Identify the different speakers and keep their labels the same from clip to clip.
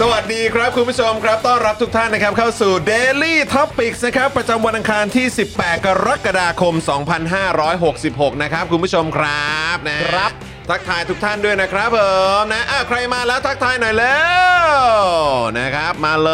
Speaker 1: สวัสดีครับคุณผู้ชมครับต้อนรับทุกท่านนะครับเข้าสู่ Daily Topics นะครับประจำวันอังคารที่ 18 กรกฎาคม 2566 นะครับคุณผู้ชมครับนะครับ ทักทายทุกท่านด้วยนะครับผมนะอ่ะใครมาแล้วทักทายหน่อยแล้วนะครับมาเล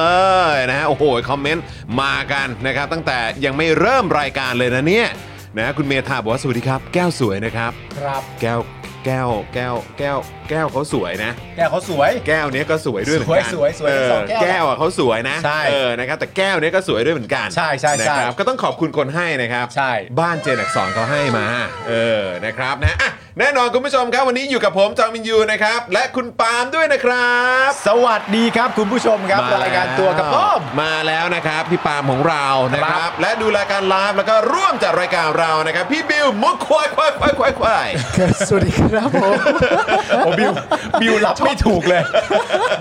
Speaker 1: ยนะฮะโอ้โหคอมเมนต์มากันนะครับตั้งแต่ยังไม่เริ่มรายการเลยนะเนี่ยนะคุณเมธาบอกว่าสวัสดีครับแก้วสวยนะครับ
Speaker 2: ครับ
Speaker 1: แก้วแก้วแก้วแก้วแก้วเขาสวยนะ
Speaker 3: แก้วเขาสวย
Speaker 1: แก้วเนี้ยก็สวยด้วยเหมือนกัน
Speaker 3: สวยสวยสวย
Speaker 1: เออ
Speaker 3: สองแก้ว
Speaker 1: แก้วอ่ะเขาสวยนะ
Speaker 3: ใช่
Speaker 1: เออนะครับแต่แก้วเนี้ยก็สวยด้วยเหมือนกัน
Speaker 3: ใช่ใช่ใช่
Speaker 1: นะครับก็ต้องขอบคุณคนให้นะครับ
Speaker 3: ใช่
Speaker 1: บ้านเจนอักสอนเขาให้มา เออนะครับนะอ่ะแน่นอนคุณผู้ชมครับวันนี้อยู่กับผมจอมินยูนะครับ และคุณปาล์มด้วยนะครับ
Speaker 3: สวัสดีครับคุณผู้ชมครับ
Speaker 1: มแล้
Speaker 3: รายการตัวกับพ่อม
Speaker 1: มาแล้วนะครับพี่ปาล์มของเรานะค
Speaker 3: ค
Speaker 1: รั
Speaker 3: รับ บ
Speaker 1: และดูรายการไลฟ์แล้วก็ร่วมจัดรายการเรานะครับ พี่บิวมุกควายควายควายควายควาย
Speaker 3: สวัสดีครับผมโอ้บิวบิวหลับไม่ถูกเลย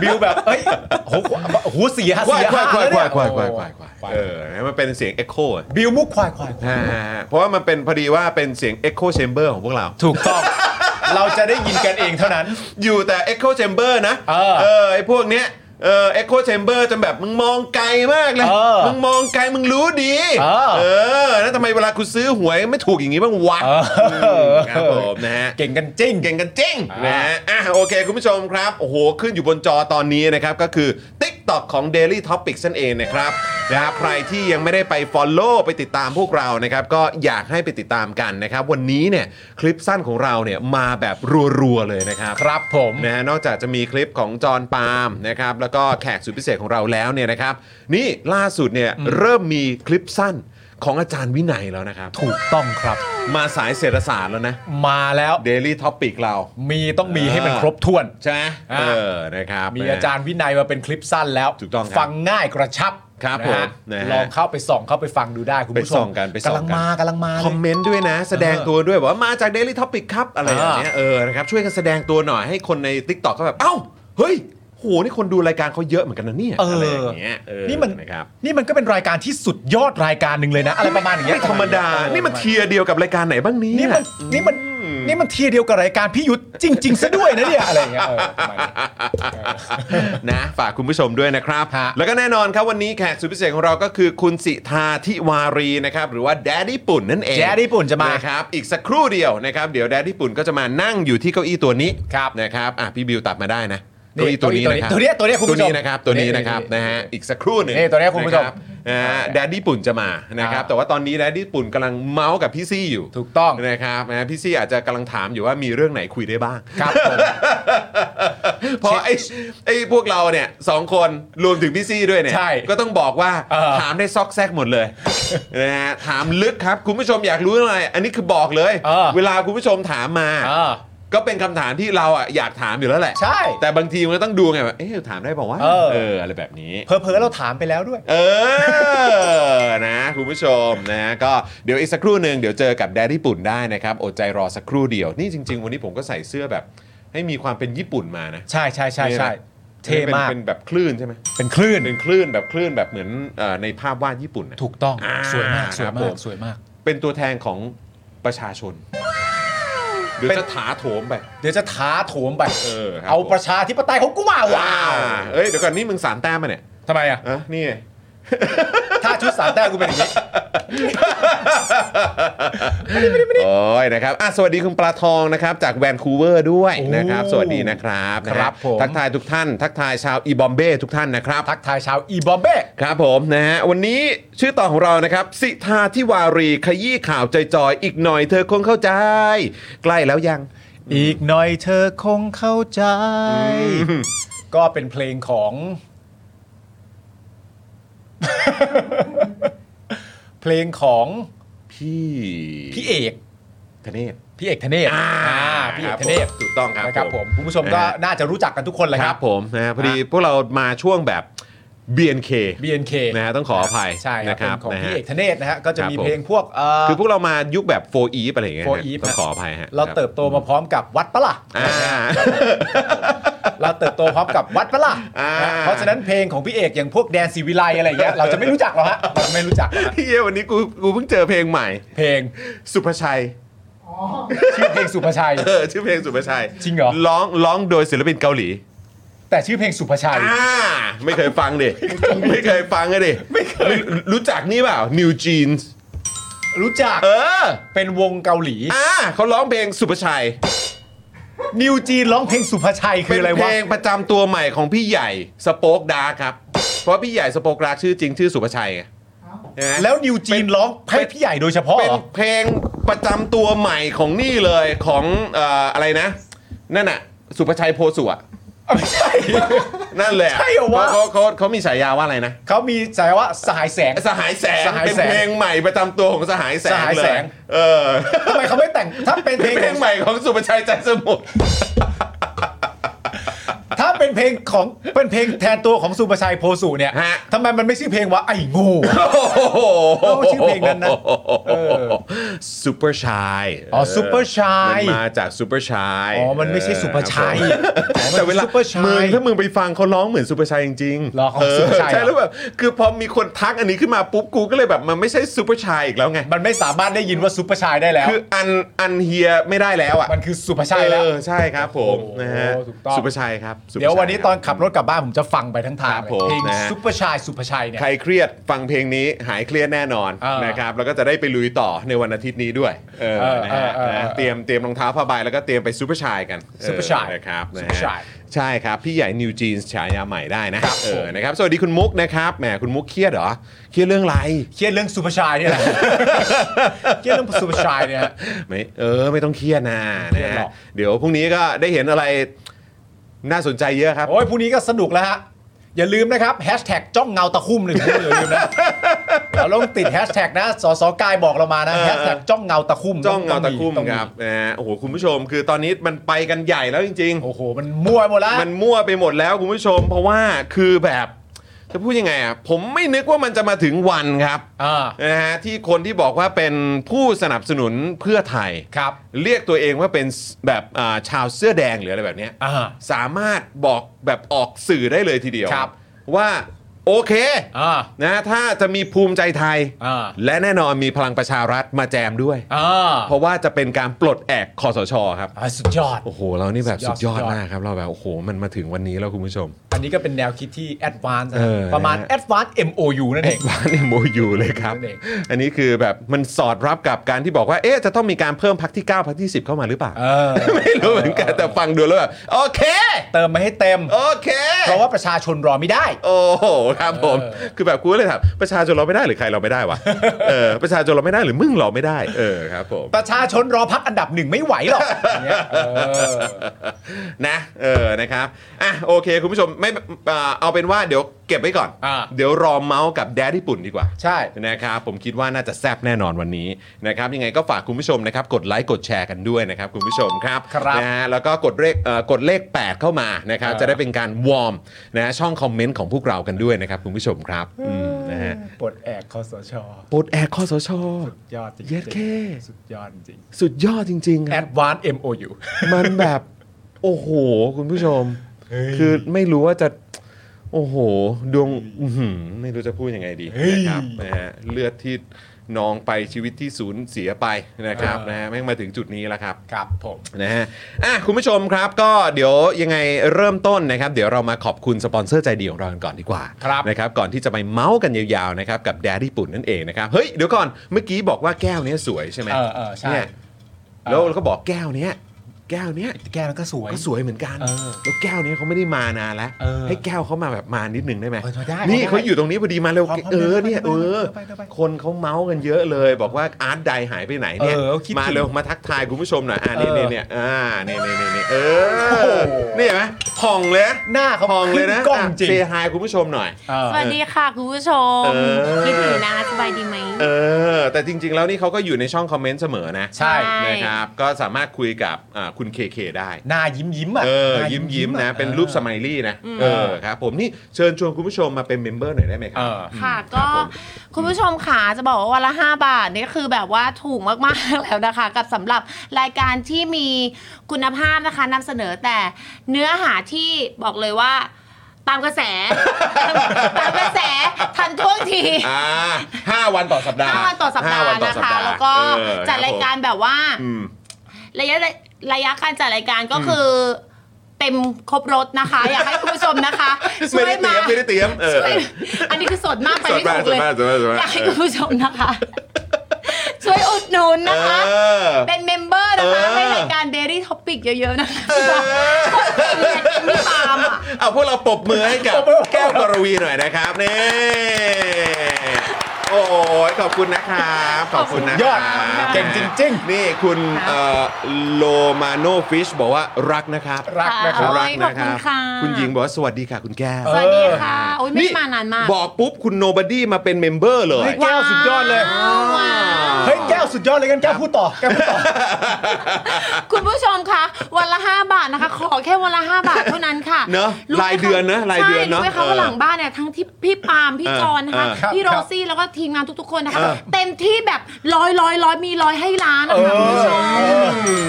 Speaker 3: บิวแบบเอ้ยโอ้โหโอ้โหเสีย
Speaker 1: ควา
Speaker 3: เสี
Speaker 1: ย
Speaker 3: ย
Speaker 1: ควายควายควายควายควายควาย
Speaker 3: โอ้โห
Speaker 1: เออนะมันเป็นเสียงเอ็กโค
Speaker 3: บิวมุกควายควาย
Speaker 1: อ่าเพราะว่ามันเป็นพอดีว่าเป็นเสียง Echo Chamber ของพวกเรา
Speaker 3: ถูกต้อง เราจะได้ยินกันเองเท่านั้น
Speaker 1: อยู่แต่ Echo Chamber นะ
Speaker 3: เออ
Speaker 1: อไอพวกเนี้ยเออ Echo Chamber จนแบบมึงมองไกลมากเลย
Speaker 3: เออ
Speaker 1: มึงมองไกลมึงรู้ดี
Speaker 3: เออ
Speaker 1: เออแล้วทำไมเวลาคุณซื้อหวยไม่ถูกอย่างนี้บ้างวะ
Speaker 3: เออ
Speaker 1: มครับผมนะฮะ
Speaker 3: เก่งกันจริง
Speaker 1: เก่งกันจริง
Speaker 3: อ่าน
Speaker 1: นะฮะอ่ะโอเค คุณผู้ชมครับ โอ้โห ขึ้นอยู่บนจอตอนนี้นะครับ ก็คือ TikTok ของ Daily Topic นั่นเองนะครับนะครับใครที่ยังไม่ได้ไป Follow ไปติดตามพวกเรานะครับ ก็อยากให้ไปติดตามกันนะครับ วันนี้เนี่ยคลิปสั้นของเราเนี่ยมาแบบรัวๆเลยนะครับ
Speaker 3: ครับผม
Speaker 1: นะฮะนอกจากจะมีคลิปของจอห์นปาล์มนะครับแล้วก็แขกสุดพิเศษของเราแล้วเนี่ยนะครับ นี่ล่าสุดเนี่ยเริ่มมีคลิปสั้นของอาจารย์วินัยแล้วนะครับ
Speaker 3: ถูกต้องครับ
Speaker 1: มาสายเศรษฐศาสตร์แล้วนะ
Speaker 3: มาแล้ว
Speaker 1: Daily Topic เรา
Speaker 3: มีต้องมีให้มันครบถ้วน
Speaker 1: ใช่ไหม
Speaker 3: อ่า
Speaker 1: เออ นะครับ
Speaker 3: มีอาจารย์วินัยมาเป็นคลิปสั้นแล้ว
Speaker 1: ถูกต้องครับ
Speaker 3: ฟังง่ายกระชับ
Speaker 1: ครับ
Speaker 3: นะฮะ
Speaker 1: ผมนะฮะ
Speaker 3: ลองเข้าไปส่องเข้าไปฟังดูได้คุณ
Speaker 1: ไป
Speaker 3: ผู้ชม
Speaker 1: ส่องกันไปส่อง
Speaker 3: กำลัง
Speaker 1: กัน
Speaker 3: มากำลังมา
Speaker 1: คอม
Speaker 3: เลย
Speaker 1: เมนต์ด้วยนะ แสดงตัวด้วยบอกว่ามาจาก Daily Topic ครับ อะไรอย่างเงี้ย เออ นะครับ ช่วยกันแสดงตัวหน่อยให้คนใน Tik t o k ก็แบบ เอ้า เฮ้ย โห นี่คนดูรายการเขาเยอะเหมือนกันนะเนี่ย
Speaker 3: เอออ
Speaker 1: อะไรอย่างเงี้ยเออ
Speaker 3: นี่มัน
Speaker 1: นะครับ
Speaker 3: นี่มันก็เป็นรายการที่สุดยอดรายการหนึ่งเลยนะ อะไรประมาณอย่างเงี้ย
Speaker 1: ไม่ธรรมดา นี่มันเทียร์เดียวกับรายการไหนบ้างเนี่ย
Speaker 3: นี่มันนี่มันนี่มันทีเดียวกับรายการพี่ยุทธจริง ๆซะด้วยนะเนี่ยอะไรอย่างเงี้ยเออประมาณนี้
Speaker 1: นะฝากคุณผู้ชมด้วยนะครับ
Speaker 3: ฮะ
Speaker 1: แล้วก็แน่นอนครับวันนี้แขกสุดพิเศษของเราก็คือคุณสิทาธิวารีนะครับหรือว่าแดดดี้ปุ่นนั่นเอง
Speaker 3: Daddy ปุ่นจะมาน
Speaker 1: ครับอีกสักครู่เดียวนะครับเดี๋ยวแดดดี้ปุ่นก็จะมานั่งอยู่ที่เก้าอี้ตัวนี้
Speaker 3: ครับ
Speaker 1: นะครับอ่ะพี่บิวตัดมาได้นะ
Speaker 3: นี่
Speaker 1: เก้าอี้ตัวนี้นะครับ
Speaker 3: ตัวนี้ตัวนี้คุณผู้ชม
Speaker 1: ตัวนี้นะครับตัวนี้นะครับ
Speaker 3: นี่
Speaker 1: นะ
Speaker 3: นี่
Speaker 1: ฮะอีกสักครู่หนึ่ง
Speaker 3: นี่ตัวนี้คุณผู้ชม
Speaker 1: รับนะฮะแดดดี้ปุ่นจะมานะครับ
Speaker 3: อ่า
Speaker 1: แต่ว่าตอนนี้แดดดี้ปุ่นกำลังเมาส์กับพี่ซี่อยู่
Speaker 3: ถูกต้อง
Speaker 1: นะครับนะฮะพี่ซี่อาจจะกำลังถามอยู่ว่ามีเรื่องไหนคุยได้บ้าง
Speaker 3: ครับผม
Speaker 1: เพราะไอ้ไอ้พวกเราเนี่ยสองคนรวมถึงพี่ซี่ด้วยเนี่ย
Speaker 3: ใช่
Speaker 1: ก็ต้องบอกว่า
Speaker 3: เออ
Speaker 1: ถามได้ซอกแซกหมดเลยนะฮะถามลึกครับ คุณผู้ชมอยากรู้อะไร อันนี้คือบอกเลย
Speaker 3: เออ
Speaker 1: เวลาคุณผู้ชมถามมา
Speaker 3: เออ
Speaker 1: ก็เป็นคำถามที่เราอ่ะอยากถามอยู่แล้วแหละ
Speaker 3: ใช่
Speaker 1: แต่บางทีมันก็ต้องดูไงแบบเอ๊ะถามได้บอกว่าวะ
Speaker 3: เออ
Speaker 1: เอออะไรแบบนี้
Speaker 3: เพอเพอๆเราถามไปแล้วด้วย
Speaker 1: เออ นะคุณผู้ชมนะก็เดี๋ยวอีกสักครู่หนึ่งเดี๋ยวเจอกับแดดดี้ปุ่นได้นะครับ อดใจรอสักครู่เดียว นี่จริง ๆ วันนี้ผมก็ใส่เสื้อแบบ ให้มีความเป็นญี่ปุ่นมานะ
Speaker 3: ใช่ใช่ใช่ใช่เท่มาก
Speaker 1: เป็นแบบคลื่นใช่ไหม
Speaker 3: เป็นคลื่น
Speaker 1: เป็นคลื่นแบบคลื่นแบบเหมือนเอ่อในภาพวาดญี่ปุ่นนะ
Speaker 3: ถูกต้อง
Speaker 1: อ่า
Speaker 3: สวยมากสว
Speaker 1: ครับผม
Speaker 3: ยาก
Speaker 1: ม
Speaker 3: สวยมาก
Speaker 1: เป็นตัวแทนของประชาชนเดี๋ยว
Speaker 3: เป็น
Speaker 1: จะถาโถมไป
Speaker 3: เดี๋ยวจะท้าโถมไป
Speaker 1: เออครับ
Speaker 3: เอาประชาธิปไตยของกูมาว้าว
Speaker 1: อ่เอ้ยเดี๋ยวก่อนนี่มึงสารแต้มมาเนี่ย
Speaker 3: ทำไมอ่ะ
Speaker 1: อ่ะนี่ไง
Speaker 3: ถ้าชุดสามแต้มกูเป็นอย่างนี้
Speaker 1: โอ้ยนะครับอ่ะสวัสดีคุณปลาทองนะครับ จากแวนคูเวอร์ด้วยนะครับ สวัสดีนะครับนะฮะ
Speaker 3: ครับผม
Speaker 1: ทักทายทุกท่าน ทักทายชาวอีบอมเบ้ทุกท่านนะครับ
Speaker 3: ทักทายชาวอีบอมเบ้
Speaker 1: ครับผมนะฮะวันนี้ชื่อต่อนของเรานะครับ สิทาทิวารีขยี้ข่าวใจจอยอีกหน่อยเธอคงเข้าใจ ใกล้แล้วยัง
Speaker 3: อีกหน่อยเธอคงเข้าใจ ก็เป็นเพลงของ เพลงของ
Speaker 1: พี่
Speaker 3: พี่เอก
Speaker 1: ธเนศ
Speaker 3: พี่เอกธเนศอ่าพี่เอกธเนศ
Speaker 1: ถูกต้องครับ
Speaker 3: นะครับผมคุณผู้ชมก็น่าจะรู้จักกันทุกคนแหละ
Speaker 1: ค
Speaker 3: ค
Speaker 1: รั
Speaker 3: รั
Speaker 1: บบ ผมนะฮะพอดีพวกเรามาช่วงแบบ BNK
Speaker 3: BNK
Speaker 1: นะฮะต้องขออภัย
Speaker 3: ใช่ครั
Speaker 1: นะครั
Speaker 3: บเป็
Speaker 1: บ
Speaker 3: นของ
Speaker 1: นะฮะ
Speaker 3: พี่เอกธเนศนะฮะก็จะ
Speaker 1: ครับ
Speaker 3: มี
Speaker 1: ผม
Speaker 3: เพลงพวกเอ่อ
Speaker 1: คือพวกเรามายุคแบบ4 e อะไรอย่างเงี้ยฮะ
Speaker 3: 4E
Speaker 1: ต้อง
Speaker 3: ฮะ
Speaker 1: ขออภัยฮะ
Speaker 3: เราเติบโตมาพร้อมกับวัดปะล่ะ
Speaker 1: อ่า
Speaker 3: เราเติบโตพร้อมกับวัดปะล่ะ
Speaker 1: อ่า
Speaker 3: เพราะฉะนั้นเพลงของพี่เอกอย่างพวกแดนสีวิไลอะไรอย่างเงี้ยเราจะไม่รู้จักหรอกฮะเราจะไม่รู้จักหรอกฮะ
Speaker 1: เฮียวันนี้กูกูเพิ่งเจอเพลงใหม่
Speaker 3: เพลง
Speaker 1: สุภชัย
Speaker 3: ชื่อเพลงสุภาชัย
Speaker 1: เออชื่อเพลงสุภชัย
Speaker 3: จริงเหรอ
Speaker 1: ร้องร้องโดยศิลปินเกาหลี
Speaker 3: แต่ชื่อเพลงสุภาชัย
Speaker 1: อ่าไม่เคยฟังดิ ไม่เคยฟังเลยดิไม่เคยรู้จักนี่เปล่า New Jeans
Speaker 3: รู้จัก
Speaker 1: เออ
Speaker 3: เป็นวงเกาหลี
Speaker 1: อ่าเขาร้องเพลงสุภชัย
Speaker 3: นิวจีนร้องเพลงสุภาชัยคื
Speaker 1: เป็
Speaker 3: อนอะไร
Speaker 1: เพล
Speaker 3: วะ
Speaker 1: งประจำตัวใหม่ของพี่ใหญ่สโป๊กดาร์ครับ เพราะพี่ใหญ่สโป๊กดาร์ชื่อจริงชื่อสุภชัยไงใช่ไหม
Speaker 3: แล้วนิวจีนร้องให้พี่ใหญ่โดยเฉพาะ
Speaker 1: เป็น
Speaker 3: เหรอ
Speaker 1: เพลงประจำตัวใหม่ของนี่เลยของเอ่ออะไรนะ นั่นน่ะ สุภชัยโพสุอะ
Speaker 3: เอาไม่ใช่
Speaker 1: นั่นแหละ
Speaker 3: ใช่เหรอวะ
Speaker 1: เขาเขาเขามีฉายาว่าอะไรนะ
Speaker 3: เขามีสายว่าสหายแสง
Speaker 1: สหายแสง
Speaker 3: สหาย
Speaker 1: เป็น
Speaker 3: แสง
Speaker 1: เพลงใหม่ประจำตัวของสหายแสง
Speaker 3: สหาย
Speaker 1: เล
Speaker 3: แส
Speaker 1: ย
Speaker 3: ง
Speaker 1: เออ
Speaker 3: ทำไมเขาไม่แต่งถ้าเป็นเพ
Speaker 1: เป็น
Speaker 3: ลง
Speaker 1: เพลง
Speaker 3: ของ
Speaker 1: ใหม่ของสุภชัยใจสมุทร
Speaker 3: ถ้าเป็นเพลงของเป็นเพลงแทนตัวของสุภาชัยโพสุเนี่ย
Speaker 1: ฮะ
Speaker 3: ทำไมมันไม่ชื่อเพลงว่าไอ้โง่อะ
Speaker 1: โอ้โห
Speaker 3: เอาชื่อเพลงนั้นนะเออ
Speaker 1: ซูเปอร์ชาย
Speaker 3: อ๋อ Super Shy
Speaker 1: มันมาจากซูเปอร์ชาย
Speaker 3: อ๋อมันไม่ใช่สุภาชัย
Speaker 1: แต่เวลา
Speaker 3: ซุปเปอร์ชั
Speaker 1: มึง
Speaker 3: ย
Speaker 1: ถ้ามึงไปฟังเขาร้องเหมือนซูเปอร์ชายจริงๆ
Speaker 3: เหรอเขา
Speaker 1: เออ
Speaker 3: ซุปเปอร์ชัย
Speaker 1: ใช่แล้วแบบคือพอมีคนทักอันนี้ขึ้นมาปุ๊บกูก็เลยแบบมันไม่ใช่ซูเปอร์ชายอีกแล้วไง
Speaker 3: มันไม่สามารถได้ยินว่าซุปเปอร์ชายได้แล้ว
Speaker 1: คืออันอันเฮียไม่ได้แล้วอ่ะ
Speaker 3: มันคือสุภาชัยแล้ว
Speaker 1: เออใช่ครับผม
Speaker 3: โอ้โห
Speaker 1: นะฮะ
Speaker 3: ถูกต้อง
Speaker 1: สุภาชัยครับสุภาชั
Speaker 3: เดี๋ยววันนี้
Speaker 1: ครับ
Speaker 3: ตอนขับรถกลับบ้านผมจะฟังไปทั้งทาง
Speaker 1: ครับผ
Speaker 3: เลย
Speaker 1: ม
Speaker 3: เพลง
Speaker 1: นะฮะ
Speaker 3: ซุปเปอร์ชายสุภาชัยเนี่ย
Speaker 1: ใครเครียดฟังเพลงนี้หายเครียดแน่นอน
Speaker 3: เออ
Speaker 1: นะครับแล้วก็จะได้ไปลุยต่อในวันอาทิตย์นี้ด้วยเออ
Speaker 3: เออ
Speaker 1: นะฮะ
Speaker 3: เออเออ
Speaker 1: นะเตรียมเตรียมรองเท้าผ้าใบแล้วก็เตรียมไปซูเปอร์ชายกัน
Speaker 3: ซุปเปอร์ชาย
Speaker 1: เนะครับนะ
Speaker 3: ซุปเปอร์
Speaker 1: ฮะ
Speaker 3: ชาย
Speaker 1: ใช่ครับ พี่ใหญ่นิวจีนฉายาใหม่ได้นะครับ
Speaker 3: ผม
Speaker 1: เออนะครับสวัสดีคุณมุกนะครับแหมคุณมุกเครียดเหรอเครียดเรื่องอะไร
Speaker 3: เครียดเรื่องสุภาชัยเนี่ยแหละ เครียดเรื่องสุภาชัยเนี่ยฮะ
Speaker 1: ไม่เออไม่ต้องเครียดนะ
Speaker 3: ไม่
Speaker 1: นะ
Speaker 3: เครียดหร
Speaker 1: ฮะ
Speaker 3: อก
Speaker 1: เดี๋ยวพรุ่งนี้ก็ได้เห็นอะไรน่าสนใจเยอะครับ
Speaker 3: โอ้ยพรุ่งนี้ก็สนุกแล้วฮะ อย่าลืมนะครับแฮชแท็กจ้องเงาตะคุ่มหนึ่งอย่าลืมนะเราต้องติดแฮชแท็กนะสสกายบอกเรามานะ
Speaker 1: เออ
Speaker 3: แฮชแท็กจ้องเงาตะคุ่ม
Speaker 1: จ้องเงาตะคุ่ม
Speaker 3: อง
Speaker 1: ครับนะฮะโอ้โหคุณผู้ชมคือตอนนี้มันไปกันใหญ่แล้วจริง
Speaker 3: โอ้โห มันมั่วหมดแล้ว
Speaker 1: ๆ มันมั่วไปหมดแล้วคุณผู้ชม เพราะว่าคือแบบจะพูดยังไงอ่ะผมไม่นึกว่ามันจะมาถึงวันครับ
Speaker 3: อ่า
Speaker 1: นะฮะที่คนที่บอกว่าเป็นผู้สนับสนุนเพื่อไทย
Speaker 3: ครับ
Speaker 1: เรียกตัวเองว่าเป็นแบบอ่าชาวเสื้อแดงหรืออะไรแบบเนี้ย
Speaker 3: อ่า
Speaker 1: สามารถบอกแบบออกสื่อได้เลยทีเดียว
Speaker 3: ครับ
Speaker 1: ว่าโอเค
Speaker 3: อ่า
Speaker 1: นะถ้าจะมีภูมิใจไทย
Speaker 3: อ่า
Speaker 1: และแน่นอนมีพลังประชารัฐมาแจมด้วย
Speaker 3: อ่า
Speaker 1: เพราะว่าจะเป็นการปลดแอกคอสชครับ
Speaker 3: อ่าสุดยอด
Speaker 1: โอ้โห เรานี่แบบ
Speaker 3: สุ
Speaker 1: สุด
Speaker 3: ด
Speaker 1: ย
Speaker 3: ย
Speaker 1: อ
Speaker 3: อ
Speaker 1: ด
Speaker 3: ด
Speaker 1: มากครับ เราแบบ โอ้โห มันมาถึงวันนี้แล้วคุณผู้ชม
Speaker 3: อันนี้ก็เป็นแนวคิดที่แอดวานซ์
Speaker 1: เออ
Speaker 3: ประมาณ
Speaker 1: นะฮะ
Speaker 3: แอดวานซ์ MOU นั่นเอง
Speaker 1: บ้านเนี่ยโมยูเลยครับ
Speaker 3: นั่นเอง
Speaker 1: อันนี้คือแบบมันสอดรับกับการที่บอกว่า เอ๊ะ จะต้องมีการเพิ่มพักที่ 9พักที่ 10 เข้ามาหรือเปล่า
Speaker 3: เออ
Speaker 1: ไม่รู้เหมือนกันแต่ฟังดูแล้วแบบโอเค
Speaker 3: เติมมาให้เต็ม
Speaker 1: โอเค
Speaker 3: เพราะว่าประชาชนรอไม่ได้
Speaker 1: โอ้โหครับผม คือแบบกูก็เลยถามประชาชนเราไม่ได้หรือใครเราไม่ได้วะ เออ ประชาชนเราไม่ได้หรือมึงเราไม่ได้ เออครับผม
Speaker 3: ประชาชนรอพักอันดับหนึ่งไม่ไหวหรอกอย่างเงี้ยเออ
Speaker 1: นะเออนะครับอ่ะโอเค คุณผู้ชมไม่เอ่อเอาเป็นว่าเดี๋ยวเก็บไว้ก่อน
Speaker 3: อ่า
Speaker 1: เดี๋ยวรอเมาส์กับแดดญี่ปุ่นดีกว่า
Speaker 3: ใช่
Speaker 1: นะครับผมคิดว่าน่าจะแซบแน่นอนวันนี้นะครับยังไงก็ฝากคุณผู้ชมนะครับกดไลค์กดแชร์กันด้วยนะครับคุณผู้ชมครับ
Speaker 3: ครับ
Speaker 1: นะฮะแล้วก็กดเลขเอ่อกดเลข 8 เข้ามานะครับ
Speaker 3: อ่า
Speaker 1: จะได้เป็นการวอร์มนะช่องคอมเมนต์ของพวกเรากันด้วยนะครับคุณผู้ชมครับอืมนะฮะ
Speaker 3: ปลดแอกคอสช
Speaker 1: ปลดแอร์คอสช
Speaker 3: สุดยอดจริงๆ
Speaker 1: เย็ดเข้
Speaker 3: สุดยอดจริง
Speaker 1: สุดยอดจริงๆค
Speaker 3: แอ
Speaker 1: รับ
Speaker 3: ดวาน MOU
Speaker 1: มันแบบ โอ้โห คุณผู้ชม คือไม่รู้ว่าจะ โอ้โห ดวงอื้อหือไม่รู้จะพูดยังไงดีนะครับนะฮะเลือดที่นองไปชีวิตที่สูญเสียไปนะครับ
Speaker 3: เออ
Speaker 1: นะฮะแม่งมาถึงจุดนี้แล้วครับ
Speaker 3: ครับผม
Speaker 1: นะฮะอ่ะคุณผู้ชมครับก็เดี๋ยวยังไงเริ่มต้นนะครับ เดี๋ยวเรามาขอบคุณสปอนเซอร์ใจดีของเรากันก่อนดีกว่า
Speaker 3: ครับ
Speaker 1: นะครับก่อนที่จะไปเมาส์กันยาวๆนะครับกับแดดญี่ปุ่นนั่นเองนะครับเฮ้ยเดี๋ยวก่อนเมื่อกี้บอกว่าแก้วเนี้ยสวยใช่ไหม
Speaker 3: เออเออใช่
Speaker 1: นี่ย
Speaker 3: เออ
Speaker 1: แล้วเราก็บอกแก้วเนี้ยแก้วเนี้ย
Speaker 3: แก้วนั้นก็สวย
Speaker 1: ก็สวยเหมือนกัน
Speaker 3: เออ
Speaker 1: แล้วแก้วเนี้ยเขาไม่ได้มานานแล้ว
Speaker 3: เออ
Speaker 1: ให้แก้วเขามาแบบมานิดนึงได้ไหม
Speaker 3: เออได้
Speaker 1: นี่
Speaker 3: ได้
Speaker 1: เขาอยู่ตรงนี้พอดีมาเร็ว
Speaker 3: พร้อมพร้อม
Speaker 1: เออเนี่ย
Speaker 3: เดิ
Speaker 1: เอน
Speaker 3: ไป
Speaker 1: อ
Speaker 3: เดินไปเดินไป
Speaker 1: คนเขาเมาส์กันเยอะเลย บอกว่าอาร์ตใดหายไปไหนเนี่ย
Speaker 3: เออเขาคิด
Speaker 1: มา
Speaker 3: ถึง
Speaker 1: เร็ว มาทักทายคุณผู้ชมหน่อยอ่านี่
Speaker 3: เออ
Speaker 1: นี่เนี่ยอ่านี่นี่นี่นี่เอ
Speaker 3: โอ้โห
Speaker 1: อนี่เห็นไหมผ่องเลยนะ
Speaker 3: หน้าเขา
Speaker 1: ผ่องเลยนะ
Speaker 3: ขึ้กล้องจริง
Speaker 1: เซฮายคุณผู้ชมหน่อย
Speaker 3: เออ
Speaker 4: สวัสดีค่ะ คุณผู้ชม
Speaker 1: เออ
Speaker 4: คิดถึงนะสบายดีไหม
Speaker 1: เออ แต่จริง ๆ แล้วนี่เขาก็อยู่ในช่องคอมเมนต์เสมอนะ
Speaker 3: ใช่
Speaker 1: นะครับ ก็สามารถคุยกับอ่าคุณเคเคได้
Speaker 3: หน้ายิ้มยิ้มๆอ่ะ
Speaker 1: เออ
Speaker 3: หน้า
Speaker 1: ยิ้ม
Speaker 3: ๆ
Speaker 1: ยิ้มๆ
Speaker 3: อ่
Speaker 1: นะเป็นรูปสมัยลี่นะเออครับผมนี่เชิญชวนคุณผู้ชมมาเป็นเมมเบอร์หน่อยได้ไหมค
Speaker 3: เอ
Speaker 1: รับ
Speaker 3: อ
Speaker 4: ค่ะ
Speaker 1: ค
Speaker 4: ก็
Speaker 1: รับผม
Speaker 4: คุณผู้ชมค่ะจะบอกว่าวันละ 5 บาทนี่คือแบบว่าถูกมากๆ แล้วนะคะ กับสำหรับรายการที่มีคุณภาพนะคะนำเสนอแต่เนื้อหาที่บอกเลยว่าตามกระแส ตามกระแสทันท่วงที
Speaker 1: อ่าห้าวันต่อสัปดาห์
Speaker 4: ห้าวันต่อสัปดา
Speaker 1: ห้
Speaker 4: ห์
Speaker 1: ต่อ
Speaker 4: นะ
Speaker 1: สัป
Speaker 4: คะ
Speaker 1: ดาห์
Speaker 4: แล้วก็
Speaker 1: เออ
Speaker 4: จัดรายการแบบว่า
Speaker 1: อืม
Speaker 4: ระยะระยะการจัดรายการก็คือเต็มครบรถนะคะ อยากให้คุณผู้ชมนะคะช่
Speaker 1: ไม่
Speaker 4: วย
Speaker 1: ได้เตรีม
Speaker 4: มาย
Speaker 1: ไม่ได้เตรียมเออ
Speaker 4: ช่วยอันนี้คือสดมากไป
Speaker 1: สด
Speaker 4: ไม่
Speaker 1: มาก
Speaker 4: ถูกเลย
Speaker 1: สดมากสดมากสดมาก
Speaker 4: อยากให้คุณผู้ชมนะคะ ช่วยอุดหนุนนะคะ
Speaker 1: เออ
Speaker 4: เป็นเมมเบอร์นะคะ
Speaker 1: เออ
Speaker 4: ให้รายการ Daily Topic เยอะๆนะคะพี่ปาล์มอ่ะ
Speaker 1: เอาพวกเราปรบมือให้กับแก้วกรวีหน่อยนะครับนี่โอ้ยขอบคุณนะครับขอบคุณนะ
Speaker 3: ยอด
Speaker 1: ครับ
Speaker 3: เก่งจริง
Speaker 1: นี่คุณเอ่อโลมาโนฟิชบอกว่ารักนะครับ
Speaker 3: รักนะครับ
Speaker 1: รัก
Speaker 4: โอ้ยขอ
Speaker 1: นะ
Speaker 4: บ
Speaker 1: ค
Speaker 4: คุ
Speaker 1: รั
Speaker 4: ณ
Speaker 1: บ
Speaker 4: ค่ะ
Speaker 1: คุณหญิงบอกว่าสวัสดีค่ะคุณแก้ว
Speaker 4: สวัสดีค่ะโอ้ยไม่ได้มานานมาก
Speaker 1: บอกปุ๊บคุณโนบ o ดี้มาเป็นเมมเบอร์เลย
Speaker 3: เฮ้ยแก้วสุดยอดเลย
Speaker 4: ว้าวว้าว
Speaker 3: เฮ้ยแก้วสุดยอดเลยกันแก้วพูดต่อแก้วพูดต่อ
Speaker 4: คุณผู้ชมคะวันละ 5 บาทนะคะ ขอแค่วันละ 5 บาทเท่านั้นค่ะ
Speaker 1: เนอะ
Speaker 4: รู้ไหม
Speaker 1: รายเดือนนะรายเดือนเนอะ
Speaker 4: ใช่รู้ไหมคะว่าหลังบ้านเนี่ยทั้งที่พี่ปาล์มพี่
Speaker 1: เออ
Speaker 4: จอนนะคะ
Speaker 1: เออครับ
Speaker 4: พี่โรซี่แล้วก็ทีมงานทุกๆคนนะคะ เต็มที่แบบร้อยร้อยร้อยมีร้อยให้ล้านนะคะคุณผู้ชม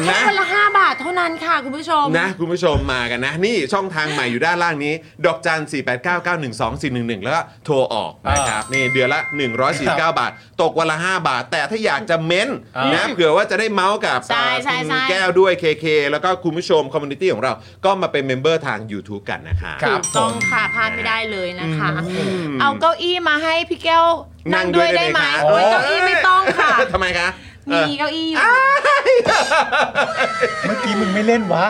Speaker 4: แค่
Speaker 1: นะ
Speaker 4: วันละ 5 บาทเท่านั้นค่ะคุณผู้ชม
Speaker 1: นะคุณผู้ชมมากันนะ นี่ช่องทางใหม่อยู่ด้านล่างนี้ ดอกจัน 4 8 9 9 1 2 4 1 1 แล้วก็โทรออกนะครับนี่เดือนละ 149 บาท ตกวันละ 5 บาท แต่ถ้าอยากจะเม้นนะเผื่อว่าจะได้เมาส์กับ
Speaker 4: ใช่ใช่
Speaker 1: คุณ
Speaker 4: ใช่
Speaker 1: แก้วด้วย KK แล้วก็คุณผู้ชมคอมมูนิตี้ของเรา ก็มาเป็นเมมเบอร์ทาง YouTube กันนะครับ
Speaker 3: ครั
Speaker 4: ถู
Speaker 3: บ
Speaker 4: กต้องค่ะพลาดไม่ได้เลยนะคะ เอาเก้าอี้มาให้พี่แก้วนั่งด้วยได้ไหม
Speaker 1: คะ
Speaker 4: โอ้ยเก้าอี้ไม่ต้องค่ะ
Speaker 1: ทำไมคะเออ
Speaker 4: มีเก้าอี้อยู่
Speaker 3: เมื่อกี้มึงไม่เล่นวะ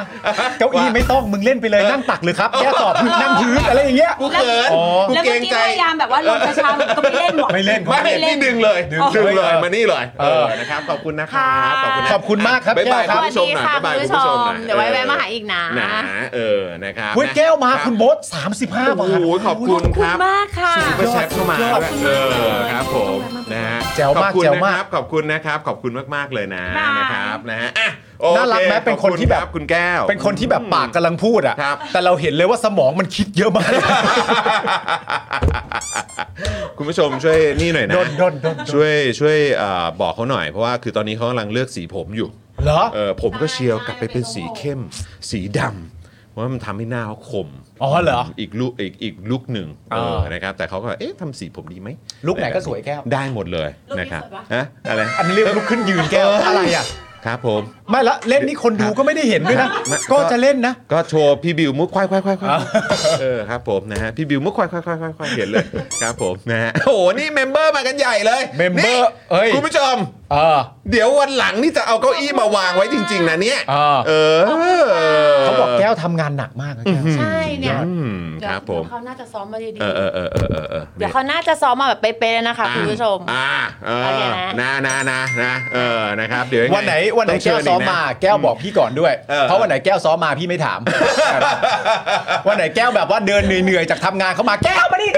Speaker 3: เก้าอี้ไม่ต้องมึงเล่นไปเลยนั่งตักเลยครับแก้วตอบนั่งพื้นอะไรอย่างเงี้ย
Speaker 1: กูเขิน
Speaker 3: อ๋อ
Speaker 1: กู
Speaker 4: แล้ว
Speaker 1: เกร
Speaker 4: เมื่อง กี้
Speaker 1: ใจ
Speaker 4: พยายามแบบว่าลงกระชาลงก็ไม่เล่นหรอก
Speaker 3: ไม่เล่น
Speaker 1: ไม่
Speaker 4: ไม่เล่
Speaker 1: นี่
Speaker 4: น
Speaker 1: ดึงเลยดึง
Speaker 4: อ๋อ
Speaker 1: ดึงเลย
Speaker 3: เออ
Speaker 1: มานี่เลย
Speaker 3: เอ
Speaker 1: เอ
Speaker 3: อ
Speaker 1: อนะครับขอบคุณนะครับ
Speaker 4: ค่ะ
Speaker 1: ขอบคุณนะ
Speaker 3: ขอบคุณมากครับ
Speaker 1: บ๊ายบาย
Speaker 3: แก้
Speaker 1: คุ
Speaker 3: วครั
Speaker 1: ณผู้ชมหน่อย
Speaker 3: บ
Speaker 1: บ๊ายบายคุณผู้ชมหน่อย
Speaker 4: เดี๋ยวไว้แวะมาหาอีกนะ
Speaker 1: นะเออนะครับ
Speaker 3: เว้ยแก้วมาคุณ
Speaker 1: บ
Speaker 3: โบ๊ท35 บาท
Speaker 1: โอ้โหขอบคุณ
Speaker 4: ข
Speaker 1: ครับ
Speaker 4: อบคุณมากค่ะ
Speaker 1: ซุปเปอร์แชทเข้ามา
Speaker 3: สุดยอด
Speaker 1: ด้วยเออครับผมนะฮะ
Speaker 3: แจ๋วมา
Speaker 1: ขอ
Speaker 3: ก
Speaker 1: บคุณ
Speaker 3: แจ๋ว
Speaker 1: นะ
Speaker 3: มา
Speaker 1: ค
Speaker 3: ก
Speaker 1: รับขอบคุณนะครับขอบคุณมากๆเลยนะ
Speaker 4: บ๊ายบาย
Speaker 1: นะครับนะฮะอ่ะโอ
Speaker 3: น่ารักไหม
Speaker 1: ค
Speaker 3: เป็นคนที่แบบ
Speaker 1: ขอณณแก้ว
Speaker 3: เป็นคนที่แบบปากกำลังพูดอ่ะ
Speaker 1: ครับ
Speaker 3: แต่เราเห็นเลยว่าสมองมันคิดเยอะมาก
Speaker 1: คุณผู้ชมช่วยนี่หน่อยนะ
Speaker 3: ดนดนดนดน
Speaker 1: ช่วยช่วยเอ่อบอกเขาหน่อยเพราะว่าคือตอนนี้เขากำลังเลือกสีผมอยู่
Speaker 3: เหรอ
Speaker 1: เออผมก็เชียวกลับไปเป็นสีเข้ม สีดำเพราะว่ามันทำให้หน้าเขาคม
Speaker 3: อ๋อเหรอ
Speaker 1: อีกลุกอีกอีกลุกหนึ่ง
Speaker 3: อ่า
Speaker 1: เออนะครับแต่เขาก็เอ๊ะทำสีผมดีไหม
Speaker 3: ลุคไหนก็สวยแก้ว
Speaker 1: ได้หมดเลย
Speaker 4: ลุคนี้
Speaker 1: นะครับ
Speaker 4: สวยปะ
Speaker 1: ฮะอะไร
Speaker 3: อันเรียกลุกขึ้นยืนแก้วอะไรอ่ะ
Speaker 1: ครับผม
Speaker 3: ไม่ละเล่นนี่คนดูก็ไม่ได้เห็นด้วยนะ
Speaker 1: ครับ
Speaker 3: ก็จะเล่นนะ
Speaker 1: ก็โชว์พี่บิวมุกควายควายควายควายเออครับผมนะฮะพี่บิวมุกควายควายควายควายควายเห็นเลยครับผมนะฮะโอ้โหนี่เมมเบอร์มากันใหญ่เลย
Speaker 3: เมมเบอร์
Speaker 1: นี่
Speaker 3: เอ้ย
Speaker 1: คุณผู้ชม
Speaker 3: เออ
Speaker 1: เดี๋ยววันหลังนี่จะเอาเก้าอี้มาวางไว้จริง ๆ นะเนี่ย
Speaker 3: อ่า
Speaker 1: เออ
Speaker 3: เขาบอกแก้วทำงานหนักมากนะแก้ว
Speaker 4: ใช่เนี่ย
Speaker 1: อืม
Speaker 4: เดี๋
Speaker 1: ค
Speaker 4: ยว
Speaker 1: รับผม
Speaker 4: เขาน่าจะซ้อมมาดี
Speaker 1: เออเออเออเออเออออ
Speaker 4: ๆเดี๋ยวเขาน่าจะซ้อมมาแบบเป๊ะๆเลยนะคะ
Speaker 1: อ่า
Speaker 4: คุณผู้ชม
Speaker 1: อ่าเออ
Speaker 4: โอเคนะ
Speaker 1: นะนะนะนะเออนะครับ เดี๋ยวยังง
Speaker 3: วันไหนวันไหน
Speaker 1: ต้อง
Speaker 3: แก้
Speaker 1: เชิ
Speaker 3: ว
Speaker 1: ญ
Speaker 3: ซ้อม
Speaker 1: กนะ
Speaker 3: มาแก้วบอกพี่ก่อนด้วย
Speaker 1: เออ
Speaker 3: เพราะวันไหนแก้วซ้อมมาพี่ไม่ ถาม วันไหนแก้วแบบว่าเดินเหนื่อยๆจากทำงานเขามาแก้วมานี่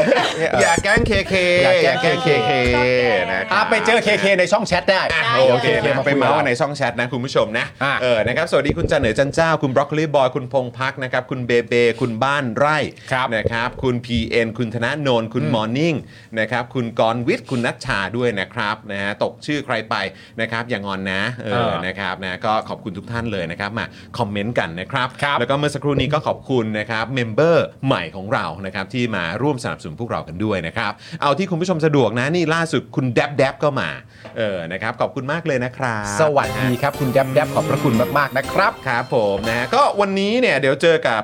Speaker 1: อย่าแกล้งเคเค
Speaker 3: อย่าแกล้ง
Speaker 1: เคเค
Speaker 4: เคเค
Speaker 1: นะครั
Speaker 3: อ่ะ
Speaker 1: บ
Speaker 3: ไปเจอเคเคในช่องแชทได้
Speaker 1: อ่ะ
Speaker 4: ได้
Speaker 1: โอ
Speaker 3: โอเค
Speaker 1: นะไปเมาส์กัน
Speaker 3: ใน
Speaker 1: ในช่องแชทนะคุณผู้ชมนะ
Speaker 3: อ่ะ
Speaker 1: เออนะครับสวัสดีคุณจันเหนือจันเจ้า คุณบรอกโคลีบอยคุณพงพักนะครับคุณเบเบคุณบ้านไร่
Speaker 3: ครับ
Speaker 1: นะครับคุณ PN คุณธนาโนนคุณมอร์นิ่งนะครับคุณกรวิทย์คุณนัชชาด้วยนะครับนะฮะตกชื่อใครไปนะครับอย่างอนนะเออ
Speaker 3: เออ
Speaker 1: นะครับนะก็ขอบคุณทุกท่านเลยนะครับมาคอมเมนต์กันนะครับ
Speaker 3: ครับ
Speaker 1: แล้วก็เมื่อสักครู่นี้ก็ขอบคุณนะครับเมมเบอร์ใหม่ของเรานะครับที่มาร่วมสนับสนุนพวกเรากันด้วยนะครับเอาที่คุณผู้ชมสะดวกนะนี่ล่าสุดคุณแดบแดบก็มาเออนะครับขอบคุณมากเลยนะครับ
Speaker 3: สวัสดีครับคุณแดบแดบขอบพระคุณมากๆนะครับ
Speaker 1: ครับผมนะฮะก็วันนี้เนี่ยเดี๋ยวเจอกับ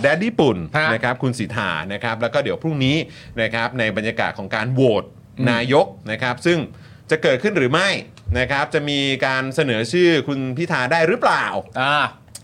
Speaker 1: แดดดี้ปุ่น
Speaker 3: ฮะ
Speaker 1: นะครับคุณสิทธานะครับแล้วก็เดี๋ยวพรุ่งนี้นะครับในบรรยากาศของการโหวต
Speaker 3: อืม
Speaker 1: นายกนะครับซึ่งจะเกิดขึ้นหรือไม่นะครับจะมีการเสนอชื่อคุณพิธาได้หรือเปล่า
Speaker 3: อ่า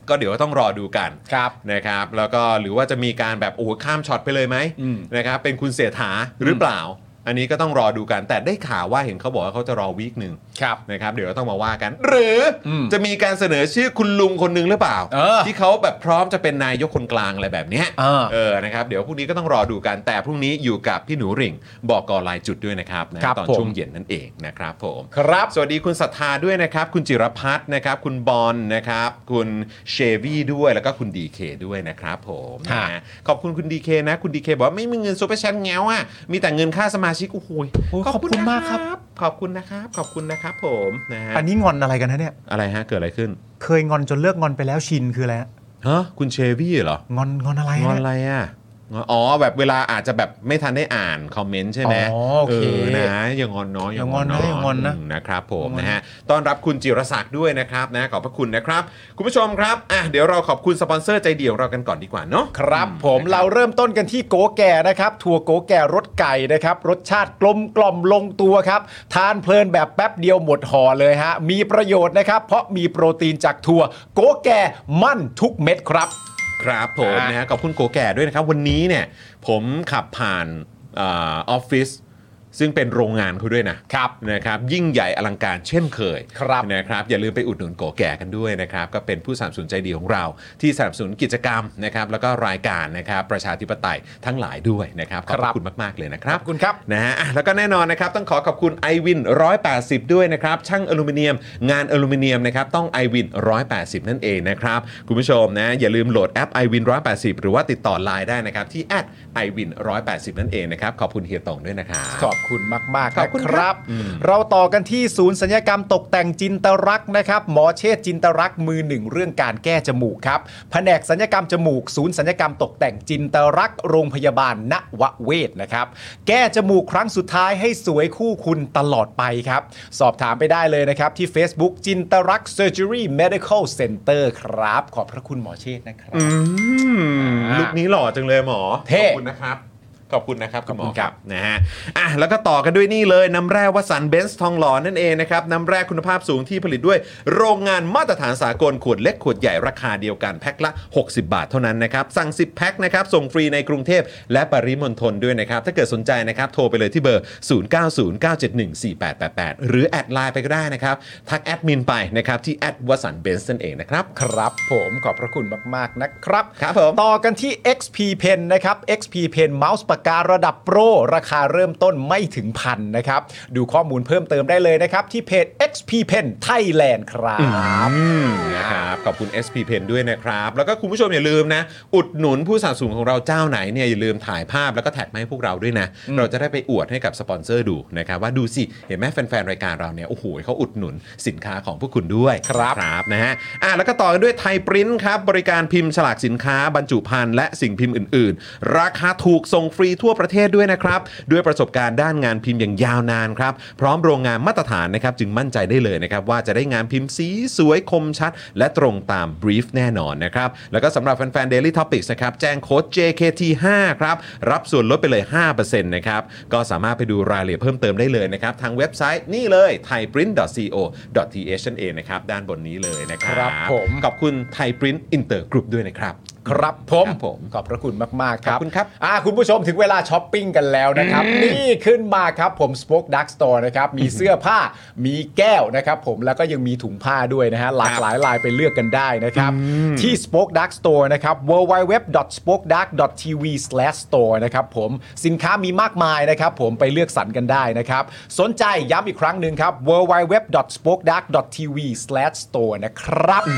Speaker 1: ก็เดี๋ยวต้องรอดูกัน
Speaker 3: ครับ
Speaker 1: นะครับแล้วก็หรือว่าจะมีการแบบโอ้โหข้ามช็อตไปเลยไหม
Speaker 3: อืม
Speaker 1: นะครับเป็นคุณเสถาหรือเปล่า อันนี้ก็ต้องรอดูกันแต่ได้ข่าวว่าเห็นเขาบอกว่าเขาจะรอวีคหนึ่ง
Speaker 3: ครับ
Speaker 1: นะครับเดี๋ยวต้องมาว่ากัน หรืออ
Speaker 3: ม
Speaker 1: จะมีการเสนอชื่อคุณลุงคนหนึงหรือเปล่า
Speaker 3: เออ
Speaker 1: ที่เขาแบบพร้อมจะเป็นนายกคนกลางอะไรแบบเนี้ย
Speaker 3: เออ
Speaker 1: เออนะครับเดี๋ยวพรุ่งนี้ก็ต้องรอดูกันแต่พรุ่งนี้อยู่กับพี่หนูหริ่งบอกกอลายจุดด้วยนะครับนะครับ ตอน
Speaker 3: ผม
Speaker 1: ช่วงเย็นนั่นเองนะครับผม
Speaker 3: ครับ
Speaker 1: สวัสดีคุณศรัทธาด้วยนะครับ คุณจิรพัฒน์นะครับ คุณบอลนะครับ คุณเชวี่ด้วยแล้วก็คุณดีเคด้วยนะครับผม
Speaker 3: ฮะ
Speaker 1: นะฮะขอบคุณคุณดีเคนะ คุณดีเคบอกว่าไม่มีเงินซูเปอร์แชทแง้วอ่ะมีแต่เงินค่าสมาชิกโอ้โห
Speaker 3: โอ้ยขอบคุณมากครับ
Speaker 1: ขอบคุณนะครับ ขอบคุณนะครับผมนะฮะ
Speaker 3: อันนี้งอนอะไรกันนะเนี่ย
Speaker 1: อะไรฮะ เกิดอะไรขึ้น
Speaker 3: เคยงอนจนเลิกงอนไปแล้วชินคืออะไรฮะ
Speaker 1: ฮะคุณเชวี่เหรอ
Speaker 3: งอนงอนอะไร
Speaker 1: ง
Speaker 3: ฮะ
Speaker 1: อนอะไรอ่ะงอนอ๋อ แบบเวลาอาจจะแบบไม่ทันได้อ่านคอมเมนต์ใช่ไหม
Speaker 3: อ๋อโอเค
Speaker 1: นะอย่างอนเน้อย
Speaker 3: อย่างอนนะอย่างอนนะ
Speaker 1: นะครับผม
Speaker 3: อย่างอนนะ
Speaker 1: นะฮะต้อนรับคุณจิรศักดิ์ด้วยนะครับนะขอบพระคุณนะครับ คุณผู้ชมครับอ่ะเดี๋ยวเราขอบคุณสปอนเซอร์ใจเดียวเรากันก่อนดีกว่าเนาะ
Speaker 3: ครับผมเราเริ่มต้นกันที่โกแก่นะครับถั่วโกแก่รสไก่นะครับรสชาติกลมกล่อมลงตัวครับทานเพลินแบบแป๊บเดียวหมดห่อเลยฮะมีประโยชน์นะครับ เพราะมีโปรตีนจากถั่วโกแก่มั่นทุกเม็ดครับ
Speaker 1: ครับผม
Speaker 3: อ่ะ
Speaker 1: นะฮะขอบคุณโกแก่ด้วยนะครับ วันนี้เนี่ยผมขับผ่านเออออฟฟิศซึ่งเป็นโรงงานเขาด้วยนะครับ นะครับ ยิ่งใหญ่อลังการเช่นเคย
Speaker 3: ครับ
Speaker 1: นะครับอย่าลืมไปอุดหนุนโกแก่กันด้วยนะครับ ก็เป็นผู้สนับสนุนใจดีของเรา ที่สนับสนุนกิจกรรมนะครับแล้วก็รายการนะครับประชาธิปไตยทั้งหลายด้วยนะครับขอบพ
Speaker 3: ครั
Speaker 1: ระ
Speaker 3: บ
Speaker 1: คุณมาก ๆ เลยนะครับ
Speaker 3: ขอบคุณครับ
Speaker 1: นะฮะอ่ะแล้วก็แน่นอนนะครับ ต้องขอขอบคุณ i w วิน180 ด้วยนะครับ ช่างอลูมิเนียม งานอลูมิเนียมนะครับ ต้อง i w วิน180 นั่นเองนะครับ คุณผู้ชมนะ อย่าลืมโหลดแอป i w วิน180 หรือว่าติดต่อไลน์ได้นะครับ ที่ i w วิน180 นั่นเองนะครับ ขอบคุณเฮียตงด้วยนะครับ
Speaker 3: ขอบคุณมากๆ
Speaker 1: ข
Speaker 3: นะ
Speaker 1: อบคุณค
Speaker 3: ค
Speaker 1: รั
Speaker 3: รับ บ เราต่อกันที่ศูนย์สัญญกรรมตกแต่งจินตรักษณ์นะครับ หมอเชษจินตรักษณ์มือหนึ่งเรื่องการแก้จมูกครับแผนกสัญญกรรมจมูก ศูนย์สัญญกรรมตกแต่งจินตรักษณ์โรงพยาบาลนวเวศนะครับ แก้จมูกครั้งสุดท้ายให้สวยคู่คุณตลอดไปครับ สอบถามไปได้เลยนะครับ ที่ Facebook จินตรักเซอร์เจอรี่เมดิคอลเซ็นเตอร์ครับ ขอบพระคุณหมอเชษนะครับ
Speaker 1: อืม
Speaker 3: อ่า
Speaker 1: ลุคนี้หล่อจังเลยหมอ
Speaker 3: เท่
Speaker 1: ขอบคุณนะครับ ขอบคุณนะครับคุณหมอ
Speaker 3: ขอบคุณครับ
Speaker 1: นะฮะอ่ะแล้วก็ต่อกันด้วยนี่เลยน้ำแร่วัสันเบนซ์ทองหล่อนั่นเองนะครับ น้ำแร่คุณภาพสูงที่ผลิตด้วยโรงงานมาตรฐานสากลขวดเล็กขวดใหญ่ราคาเดียวกันแพ็คละ 60 บาทเท่านั้นนะครับ สั่ง 10 แพ็คนะครับ ส่งฟรีในกรุงเทพและปริมณฑลด้วยนะครับ ถ้าเกิดสนใจนะครับ โทรไปเลยที่เบอร์ 0909714888 หรือแอดไลน์ไปก็ได้นะครับทักแอดมินไปนะครับที่แอดวัสันเบนซ์นั่นเองนะครับ
Speaker 3: ครับผมขอบพระคุณมาก ๆ นะครับ
Speaker 1: ครับผม
Speaker 3: ต่อกันที่ XP Pen นะครับ XP Pen เมาส์ปากการะดับโปร ราคาเริ่มต้นไม่ถึงพันนะครับ ดูข้อมูลเพิ่มเติมได้เลยนะครับ ที่เพจ XP Pen Thailand ครับ
Speaker 1: อืมนะครับขอบคุณ SP Pen ด้วยนะครับ แล้วก็คุณผู้ชมอย่าลืมนะ อุดหนุนผู้สนับสนุนของเราเจ้าไหนเนี่ยอย่าลืมถ่ายภาพแล้วก็แท็กมาให้พวกเราด้วยนะ เราจะได้ไปอวดให้กับสปอนเซอร์ดูนะครับ ว่าดูสิ เห็นไหมแฟน ๆ รายการเราเนี่ย โอ้โหเขาอุดหนุนสินค้าของพวกคุณด้วย
Speaker 3: ครับ
Speaker 1: ครับนะฮะอ่ะแล้วก็ต่อกันด้วยไทยปริ้นครับ บริการพิมพ์ฉลากสินค้าบรรจุภัณฑ์และสิ่งพิมพ์อื่น ๆ ราคาถูกส่งฟรีทั่วประเทศด้วยนะครับ ด้วยประสบการณ์ด้านงานพิมพ์อย่างยาวนานครับ พร้อมโรงงานมาตรฐานนะครับ จึงมั่นใจได้เลยนะครับ ว่าจะได้งานพิมพ์สีสวยคมชัด และตรงตามบรีฟแน่นอนนะครับ แล้วก็สำหรับแฟนๆ Daily Topics นะครับแจ้งโค้ด JKT5 ครับ รับส่วนลดไปเลย 5%นะครับ ก็สามารถไปดูรายละเอียดเพิ่มเติมได้เลยนะครับ ทางเว็บไซต์นี่เลย thaiprint.co.th นั่นเองนะครับ ด้านบนนี้เลยนะครับ
Speaker 3: ครับผม
Speaker 1: ขอบคุณ Thai Print Inter Group ด้วยนะครับ
Speaker 3: ครับผม
Speaker 1: ครับผม
Speaker 3: ขอบพระคุณมาก ๆ ครับ
Speaker 1: ขอบคุณครับ
Speaker 3: อ่าคุณผู้ชมถึงเวลาช้อปปิ้งกันแล้วนะครับ นี่ขึ้นมาครับผม Spoke Dark Store นะครับ มีเสื้อผ้ามีแก้วนะครับผมแล้วก็ยังมีถุงผ้าด้วยนะฮะ หลากหลายลายไปเลือกกันได้นะครับ ที่ Spoke Dark Store นะครับ www.spokedark.tv/store นะครับผมสินค้ามีมากมายนะครับ ผมไปเลือกสรรกันได้นะครับ สนใจย้ำอีกครั้งหนึ่งครับ www.spokedark.tv/store นะครับเอ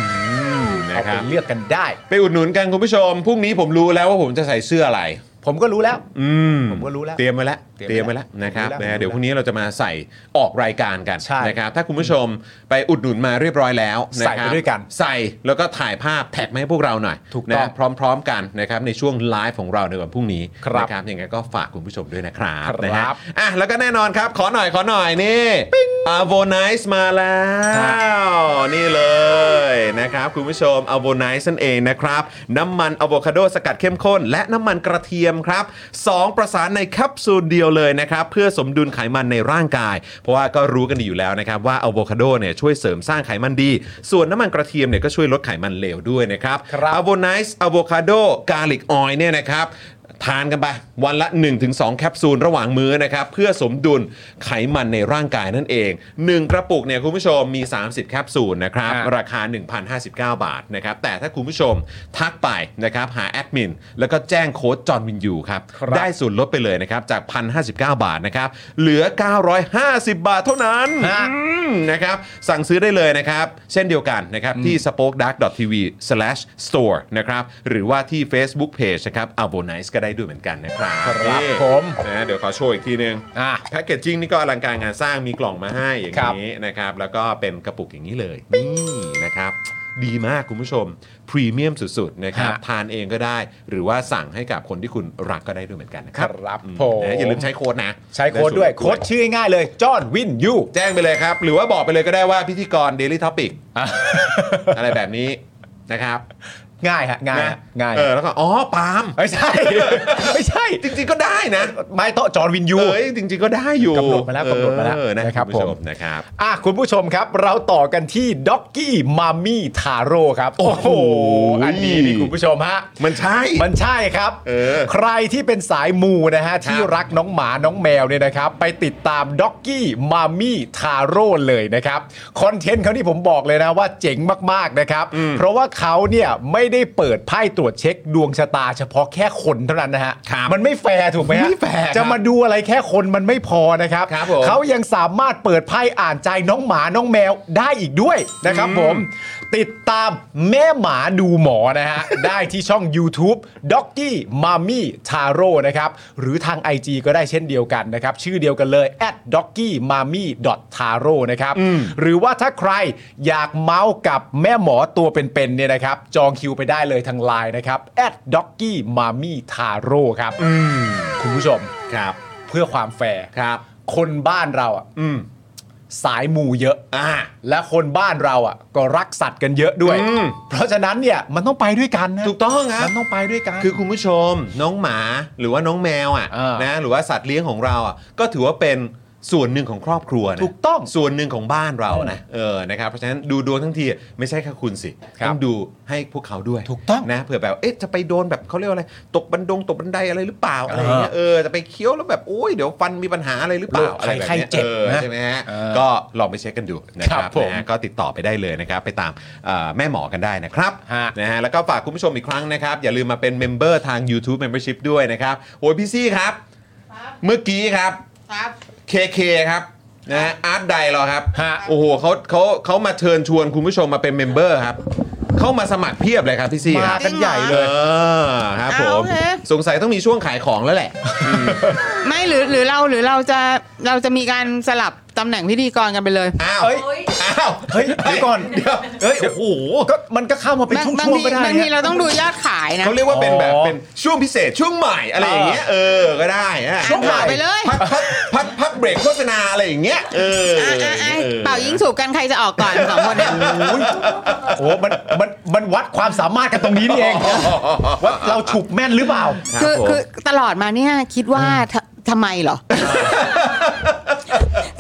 Speaker 3: า
Speaker 1: นะค
Speaker 3: ไป
Speaker 1: รับ
Speaker 3: เลือกกันได้
Speaker 1: ไปอุดหนุนกันคุณผู้ชม พรุ่งนี้ผมรู้แล้วว่าผมจะใส่เสื้ออะไร
Speaker 3: ผมก็รู้แล้ว
Speaker 1: อืม
Speaker 3: ผมก็รู้แล้ว
Speaker 1: เตรียมไว้แล้ว
Speaker 3: เต
Speaker 1: เต
Speaker 3: รี
Speaker 1: รี
Speaker 3: ย
Speaker 1: ย
Speaker 3: ม
Speaker 1: ม
Speaker 3: ไว้
Speaker 1: ไว้
Speaker 3: แล้
Speaker 1: แล้ว วนะครับ
Speaker 3: เตรียมไว้
Speaker 1: นะฮะ
Speaker 3: แล้ว
Speaker 1: เดี๋ยวพรุ่งนี้เราจะมาใส่ออกรายการกัน
Speaker 3: ใช่
Speaker 1: นะครับถ้าคุณผู้ชมไปอุดหนุนมาเรียบร้อยแล้วนะ
Speaker 3: ใส่
Speaker 1: ค
Speaker 3: ไป
Speaker 1: รับ
Speaker 3: ด้วยกัน
Speaker 1: ใส่แล้วก็ถ่ายภาพแท็กมาให้พวกเราหน่อย
Speaker 3: ถูกต้อง
Speaker 1: นะพร้อม ๆ กันนะครับในช่วงไลฟ์ของเราในวันพรุ่งนี้
Speaker 3: ครับ
Speaker 1: นะครับยังไงก็ฝากคุณผู้ชมด้วยนะครับ
Speaker 3: ครับ
Speaker 1: นะฮะอ่ะแล้วก็แน่นอนครับ ขอหน่อยขอหน่อยนี่อาโวนิสมาแล้ว นี่เลยนะครับคุณผู้ชมอาโวนิสนั่นเองนะครับ น้ำมันอะโวคาโดสกัดเข้มข้น และน้ำมันกระเทียมครับสองประสานในแคปซูลเดียวเลยนะครับ เพื่อสมดุลไขมันในร่างกาย เพราะว่าก็รู้กันดีอยู่แล้วนะครับ ว่าอะโวคาโดเนี่ยช่วยเสริมสร้างไขมันดี ส่วนน้ำมันกระเทียมเนี่ยก็ช่วยลดไขมันเหลวด้วยนะครับ
Speaker 3: ครับ
Speaker 1: อะโวนิสอะโวคาโดกาลิกออยเนี่ยนะครับ ทานกันไปวันละ 1-2 แคปซูลระหว่างมื้อนะครับ เพื่อสมดุลไขมันในร่างกายนั่นเอง 1 กระปุกเนี่ยคุณผู้ชมมี 30 แคปซูลนะครับ
Speaker 3: อ่ะ
Speaker 1: ราคา 1,059 บาทนะครับ แต่ถ้าคุณผู้ชมทักไปนะครับ หาแอดมิน แล้วก็แจ้งโค้ดจอห์นวินยูครับ
Speaker 3: ครับ
Speaker 1: ได้ส่วนลดไปเลยนะครับ จาก 1,059 บาทนะครับ เหลือ 950 บาทเท่านั้น
Speaker 3: ฮะ
Speaker 1: อืมนะครับสั่งซื้อได้เลยนะครับ เช่นเดียวกันนะครับ ที่ spokedark.tv/store นะครับ หรือว่าที่ Facebook Page นะครับ a v o n i c e ก็ได้ด้วยเหมือนกันนะครับ
Speaker 3: ครับ
Speaker 1: นี่
Speaker 3: ผม
Speaker 1: นะเดี๋ยวขอโชว์อีกทีนึง
Speaker 3: อ่ะ
Speaker 1: แพ็กเกจจิ้งนี่ก็อลังการงานสร้างมีกล่องมาให้อย่าง
Speaker 3: ครับ
Speaker 1: นี้นะครับ แล้วก็เป็นกระปุกอย่างนี้เลย นี่นะครับ ดีมากคุณผู้ชม พรีเมียมสุดๆนะครับ ทานเองก็ได้ หรือว่าสั่งให้กับคนที่คุณรักก็ได้ด้วยเหมือนกันนะ
Speaker 3: ค
Speaker 1: ครับ
Speaker 3: รับ
Speaker 1: อืม
Speaker 3: ผม
Speaker 1: นะอย่าลืมใช้โค้ดนะ
Speaker 3: ใช้โค้ดด้วย
Speaker 1: ไส่นล
Speaker 3: โค้ดชื่อง่ายๆเลย จอห์นวินยู
Speaker 1: แจ้งไปเลยครับ หรือว่าบอกไปเลยก็ได้ว่าพิธีกร Daily Topic อะไรแบบนี้นะครับ
Speaker 3: ง่ายฮะ ง่าย
Speaker 1: นะ
Speaker 3: ฮะง่าย
Speaker 1: เออแล้วก็อ๋อปาล์ม
Speaker 3: ไม่ใช่ ไม่ใช่
Speaker 1: จริงๆก็ได้นะ
Speaker 3: ไม่โตะจอห์นวินยู
Speaker 1: เอ้ยจริง ๆก็ได้อยู่
Speaker 3: กำหนดมาแล้วกำหนดมาแล้ว
Speaker 1: เออนะ
Speaker 3: นะค
Speaker 1: ค
Speaker 3: รั
Speaker 1: รั
Speaker 3: บบ ผม
Speaker 1: คุณผู้ชมนะครับ
Speaker 3: อ่ะคุณผู้ชมครับ เราต่อกันที่ด็อกกี้มามี่ทาโร่ครับ โอ้โห อันนี้นี่คุณผู้ชมฮะ
Speaker 1: มันใช่
Speaker 3: มันใช่ครับ
Speaker 1: เออ
Speaker 3: ใครที่เป็นสายมูนะฮะ ที่รักน้องหมาน้องแมวเนี่ยนะครับ ไปติดตามด็อกกี้มามี่ทาโร่เลยนะครับ คอนเทนต์เขาที่ผมบอกเลยนะว่าเจ๋งมาก ๆ นะครับ เพราะว่าเขาเนี่ยไม่ได้เปิดไพ่ตรวจเช็คดวงชะตาเฉพาะแค่คนเท่านั้นนะฮะ
Speaker 1: ครับ
Speaker 3: มันไม่แฟร์ถูกไหมฮะ
Speaker 1: ไม่แฟร์ครับ
Speaker 3: จะมาดูอะไรแค่คนมันไม่พอนะครับ
Speaker 1: ครับผม
Speaker 3: เขายังสามารถเปิดไพ่อ่านใจน้องหมาน้องแมวได้อีกด้วยนะครับผม ติดตามแม่หมาดูหมอนะฮะ ได้ที่ช่อง YouTube d o g g y m u m m y t a r o นะครับ หรือทาง IG ก็ได้เช่นเดียวกันนะครับ ชื่อเดียวกันเลย at d o g g y m u m m y t a r o นะครับ หรือว่าถ้าใครอยากเมาส์กับแม่หมอตัวเป็นๆเนี่ยนะครับ จองคิวไปได้เลยทางไลน์นะครับ at d o g g y m u m m y t a r o ครับคุณผู้ชม
Speaker 1: ครับ
Speaker 3: เพื่อความแฟร์
Speaker 1: ครับ
Speaker 3: คนบ้านเราอ่ะ
Speaker 1: อืม
Speaker 3: สายมูเยอะ
Speaker 1: อ่า
Speaker 3: และคนบ้านเราอ่ะก็รักสัตว์กันเยอะด้วย
Speaker 1: อืม
Speaker 3: เพราะฉะนั้นเนี่ยมันต้องไปด้วยกันนะ
Speaker 1: ถูกต้องครั
Speaker 3: มั
Speaker 1: บ
Speaker 3: นต้องไปด้วยกัน
Speaker 1: คือคุณผู้ชมน้องหมาหรือว่าน้องแมวอ่ะ
Speaker 3: เออ
Speaker 1: นะหรือว่าสัตว์เลี้ยงของเราอ่ะก็ถือว่าเป็นส่วนหนึ่งของครอบครัวนะ
Speaker 3: ถูกต้อง
Speaker 1: ส่วนหนึ่งของบ้านเรานะเออนะครับเพราะฉะนั้นดูดวงทั้งทีไม่ใช่แค่คุณสิ
Speaker 3: ครับ
Speaker 1: ต้องดูให้พวกเขาด้วย
Speaker 3: ถูกต้อง
Speaker 1: นะเผื่อแบบเอ๊ะจะไปโดนแบบเขาเรียกว่าอะไรตกบันดงตกบันไดอะไรหรือเปล่าอะไรอย่างเงี้ยเออจะไปเคี้ยวแล้วแบบโอ้ยเดี๋ยวฟันมีปัญหาอะไรหรือเปล่า
Speaker 3: โรค
Speaker 1: อะไรแบบ
Speaker 3: ไข้
Speaker 1: เนี้ย
Speaker 3: เจ็บ
Speaker 1: เออ
Speaker 3: นะ
Speaker 1: ใช่ไหมฮะ
Speaker 3: เออ
Speaker 1: ก็ลองไปเช็คกันดูนะค
Speaker 3: ครั
Speaker 1: รับบ
Speaker 3: ผม
Speaker 1: นะฮะก็ติดต่อไปได้เลยนะครับไปตามเอ่อแม่หมอกันได้นะครับ
Speaker 3: ฮะ
Speaker 1: นะฮะแล้วก็ฝากคุณผู้ชมอีกครั้งนะครับอย่าลืมมาเป็นเมมเบอร์ทาง YouTube Membership ด้วยนะครับโอ้ยพี่ซี่ครับ เมื่อกี้ครับ
Speaker 4: ครับ
Speaker 1: KK ครับนะฮะอาร์ตไดรอครับ
Speaker 3: ฮะ
Speaker 1: โอ้โหเขาเขาเขามาเชิญชวนคุณผู้ชมมาเป็นเมมเบอร์ครับเขามาสมัครเพียบเลยครับพี่ซี่ครับ
Speaker 3: มากันใหญ่เล
Speaker 1: เอย อครับผม
Speaker 5: เอาเลย
Speaker 1: สงสัยต้องมีช่วงขายของแล้วแหละ
Speaker 5: ไม่หรือหรือเราหรือเราจะเราจะมีการสลับตำแหน่งพิธีกรกันไปเลย
Speaker 1: อ้าว
Speaker 3: เอ้ย
Speaker 1: อ้าว
Speaker 3: เฮ้ยเดี๋ยวก่อน
Speaker 1: เดี๋ยว
Speaker 3: เฮ้ยโอ้โหก็มันก็เข้ามาเป็น
Speaker 5: บาง
Speaker 3: ช่
Speaker 5: บาง
Speaker 3: วงๆ
Speaker 5: ที
Speaker 3: ก็ได้
Speaker 5: บางที
Speaker 3: นะ
Speaker 5: เราต้องดูยอดขายนะ
Speaker 1: เขาเรียกว่าเป็นแบบ
Speaker 3: อ๋อ
Speaker 1: เป็นช่วงพิเศษช่วงใหม่อะไรอย่างเงี้ยเออก็ได้ฮะ
Speaker 3: ช่วงใหม่
Speaker 5: เป่าไปเลย
Speaker 1: พักพักพักพักเบรกโฆษณาอะไรอย่างเงี้ยเออ
Speaker 5: อ่ะอ่ะอ่ะเป่ายิงสูบกันใครจะออกก่อนสองคนเนี่ย
Speaker 3: โอ้ยโอ้มันมันมันวัดความสามารถกันตรงนี้นี่เองว่าเราฉุกแม่นหรือเปล่า
Speaker 1: คื
Speaker 5: คือ อ
Speaker 1: คื
Speaker 5: คือ อตลอดมาเนี่ยคิดว่าทำทำไมเหรอ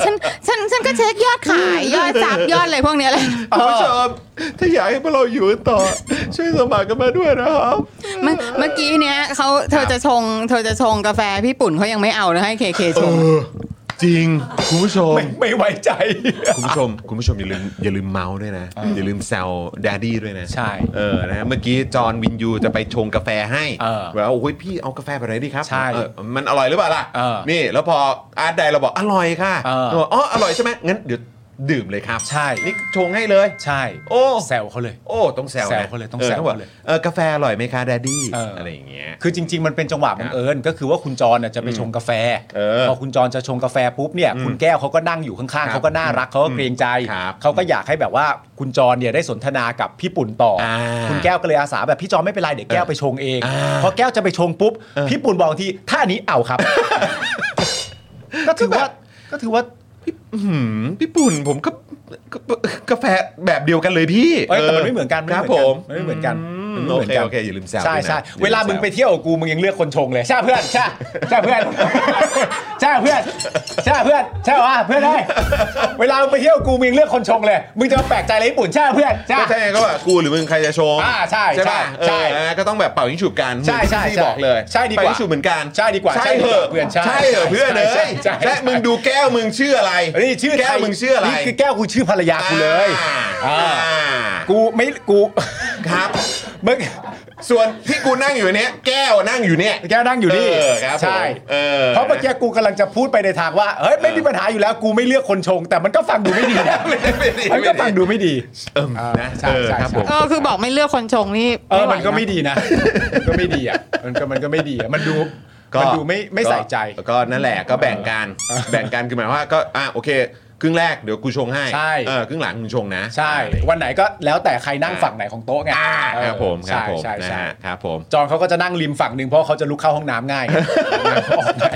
Speaker 5: ฉันฉันฉันก็ เช็คยอดขายยอดซับยอดอะไรพวกเนี้ยเลย
Speaker 1: คุณผู้ชมถ้าอยากให้พวกเราอยู่กันต่อ ช่วยสมัครกันมาด้วยนะครับ
Speaker 5: เมื่อเมื่อกี้เนี้ยเขาเธอจะชง เธอจะชงกาแฟพี่ปุ่นเขายังไม่เอาเลยให้เคเคชง
Speaker 1: จริง คุณผู้ชม
Speaker 3: ไม่ไม่ไว้ใจ
Speaker 1: คุณผู้ชม คุณผู้ชมอย่าลืมอย่าลืมเมาส์ด้วยนะ อย่าลืมแซวแดดดี้ด้วยนะ
Speaker 3: ใช่
Speaker 1: เออนะฮะเมื่อกี้จอห์นวินยูจะไปชงกาแฟให้
Speaker 3: เออ
Speaker 1: แบบว่าโอ้ยพี่เอากาแฟแบบไหนดีครับ
Speaker 3: ใช่
Speaker 1: เออมันอร่อยหรือเปล่าล่ะ
Speaker 3: เออ
Speaker 1: นี่แล้วพออาร์ตไดเราบอกอร่อยค่ะ
Speaker 3: เออ
Speaker 1: เราบอกอ๋ออร่อยใช่ไหมงั้นเดี๋ยวดื่มเลยครับ
Speaker 3: ใช่
Speaker 1: นี่ชงให้เลย
Speaker 3: ใช่
Speaker 1: โอ้
Speaker 3: แซวเขาเลย
Speaker 1: โอ้ต้องแซว
Speaker 3: แซ
Speaker 1: นะ
Speaker 3: วเขาเลยต้องแซว
Speaker 1: บก
Speaker 3: เขาเลย
Speaker 1: เออกาแฟอร่อยไหมคะแดดดี้
Speaker 3: เอออ
Speaker 1: อะไรอย่างเงี้ย
Speaker 3: คือจริง ๆ มันเป็นจังหวะบังเอิญก็คือว่าคุณจรน่ะจะไปชงกาแฟ
Speaker 1: เออ
Speaker 3: พอคุณจรจะชงกาแฟปุ๊บเนี่ยคุณแก้วเขาก็นั่งอยู่ข้างๆเขาก็น่ารักเขาก็เกรงใจ
Speaker 1: ครับ
Speaker 3: เขาก็อยากให้แบบว่าคุณจรเนี่ยได้สนทนากับพี่ปุ่นต่ออา คุณแก้วก็เลยอาสาแบบพี่จรไม่เป็นไรเดี๋ยวแก้วไปชงเอง
Speaker 1: อ่า
Speaker 3: พอแก้วจะไปชงปุ๊บพี่ปุ่นบอกทีถ้าอันนี้เอา ครับ ก็ถือว่าก็ถือว่า
Speaker 1: หืมพี่ปุ่นผมก็ก็กาแฟแบบเดียวกันเลยพี่
Speaker 3: เอ้ยแต่มันไม่เหมือนกัน
Speaker 1: ครับ
Speaker 3: ไเห
Speaker 1: ผ
Speaker 3: อ
Speaker 1: ม
Speaker 3: นไม่เหมือนกันมันไม่
Speaker 1: โอ
Speaker 3: เหมือน
Speaker 1: เค
Speaker 3: กัน
Speaker 1: โอเคอย่าลืมแซว
Speaker 3: ใช่
Speaker 1: ด้วยนะอ
Speaker 3: ใช่
Speaker 1: ย่ลื
Speaker 3: เวลามึงไปเที่ยวกับกูมึงยังเลือกคนชงเลยใช่เพื่อนใช่ใช่เพื่อน ใช่เพื่อนใช่เพื่อนใช่ว่าเพื่อนได้ยเวลามึงไปเที่ยวกับกูมึงยังเลือกคนชงเลยมึงจะมาแปลกใจอะไรญี่ปุ่นใช่เพื่อน
Speaker 1: แซวก็
Speaker 3: ใช่
Speaker 1: ใช่ไงก็แบบกูหรือมึงใครจะชง
Speaker 3: อ่าใช่
Speaker 1: ใช่ป่ะ
Speaker 3: ใช่
Speaker 1: เออนะก็ต้องแบบเป่ายิงฉุบกัน
Speaker 3: ใช่ใช่
Speaker 1: ที่
Speaker 3: ใช่
Speaker 1: บอกเลย
Speaker 3: ใช่ดีกว่า
Speaker 1: เป่ยิงฉุบเหมือนกัน
Speaker 3: ใช่ดีกว่า
Speaker 1: ใช่เหอะ
Speaker 3: ใช่ดีกว่าเพื่อนใช่
Speaker 1: ใช่เหอะเพื่อนเอ้
Speaker 3: ใช่
Speaker 1: ย
Speaker 3: ใช่ใช่ใช่
Speaker 1: และมึงดูแก้วมึงชื่ออะไร
Speaker 3: นี่ชื่อ
Speaker 1: แก้วมึงชื่ออะไร
Speaker 3: นี่คือแก้วกูชื่อภรรยากูเลย
Speaker 1: อ่า
Speaker 3: อ่า
Speaker 1: อ่า
Speaker 3: กูไม่กู
Speaker 1: ครับ
Speaker 3: มึง
Speaker 1: ส่วนที่กูนั่งอยู่เนี้ยแก้วนั่งอยู่เนี้ย
Speaker 3: แก้วนั่งอยู่นี่
Speaker 1: เอครับผม
Speaker 3: ใช่
Speaker 1: เออ
Speaker 3: เพราะเมื่อกี้กูกำลังจะพูดไปในทางว่าเฮ้ยไม่มีปัญหาอยู่แล้วกูไม่เลือกคนชง แต่มันก็ฟังดูไม่ดีนะ
Speaker 1: ไม่ไม่ดี
Speaker 3: มันก็ฟังดูไม่ดี
Speaker 1: เออนะ
Speaker 3: ใช่
Speaker 1: เออ
Speaker 3: ใช่
Speaker 1: ครับผม
Speaker 3: ใช่
Speaker 5: เออคือบอกไม่เลือกคนชงนี่
Speaker 3: เออ
Speaker 5: ไหว
Speaker 3: มันก็ไม่
Speaker 5: ะ
Speaker 3: ดีนะ มันก็ไม่ดีอ่ะมันก็มันก็ไม่ดีอ่ะมันดูมันดูไม่ไม่ใส่ใจ
Speaker 1: ก็ก็นั่นแหละก็แบ่ง กันแบ่งกันคือหมายว่าก็อ่ะโอเค ครึ่งแรกเดี๋ยวกูชงให้
Speaker 3: ใช่
Speaker 1: เออครึ่งหลังมึงชงนะ
Speaker 3: ใช่ วันไหนก็แล้วแต่ใครนั่งฝั่งไหนของโต๊ะไง
Speaker 1: อ่า
Speaker 3: เออ
Speaker 1: ครับผมครับ
Speaker 3: ใช่
Speaker 1: ผม
Speaker 3: ใช่
Speaker 1: นะ
Speaker 3: ใช่
Speaker 1: ฮะครับผม
Speaker 3: จอนเขาก็จะนั่งริมฝั่งหนึ่งเพราะเขาจะลุกเข้าห้องน้ำง่ายไงออกได้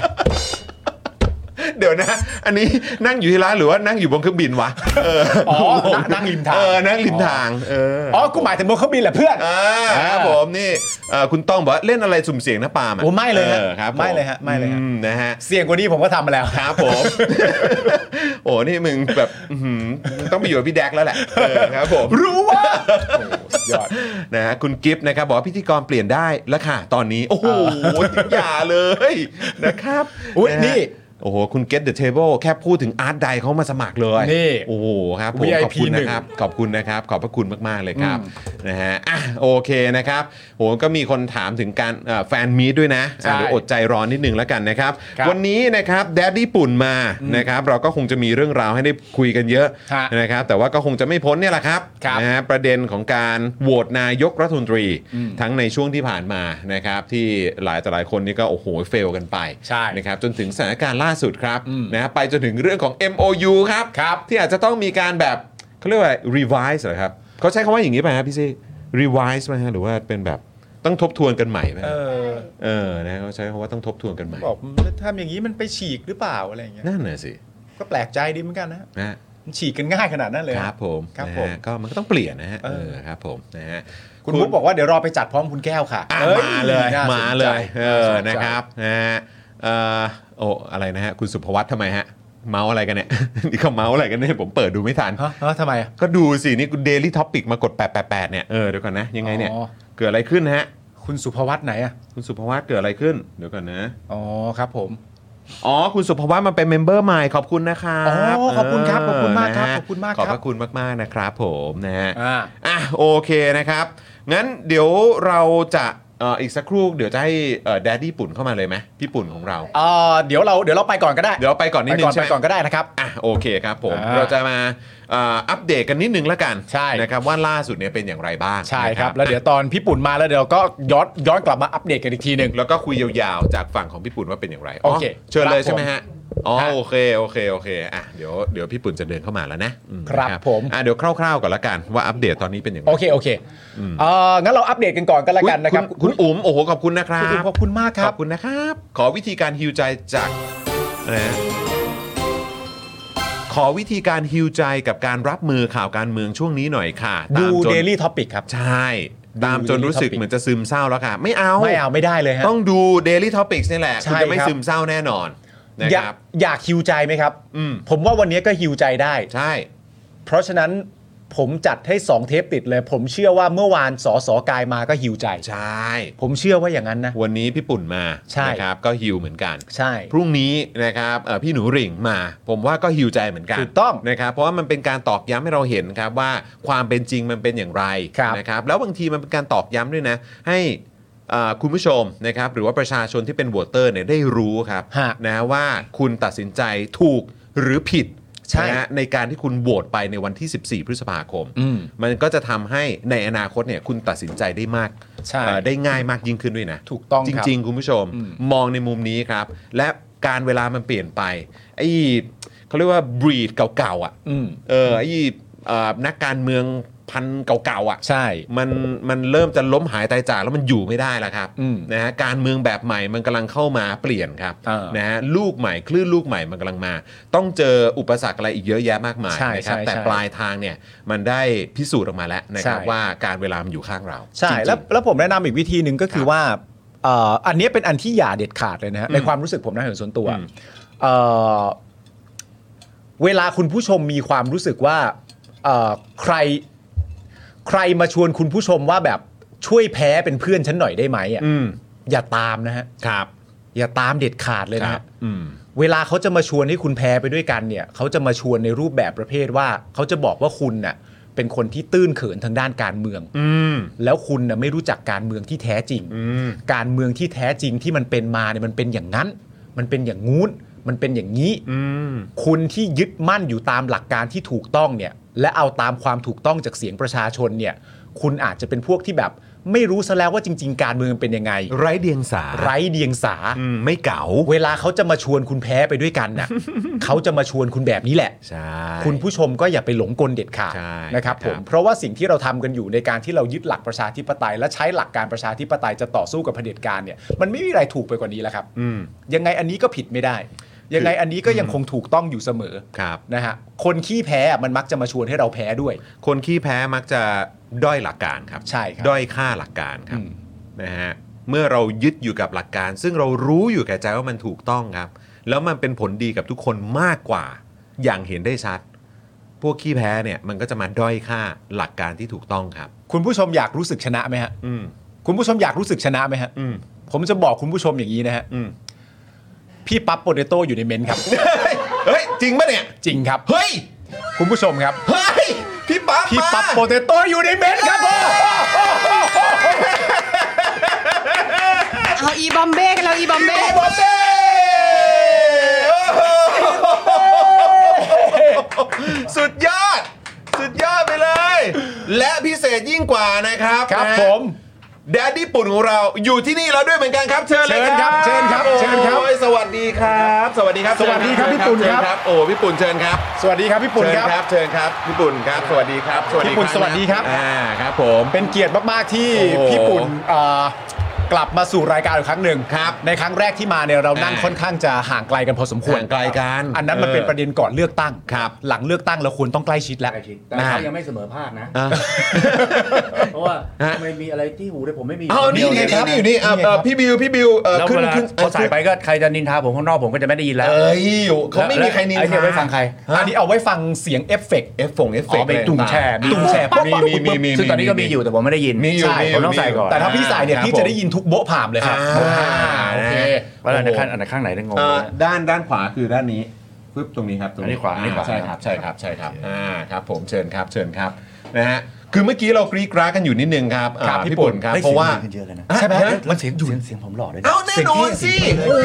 Speaker 1: เดี๋ยวนะ อันนี้นั่งอยู่ที่ร้านหรือว่านั่งอยู่บนเครื่องบินวะเออ
Speaker 3: อ๋อนั่งริมทาง
Speaker 1: เออนั่งริมทางเออ
Speaker 3: อ๋อกูหมายถึงบนเครื่องบินแหละเพื่อน
Speaker 1: อ่าครับผมนี่เอ่อคุณต้องบอกว่าเล่นอะไรสุ่มเสี่ยงนะปาล์มะ
Speaker 3: โอ้ไม่เลยฮะ
Speaker 1: ออครับผ
Speaker 3: ไม่เลยฮะไม่เลยฮะ
Speaker 1: อืนะฮะ
Speaker 3: เสี่ยงกว่านี้ผมก็ทำมาแล้ว
Speaker 1: ครับผม โอ้นี่มึงแบบอื้อหือมึงต้องไปอยู่กับพี่แดกแล้วแหละเออครับผม
Speaker 3: รู้ว่าสุดยอด
Speaker 1: นะฮะคุณกิฟต์นะครับบอกว่าพิธีกรเปลี่ยนได้แล้วค่ะ ตอนนี้ โอ้โห อย่าเลยนะครับ
Speaker 3: อุ๊ย
Speaker 1: ะฮะ
Speaker 3: นี่
Speaker 1: โอ้โห คุณ get the table แค่พูดถึงอาร์ตไดเขามาสมัครเลย
Speaker 3: นี่
Speaker 1: โอ้โหครับผม
Speaker 3: VIP
Speaker 1: ขอบคุณนะครับ ขอบคุณนะครับ ขอบพระคุณมาก ๆ เลยครับนะฮะอ่ะโอเคนะครับโหก็มีคนถามถึงการเอ่อแฟนมีดด้วยนะ
Speaker 3: ใช่
Speaker 1: อ่ะเดี๋ยวอดใจรอนิดนึงแล้วกันนะครับ
Speaker 3: ครับ
Speaker 1: วันนี้นะครับแดดดี้ปุ่นมานะครับเราก็คงจะมีเรื่องราวให้ได้คุยกันเยอะ
Speaker 3: ฮะ
Speaker 1: นะครับแต่ว่าก็คงจะไม่พ้นเนี่ยแหละครับ
Speaker 3: ครับ
Speaker 1: นะฮะประเด็นของการโหวตนายกรัฐมนตรี ทั้งในช่วงที่ผ่านมานะครับ ที่หลายต่อหลายคนนี่ก็โอ้โหเฟลกันไป
Speaker 3: ใช่
Speaker 1: นะครับจนถึงสถานการณ์ล่าสุดครับนะฮะไปจนถึงเรื่องของ MOU ครับ
Speaker 3: ครับ
Speaker 1: ที่อาจจะต้องมีการแบบเขาเรียกว่า revise เหรอครับเขาใช้คำว่าอย่างนี้ไปฮะพี่ซี่ revise ไหมฮะหรือว่าเป็นแบบต้องทบทวนกันใหม่ไหมฮะ
Speaker 3: อ
Speaker 1: เออนะเขาใช้คำว่าต้องทบทวนกันใหม่
Speaker 3: บอกทำอย่างนี้มันไปฉีกหรือเปล่าอะไรอย่างเงี้ย
Speaker 1: นั่นน่ะสิ
Speaker 3: ก็แปลกใจดีเหมือนกันนะ
Speaker 1: นะฮะ
Speaker 3: มันฉีกกันง่ายขนาดนั้นเลย
Speaker 1: ครับผม
Speaker 3: ครับ
Speaker 1: นะ
Speaker 3: ผม
Speaker 1: ฮะก็มันก็ต้องเปลี่ยนนะฮะ
Speaker 3: เอ
Speaker 1: เอ
Speaker 3: อ
Speaker 1: อครับผมนะฮะ
Speaker 3: คุณบุ๊กบอกว่าเดี๋ยวรอไปจัดพร้อมคุณแก้วค่ะ
Speaker 1: อ่ะ
Speaker 3: อ้
Speaker 1: มาเลย
Speaker 3: น่สนใจ
Speaker 1: มาเลยเออ
Speaker 3: สใจ
Speaker 1: นะครับนะฮะเอ่อโอ้อะไรนะฮะคุณสุภวัตทำไมฮะ เมาส์อะไรกันเนี่ย นี่เขาเมาส์อะไรกันเนี่ยผมเปิดดูไม่ทัน
Speaker 3: ฮะฮะทำไมอ่ะ
Speaker 1: ก็ดูสินี่เดลี่ท็อปิกมากด 888 เนี่ยเออเดี๋ยวก่อนนะ ยังไงเนี่ย
Speaker 3: อ๋อ
Speaker 1: เกิดอะไรขึ้นฮะ
Speaker 3: คุณสุภวัตไหนอ่ะ
Speaker 1: คุณสุภวัตเกิดอะไรขึ้น เดี๋ยวก่อนนะ
Speaker 3: อ๋อครับผม
Speaker 1: อ๋อ คุณสุภวัตมาเป็นเมมเบอร์ใหม่ขอบคุณนะครับ
Speaker 3: อ๋อขอบคุณครับขอบคุณมากครับ
Speaker 1: เนะฮะ
Speaker 3: ขอบคุณมาก
Speaker 1: ขอบ
Speaker 3: ค
Speaker 1: พ
Speaker 3: รับ
Speaker 1: ระคุณมากๆนะครับผมนะฮะ
Speaker 3: อ่า
Speaker 1: อ่ะโอเคนะครับ งั้นเดี๋ยวเราจะเอ่ออีกสักครู่เดี๋ยวจะให้แดดดี้ปุ่นเข้ามาเลยไหมพี่ปุ่นของเรา
Speaker 3: เออเดี๋ยวเราเดี๋ยวเราไปก่อนก็ได้
Speaker 1: เดี๋ยวไปก่อนนิด
Speaker 3: ไป
Speaker 1: นึ
Speaker 3: ก่อง น
Speaker 1: ใช่
Speaker 3: ไป
Speaker 1: ไหม
Speaker 3: ก่อนก็ได้นะครับ
Speaker 1: อ่ะโอเคครับผม
Speaker 3: อ่า
Speaker 1: เราจะมาเอ่ออัปเดตกันนิดนึงแล้วกัน
Speaker 3: ใช่
Speaker 1: นะครับว่าล่าสุดเนี่ยเป็นอย่างไรบ้าง
Speaker 3: ใช่ครับ
Speaker 1: นะ
Speaker 3: แล้วเดี๋ยวตอนพี่ปุ่นมาแล้วเดี๋ยวก็ย้อนย้อนกลับมาอัปเดตกันอีกทีหนึ่ง
Speaker 1: แล้วก็คุยยาวๆ จากฝั่งของพี่ปุ่นว่าเป็นอย่างไร
Speaker 3: โอเค
Speaker 1: เชิญเลย
Speaker 3: ครับ
Speaker 1: ใช่ไหมฮะอ๋อ
Speaker 3: ครับ
Speaker 1: โอเคโอเคโอเคอ่ะเดี๋ยวเดี๋ยวพี่ปุ่นจะเดินเข้ามาแล้วนะอืม
Speaker 3: ครับ
Speaker 1: นะ
Speaker 3: ผม
Speaker 1: อ่ะเดี๋ยวคร่าวๆก่อนละกันว่าอัปเดตตอนนี้เป็นอย่างไร
Speaker 3: โอเคโอเคเอองั้นเราอัปเดตกันก่อนก็แล้วกันนะครับ
Speaker 1: อุ๊ยณคุณอุ๋มโอ้โหขอบคุณนะครับ
Speaker 3: คุณขอบคุณมากค
Speaker 1: ข
Speaker 3: รั
Speaker 1: อบ บคุณนะครับ ขอวิธีการฮิวใจจากอะไรนะขอวิธีการฮิวใจกับการรับมือข่าวการเมืองช่วงนี้หน่อยค่ะ
Speaker 3: ดู
Speaker 1: ตามจน
Speaker 3: Daily Topic ครับ
Speaker 1: ใช่ ตามจนรู้สึก
Speaker 3: Daily Topic
Speaker 1: เหมือนจะซึมเศร้าแล้วค่ะ ไม่เอา
Speaker 3: ไม่เอาไม่ได้เลยฮะ
Speaker 1: ต้องดู Daily Topics นี่แหละ
Speaker 3: ใช่
Speaker 1: คุณจะไม่
Speaker 3: ครับ
Speaker 1: ซึมเศร้าแน่นอน นะ
Speaker 3: อยา
Speaker 1: ค
Speaker 3: ก
Speaker 1: รับ
Speaker 3: อยากฮิวใจไหมครับ
Speaker 1: อืม
Speaker 3: ผมว่าวันนี้ก็ฮิวใจได้
Speaker 1: ใช่
Speaker 3: เพราะฉะนั้นผมจัดให้ 2 เทปติดเลย ผมเชื่อว่าเมื่อวานสอสอกายมาก็หิวใจ
Speaker 1: ใช่
Speaker 3: ผมเชื่อว่าอย่างนั้นนะ
Speaker 1: วันนี้พี่ปุ่นมา
Speaker 3: ใช่
Speaker 1: นะครับ ก็ฮิวเหมือนกัน
Speaker 3: ใช่
Speaker 1: พรุ่งนี้นะครับเอ่อพี่หนูหริ่งมา ผมว่าก็ฮิวใจเหมือนกัน
Speaker 3: ถูกต้อง
Speaker 1: นะครับ เพราะว่ามันเป็นการตอกย้ำให้เราเห็นครับว่าความเป็นจริงมันเป็นอย่างไร
Speaker 3: ครับ
Speaker 1: นะครับ แล้วบางทีมันเป็นการตอกย้ำด้วยนะ ให้เอ่อคุณผู้ชมนะครับ หรือว่าประชาชนที่เป็นโหวตเตอร์เนี่ยได้รู้ครับ
Speaker 3: ฮะ
Speaker 1: นะว่าคุณตัดสินใจถูกหรือผิด
Speaker 3: ใช่
Speaker 1: นะฮะในการที่คุณโหวตไปในวันที่ 14 พฤษภาคม
Speaker 3: อืม
Speaker 1: มันก็จะทำให้ในอนาคตเนี่ยคุณตัดสินใจได้มาก
Speaker 3: ใช่
Speaker 1: เอ่อได้ง่ายมากยิ่งขึ้นด้วยนะ
Speaker 3: ถูกต้อง
Speaker 1: จ
Speaker 3: ครับ
Speaker 1: ริง ๆ คุณผู้ชม
Speaker 3: อืม
Speaker 1: มองในมุมนี้ครับ และการเวลามันเปลี่ยนไปไอ้เขาเรียกว่าบรีดเก่าๆอ่ะ
Speaker 3: อืม
Speaker 1: เออไอ้เอ่อนักการเมืองพันธุ์เก่าๆอ่ะ
Speaker 3: ใช่
Speaker 1: มันมันเริ่มจะล้มหายตายจากแล้วมันอยู่ไม่ได้แล้วครับ
Speaker 3: อืม
Speaker 1: นะฮะการเมืองแบบใหม่มันกำลังเข้ามาเปลี่ยนครับ
Speaker 3: เออ
Speaker 1: นะฮะลูกใหม่คลื่นลูกใหม่มันกำลังมา ต้องเจออุปสรรคอะไรอีกเยอะแยะมากมาย
Speaker 3: ใช่
Speaker 1: นะครับ
Speaker 3: ใช่
Speaker 1: แต่
Speaker 3: ใช่
Speaker 1: ปลายทางเนี่ยมันได้พิสูจน์ออกมาแล้วนะครับ
Speaker 3: ใช่
Speaker 1: ว่าการเวลามันอยู่ข้างเรา
Speaker 3: ใช่
Speaker 1: จริงๆ
Speaker 3: แล้วแล้วผมแนะนำอีกวิธีหนึ่งก็คือว่าเอ่ออันนี้เป็นอันที่อย่าเด็ดขาดเลยนะฮะ
Speaker 1: อืม
Speaker 3: ในความรู้สึกผมนะเห็นส่วนตัว
Speaker 1: อืม
Speaker 3: เอ่อเวลาคุณผู้ชมมีความรู้สึกว่าเอ่อใครใครมาชวนคุณผู้ชมว่าแบบช่วยแพ้เป็นเพื่อนฉันหน่อยได้ไหมอ่ะ
Speaker 1: อืม
Speaker 3: อย่าตามนะฮะ
Speaker 1: ครับ
Speaker 3: อย่าตามเด็ดขาดเลย
Speaker 1: ค
Speaker 3: นะ
Speaker 1: รับ
Speaker 3: ฮะ
Speaker 1: อืม
Speaker 3: เวลาเขาจะมาชวนให้คุณแพ้ไปด้วยกันเนี่ยเขาจะมาชวนในรูปแบบประเภทว่าเขาจะบอกว่าคุณน่ะเป็นคนที่ตื้นเขินทางด้านการเมือง
Speaker 1: อืม
Speaker 3: แล้วคุณน่ะไม่รู้จักการเมืองที่แท้จริง
Speaker 1: อืม
Speaker 3: การเมืองที่แท้จริงที่มันเป็นมาเนี่ยมันเป็นอย่างนั้น มันเป็นอย่างงู้น มันเป็นอย่างนี้
Speaker 1: อืม
Speaker 3: คุณที่ยึดมั่นอยู่ตามหลักการที่ถูกต้องเนี่ย และเอาตามความถูกต้องจากเสียงประชาชนเนี่ย คุณอาจจะเป็นพวกที่แบบ ไม่รู้ซะแล้วว่าจริง ๆ การเมืองมันเป็นยังไง
Speaker 1: ไร้เดียงสา
Speaker 3: ไร้เดียงสา
Speaker 1: อืมไม่เก๋า
Speaker 3: เวลาเขาจะมาชวนคุณแพ้ไปด้วยกัน น่ะ เขาจะมาชวนคุณแบบนี้แหละ
Speaker 1: ใช่
Speaker 3: คุณผู้ชมก็อย่าไปหลงกลเด็ดขาด
Speaker 1: ใช่
Speaker 3: นะครับผ
Speaker 1: ครั
Speaker 3: ม
Speaker 1: บ
Speaker 3: เพราะว่าสิ่งที่เราทำกันอยู่ในการที่เรายึดหลักประชาธิปไตย และใช้หลักการประชาธิปไตยจะต่อสู้กับเผด็จการเนี่ยมันไม่มีอะไรถูกไปกว่านี้แล้วครับ
Speaker 1: อืม
Speaker 3: ยังไงอันนี้ก็ผิดไม่ได้ ยังไงอันนี้ก็ยังคงถูกต้องอยู่เสมอ
Speaker 1: ครับ
Speaker 3: นะฮะคนขี้แพ้อะมันมักจะมาชวนให้เราแพ้ด้วย
Speaker 1: คนขี้แพ้มักจะด้อยหลักการครับ
Speaker 3: ใช่ครับ
Speaker 1: ด้อยค่าหลักการครับ
Speaker 3: อืม
Speaker 1: นะฮะเมื่อเรายึดอยู่กับหลักการ ซึ่งเรารู้อยู่แก่ใจว่ามันถูกต้องครับ แล้วมันเป็นผลดีกับทุกคนมากกว่าอย่างเห็นได้ชัด พวกขี้แพ้เนี่ยมันก็จะมาด้อยค่าหลักการที่ถูกต้องครับ
Speaker 3: คุณผู้ชมอยากรู้สึกชนะไหมฮะ
Speaker 1: อืม
Speaker 3: คุณผู้ชมอยากรู้สึกชนะไหมฮะ
Speaker 1: อืม
Speaker 3: ผมจะบอกคุณผู้ชมอย่างนี้นะฮะ
Speaker 1: อืม
Speaker 3: พี่ปั๊บโปเตโต้อยู่ในเมนท์ครับ
Speaker 1: เฮ้ยจริงปะเนี่ย
Speaker 3: จริงครับ
Speaker 1: เฮ้ย
Speaker 3: คุณผู้ชมครับ
Speaker 1: เฮ้ยพี่ปั๊บ
Speaker 3: พี่
Speaker 1: มา
Speaker 3: ปั๊บโปเตโต้อยู่ในเมนท์ครับผม
Speaker 5: เอาอีบอมเบ้กันเราอีบอมเบ้
Speaker 1: โปเต้โอ้โหสุดยอด สุดยอดไปเลย และพิเศษยิ่งกว่านะครับ
Speaker 3: ครับ
Speaker 1: นะฮะ
Speaker 3: ผม
Speaker 1: แดดดี้ปุ่นของเราอยู่ที่นี่แล้วด้วยเหมือนกันครับเชิญเลยครับ
Speaker 3: เชิญครับเชิญครับ
Speaker 1: โอ้ยสวัสดีครับ สวัสดีครับ
Speaker 3: สวัสดีครับ
Speaker 1: เชิญ
Speaker 3: พี่ปุ่นครับ
Speaker 1: เชิญโอ้พี่ปุ่นเชิญครับ
Speaker 3: สวัสดีครับพี่ปุ่น
Speaker 1: เชิญ
Speaker 3: ครับ
Speaker 1: เชิญครับพี่ปุ่นครับ สวัสดีครับสวัสดี
Speaker 3: พี่ปุ่น
Speaker 1: ง
Speaker 3: สวัสดีครับ
Speaker 1: อ่าครับผม
Speaker 3: เป็นเกียรติมาก ๆ ที่
Speaker 1: โอ้โห
Speaker 3: พี่ปุ่นเอ่อกลับมาสู่รายการอีกครั้งหนึ่ง
Speaker 1: ครับ
Speaker 3: ในครั้งแรกที่มาเนี่ยเรานั่ง
Speaker 1: อ่า
Speaker 3: ค่อนข้างจะห่างไกลกันพอสมควร
Speaker 1: ห่างไกลกัน
Speaker 3: อันนั้นมัน
Speaker 1: เออ
Speaker 3: เป็นประเด็นก่อนเลือกตั้ง
Speaker 1: ครับ
Speaker 3: หลังเลือกตั้งเราควรต้องใกล้ชิดแล้ว
Speaker 6: ใกล้ชิดแต่เขายังไม่เสมอภาคนะ
Speaker 1: อ่ะ
Speaker 6: เพราะว่าทำไมมีอะไรที่หูเลยผมไม่มี
Speaker 1: เอานี่ไงครับนี่อยู่นี่อ่ะ
Speaker 3: นี่ไง
Speaker 1: เอ่
Speaker 3: ครั
Speaker 1: อบ พี่บิวพี่บิวเอ่อ
Speaker 6: แล้ว
Speaker 1: ขึ้น
Speaker 6: เวลา
Speaker 1: ขึ้น
Speaker 6: พอสายไปก็ใครจะนินทาผมข้างนอกผมก็จะไม่ได้ยินแล้ว
Speaker 1: เอ้ยอยู่เขาไม่มีใครนิน
Speaker 6: ไอ้เดี๋ยวไปฟังใคร
Speaker 3: อันนี้เอาไว้ฟังเสียงเอฟเฟกต์
Speaker 1: เอฟฟงเอฟเฟก
Speaker 6: อ๋อไปตุ่มแชร์
Speaker 3: ตุ่มแชร์ปุ๊บ
Speaker 1: มี
Speaker 3: ปุ๊บ
Speaker 1: มี
Speaker 6: ซึ่
Speaker 1: มีมี
Speaker 3: ปุ๊บปุ๊บ
Speaker 6: งตอนนี้ก็มีอยู่แต่ผมไม่ได้ยิน
Speaker 1: มีอยู่
Speaker 6: ใช่
Speaker 1: มีอยู่
Speaker 6: ผมต้องใส่ก่อน
Speaker 3: แต่ถ้าพี่ใส่เนี่ย
Speaker 1: ครับ
Speaker 3: พี่จะได้ยินทุกโบ๊ะผ่ามเลยครับ
Speaker 1: อ่า
Speaker 3: โอเค
Speaker 6: ว่าอันไหนข้างอันไหนข้างไหนได้งง
Speaker 1: เอ่อ
Speaker 6: นะ
Speaker 1: ด้านด้านขวาคือด้านนี้ปึ๊บตรงนี้ครับตรง
Speaker 6: อันนี้ขวาอันนี้ขวา
Speaker 1: ใช่ครับใช่ครับใช่ครับอ่าครับ ผมเชิญครับเชิญครับนะฮะคือเมื่อกี้เรากรี๊ดกราดกันอยู่นิดนึงครับอ่า
Speaker 3: ครับพี่
Speaker 1: พี่ปุ่นครับ
Speaker 6: ฮ้ย
Speaker 1: เพราะว่า
Speaker 6: สียงมันเยอะกันนะ
Speaker 1: ใช่ไหม
Speaker 6: มันเสียงดุนเสียงผมหล่อด้วยนะ
Speaker 1: เอาแน่นอนสิโอ้โห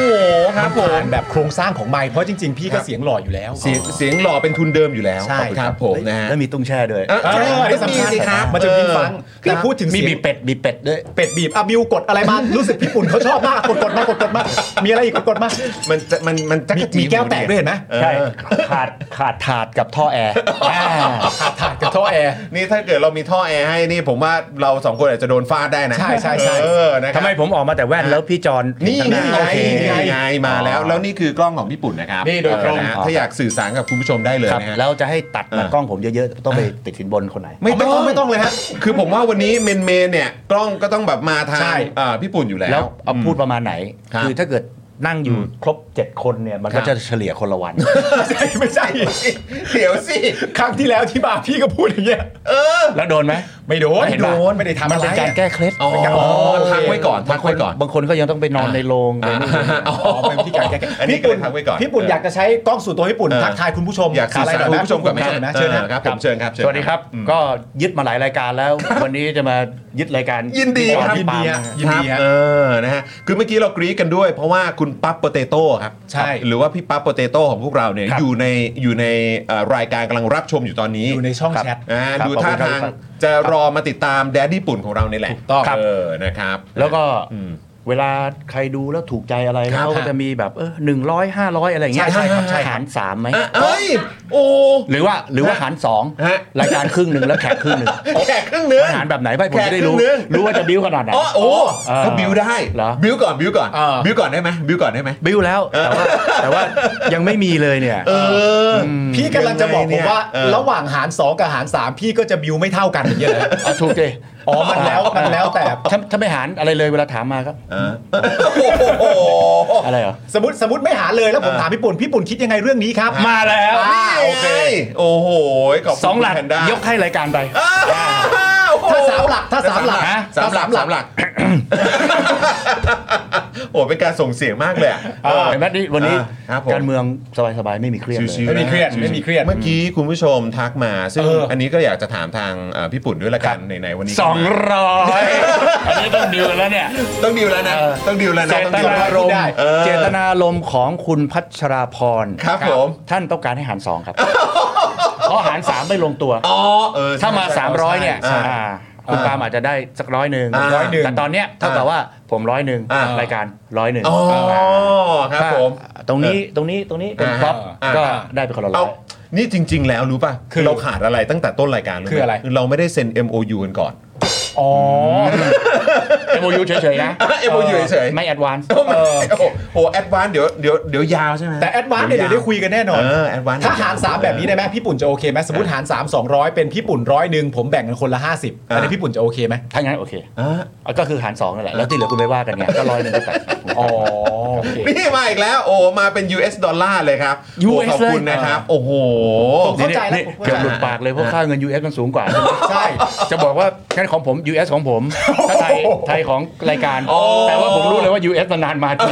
Speaker 1: ครับผ
Speaker 3: ผ่าม นแบบโครงสร้างของไมค์เพราะจริง ๆ พี่
Speaker 1: ครั
Speaker 3: ก็
Speaker 1: บ
Speaker 3: เสียงหล่ออยู่แล้ว
Speaker 1: เสียงเสียงหล่อเป็นทุนเดิมอยู่แล้ว
Speaker 3: ใช่ครั
Speaker 1: ครั
Speaker 3: บ
Speaker 1: บผมนะฮะ
Speaker 6: แล้วมีตุ้งแช่ด้วย
Speaker 1: เออ
Speaker 3: เอออันนี้สำ
Speaker 1: มี
Speaker 3: คัญ
Speaker 1: สิครับ
Speaker 3: มันจะมีฟัง
Speaker 1: เออ
Speaker 3: แต่พูดถึง
Speaker 6: มี
Speaker 3: เสียง
Speaker 6: บีบเป็ดบีบเป็ดด้วย
Speaker 3: เป็ดบีบอ่ะบิวกดอะไรมา รู้สึกญี่ปุ่นเขาชอบมาก กดกดมากดกดมา มีอะไรอีกกดกดมา
Speaker 1: มันจะมันมันจะ
Speaker 3: มีมีแก้วแตกด้วยเห็นไหม
Speaker 6: ใช่ ขาดขาดถาดกับท่อแอร์
Speaker 3: ขาดถาดกับท่อแอร์
Speaker 1: นี่ถ้าเกิดเรามีท่อแอร์ให้นี่ผมว่าเราสองคนอาจจะโดนฟาดได้นะ
Speaker 3: ใช่ใช่ใช่
Speaker 1: เออนะครับ
Speaker 6: ทำไมผมออกมาแต่แว่นแล้วพี่จอน
Speaker 1: นี่
Speaker 6: ข้างห
Speaker 1: นี่
Speaker 6: น้า
Speaker 1: ไง
Speaker 6: โอเค
Speaker 1: นี่ไงไงมาแล้ว แล้วนี่คือกล้องของญี่ปุ่นนะครับ
Speaker 6: นี่โดยตรง
Speaker 1: เออนะฮะ
Speaker 6: อ๋อ
Speaker 1: ถ้าอยากสื่อสารกับคุณผู้ชมได้เลย
Speaker 6: ครับ
Speaker 1: นะฮะ
Speaker 6: แล้วจะให้ตัดมา
Speaker 1: เออ
Speaker 6: กล้องผมเยอะๆ ต้องไปติดสินบนคนไหน
Speaker 1: ไม่ต้อง
Speaker 3: ไม่ต้องเลยฮะ
Speaker 1: คือผมว่าวันนี้เมนเมนเนี่ย กล้องก็ต้องแบบมาทาง
Speaker 6: ใช่
Speaker 1: เอ่อพี่ปุ่นอยู่แล้ว
Speaker 6: แล้วเอาพูดประมาณไหน
Speaker 1: ครับ
Speaker 6: คือถ้าเกิด
Speaker 7: นั่งอยู่ครบ 7 คนเนี่ย มันก็จะเฉลี่ยคนละวัน
Speaker 3: ไม่ใช่
Speaker 7: เดี๋ยวสิ
Speaker 3: ครั้งที่แล้วที่มาพี่ก็พูดอย่างเงี้ย
Speaker 7: แล้วโดนไหม
Speaker 3: ไม่โดน
Speaker 7: เห็นปะ
Speaker 3: ไม่ได้ทำอะไร
Speaker 7: มันเป็นการแก้เคล็ด
Speaker 3: อ๋อ
Speaker 7: อ๋อ
Speaker 3: ทักไว้ก่อนทั
Speaker 7: บาก งค
Speaker 3: ไว้
Speaker 7: น
Speaker 3: ก่อน
Speaker 7: บางคนก็ยังต้องไปนอนในโรงไปนู่นไปนี่
Speaker 3: อ๋อเป็นที่การแก้ไข
Speaker 1: อันนี้
Speaker 3: ญี่ปุ่น
Speaker 1: ก็เลยพักไว้ก่อน
Speaker 3: ญี่ปุ่น
Speaker 1: เออ
Speaker 3: อ
Speaker 1: อ
Speaker 3: ยากจะใช้กล้องสู่ตัวญี่ปุ่นทักทายคุณผู้ชม
Speaker 1: อยากสื่อสาร
Speaker 3: อะไรห
Speaker 1: คุ
Speaker 3: น่ย
Speaker 1: ณผู้ชมกับไหม
Speaker 3: คุณ
Speaker 1: ฮะ
Speaker 3: นะเชิญนะ
Speaker 1: ออครับผมเชิญครับเชิญ
Speaker 7: สวัสดีครับ
Speaker 1: อืม
Speaker 7: ก็ยึดมาหลายรายการแล้ว วันนี้จะมายึดรายการ
Speaker 1: ยินดีครับ
Speaker 7: พี่ปาล์มนะฮะ
Speaker 3: ยินดี
Speaker 1: ค
Speaker 3: ครั
Speaker 1: รับบ เออนะฮะคือเมื่อกี้เรากรี๊ดกันด้วย เพราะว่าคุณปั๊บโปเตโต้ครับ
Speaker 3: ใช่
Speaker 1: หรือว่าพี่ปั๊บโปเตโต้ของพวกเราเนี่ย
Speaker 7: ครับ
Speaker 1: อยู่ในอยู่ในเอ่อรายการกำลังรับชมอยู่ตอนนี้
Speaker 3: อยู่ในช่องแชท
Speaker 1: อ่า
Speaker 7: ครับ
Speaker 1: ดูท่าทาง
Speaker 7: ขอบคุณครับ
Speaker 1: จะรอมาติดตามแดดดี้ปุ่นของเราในแหละ
Speaker 3: ถูกต้อง
Speaker 7: ครับ
Speaker 1: เออนะครับ
Speaker 7: แล้วก็
Speaker 1: อืม
Speaker 7: เวลาใครดูแล้วถูกใจอะไร
Speaker 1: ครับ
Speaker 7: เขาก็จะมีแบบเออหนึ่งร้อยห้าร้อยอะไรอย่างเงี้ย
Speaker 1: ใช่ใช่ครับใช่ครับ
Speaker 7: หารสามไหม
Speaker 1: อ่ะเอ้ยโอ้
Speaker 7: หรือว่าหรือว่าหารสอง
Speaker 1: ฮะ
Speaker 7: รายการครึ่งหนึ่งแล้วแขกครึ่งหนึ่ง
Speaker 1: แขกครึ่งหนึง
Speaker 7: อาหารแบบไหนไปผมจะได้รู้
Speaker 1: แขกครึ่งหนึ่ง
Speaker 7: รู้ว่าจะบิ้วขนาดไหน
Speaker 1: อ๋อโอ้
Speaker 7: เออ
Speaker 1: ก็บิวได้
Speaker 7: เหรอ
Speaker 1: บิวก่อนบิวก่อน
Speaker 3: เออ
Speaker 1: บิวก่อนได้ไหมบิวก่อนได้ไหม
Speaker 7: บิ้วแล้วแต่ว่าแต่ว่ายังไม่มีเลยเนี่ย
Speaker 1: เออ
Speaker 3: พี่กำลังจะบอกผมว่า
Speaker 1: เออ
Speaker 3: ระหว่างหาร 2 กับหาร 3 พี่ก็จะบิวไม่เท่ากันอย่างเงี้ยเลย
Speaker 7: เอาถูกดิ
Speaker 3: อ๋อมันแล้วมันแล้วแต่
Speaker 7: ถ้าถ้าไม่หารอะไรเลยเวลาถามมาก็
Speaker 1: เออโอ้โห
Speaker 7: อะไรเหรอ
Speaker 3: สมมติสมมติไม่หารเลยแล้วผมถามพี่ปุ่นพี่ปุ่นคิดยังไงเรื่องนี้ครับ
Speaker 7: มาแล้ว
Speaker 3: อ่า
Speaker 1: โอเค โอ้โห ขอบคุณ
Speaker 7: สองหลัก
Speaker 1: คุณแพนด้าย
Speaker 7: กให้รายการไป
Speaker 3: ถ้าสามหลักถ้าสามหลัก
Speaker 7: ฮะ
Speaker 1: สามหลักสามหลัก โอ้เป็นการส่งเสียงมากเลยอะ
Speaker 7: เห็นไหมนี่วันนี้
Speaker 1: อ่าครับผม
Speaker 7: การเมืองสบายๆ ไม่มีเครียดเล
Speaker 1: ชิวย ๆ
Speaker 3: ไม่มีเครียด
Speaker 1: นะ
Speaker 3: ไม่มีเครียด
Speaker 1: เมื่อกี้คุณผู้ชมทักมา ซึ่ง
Speaker 3: เอออั
Speaker 1: อันนี้ก็อยากจะถามทางเอ่อพี่ปุ่นด้วยละกันในๆวันนี้
Speaker 7: สองร้อยอันนี้ต้องดิวกันแล้วเนี่ย
Speaker 1: ต้องดิวแล้วนะ
Speaker 7: เออ
Speaker 1: ต้องดิวแล้วนะ
Speaker 7: เจ
Speaker 1: ต้อง
Speaker 7: ต
Speaker 1: ดิว
Speaker 7: นา
Speaker 1: แล้ว
Speaker 7: รมณ์
Speaker 1: เออ
Speaker 7: เจตนารมณ์ของคุณพัชราพร
Speaker 1: ครับผม
Speaker 7: ท่านต้องการให้หารสองครับ เพราะหารสามไม่ลงตัว
Speaker 1: อ๋อ เออ
Speaker 7: ถ้ามา
Speaker 1: ใช่ใช่
Speaker 7: 300 เนี่ย
Speaker 1: ใช่
Speaker 7: อ่าคุณปาล์มอาจจะได้สักร้อยหนึ่ง
Speaker 1: อ่าร้อยหนึ่ง
Speaker 7: แต่ตอนเนี้ยเท่ากับว่าผมร้อยหนึ่ง
Speaker 1: อ่าร
Speaker 7: รายการร้อยหนึ่ง
Speaker 1: อ๋อ ครับผม
Speaker 7: ตรงนี้ตรงนี้ตรงนี้เป็น
Speaker 1: อ่า
Speaker 7: ป๊อป
Speaker 1: อ่า
Speaker 7: ก็ได้เป็นคนละร้
Speaker 1: เอา
Speaker 7: อย
Speaker 1: นี่จริง ๆ แล้วรู้ป่ะ
Speaker 3: คือ
Speaker 1: เราขาดอะไรตั้งแต่ต้นรายการหม
Speaker 3: คืออะไร
Speaker 1: เราไม่ได้เซ็น MOU กันก่อน
Speaker 7: อ๋อ MOU เฉยๆนะ
Speaker 1: MOU เฉยๆ
Speaker 7: ไม่แอดวานซ์
Speaker 1: โอ้โหโอ้แอดวานเดี๋ยวเดี๋ยวเดี๋ยวยาวใช่ไหม
Speaker 3: แต่แอดวานซ์เนี่ยเดี๋ยวได้คุยกันแน่นอน
Speaker 1: เออแอดวาน
Speaker 3: ถ้าหาร 3 แบบนี้ได้ไหมพี่ปุ่นจะโอเคไหมสมมติหาร 3 200 เป็นพี่ปุ่นร้อยหนึ่งผมแบ่งกันคนละ 50อันนี้พี่ปุ่นจะโอเคไหม
Speaker 7: ถ้างั้นโอเค
Speaker 1: อ่ะ
Speaker 7: เอาก็คือหารสองนั่นแหละ แล้วที่เหลือคุณไม่ว่ากันไงก็ร้อยหนึ่งก็แปดสิบ
Speaker 3: อ๋อโอเค
Speaker 1: นี่มาอีกแล้ว โอ้มาเป็น US ดอลลาร์เลยครับ
Speaker 7: US
Speaker 1: โอ้ขอบคุณนะครับ โอ้โห
Speaker 3: ผมเข้าใจแล้ว
Speaker 7: นี่
Speaker 3: ผม
Speaker 7: เกื
Speaker 3: เข้าใจ
Speaker 7: อบหลุดปากเลยเพราะค่าเงิน US มันสูงกว่า
Speaker 3: ใช่
Speaker 7: จะบอกว่างั้นของผม US ของผมถ้าไทยไทยของรายการ
Speaker 1: โอ้
Speaker 7: แต่ว่าผมรู้เลยว่า US มันนานมาที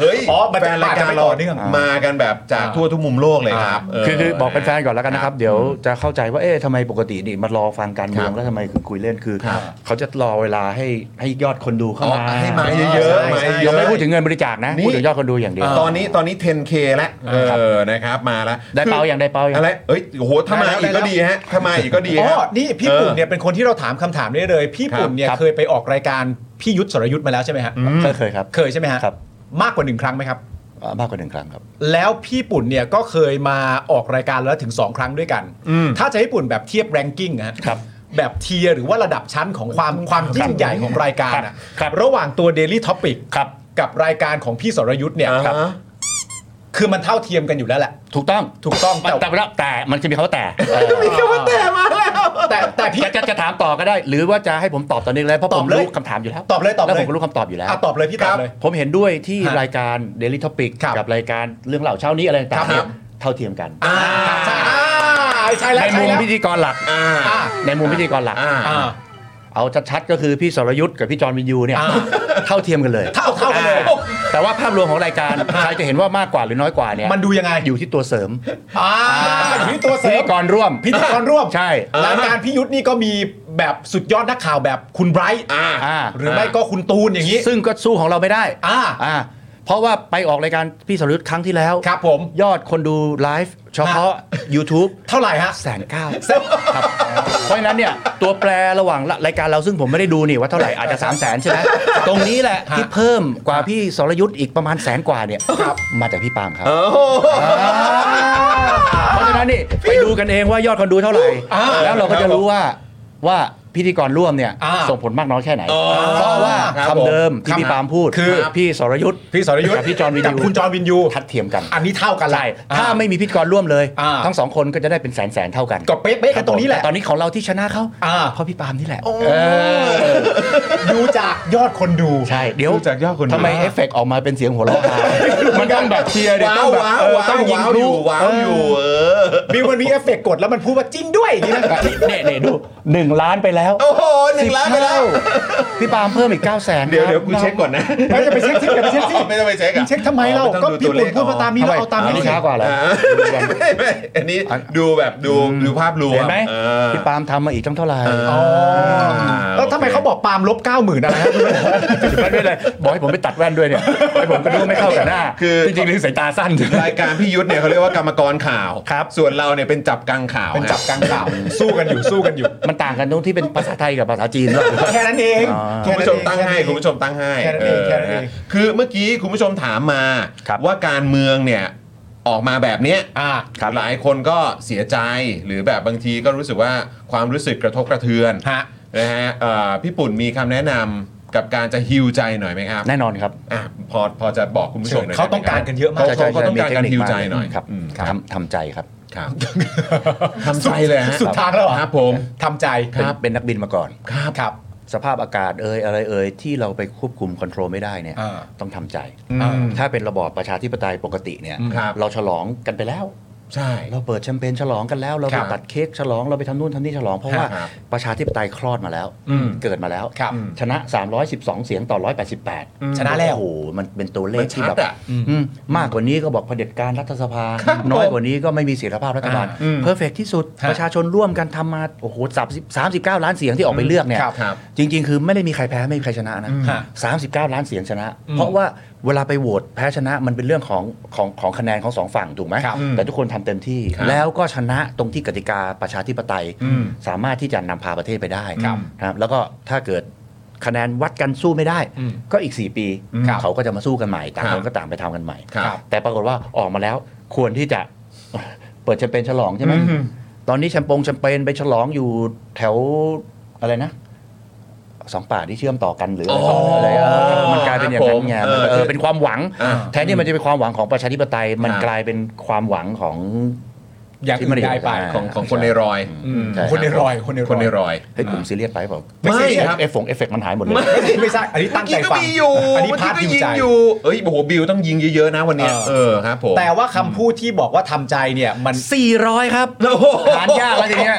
Speaker 1: เฮ้ย
Speaker 3: อ๋อมัน
Speaker 1: แฟ
Speaker 3: จะ
Speaker 1: นรายการ
Speaker 3: ปาดกันไป
Speaker 1: เรา
Speaker 3: ต่อเนื่อง
Speaker 1: มากันแบบจาก
Speaker 3: อ่า
Speaker 1: ทั่วทุกมุมโลกเลยครับเ
Speaker 7: คือคือบอกแฟนๆก่อนแล้วกันนะครับ เดี๋ยวจะเข้าใจว่าเอ๊ะทำไมปกตินี่มารอฟังการเมื
Speaker 1: ค
Speaker 7: อ
Speaker 1: รั
Speaker 7: ง
Speaker 1: บ
Speaker 7: แล้วทำไมคือคุยเล่นคือ
Speaker 1: ครับ
Speaker 7: เขาจะรอเวลาให้ให้ยอดคนดูเข้า
Speaker 1: อ๋อ
Speaker 7: มา
Speaker 1: ให้มาเยอะๆ
Speaker 7: ใช่
Speaker 1: มาเยอะๆ
Speaker 7: เราไม่พูดถึงเงินบริจาคนะ
Speaker 1: นี่
Speaker 7: พูดถึงยอดคนดูอย่างเดียว
Speaker 1: ตอนนี้ตอนนี้ 10K แล้วเออนะครับมาแล้ว
Speaker 7: ได้เป้าอย่างได้เป้าอย่าง
Speaker 1: อะไรเอ้ยโอ้โหถ้ามาอีกก็ดีฮะถ้ามาอีกก็ดี
Speaker 3: อ๋
Speaker 1: ฮะ
Speaker 3: อนี่พี่ปุ่นเนี่ยเป็นคนที่เราถามคำถามได้เลย พี่ปุ่นเนี่ย
Speaker 7: ครับ
Speaker 3: เคยไปออกรายการพี่ยุทธสรยุทธมาแล้วใช่ไหมฮะ
Speaker 7: เคยเคยครับ
Speaker 3: เคยใช่ไหมฮะ
Speaker 7: ครับ
Speaker 3: มากกว่าหนึ่งครั้งไหมครับ
Speaker 7: เอ่อมากกว่าหนึ่งครั้งครับ
Speaker 3: แล้วพี่ปุ่นเนี่ยก็เคยมาออกรายการแล้วถึง 2 ครั้งด้วยกัน
Speaker 1: อืม
Speaker 3: ถ้าจะให้ปุ่นแบบเทียบแรงกิ้งอะฮะ
Speaker 7: ครับ
Speaker 3: แบบเทียร์หรือว่าระดับชั้นของความความยิ่งใหญ่ของรายการอะ
Speaker 7: ครับ
Speaker 3: ระหว่างตัว Daily Topic
Speaker 7: ครับ
Speaker 3: กับรายการของพี่สรยุทธ์เนี่ย
Speaker 1: อ่าฮะ
Speaker 3: คือมันเท่าเทียมกันอยู่แล้วแหละ
Speaker 7: ถูกต้อง
Speaker 3: ถูกต้องแต่
Speaker 7: แต่แต่แต่มันจะมีคำว่าแต่เออ
Speaker 3: แต่แต่พี่
Speaker 7: จะจะจะถามต่อก็ได้ หรือว่าจะให้ผมตอบตอนนี้เลยเพราะ
Speaker 3: ต
Speaker 7: ผ
Speaker 3: อบ
Speaker 7: ม
Speaker 3: เลย
Speaker 7: รู้คำถามอยู่แล้ว
Speaker 3: ตอบเลยตอบ
Speaker 7: แล้ว
Speaker 3: เลย
Speaker 7: ผมก็รู้คำตอบอยู่แล้ว
Speaker 3: อ่ะตอบเลยพี่ตอบเลย
Speaker 7: ผมเห็นด้วยที่
Speaker 3: ฮะ
Speaker 7: รายการ Daily Topic
Speaker 3: ครับ
Speaker 7: กับรายการเรื่องเหล่าเช้านี้อะไร
Speaker 3: ครั
Speaker 7: ต่า
Speaker 3: บ
Speaker 7: งๆเนี่ยเท่าเทียมกัน
Speaker 1: อ่า
Speaker 3: ใช่ใช่แล้ว
Speaker 7: ใน
Speaker 3: ใช่
Speaker 7: มุม
Speaker 3: แล้ว
Speaker 7: พิธีกรหลัก
Speaker 1: อ่า
Speaker 3: อ่า
Speaker 7: ในมุมพิธีกรหลัก
Speaker 1: อ่า
Speaker 3: อ่า
Speaker 7: เอาชัดๆก็คือพี่สรยุทธ์กับพี่จอห์นวินยูเนี่ย
Speaker 3: อ่า
Speaker 7: เท่าเทียมกันเลย
Speaker 3: เท่าเท่ากันเลย
Speaker 7: แต่ว่าภาพรวมของรายการใครจะเห็นว่ามากกว่าหรือน้อยกว่าเนี่ย
Speaker 3: มันดูยังไง
Speaker 7: อยู่ที่ตัวเสริม
Speaker 3: อ่าอยู่ที่ตัวเสริ
Speaker 7: พิ
Speaker 3: ม
Speaker 7: ธีกรร่วม
Speaker 3: พิธีกรร่วม
Speaker 7: ใช่
Speaker 3: รายการพิยุทธ์นี่ก็มีแบบสุดยอดนักข่าวแบบคุณไบรท์
Speaker 1: อ่า
Speaker 7: อ่า
Speaker 3: หรือไม่ก็คุณตูนอย่างนี้
Speaker 7: ซึ่งก็สู้ของเราไม่ได้
Speaker 3: อ่า
Speaker 7: อ่าเพราะว่าไปออกรายการพี่สรยุทธ์ครั้งที่แล้ว
Speaker 3: ครับผม
Speaker 7: ยอดคนดูไลฟ์เฉพาะ YouTube
Speaker 3: เท่าไหร่ฮะ
Speaker 7: แสนเก้าครับ เพราะฉะนั้นเนี่ยตัวแปรระหว่างรายการเราซึ่งผมไม่ได้ดูนี่ว่าเท่าไหร่อาจจะ3 0 0แสนใช่ไหมตรงนี้แหละที่เพิ่มกว่าพี่สรยุทธ์อีกประมาณแสนกว่าเนี่ยมาจากพี่ปาล์มครับเพราะฉะนั้นนี่ไปดูกันเองว่ายอดคนดูเท่าไหร่ แล้วเราก็จะรู้ว่าว่า พิธีกรร่วมเนี่ย
Speaker 3: อ่า
Speaker 7: ส่งผลมากน้อยแค่ไหน
Speaker 3: อ๋อ
Speaker 7: เพราะว่า
Speaker 3: ครับ
Speaker 7: คำเดิมที่พี่ปาล์มพูด
Speaker 3: คือ
Speaker 7: พี่สรยุทธ์
Speaker 3: พี่สรยุทธ์
Speaker 7: กับพี่จอห์นวิน
Speaker 3: กับ
Speaker 7: ยู
Speaker 3: คุณจอห์นวินยู
Speaker 7: ทัดเทียมกัน
Speaker 3: อันนี้เท่ากันละ
Speaker 7: ใช่ถ้า
Speaker 3: อ่
Speaker 7: ไม่มีพิธีกรร่วมเลย
Speaker 3: อ่า
Speaker 7: ทั้งสองคนก็จะได้เป็นแสนแสนๆเท่ากัน
Speaker 3: ก็เป๊ะๆกันตรงนี้แหละ
Speaker 7: ต่ตอนนี้ของเราที่ชนะเขา
Speaker 3: อ่า
Speaker 7: เพราะพี่ปาล์มนี่แหละ
Speaker 3: เออดูจากยอดคนดู
Speaker 7: ใช่ เดี๋ยว
Speaker 1: ดูจากยอดคนดู
Speaker 7: ทำไมเอฟเฟกต์ออกมาเป็นเสียงหัว เราะมามันต้องแบบเชียร์เดี๋ยว
Speaker 1: ว้า
Speaker 7: ต้อ
Speaker 1: ว
Speaker 7: งแบบ
Speaker 1: ว้าว
Speaker 7: เออ
Speaker 1: ว้าว
Speaker 7: ต้อง
Speaker 1: ว้าวอยู่ว้าวอ
Speaker 7: ยิงพลุ
Speaker 1: ยู่เออ
Speaker 3: มีมันมีเอฟเฟกต์กดแล้วมันพูดว่าจริงด้วยอย่างนี้นะ
Speaker 7: เนี่ยเนี่ยดูหนึ่งล้านไปแล้ว
Speaker 1: โอ้โหหนึ่งล้านไปแล้ว
Speaker 7: 15พี่ปาล์มเพิ่มอีก9ก้าแสน
Speaker 1: เดี๋ยวเดี๋ยวกูเช็คก่อนนะ
Speaker 3: ไม่จะไปเช็คสิอย่าไปเช็คสิ
Speaker 1: ไม่ต้องไปเช็คอะ
Speaker 3: เช็คทำไมเรา
Speaker 1: อ๋อไม่ต้
Speaker 3: ก็
Speaker 1: องดู
Speaker 3: พี่
Speaker 1: ตัวเล
Speaker 3: ปุ่น
Speaker 1: ข
Speaker 3: พูดมาตามนี้เราเอาตามนี้
Speaker 7: นี้
Speaker 3: สิ
Speaker 7: ช้ากว่าเหรอ
Speaker 1: อ่าไม่ไม่อันนี้ดูแบบดูดูภาพรวม
Speaker 7: เห็นไหม
Speaker 1: ออ
Speaker 7: พี่ปาล์มทำมาอีกตั้งเท่าไหร่
Speaker 3: อ๋อแล้วทำไมเขาบอกปาล์มลบ 9 0,000อะไรครับคุณผู้ชม
Speaker 7: ไม่เป็นไรบอกให้ผมไปตัดแว่นด้ว ยเนี่ยให้ผมก็ดูไม่เข้ากับหน้า
Speaker 1: คือ
Speaker 7: จริงๆลืมสายตาสั้น
Speaker 1: รายการพี่ยุทธเนี่ยเขาเรียกว่ากรรมกรข่าว
Speaker 7: ครับ
Speaker 1: ส่วนเราเนี่ยเป็นจับกังข่าว
Speaker 3: เป็นจับ
Speaker 1: ฮะ
Speaker 3: กลางข่าวสู้กันอยู่สู้กันอยู่
Speaker 7: มันต่างกันตรงที่เป็นภาษาไทยกับภาษาจีนด้วย
Speaker 3: แค่นั้นเอง
Speaker 7: อ๋อ
Speaker 1: คุณผู้ชมตั้งให้
Speaker 3: แค่นั้นเอ
Speaker 1: คุณผู้ชมตั้งให้
Speaker 3: แค่นั้นเองแค่นั้นเอง
Speaker 1: นะคือเมื่อกี้คุณผู้ชมถามมา
Speaker 7: ครับ
Speaker 1: ว่าการเมืองเนี่ยออกมาแบบเนี้ย
Speaker 3: อ่า
Speaker 7: ครับ
Speaker 1: หลายคนก็เสียใจหรือแบบบางทีก็รู้สึกว่าความรู้สึกกระทบกระเทือน
Speaker 3: ฮะ
Speaker 1: นะฮะเอ่อพี่ปุ่นมีคำแนะนำกับการจะฮิวใจหน่อยไหมครับ
Speaker 7: แน่นอนครับ
Speaker 1: อ่ะพอพอจะบอกคุณผู้ชมหน่อย
Speaker 3: เขาต้องการกันเยอะมาก
Speaker 1: เขาเขาเขาต้องการการ
Speaker 7: มีเทคนิ
Speaker 1: ฮิวใจหน่อย
Speaker 7: ครับ
Speaker 1: อืม
Speaker 7: ทำทำใจครับ
Speaker 1: ครับทำใจเลยฮะ
Speaker 3: สุดทางแล้วเหรอ
Speaker 1: ครับผม
Speaker 3: ทำใจ
Speaker 7: เป็นเป็นนักบินมาก่อน
Speaker 3: ครับครับ
Speaker 7: สภาพอากาศเอ่ยอะไรเอ่ยที่เราไปควบคุมคอนโทรลไม่ได้เนี่ย
Speaker 3: อ่า
Speaker 7: ต้องทำใจ
Speaker 1: อืม
Speaker 7: ถ้าเป็นระบอบประชาธิปไตยปกติเนี่ย
Speaker 1: ครับ
Speaker 7: เราฉลองกันไปแล้ว
Speaker 1: ใช่
Speaker 7: เราเปิดแชมเปญฉลองกันแล้ว เรา
Speaker 1: ค
Speaker 7: ไป
Speaker 1: รับ
Speaker 7: ตัดเค้กฉลองเราไปทำนู่นทำนี่ฉลอง เพราะว่า
Speaker 1: ครับ
Speaker 7: ประชาธิปไตยคลอดมาแล้ว
Speaker 3: อืม
Speaker 7: เกิดมาแล้ว
Speaker 3: ครับ
Speaker 7: ชนะ 312 เสียงต่อ 188
Speaker 3: ชนะแล้ว
Speaker 7: โอ้โหมันเป็นตัวเล
Speaker 1: มัน
Speaker 7: ข
Speaker 1: ชัด
Speaker 7: ที่แบบ
Speaker 1: อะ
Speaker 7: อืมมากกว่านี้ก็บอกเผด็จการรัฐสภา น้อยกว่านี้ก็ไม่มีเสถียรภาพรัฐบาล
Speaker 1: อืม
Speaker 7: เพอร์เฟกที่สุด ประชาชนร่วมกันทำมาโอ้โห30 39 ล้านเสียงที่ออกไปเลือกเนี่ย
Speaker 3: ครับ
Speaker 1: ครับ
Speaker 7: จริงๆ คือไม่ได้มีใครแพ้ไม่มีใครชนะนะ
Speaker 3: อืมฮะ
Speaker 7: 39 ล้านเสียงชนะ เพราะว่าเวลาไปโหวตแพ้ชนะมันเป็นเรื่องของของของคะแนนของสองฝั่งถูกไหม
Speaker 3: ครับ
Speaker 7: แต่ทุกคนทำเต็มที่
Speaker 1: ครับ
Speaker 7: แล้วก็ชนะตรงที่กติกาประชาธิปไตย
Speaker 1: อืม
Speaker 7: สามารถที่จะนำพาประเทศไปได้
Speaker 3: ครับ
Speaker 7: ครับแล้วก็ถ้าเกิดคะแนนวัดกันสู้ไม่ได้
Speaker 3: อืม
Speaker 7: ก็อีก 4 ปี
Speaker 3: ครับ
Speaker 7: เขาก็จะมาสู้กันใหม่ต่าง
Speaker 1: ครับ
Speaker 7: คนก็ต่างไปทำกันใหม่
Speaker 1: ครับ
Speaker 7: แต่ปรากฏว่าออกมาแล้วควรที่จะเปิดแชมเปญฉลองใช่ไหมตอนนี้แชมปงแชมเปญไปฉลองอยู่แถวอะไรนะ สองป่าที่เชื่อมต่อกันหรืออะไร
Speaker 1: อ๋อ
Speaker 7: อะไรเออมันกลายเป็นอย่างนั้นไง
Speaker 1: ครับผม
Speaker 7: มัน
Speaker 1: เอ
Speaker 7: เอ
Speaker 1: อ
Speaker 7: อเป็นความหวัง
Speaker 1: อ่า
Speaker 7: แทนที่มันจะเป็นความหวังของประชาธิปไตย มัน
Speaker 1: อ่าก
Speaker 7: กลายเป็นความหวังของ
Speaker 3: อย่างอื่นได้ไป
Speaker 7: อ่า
Speaker 1: ของของคนในรอย
Speaker 3: อืม
Speaker 7: ใช่ครับ
Speaker 3: คนในรอยคนในรอย
Speaker 1: คนในรอย
Speaker 7: เฮ้ยผมซีเรียสไปเปล่า
Speaker 1: ไม่ครับ
Speaker 7: เอฟฟงเอฟเฟกต์มันหายหมดเลย
Speaker 3: ไม่ใช่ไม่ใช่อันนี้ตั้ง
Speaker 1: เมื่อกี้ก็
Speaker 3: ใจฟัง
Speaker 1: มีอยู่
Speaker 3: อัน
Speaker 1: เมื่
Speaker 3: นี้
Speaker 1: อ
Speaker 3: พา
Speaker 1: กี้ก็
Speaker 3: ร์ทฮิว
Speaker 1: ยิ
Speaker 3: ใจ
Speaker 1: งอยู่ เอ้ยโอ้โหบิวต้องยิงเยอะ ๆ นะวันเนี้ย
Speaker 3: เออ
Speaker 1: เออครับผม
Speaker 3: แต่ว่าคำพูดที่บอกว่าทำใจเนี่ยมัน
Speaker 7: 400 ครับ
Speaker 1: โอ้โห
Speaker 7: หารยากแล้วทีเนี้ย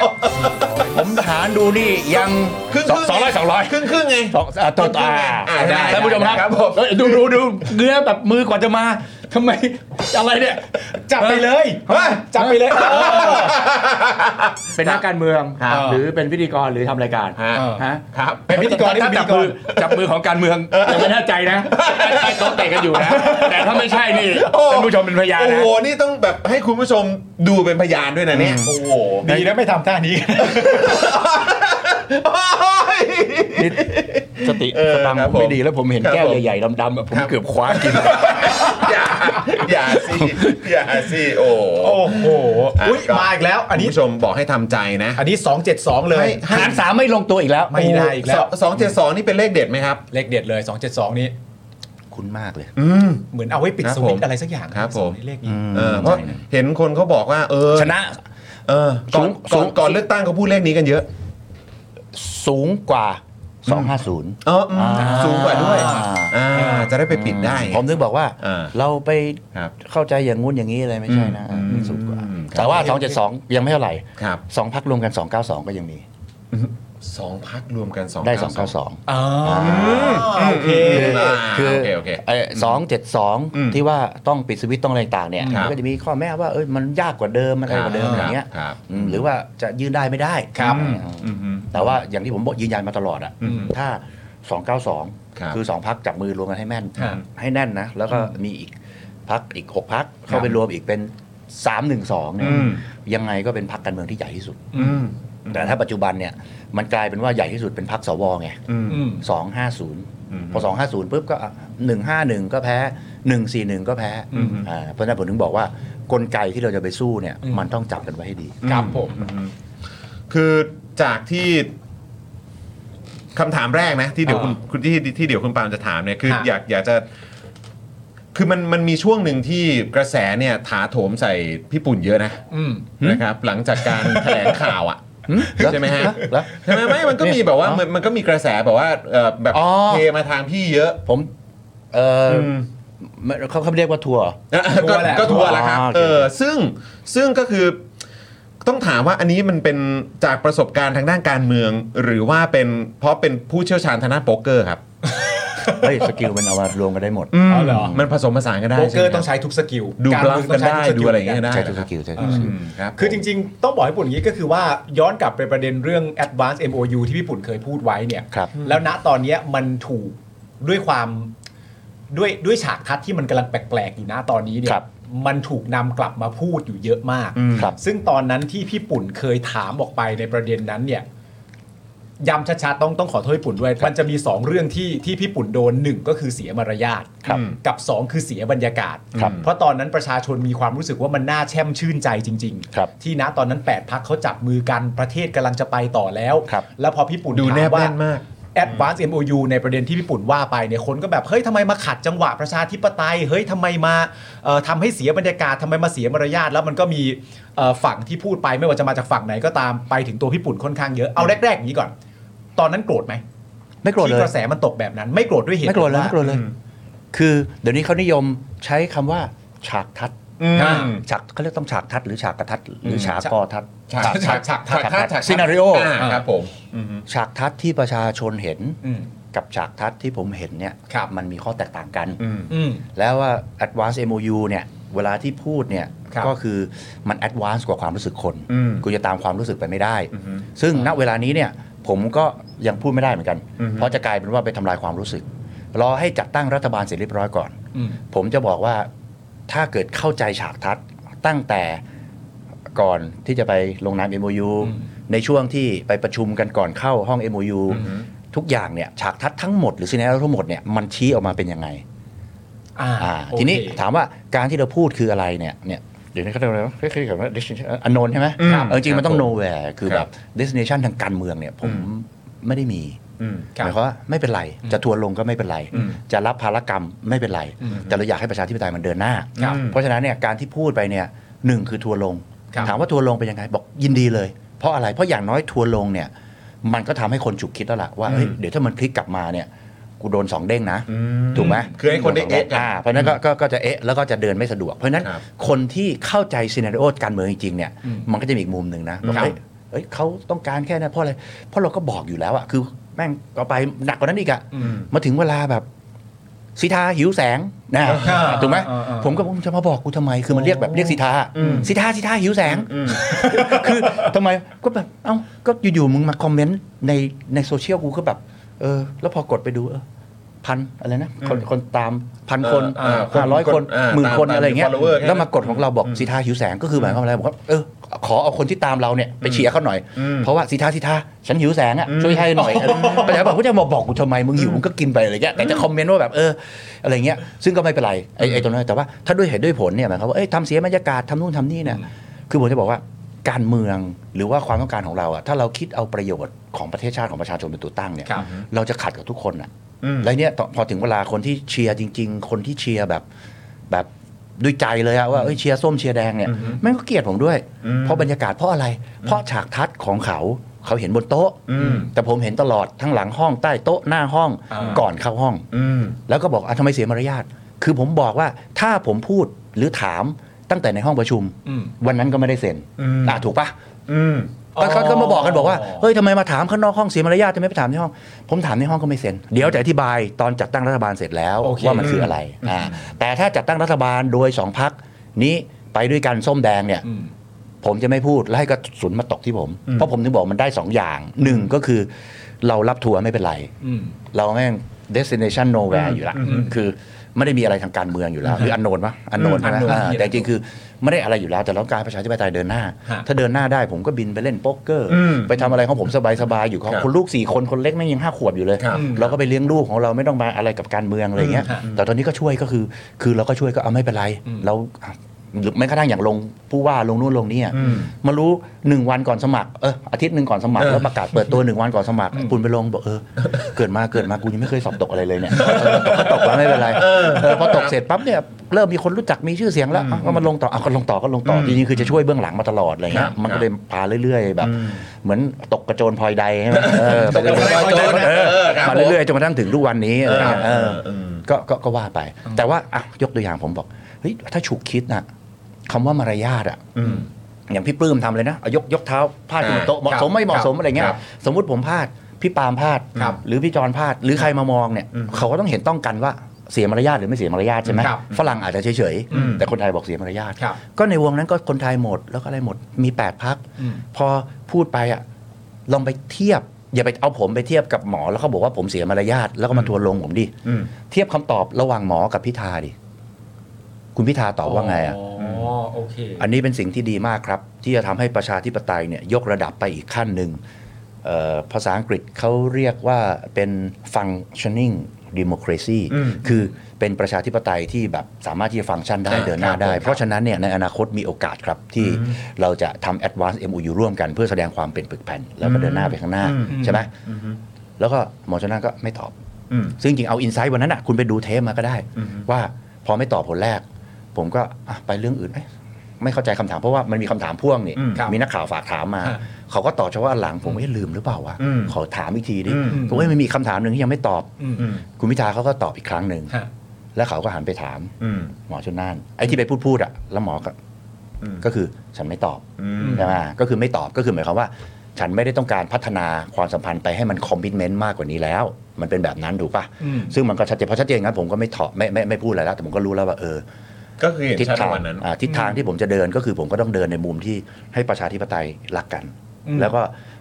Speaker 7: ผมหารดูนี่ยัง
Speaker 1: ครึ่ง
Speaker 7: สองสองร้อยสองร้อย
Speaker 1: ครึ่งครึ่งๆไง
Speaker 7: สองอ่าตัวอ่า
Speaker 1: อ่าได้
Speaker 7: ท่านผู้ชม
Speaker 1: ได้ค
Speaker 7: ค
Speaker 1: รั
Speaker 7: รั
Speaker 1: บบ ผม
Speaker 7: เอ้ยดูดูดูเนื้อแบบมือกว่าจะมาทำไมอะไรเนี่ย
Speaker 3: จับไปเลย
Speaker 1: เฮ้ย
Speaker 3: จับไปเลยเออ
Speaker 7: เป็นนักการเมือง
Speaker 3: ครับ
Speaker 7: หรือเป็นพิธีกรหรือทำรายการ
Speaker 1: ฮะ
Speaker 7: ฮะ
Speaker 1: ครับ
Speaker 3: เป็นพิธีกร
Speaker 7: ตอนนี้
Speaker 3: เป็นพิธี
Speaker 7: จับ
Speaker 3: กร
Speaker 7: มือจับมือของการเมืองยังไม่แน่ใจนะไอ้เขาเตะกันอยู่นะ แต่ถ้าไม่ใช่นี่ท่านผู้ชมเป็นพยาน
Speaker 1: โอ้
Speaker 7: นะ
Speaker 1: โห นี่ต้องแบบให้คุณผู้ชมดูเป็นพยานด้วยนะเนี่ย โอ้โห
Speaker 3: ดีนะไม่ทำท่านี้
Speaker 1: โอ้ย
Speaker 7: นิดสติ
Speaker 1: เออ
Speaker 7: สตังค์
Speaker 1: ครับ
Speaker 7: ผม
Speaker 1: ผม
Speaker 7: ไม่ดีแล้วผมเห็น
Speaker 1: ครับ
Speaker 7: แก้ว
Speaker 1: ผม
Speaker 7: ใหญ่ๆดำๆอะผม
Speaker 1: ครับ
Speaker 7: เกือบคว้ากิน
Speaker 1: อย่าอย่าสิอย่าสิโอ้
Speaker 3: โอ้โหอุ้ยมาอีกแล้ว อัน
Speaker 1: คุ
Speaker 3: นี้
Speaker 1: ณผู้ชมบอกให้ทำใจนะ
Speaker 3: อันนี้ 272 เลย
Speaker 7: หารสามไม่ลงตัวอีกแล้ว
Speaker 3: ไม่ได้อีกแล้ว
Speaker 1: สองเจ็ดสองนี่เป็นเลขเด็ดไหมครับ
Speaker 3: เลขเด็ดเลย 272 นี้
Speaker 7: คุณมากเลย
Speaker 1: อืม
Speaker 3: เหมือนเอาไว้ปิด
Speaker 1: ครับ
Speaker 3: สวิต
Speaker 1: ผ
Speaker 3: ช์
Speaker 1: ม
Speaker 3: อะไรสักอย่าง
Speaker 1: ครับผม
Speaker 3: เลขนี้
Speaker 1: เออเพราะเห็นคนเขาบอกว่าเออ
Speaker 7: ชนะ
Speaker 1: เออก่อนก่
Speaker 7: สู
Speaker 1: อน
Speaker 7: ง
Speaker 1: ก่อนเลือกตั้งเขาพูดเลขนี้กันเยอะ
Speaker 7: สูงกว่า 250
Speaker 1: เอออืม
Speaker 7: อ่า
Speaker 1: สูงกว่าด้วยอ่าจะได้ไปปิดได้ไง
Speaker 7: ผมถึงบอกว่า
Speaker 1: อ่า
Speaker 7: เราไป
Speaker 1: ครับ
Speaker 7: เข้าใจอย่างงู้นอย่างนี้อะไรไม่ใช่นะ
Speaker 1: อืม
Speaker 7: มันสูงกว่า
Speaker 1: อืมครับ
Speaker 7: แต่ว่า 272 ยังไม่เท่าไหร่
Speaker 1: ครับ
Speaker 7: สองพักรวมกัน 292 ก็ยังมี
Speaker 1: สองพักรวมกันสอง
Speaker 7: ได้
Speaker 1: เก้า
Speaker 7: 292
Speaker 3: อ๋อโอเค
Speaker 1: า
Speaker 7: คือ
Speaker 1: โอเคโอเค
Speaker 7: ไอ้สองเจ็ดสอง
Speaker 1: อืม
Speaker 7: ที่ว่าต้องปิดสวิตช์ต้องอะไรต่างเนี่ย
Speaker 1: ครับ
Speaker 7: มันก็จะมีข้อแม้ว่าเอ้ยมันยากกว่าเดิมมันอะไรกว่าเดิมอย่างเงี้ย
Speaker 1: ครับ
Speaker 7: อืมหรือว่าจะยื่นได้ไม่ได้
Speaker 3: ครับ
Speaker 7: อืม
Speaker 1: อืมอืม
Speaker 7: แต่ว่าอย่างที่ผมบอกยืนยันมาตลอดอะ
Speaker 1: อืม
Speaker 7: ถ้า 292
Speaker 1: ครับ
Speaker 7: คือ 2พักจับมือรวมกันให้แม่น
Speaker 3: ครับ
Speaker 7: ให้แน่นนะ แล้วก็มีอีกพักอีก 6พักเข้าไปรวมอีกเป็น 312เนี่ย
Speaker 1: อืม
Speaker 7: ยังไงก็เป็นพักการเมืองที่ใหญ่ที่สุด
Speaker 1: อืม
Speaker 7: แต่ถ้าปัจจุบันเนี่ยมันกลายเป็นว่าใหญ่ที่สุดเป็นพักสวไง
Speaker 1: อืม
Speaker 3: อืม
Speaker 1: อืม
Speaker 7: 250 พอ 250ปุ๊บก็อ่ะ151 ก็แพ้ 141 ก็แพ้
Speaker 1: อืม
Speaker 7: อ่าเพราะฉะนั้นผมถึงบอกว่ากลไกที่เราจะไปสู้เนี่ย
Speaker 3: อืม
Speaker 7: มันต้องจับกันไว้ให้ดี
Speaker 3: ครับผม
Speaker 1: คือจากที่ คำถามแรกนะที่เดี๋ยวคุณคุณที่ที่เดี๋ยวคุณปาล์มจะถามเนี่ยคือ
Speaker 3: ฮะ
Speaker 1: อยากอยากจะ คือมันมันมีช่วงหนึ่งที่กระแสเนี่ยถาโถมใส่พี่ปุ่นเยอะนะ
Speaker 3: อืม
Speaker 1: นะครับ หลังจากการ แถลงข่าวอ่ะใช่ไหมฮะ
Speaker 7: เหรอ
Speaker 1: ใช่ไหมไม่มันก็มีแบบว่ามันมันก็มีกระแสแบบว่าเอ่อแบบ
Speaker 7: อ๋อ
Speaker 1: เทมาทางพี่เยอะ
Speaker 7: ผมเออ
Speaker 1: ม
Speaker 7: ไม่เขาเขาเรียกว่าทัวร์
Speaker 1: ก็
Speaker 3: ทัวร์แหละ
Speaker 1: ก็ทัวร์แหละครับ
Speaker 7: อ๋อโอเค
Speaker 1: เออซึ่งซึ่งก็คือต้องถามว่าอันนี้มันเป็นจากประสบการณ์ทางด้านการเมือง หรือว่าเป็นเพราะเป็นผู้เชี่ยวชาญทางด้านโป๊กเกอร์ครับ
Speaker 7: เฮ้ยสกิลมันเอามารวมกันได้หมด
Speaker 3: อ๋อเหรอ
Speaker 1: มันผสมผสานกันได้
Speaker 3: โบรกเกอร์ต้อง
Speaker 1: ใช่ไหมคบ
Speaker 3: ใช้ทุกสกิล
Speaker 1: ดู
Speaker 3: าร
Speaker 1: บลัฟ
Speaker 3: เมืองต้
Speaker 1: กั
Speaker 3: อน งใช้
Speaker 1: ได้
Speaker 3: ทุส
Speaker 1: ดู
Speaker 3: กิล
Speaker 1: อะไรอย่างเงี้ยได้
Speaker 7: ใช้ทุก
Speaker 1: นะ
Speaker 7: ส
Speaker 1: รับ
Speaker 7: กิลใช้ทุ
Speaker 3: อื
Speaker 7: กสกิล
Speaker 3: ม
Speaker 1: มครับ
Speaker 3: คือจริงๆ ต้องบอกให้ปุ่นอย่างนี้ก็คือว่าย้อนกลับไปประเด็นเรื่อง Advance MOU ที่พี่ปุ่นเคยพูดไว้เนี่ย
Speaker 7: ครับ
Speaker 3: แล้วณตอนเนี้ยมันถูกด้วยความด้วยด้วยฉากทัศน์ที่มันกำลังแปลกๆ อยู่นะตอนนี้เนี่
Speaker 7: ค
Speaker 3: ย
Speaker 7: รับ
Speaker 3: มันถูกนำกลับมาพูดอยู่เยอะมาก
Speaker 7: ครับ
Speaker 3: ซึ่งตอนนั้นที่พี่ปุ่นเคยถามออกไปในประเด็นนั้นเนี่ยย้ำชัดๆต้องต้องขอโทษพี่ปุ่นด้วย มันจะมี 2 เรื่องที่ที่พี่ปุ่นโดนหนึ่งก็คือเสียมารยาท
Speaker 7: ครับ
Speaker 3: กับ 2 คือเสียบรรยากาศ
Speaker 7: ครับ
Speaker 3: เพราะตอนนั้นประชาชนมีความรู้สึกว่ามันน่าแช่มชื่นใจจริง
Speaker 7: ครับ
Speaker 3: ที่นะตอนนั้น 8พักเขาจับมือกันประเทศกำลังจะไปต่อแล้ว
Speaker 7: ครับ
Speaker 3: แล้วพอพี่ปุ่น
Speaker 1: ดู
Speaker 3: ถา
Speaker 1: แน
Speaker 3: ม
Speaker 1: บ
Speaker 3: ว่า
Speaker 1: แน่นมาก
Speaker 3: Advance MOU ในประเด็นที่พี่ปุ่นว่าไปเนี่ยคนก็แบบ เฮ้ยทำไมมาขัดจังหวะประชาธิปไตย เฮ้ยทำไมมาเอ่อทำให้เสียบรรยากาศทำไมมาเสียมารยาท แล้วมันก็มีเอ่อฝั่งที่พูดไปไม่ว่าจะมาจากฝั่งไหนก็ตามไปถึงตัวพี่ปุ่นค่อนข้างเยอะเอาแรกๆอย่างนี้ก่อน ตอนนั้นโกรธไหม
Speaker 7: ไม่โกรธเล
Speaker 3: ที่
Speaker 7: ย
Speaker 3: กระแสมันตกแบบนั้น ไม่โกรธด้วยเหตุ
Speaker 7: ไม่โกรธเลย
Speaker 3: ว่า
Speaker 7: ไม่โกรธเลย คือเดี๋ยวนี้เขานิยมใช้คำว่าฉากทัด
Speaker 1: อืม
Speaker 7: ฉากเขาเรียกต้องฉากทัดหรือฉากกระทัดหรือฉากกอทัด
Speaker 1: ฉากฉากฉากฉากทัดฉากทัด
Speaker 7: ซีนาริโอ
Speaker 1: อ่าครับผมอืม
Speaker 7: ฉากทัดที่ประชาชนเห็น
Speaker 3: อืม
Speaker 7: กับฉากทัดที่ผมเห็นเนี่ย
Speaker 3: ครับ
Speaker 7: มันมีข้อแตกต่างกัน
Speaker 1: อืม
Speaker 3: อืม
Speaker 7: แล้วว่า advance MOU เนี่ย เวลาที่พูดเนี่ย
Speaker 3: ครับ
Speaker 7: ก็คือมัน advance กว่าความรู้สึกคน
Speaker 1: อืม
Speaker 7: กูจะตามความรู้สึกไปไม่ได้
Speaker 1: อือฮึ
Speaker 7: ซึ่งณเวลานี้เนี่ย ผมก็ยังพูดไม่ได้เหมือนกัน
Speaker 1: อือฮึ
Speaker 7: เพราะจะกลายเป็นว่าไปทำลายความรู้สึก รอให้จัดตั้งรัฐบาลเสร็จเรียบร้อยก่อน
Speaker 3: อืม
Speaker 7: ผมจะบอกว่าถ้าเกิดเข้าใจฉากทัศน์ตั้งแต่ก่อนที่จะไปลงนาม MOU ในช่วงที่ไปประชุมกันก่อนเข้าห้อง MOU ทุกอย่างเนี่ยฉากทัศน์ทั้งหมดหรือซีนาทั้งหมดเนี่ยมันชี้ออกมาเป็นยังไง
Speaker 3: อ่า
Speaker 7: อ่า
Speaker 3: โอเค
Speaker 7: ทีนี้ถามว่าการที่เราพูดคืออะไรเนี่ยเนี่ยเดี๋ยวนี้เขาเรียกอะไรวะเรียกเรียกว่า destination อันนนใช่ไหม
Speaker 1: อืม
Speaker 7: เออจริงๆมันต้อง
Speaker 1: ครับผม
Speaker 7: nowhere คือแบบ destination ทางการเมืองเนี่ยผมไม่ได้มี
Speaker 1: อืม
Speaker 7: หมายความว่าไม่เป็นไร จะทัวร์ลงก็ไม่เป็นไร
Speaker 1: อืม
Speaker 7: จะรับภารกรรมไม่เป็นไร แต่เราอยากให้ประชาธิปไตยมันเดินหน้า
Speaker 1: ครับ
Speaker 7: เพราะฉะนั้นเนี่ยการที่พูดไปเนี่ยหนึ่งคือทัวร์ลง
Speaker 1: ครับ
Speaker 7: ถามว่าทัวร์ลงเป็นยังไงบอกยินดีเลย เพราะอะไรเพราะอย่างน้อยทัวร์ลงเนี่ยมันก็ทำให้คนฉุกคิดแล้วล่ะว่าเฮ้ยเดี๋ยวถ้ามันคลิกกลับมาเนี่ยกูโดนสองเด้งนะ
Speaker 1: อื
Speaker 7: ถูกไหม
Speaker 1: คือให้คนได้เอะกัน
Speaker 7: าเพราะฉะนั้นก็ก็ก็จะเอะแล้วก็จะเดินไม่สะดวก เพราะฉะนั้น
Speaker 1: ครับ
Speaker 7: คนที่เข้าใจซีนารีโอการเมืองจริงๆเนี่ยมันก็จะมีอีกมุมหนึ่งนะบอก
Speaker 1: ครับ
Speaker 7: เอ้ยเอ้ยเขาต้องการแค่นั้นเพราะอะไรเพราะเราก็บอกอยู่แล้วอะคือแม่งก็ไปหนักกว่านั้นอีกอะ
Speaker 1: อืม
Speaker 7: มาถึงเวลาแบบสีทาหิวแสงนะ
Speaker 3: อ่า
Speaker 7: ถูกไหม
Speaker 3: อ่าอ่า
Speaker 7: ผมก็ผมจะมาบอกกูทำไมคือมันเรียกแบบเรียกสีทาสีทาสีทาหิวแสง
Speaker 1: อืม
Speaker 7: คือทำไมก็แบบเอ้าก็อยู่ๆมึงมาคอมเมนต์ในในโซเชียลกูก็แบบ เออ แล้วพอกดไปดูเออพันอะไรนะ คนคนตามพันคน
Speaker 1: เออเออคน
Speaker 7: ร้อยค
Speaker 1: คน
Speaker 7: น
Speaker 1: เออ
Speaker 7: หมื่น
Speaker 1: ตาม
Speaker 7: คน
Speaker 1: ตาม
Speaker 7: อะไรอย่างเงี้ย
Speaker 1: follower
Speaker 7: แล้วมากดของเราบอกสีทาหิวแสงก็คือหมายความอะไรบอกว่าเออขอเอาคนที่ตามเราเนี่ยไปเชียร์เขาหน่อย
Speaker 1: อืม
Speaker 7: เพราะว่าสีทาสีทาฉันหิวแสงอ่ะช่วยให้หน่อยแต่แล้วบอก กูจะมาบอกกูทำไมมึงหิวมึงก็กินไปอะไรเงี้ยแต่จะคอมเมนต์ว่าแบบเอออะไรเงี้ยซึ่งก็ไม่เป็นไรไอ้ไอ้ตรงนั้นแต่ว่าถ้าด้วยเหตุด้วยผลเนี่ยหมายความว่าเอ้ยทำเสียบรรยากาศทำนู่นทำนี่เนี่ย คือผมจะบอกว่าการเมืองหรือว่าความต้องการของเราอะถ้าเราคิดเอาประโยชน์ของประเทศชาติของประชาชนเป็นตัวตั้งเนี่ย
Speaker 3: ครับ
Speaker 7: เราจะขัดกับทุกคนอะ
Speaker 1: อืม
Speaker 7: แล้วเนี่ยต่อพอถึงเวลาคนที่เชียร์จริง ๆ คนที่เชียร์แบบแบบด้วยใจเลยอะว่าเอ้ยเชียร์ส้มเชียร์แดงเนี่ยแม่งก็เกลียดผมด้วย
Speaker 1: อืม
Speaker 7: เพราะบรรยากาศเพราะอะไร เพราะฉากทัศน์ของเขาเขาเห็นบนโต๊ะ
Speaker 1: อืม
Speaker 7: แต่ผมเห็นตลอดทั้งหลังห้องใต้โต๊ะหน้าห้อง
Speaker 3: อ่า
Speaker 7: ก่อนเข้าห้อง
Speaker 1: อืม
Speaker 7: แล้วก็บอกอ่ะทำไมเสียมารยาท คือผมบอกว่าถ้าผมพูดหรือถามตั้งแต่ในห้องประชุม
Speaker 3: อืม
Speaker 7: วันนั้นก็ไม่ได้เซ็น
Speaker 1: อืม
Speaker 7: อ่ะถูกปะ
Speaker 1: อืม
Speaker 7: ก็เขาก็มาบอกกันบอกว่า
Speaker 3: อ๋อ
Speaker 7: เฮ้ยทำไมมาถามข้างนอกห้องเสียมารยาททำไมไปถามในห้อง ผมถามในห้องก็ไม่เซ็น เดี๋ยวจะอธิบายตอนจัดตั้งรัฐบาลเสร็จแล้ว
Speaker 3: โอเค
Speaker 7: ว่ามันคืออะไรอ่าแต่ถ้าจัดตั้งรัฐบาลโดยสองพักนี้ไปด้วยกันส้มแดงเนี่ย
Speaker 3: อืม
Speaker 7: ผมจะไม่พูดแล้วให้กระสุนมาตกที่ผม เพราะผมถึงบอกมันได้สองอย่างหนึ่งก็คือเรารับทัวร์ไม่เป็นไร
Speaker 3: อืม
Speaker 7: เราแม่ง destination nowhere อยู่ละคือไม่ได้มีอะไรทางการเมืองอยู่แล้วหรืออันโนนปะอันโนนใช่ไหม
Speaker 3: unknown
Speaker 7: อ่า
Speaker 3: ไม่มีอะไร
Speaker 7: แต่จริงๆคือไม่ได้อะไรอยู่แล้วแต่เราต้องการประชาธิปไตยเดินหน้า
Speaker 3: ฮะ
Speaker 7: ถ้าเดินหน้าได้ผมก็บินไปเล่นโป๊กเกอร์
Speaker 1: อืม
Speaker 7: ไปทำอะไรของผมสบายๆอยู่ของ
Speaker 1: ครับ
Speaker 7: คนลูกสี่คนคนเล็กแม่งยังห้าขวบอยู่เลย
Speaker 1: ครับ
Speaker 7: เราก็ไปเลี้ยงลูกของเราไม่ต้องมาอะไรกับการเมืองอะไรเงี้ย แต่ตอนนี้ก็ช่วยก็คือ คือเราก็ช่วยก็เอาไม่เป็นไร เรา หรือแม้กระทั่งอย่างลงผู้ว่าลงนู่นลงนี่อะมารู้หนึ่งวันก่อนสมัครเอออาทิตย์หนึ่งก่อนสมัครแล้วประกาศเปิด ตัวหนึ่งวันก่อนสมัครปุณไปลงบอก เออเกิดมาเกิดมากูยังไม่เคยสอบตกอะไรเลยเนี่ยเออตกก็ตกมาไม่เป็นไรเออพอตกเสร็จปั๊บเนี่ยเริ่มมีคนรู้จักมีชื่อเสียงแล้วอ่ะก็มาลงต่ออ่ะก็ลงต่อก็ลงต่อจริงๆคือจะช่วยเบื้องหลังมาตลอดอะไรเงี้ยมันก็เลยพาเรื่อย ๆ แบบ เหมือนตกกระโจนพลอยใดใช่ไหมเออไปเรื่อยๆ
Speaker 3: โจนนะ
Speaker 7: เออ
Speaker 3: เออครับ
Speaker 7: มา
Speaker 3: ผม
Speaker 7: เรื่อยๆจนกระทั่งถึงทุกวันนี้อะไรเงี้ย
Speaker 3: เอ
Speaker 7: เอ
Speaker 3: อ
Speaker 7: อ
Speaker 3: เออ
Speaker 7: ก็ก็ก็ว่าไป แต่ว่าอ่ะยกตัวอย่างผมบอกเฮ้ยถ้าฉุกคิดนะคำว่ามารยาทอ่ะอย่างพี่ปลื้มทำเลยนะเอายกยกเท้าพาดขึ้นบนโต๊ะเหมาะสมไม่เหมาะสมอะไรเงี้
Speaker 3: ค
Speaker 7: ย
Speaker 3: รับ
Speaker 7: สมมุติผมพลาดพี่ปาล์มพลาด
Speaker 3: ครับ
Speaker 7: หรือพี่จอนพลาดหรือใครมามองเนี่ยเขาก็ต้องเห็นต้องกันว่าเสียมารยาทหรือไม่เสียมารยาทใช่ไหม
Speaker 3: ครับ
Speaker 7: ฝรั่งอาจจะเฉย
Speaker 3: อืม
Speaker 7: ๆแต่คนไทยบอกเสียมารยาท
Speaker 3: ครับ
Speaker 7: ก็ในวงนั้นก็คนไทยหมดแล้วก็อะไรหมดมีแปดพัก พอพูดไปอ่ะ ลองไปเทียบ อย่าไปเอาผมไปเทียบกับหมอแล้วเขาบอกว่าผมเสียมารยาทแล้วก็มาทวนลงผมดิ เทียบคำตอบระหว่างหมอกับพิธาดิ คุณพิธาตอบว่าไงอ่ะ
Speaker 6: อ๋อโอเค
Speaker 7: อันนี้เป็นสิ่งที่ดีมากครับ ที่จะทำให้ประชาธิปไตยเนี่ยยกระดับไปอีกขั้นหนึ่งเอ่อภาษาอังกฤษเขาเรียกว่าเป็น functioning democracy คือเป็นประชาธิปไตยที่แบบสามารถที่จะฟังก์ชันได้
Speaker 3: ครับ
Speaker 7: เดินหน้าได้
Speaker 3: ครับ
Speaker 7: เพราะฉะนั้นเนี่ยในอนาคตมีโอกาสครับที่เราจะทำ advance MOU ร่วมกัน เพื่อแสดงความเป็นปึกแผ่น แล้วก็เดินหน้าไปข้างหน้า
Speaker 3: อืม
Speaker 7: ใช่ไหมแล้วก็หมอชนน่านก็ไม่ตอบ ซึ่งจริงเอาอินไซต์วันนั้นอ่ะคุณไปดูเทปมาก็ได้ ว่าพอไม่ตอบผลแรก ผมก็อ่ะไปเรื่องอื่นเอ๊ะไม่เข้าใจคำถามเพราะว่ามันมีคำถามพ่วงนี่
Speaker 3: อืมครับ
Speaker 7: มีนักข่าวฝากถามมา
Speaker 3: ฮะ
Speaker 7: เขาก็ตอบเฉพาะอันหลังผมเอ๊ะลืมหรือเปล่าวะ
Speaker 3: อืม
Speaker 7: ขอถามอีกทีดิ
Speaker 3: อืม
Speaker 7: ผมว่ามันมีคำถามหนึ่งที่ยังไม่ตอบ คุณพิธาเขาก็ตอบอีกครั้งหนึ่ง
Speaker 3: ฮะ
Speaker 7: แล้วเขาก็หันไปถามหมอชนน่านไอ้ที่ไปพูดพูดๆอ่ะแล้วหมอก็ก็คือฉันไม่ตอบใช่ไหมก็คือไม่ตอบก็คือหมายความว่า ฉันไม่ได้ต้องการพัฒนาความสัมพันธ์ไปให้มันคอมมิชเมนต์มากกว่านี้แล้ว มันเป็นแบบนั้นถูกปะซึ่งมันก็ชัดเจนเพราะชัดเจนงั้นผมก็ไม่ถอดไม่ไม่ไม่พูดอะไรแล้วแต่ผมก็รู้แล้วว่าเออ
Speaker 1: ก็คือเห็น
Speaker 7: ทิศ
Speaker 1: ชัดใน
Speaker 7: ทาง
Speaker 1: วันนั้น
Speaker 7: อ่าทิศทางที่ผมจะเดินก็คือผมก็ต้องเดินในมุมที่ให้ประชาธิปไตยรักกัน แล้วก็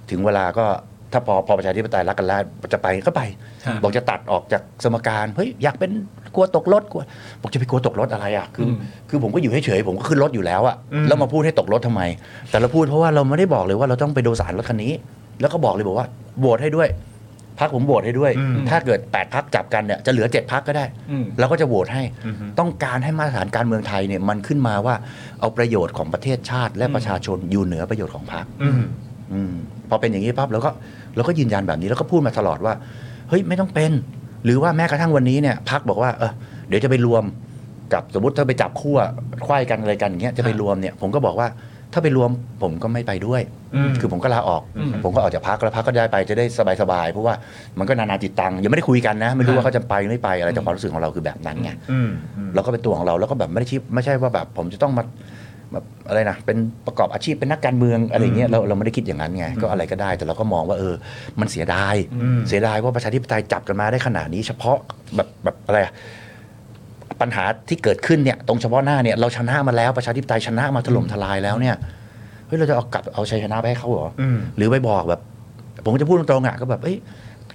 Speaker 7: ถึงเวลาก็ถ้าพอพอประชาธิปไตยรักกันแล้วจะไปก็ไป
Speaker 3: ครับ
Speaker 7: บอกจะตัดออกจากสมการเฮ้ยอยากเป็นกลัวตกรถกลัวบอกจะไปกลัวตกรถอะไรอ่ะคืออคือผมก็อยู่เฉยๆผมก็ขึ้นรถอยู่แล้วอ่ะแล้วมาพูดให้ตกรถทำไม แต่เราพูดเพราะว่าเราไม่ได้บอกเลยว่าเราต้องไปโดยสารรถคันนี้ แล้วก็บอกเลยบอกว่าโหวตให้ด้วยพักผมโหวตให้ด้วย ถ้าเกิด 8พักจับกันเนี่ยจะเหลือ 7พักก็ได้ เราก็จะโหวตให้ ต้องการให้มาตรฐานการเมืองไทยเนี่ยมันขึ้นมาว่าเอาประโยชน์ของประเทศชาติ และประชาชนอยู่เหนือประโยชน์ของพรรคอืมพอเป็นอย่างนี้ปั๊บเราก็เราก็ยืนยันแบบนี้แล้วก็พูดมาตลอดว่า เฮ้ยไม่ต้องเป็น หรือว่าแม้กระทั่งวันนี้เนี่ยพักบอกว่าเออเดี๋ยวจะไปรวมกับสมมติถ้าไปจับคู่อะควายกันอะไรกันอย่างเงี้ยจะไปรวมเนี่ยผมก็บอกว่าถ้าไปรวมผมก็ไม่ไปด้วย คือผมก็ลาออก ผมก็ออกจากพักแล้วพักก็ได้ไปจะได้สบายๆเพราะว่ามันก็นานาจิตตังยังไม่ได้คุยกันนะ ไม่รู้ว่าเขาจะไปหรือไม่ไปอะไรแต่ความรู้สึกของเราคือแบบนั้นไง เราก็เป็นตัวของเราแล้วก็แบบไม่ได้ชีพไม่ใช่ว่าแบบผมจะต้องมาแบบอะไรนะเป็นประกอบอาชีพเป็นนักการเมืองอะไรอย่างเงี้ยเราเราไม่ได้คิดอย่างนั้นไงก็อะไรก็ได้ แต่เราก็มองว่าเออ มันเสียดาย เสียดายว่าประชาธิปไตยจับกันมาได้ขนาดนี้ เฉพาะแบบแบบอะไรอะปัญหาที่เกิดขึ้นเนี่ยตรงเฉพาะหน้าเนี่ยเราชนะมาแล้วประชาธิปไตยชนะมาถล่มทลายแล้วเนี่ยเฮ้ยเราจะเอากลับเอาชัยชนะไปให้เขาเหรออหรือไปบอกแบบ ผมก็จะพูดตรงๆอ่ะก็แบบเอ้ย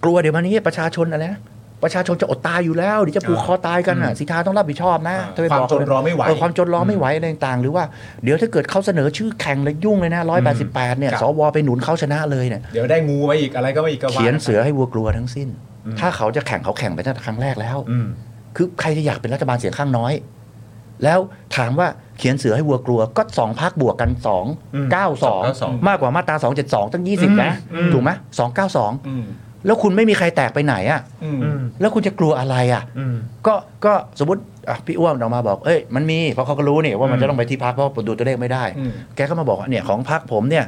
Speaker 7: กลัวเดี๋ยวมันนี้ประชาชนอะไรนะประชาชนจะอดตายอยู่แล้วเดี๋ยวจะผูกคอตายกันอ่ะสิทธาต้องรับผิดชอบนะถ้ไป
Speaker 3: ความ
Speaker 7: บอก
Speaker 3: จนรอไม่ไหว
Speaker 7: เออความจนรอไม่ไหวอะไรต่างๆ หรือว่าเดี๋ยวถ้าเกิดเขาเสนอชื่อแข่งแล้วยุ่งเลยนะร้อยแปดสิบแปดเนี่ย
Speaker 3: ครับ
Speaker 7: สวไปหนุนเขาชนะเลยเนี่ย
Speaker 3: เดี๋ยวได้งูมาอีกอะไรก็มาอีกก็ว่า
Speaker 7: เขียนเสือให้วัวกลัวทั้งสิ้น ถ้าเขาจะแข่งเขาแข่งไปตั้งแต่ครั้งแรกแล้ว
Speaker 3: อืม
Speaker 7: คือใครจะอยากเป็นรัฐบาลเสียงข้างน้อย แล้วถามว่าเขียนเสือให้วัวกลัวก็สองพักบวกกันสองเก้าสอง
Speaker 1: 292
Speaker 7: มากกว่ามาตราสองเจ็ดสองตั้งยี่สิบนะ
Speaker 3: อืม
Speaker 7: ถูกไหมสองเก้าสองแล้วคุณไม่มีใครแตกไปไหนอ่ะ
Speaker 3: อืม
Speaker 7: แล้วคุณจะกลัวอะไรอ่ะ ก็ก็สมมติอ่ะพี่อ้วนออกมาบอก เอ้ยมันมีเพราะเขาก็รู้เนี่ยว่ามันจะต้องไปที่พักเพราะดูตัวเลขไม่ได้
Speaker 3: อืม
Speaker 7: แกก็มาบอกว่าเนี่ยของพักผมเนี่ย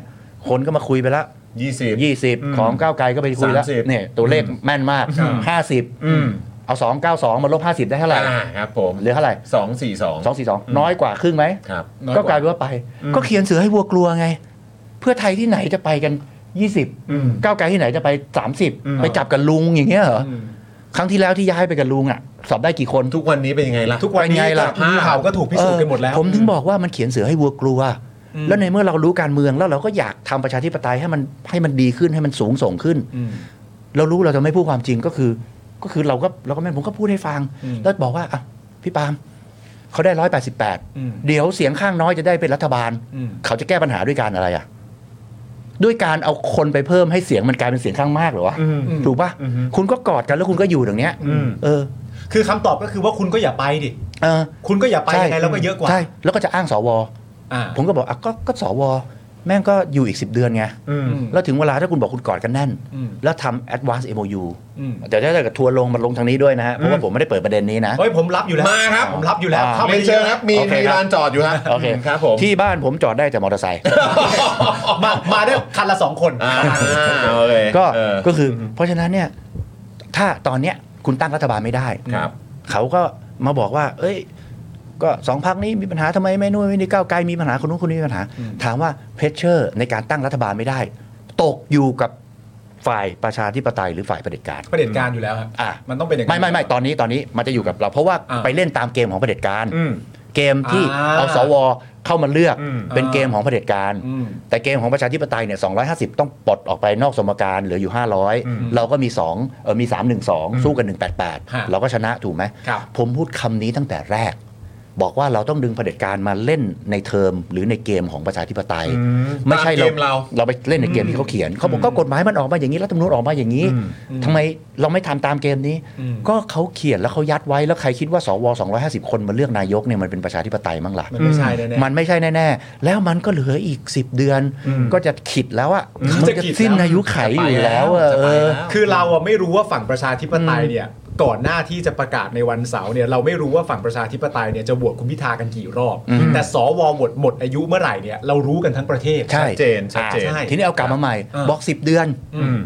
Speaker 7: คนก็มาคุยไปแล้ว
Speaker 1: ยี่สิบ
Speaker 7: ยี่สิบ
Speaker 1: อืม
Speaker 7: ของก้าวไกลก็ไปคุยแล้ว
Speaker 1: สามสิบ
Speaker 7: เนี่ยตัวเลขแม่นมาก
Speaker 1: ครับ
Speaker 7: ห้าสิบ
Speaker 1: อืม
Speaker 7: เอาสองเก้าสองมาลบห้าสิบได้เท่าไหร่
Speaker 1: อ่าครับผม
Speaker 7: เหลือเท่าไหร่
Speaker 1: สองสี่สอง
Speaker 7: สองสี่สองน้อยกว่าครึ่งไหม
Speaker 1: ครับ
Speaker 3: น้อยกว่า
Speaker 7: ก็กลายเป็นว่าไป ก็เขียนเสือให้วัวกลัวไง เพื่อไทยที่ไหนจะไปกันยี่สิบก้าวไกลที่ไหนจะไปสามสิบไปจับกับลุงอย่างเงี้ยเหรออครั้งที่แล้วที่ย้ายไปกับลุงอ่ะ สอบได้กี่คน
Speaker 1: ทุกวันนี้เป็นยังไงล่ะ
Speaker 3: ทุกวัน
Speaker 7: เป็น
Speaker 3: นี้
Speaker 7: ไงล่ะ
Speaker 3: จากงูเห่าก็ถูกพิสูจน์กันหมดแล้ว
Speaker 7: เออผมถึงบอกว่ามันเขียนเสือให้วัวกลัว
Speaker 3: อืม
Speaker 7: แล้วในเมื่อเรารู้การเมืองแล้วเราก็อยากทำประชาธิปไตยให้มันให้มันดีขึ้นให้มันสูงส่งขึ้น
Speaker 3: อืม
Speaker 7: เรารู้เราจะไม่พูดความจริงก็คือ ก็คือเราก็เราก็แม่นผมก็พูดให้ฟัง
Speaker 3: อืม
Speaker 7: แล้วบอกว่าอ่ะพี่ปาล์มเขาได้ร้อยแปดสิบแปด
Speaker 3: อืม
Speaker 7: เดี๋ยวเสียงข้างน้อยจะได้เป็นรัฐบาล
Speaker 3: อืม
Speaker 7: เขาจะแก้ปัญหาด้วยการอะไรอ่ะ ด้วยการเอาคนไปเพิ่มให้เสียงมันกลายเป็นเสียงข้างมากเหรอวะถูกปะคุณก็กอดกันแล้วคุณก็อยู่ตรงเนี้ยเออ
Speaker 3: คือคำตอบก็คือว่าคุณก็อย่าไปดิ
Speaker 7: เออ
Speaker 3: คุณก็อย่าไป
Speaker 7: ใช่
Speaker 3: ยังไงแล้วก็เยอะกว่า
Speaker 7: ใช่แล้วก็จะอ้างสว
Speaker 3: อ่า
Speaker 7: ผมก็บอกอ่ะก็ก็สว แม่งก็อยู่อีก 10 เดือนไง
Speaker 3: อืม
Speaker 7: แล้วถึงเวลาถ้าคุณบอกคุณกอดกันแน่น
Speaker 3: อืม
Speaker 7: แล้วทำ advance MOU
Speaker 3: อืม
Speaker 7: แต่ถ้าเกิดทัวร์ลงมันลงทางนี้ด้วยนะฮะเพราะว่าผมไม่ได้เปิดประเด็นนี้นะ
Speaker 3: เฮ้ยผมรับอยู่แล้ว
Speaker 1: มาครับ
Speaker 3: ผมรับอยู่แล้ว
Speaker 7: อ่า
Speaker 3: เข้าไป
Speaker 1: เรียนเชิญครับ มี
Speaker 7: โอเค
Speaker 1: มี
Speaker 7: ครับ
Speaker 1: ลานจอดอยู่ฮะ
Speaker 7: โอเค
Speaker 1: ครับผม
Speaker 7: ที่บ้านผมจอดได้แต่มอเตอ ร์ไซค์
Speaker 3: มามาได้คันละสองคน
Speaker 1: อ่าโอเค
Speaker 7: ก็
Speaker 1: เออ
Speaker 7: ก็คืออเพราะฉะนั้นเนี่ยถ้าตอนเนี้ยคุณตั้งรัฐบาลไม่ได้
Speaker 1: ครับ
Speaker 7: เขาก็มาบอกว่า เอ้ย ก็สองพักนี้มีปัญหาทำไมไม่นู่นไม่นี่ก้าวไกลมีปัญหาคนนู้นคนนี้มีปัญหา ถามว่าเพชเชอร์ในการตั้งรัฐบาลไม่ได้ ตกอยู่กับฝ่ายประชาธิปไตยหรือฝ่ายเผด็จการ
Speaker 3: ประเด็จการอยู่แล้วครับ
Speaker 7: อ่ะ
Speaker 3: มันต้องเป็นอย่างนั้น
Speaker 7: ไม่ไม่ไม่ตอนนี้ตอนนี้มันจะอยู่กับเรา เพราะว่า
Speaker 3: อ่า
Speaker 7: ไปเล่นตามเกมของเผด็จการ
Speaker 3: อืม
Speaker 7: เกมที่
Speaker 3: อ่า
Speaker 7: เอาสวเข้ามาเลือก
Speaker 3: อืม
Speaker 7: เป็น
Speaker 3: อ่า
Speaker 7: เกมของเผด็จการ
Speaker 3: อืม
Speaker 7: แต่เกมของประชาธิปไตยเนี่ย 250 ต้องปลดออกไปนอกสมการเหลืออยู่ 500 เราก็มี2เออมี 312 สู้กัน
Speaker 3: ฮะ
Speaker 7: 188 เราก็ชนะถูกไหม
Speaker 3: ครับ
Speaker 7: ผมพูดคำนี้ตั้งแต่แรก บอกว่าเราต้องดึงเผด็จการมาเล่นในเทอมหรือในเกมของประชาธิปไตย ไม่ใช่
Speaker 1: ตามเกมเรา
Speaker 7: เราไปเล่นในเกมที่เขาเขียน เขาบอกก็กฎหมายมันออกมาอย่างนี้รัฐธรรมนูญออกมาอย่างนี้ทำไมเราไม่ทำตามเกมนี้
Speaker 3: อืม
Speaker 7: ก็เขาเขียนแล้วเขายัดไว้แล้วใครคิดว่าสว250 คนมาเลือกนายกเนี่ยมันเป็นประชาธิปไตยมั้งล่ะ
Speaker 3: มันไม่ใช่แน่ๆ
Speaker 7: มันไม่ใช่แน่ ๆ แล้วมันก็เหลืออีก 10 เดือน ก็จะขิดแล้วอ่ะ
Speaker 3: อืม
Speaker 7: มัน
Speaker 3: จะ
Speaker 7: จะ
Speaker 3: ขิด
Speaker 7: สิ้น
Speaker 3: แล้ว
Speaker 7: อายุไขอยู่แล้วอะ
Speaker 1: จะ
Speaker 7: เอ
Speaker 1: ไป
Speaker 7: อ
Speaker 1: แล้ว
Speaker 3: คือเราอะไม่รู้ว่าฝั่งประชาธิปไตยเนี่ย ก่อนหน้าที่จะประกาศในวันเสาร์เนี่ยเราไม่รู้ว่าฝั่งประชาธิปไตยเนี่ยจะโหวตคุณพิธากันกี่รอบ
Speaker 7: อืม
Speaker 3: แต่สวโหวตหมดอายุเมื่อไหร่เนี่ยเรารู้กันทั้งประเทศ
Speaker 7: ใช่
Speaker 1: ชัดเจนชัดเจน
Speaker 3: อ่าใช่
Speaker 7: ทีนี้เอากลับมาใหม่
Speaker 3: อ่า
Speaker 7: บอก 10 เดือน
Speaker 3: อืม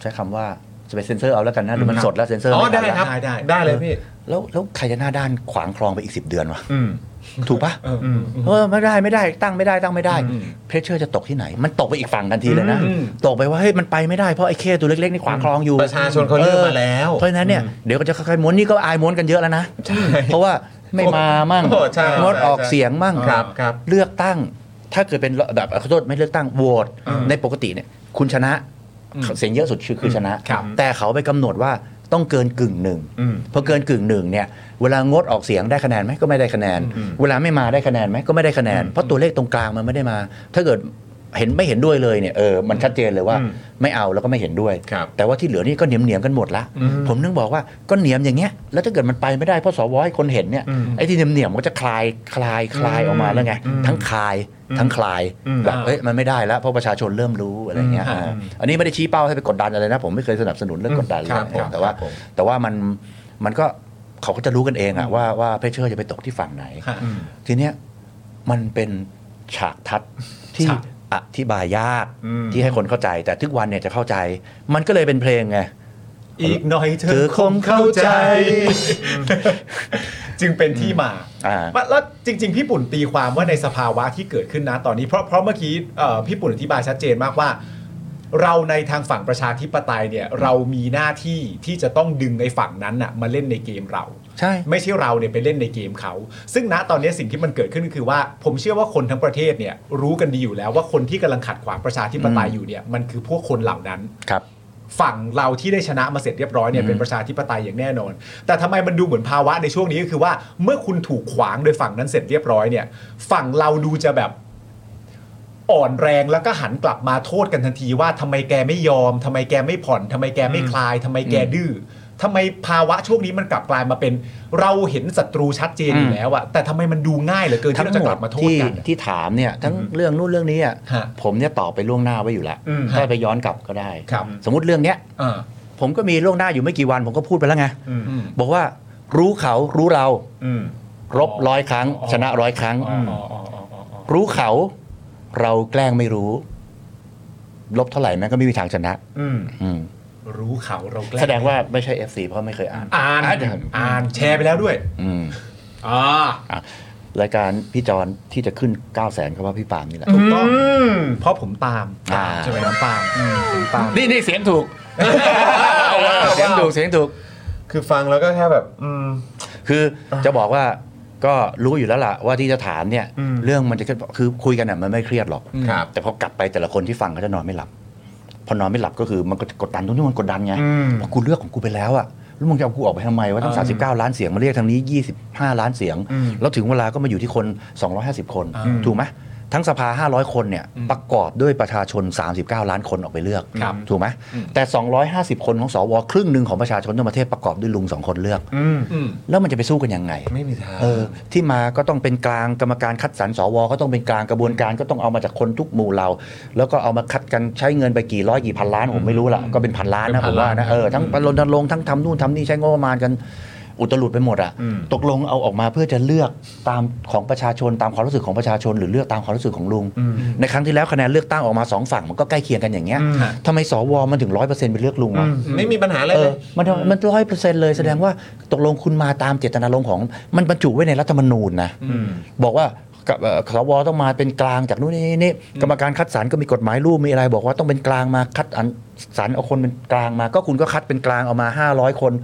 Speaker 7: ใช้คำว่าจะไปเซ็นเซอร์เอาแล้วกันนะหรือมันสดแล้วเซ็นเซอร์
Speaker 1: อ๋อ
Speaker 7: ม่ทั
Speaker 1: ได้
Speaker 7: นละ
Speaker 1: ครับ
Speaker 3: ได้ได้
Speaker 1: ได้เลยพี่
Speaker 7: แล้วแล้วใครจะหน้าด้านขวางคลองไปอีก 10 เดือนวะ
Speaker 1: อืม
Speaker 7: ถูกปะ
Speaker 3: เอออืม
Speaker 7: เออไม่ได้ไม่ได้ตั้งไม่ได้ตั้งไม่ได้
Speaker 3: อืม
Speaker 7: เพรสเชอร์จะตกที่ไหน มันตกไปอีกฝั่งทันทีเลยนะ
Speaker 3: อืม
Speaker 7: ตกไปว่าเฮ้ยมันไปไม่ได้เพราะไอ้เคตัวเล็กๆนี่ขวางคลองอยู่
Speaker 1: ประชาชนเขาเลือกมาแล้ว
Speaker 7: เพราะฉะนั้นเนี่ยเดี๋ยวก็จะค่อยๆม้วนนี่ก็อายม้วนกันเยอะแล้วนะเพราะว่าไม่มามั่ง
Speaker 1: โอ้ใช่
Speaker 7: งดออก
Speaker 1: ใช่
Speaker 7: เสียงมั่ง
Speaker 1: ครับครับ
Speaker 7: เลือกตั้ง ถ้าเกิดเป็นแบบขอโทษไม่เลือกตั้งโหวตในปกติเนี่ย คุณชนะเสียงเยอะสุดคือคือชนะ
Speaker 3: ครับ
Speaker 7: แต่เขาไปกำหนดว่าต้องเกินกึ่งหนึ่ง
Speaker 1: อืม
Speaker 7: พอเกินกึ่งหนึ่งเนี่ยเวลางดออกเสียงได้คะแนนไหมก็ไม่ได้คะแนน เวลาไม่มาได้คะแนนไหมก็ไม่ได้คะแนน เพราะตัวเลขตรงกลางมันไม่ได้มา ถ้าเกิดเห็นไม่เห็นด้วยเลยเนี่ยเออมันชัดเจนเลยว่าไม่เอาแล้วก็ไม่เห็นด้วย
Speaker 1: ครับ
Speaker 7: แต่ว่าที่เหลือนี่ก็เหนียมเหนียมๆกันหมดละ ผมนึงบอกว่าก็เหนียมอย่างเงี้ย แล้วถ้าเกิดมันไปไม่ได้เพราะสวให้คนเห็นเนี่ย ไอ้ที่เหนียมเหนียมๆมันก็จะคลายคลายคลายออกมาแล้วไง ทั้งคลายทั้งคลายแบบเอ้ยมันไม่ได้แล้วเพราะประชาชนเริ่มรู้อะไรเงี้ย
Speaker 3: อืม
Speaker 7: อ่าอันนี้ไม่ได้ชี้เป้าให้ไปกดดันอะไรนะ ผมไม่เคยสนับสนุนเรื่องกดดันเลย
Speaker 3: ครับ
Speaker 7: นะค
Speaker 3: ค
Speaker 7: รับ
Speaker 3: รับ
Speaker 7: แต่ว่าแต่ว่ามันมันก็เขาก็จะรู้กันเองอะว่าว่าเพชเชอร์จะไปตกที่ฝั่งไหน
Speaker 3: ฮะ
Speaker 7: ทีเนี้ยมันเป็นฉากทัศน์ที่
Speaker 3: ฉาก
Speaker 7: อธิบายยากที่ให้คนเข้าใจ แต่ทุกวันเนี่ยจะเข้าใจ มันก็เลยเป็นเพลงไง
Speaker 3: อีกหน่อยเธ
Speaker 7: เธ
Speaker 3: อ
Speaker 7: อ
Speaker 3: ค
Speaker 7: ค
Speaker 3: ง
Speaker 7: ง
Speaker 3: เข้า
Speaker 7: เข้า
Speaker 3: ใจ
Speaker 7: ใจ
Speaker 3: จึงเป็นที่มา
Speaker 7: อ่า
Speaker 3: แล้วจริง ๆ พี่ปุ่นตีความว่าในสภาวะที่เกิดขึ้นนะตอนนี้เพราะเพราะเมื่อกี้เอ่อพี่ปุ่นอธิบายชัดเจนมากว่า เราในทางฝั่งประชาธิปไตยเนี่ยเรามีหน้าที่ที่จะต้องดึงในฝั่งนั้นน่ะมาเล่นในเกมเรา
Speaker 7: ใช่
Speaker 3: ไม่ใช่เราเนี่ยไปเล่นในเกมเขา ซึ่งณตอนนี้สิ่งที่มันเกิดขึ้นก็คือว่า ผมเชื่อว่าคนทั้งประเทศเนี่ยรู้กันดีอยู่แล้วว่าคนที่กำลังขัดขวางประชาธิปไตยอยู่เนี่ยมันคือพวกคนเหล่านั้น
Speaker 7: ครับ
Speaker 3: ฝั่งเราที่ได้ชนะมาเสร็จเรียบร้อยเนี่ยเป็นประชาธิปไตยอย่างแน่นอน แต่ทำไมมันดูเหมือนภาวะในช่วงนี้ก็คือว่า เมื่อคุณถูกขวางโดยฝั่งนั้นเสร็จเรียบร้อยเนี่ย ฝั่งเราดูจะแบบอ่อนแรงแล้วก็หันกลับมาโทษกันทันทีว่าทำไมแกไม่ยอมทำไมแกไม่ผ่อนทำไมแกไม่คลายทำไมแกดื้อทำไมภาวะช่วงนี้มันกลับกลายมาเป็น เราเห็นศัตรูชัดเจนอยู่แล้วอะแต่ทำไมมันดูง่ายเหลือเกินที่
Speaker 7: ทั้ง
Speaker 3: เราจะ
Speaker 7: หม
Speaker 3: กลั
Speaker 7: ด
Speaker 3: บมาโทษ
Speaker 7: ที่
Speaker 3: กันอะ
Speaker 7: ที่ถามเนี่ยทั้งเรื่องนู่นเรื่องนี้อ่ะ
Speaker 3: ฮะ
Speaker 7: ผมเนี่ยตอบไปล่วงหน้าไว้อยู่แล้ว
Speaker 3: อืม
Speaker 7: ถ้าไปย้อนกลับก็ได้
Speaker 3: ครับ
Speaker 7: สมมติเรื่องเนี้ย
Speaker 3: อ่า
Speaker 7: ผมก็มีล่วงหน้าอยู่ไม่กี่วัน ผมก็พูดไปแล้วไง
Speaker 3: อืม
Speaker 7: บอกว่ารู้เขารู้เรา
Speaker 1: อืม
Speaker 7: รบร้อยครั้ง
Speaker 3: อ๋อ
Speaker 7: ชนะร้อยครั้ง
Speaker 3: อ๋ออ๋ออ๋ออ๋ออ๋ออ๋อ
Speaker 7: รู้เขา เราแกล้งไม่รู้ ลบเท่าไหร่แม่งก็ไม่มีทางชนะ
Speaker 1: อืม
Speaker 7: อืม
Speaker 3: รู้เขาเรากล้
Speaker 7: แสดงว่าไม่ใช่ FC เพราะไม่เคยอ่าน
Speaker 3: อ่าน
Speaker 7: อ่าน
Speaker 3: อ่านแชร์ไปแล้วด้วย
Speaker 7: อืม
Speaker 3: อ่า
Speaker 7: อ่ะรายการพี่จอนที่จะขึ้น 9 0 0แสนก็เพราะพี่ปาล์มนี่แหละ
Speaker 3: ถูกต้องเพราะผมตาม
Speaker 7: อ่า
Speaker 3: ใช่ไหมน้ำปาล์มผมตาม
Speaker 7: นี่นี่เสียงถูก เสียงถูกเสียงถูก
Speaker 1: คือฟังแล้วก็แค่แบบ อืม
Speaker 7: คือจะบอกว่าก็รู้อยู่แล้วล่ะว่าที่จะถามเนี่ย เรื่องมันจะขึ้นคือคุยกันน่ะมันไม่เครียดหรอก
Speaker 1: ครับ
Speaker 7: แต่พอกลับไปแต่ละคนที่ฟังก็จะนอนไม่หลับ พอนอนไม่หลับก็คือมันก็จะกดดันตรงที่มันกดดันไงเพราะกูเลือกของกูไปแล้วอะแล้วมึงจะเอากูออกไปทำไมว่าทั้ง 39 ล้านเสียงมาเรียกทางนี้ 25 ล้านเสียง แล้วถึงเวลาก็มาอยู่ที่คน 250 คน ถูกไหม ทั้งสภา 500 คนเนี่ยประกอบด้วยประชาชน 39 ล้านคนออกไปเลือก
Speaker 3: ครับ
Speaker 7: ถูกไหมแต่ 250 คนของสวครึ่งหนึ่งของประชาชนทั่วประเทศประกอบด้วยลุงสองคนเลือก แล้วมันจะไปสู้กันยังไง
Speaker 3: ไม่มีทาง
Speaker 7: เออที่มาก็ต้องเป็นกลางกรรมการคัดสรรสวก็ต้องเป็นกลางกระบวนการก็ต้องเอามาจากคนทุกหมู่เรา แล้วก็เอามาคัดกันใช้เงินไปกี่ร้อยกี่พันล้านผมไม่รู้ละก็เป็นพันล้านนะ
Speaker 3: เป็นพัน
Speaker 7: ผมว่า
Speaker 3: ล้าน
Speaker 7: นะเออทั้งรณรงค์ทั้งทำนู่นทำนี่ใช้งบประมาณกันอุตลุดไปหมดอะ
Speaker 3: อืม
Speaker 7: ตกลงเอาออกมาเพื่อจะเลือกตามของประชาชนตามความรู้สึกของประชาชน หรือเลือกตามความรู้สึกของลุง ในครั้งที่แล้วคะแนนเลือกตั้งออกมาสองฝั่งมันก็ใกล้เคียงกันอย่างเงี้ยทำไมสวมันถึงร้อยเปอร์เซ็นต์ไปเลือกลุงอะ
Speaker 1: ไม่มีปัญหาอะไร
Speaker 7: เอ
Speaker 1: เล
Speaker 7: อย มันมันร้อยเปอร์เซ็นต์เลยแสดงว่าตกลงคุณมาตามเจตนารมณ์ของมันบรรจุไว้ในรัฐธรรมนูญนะบอกว่ากับเอ่อสวต้องมาเป็นกลางจากนู่นนี่นี่กรรมการคัดสรรก็มีกฎหมายรูปมีอะไร บอกว่าต้องเป็นกลางมาคัดอันสรรเอาคนเป็นกลางมา ก็คุณก็คัดเป็นกลางเอามา 500 คน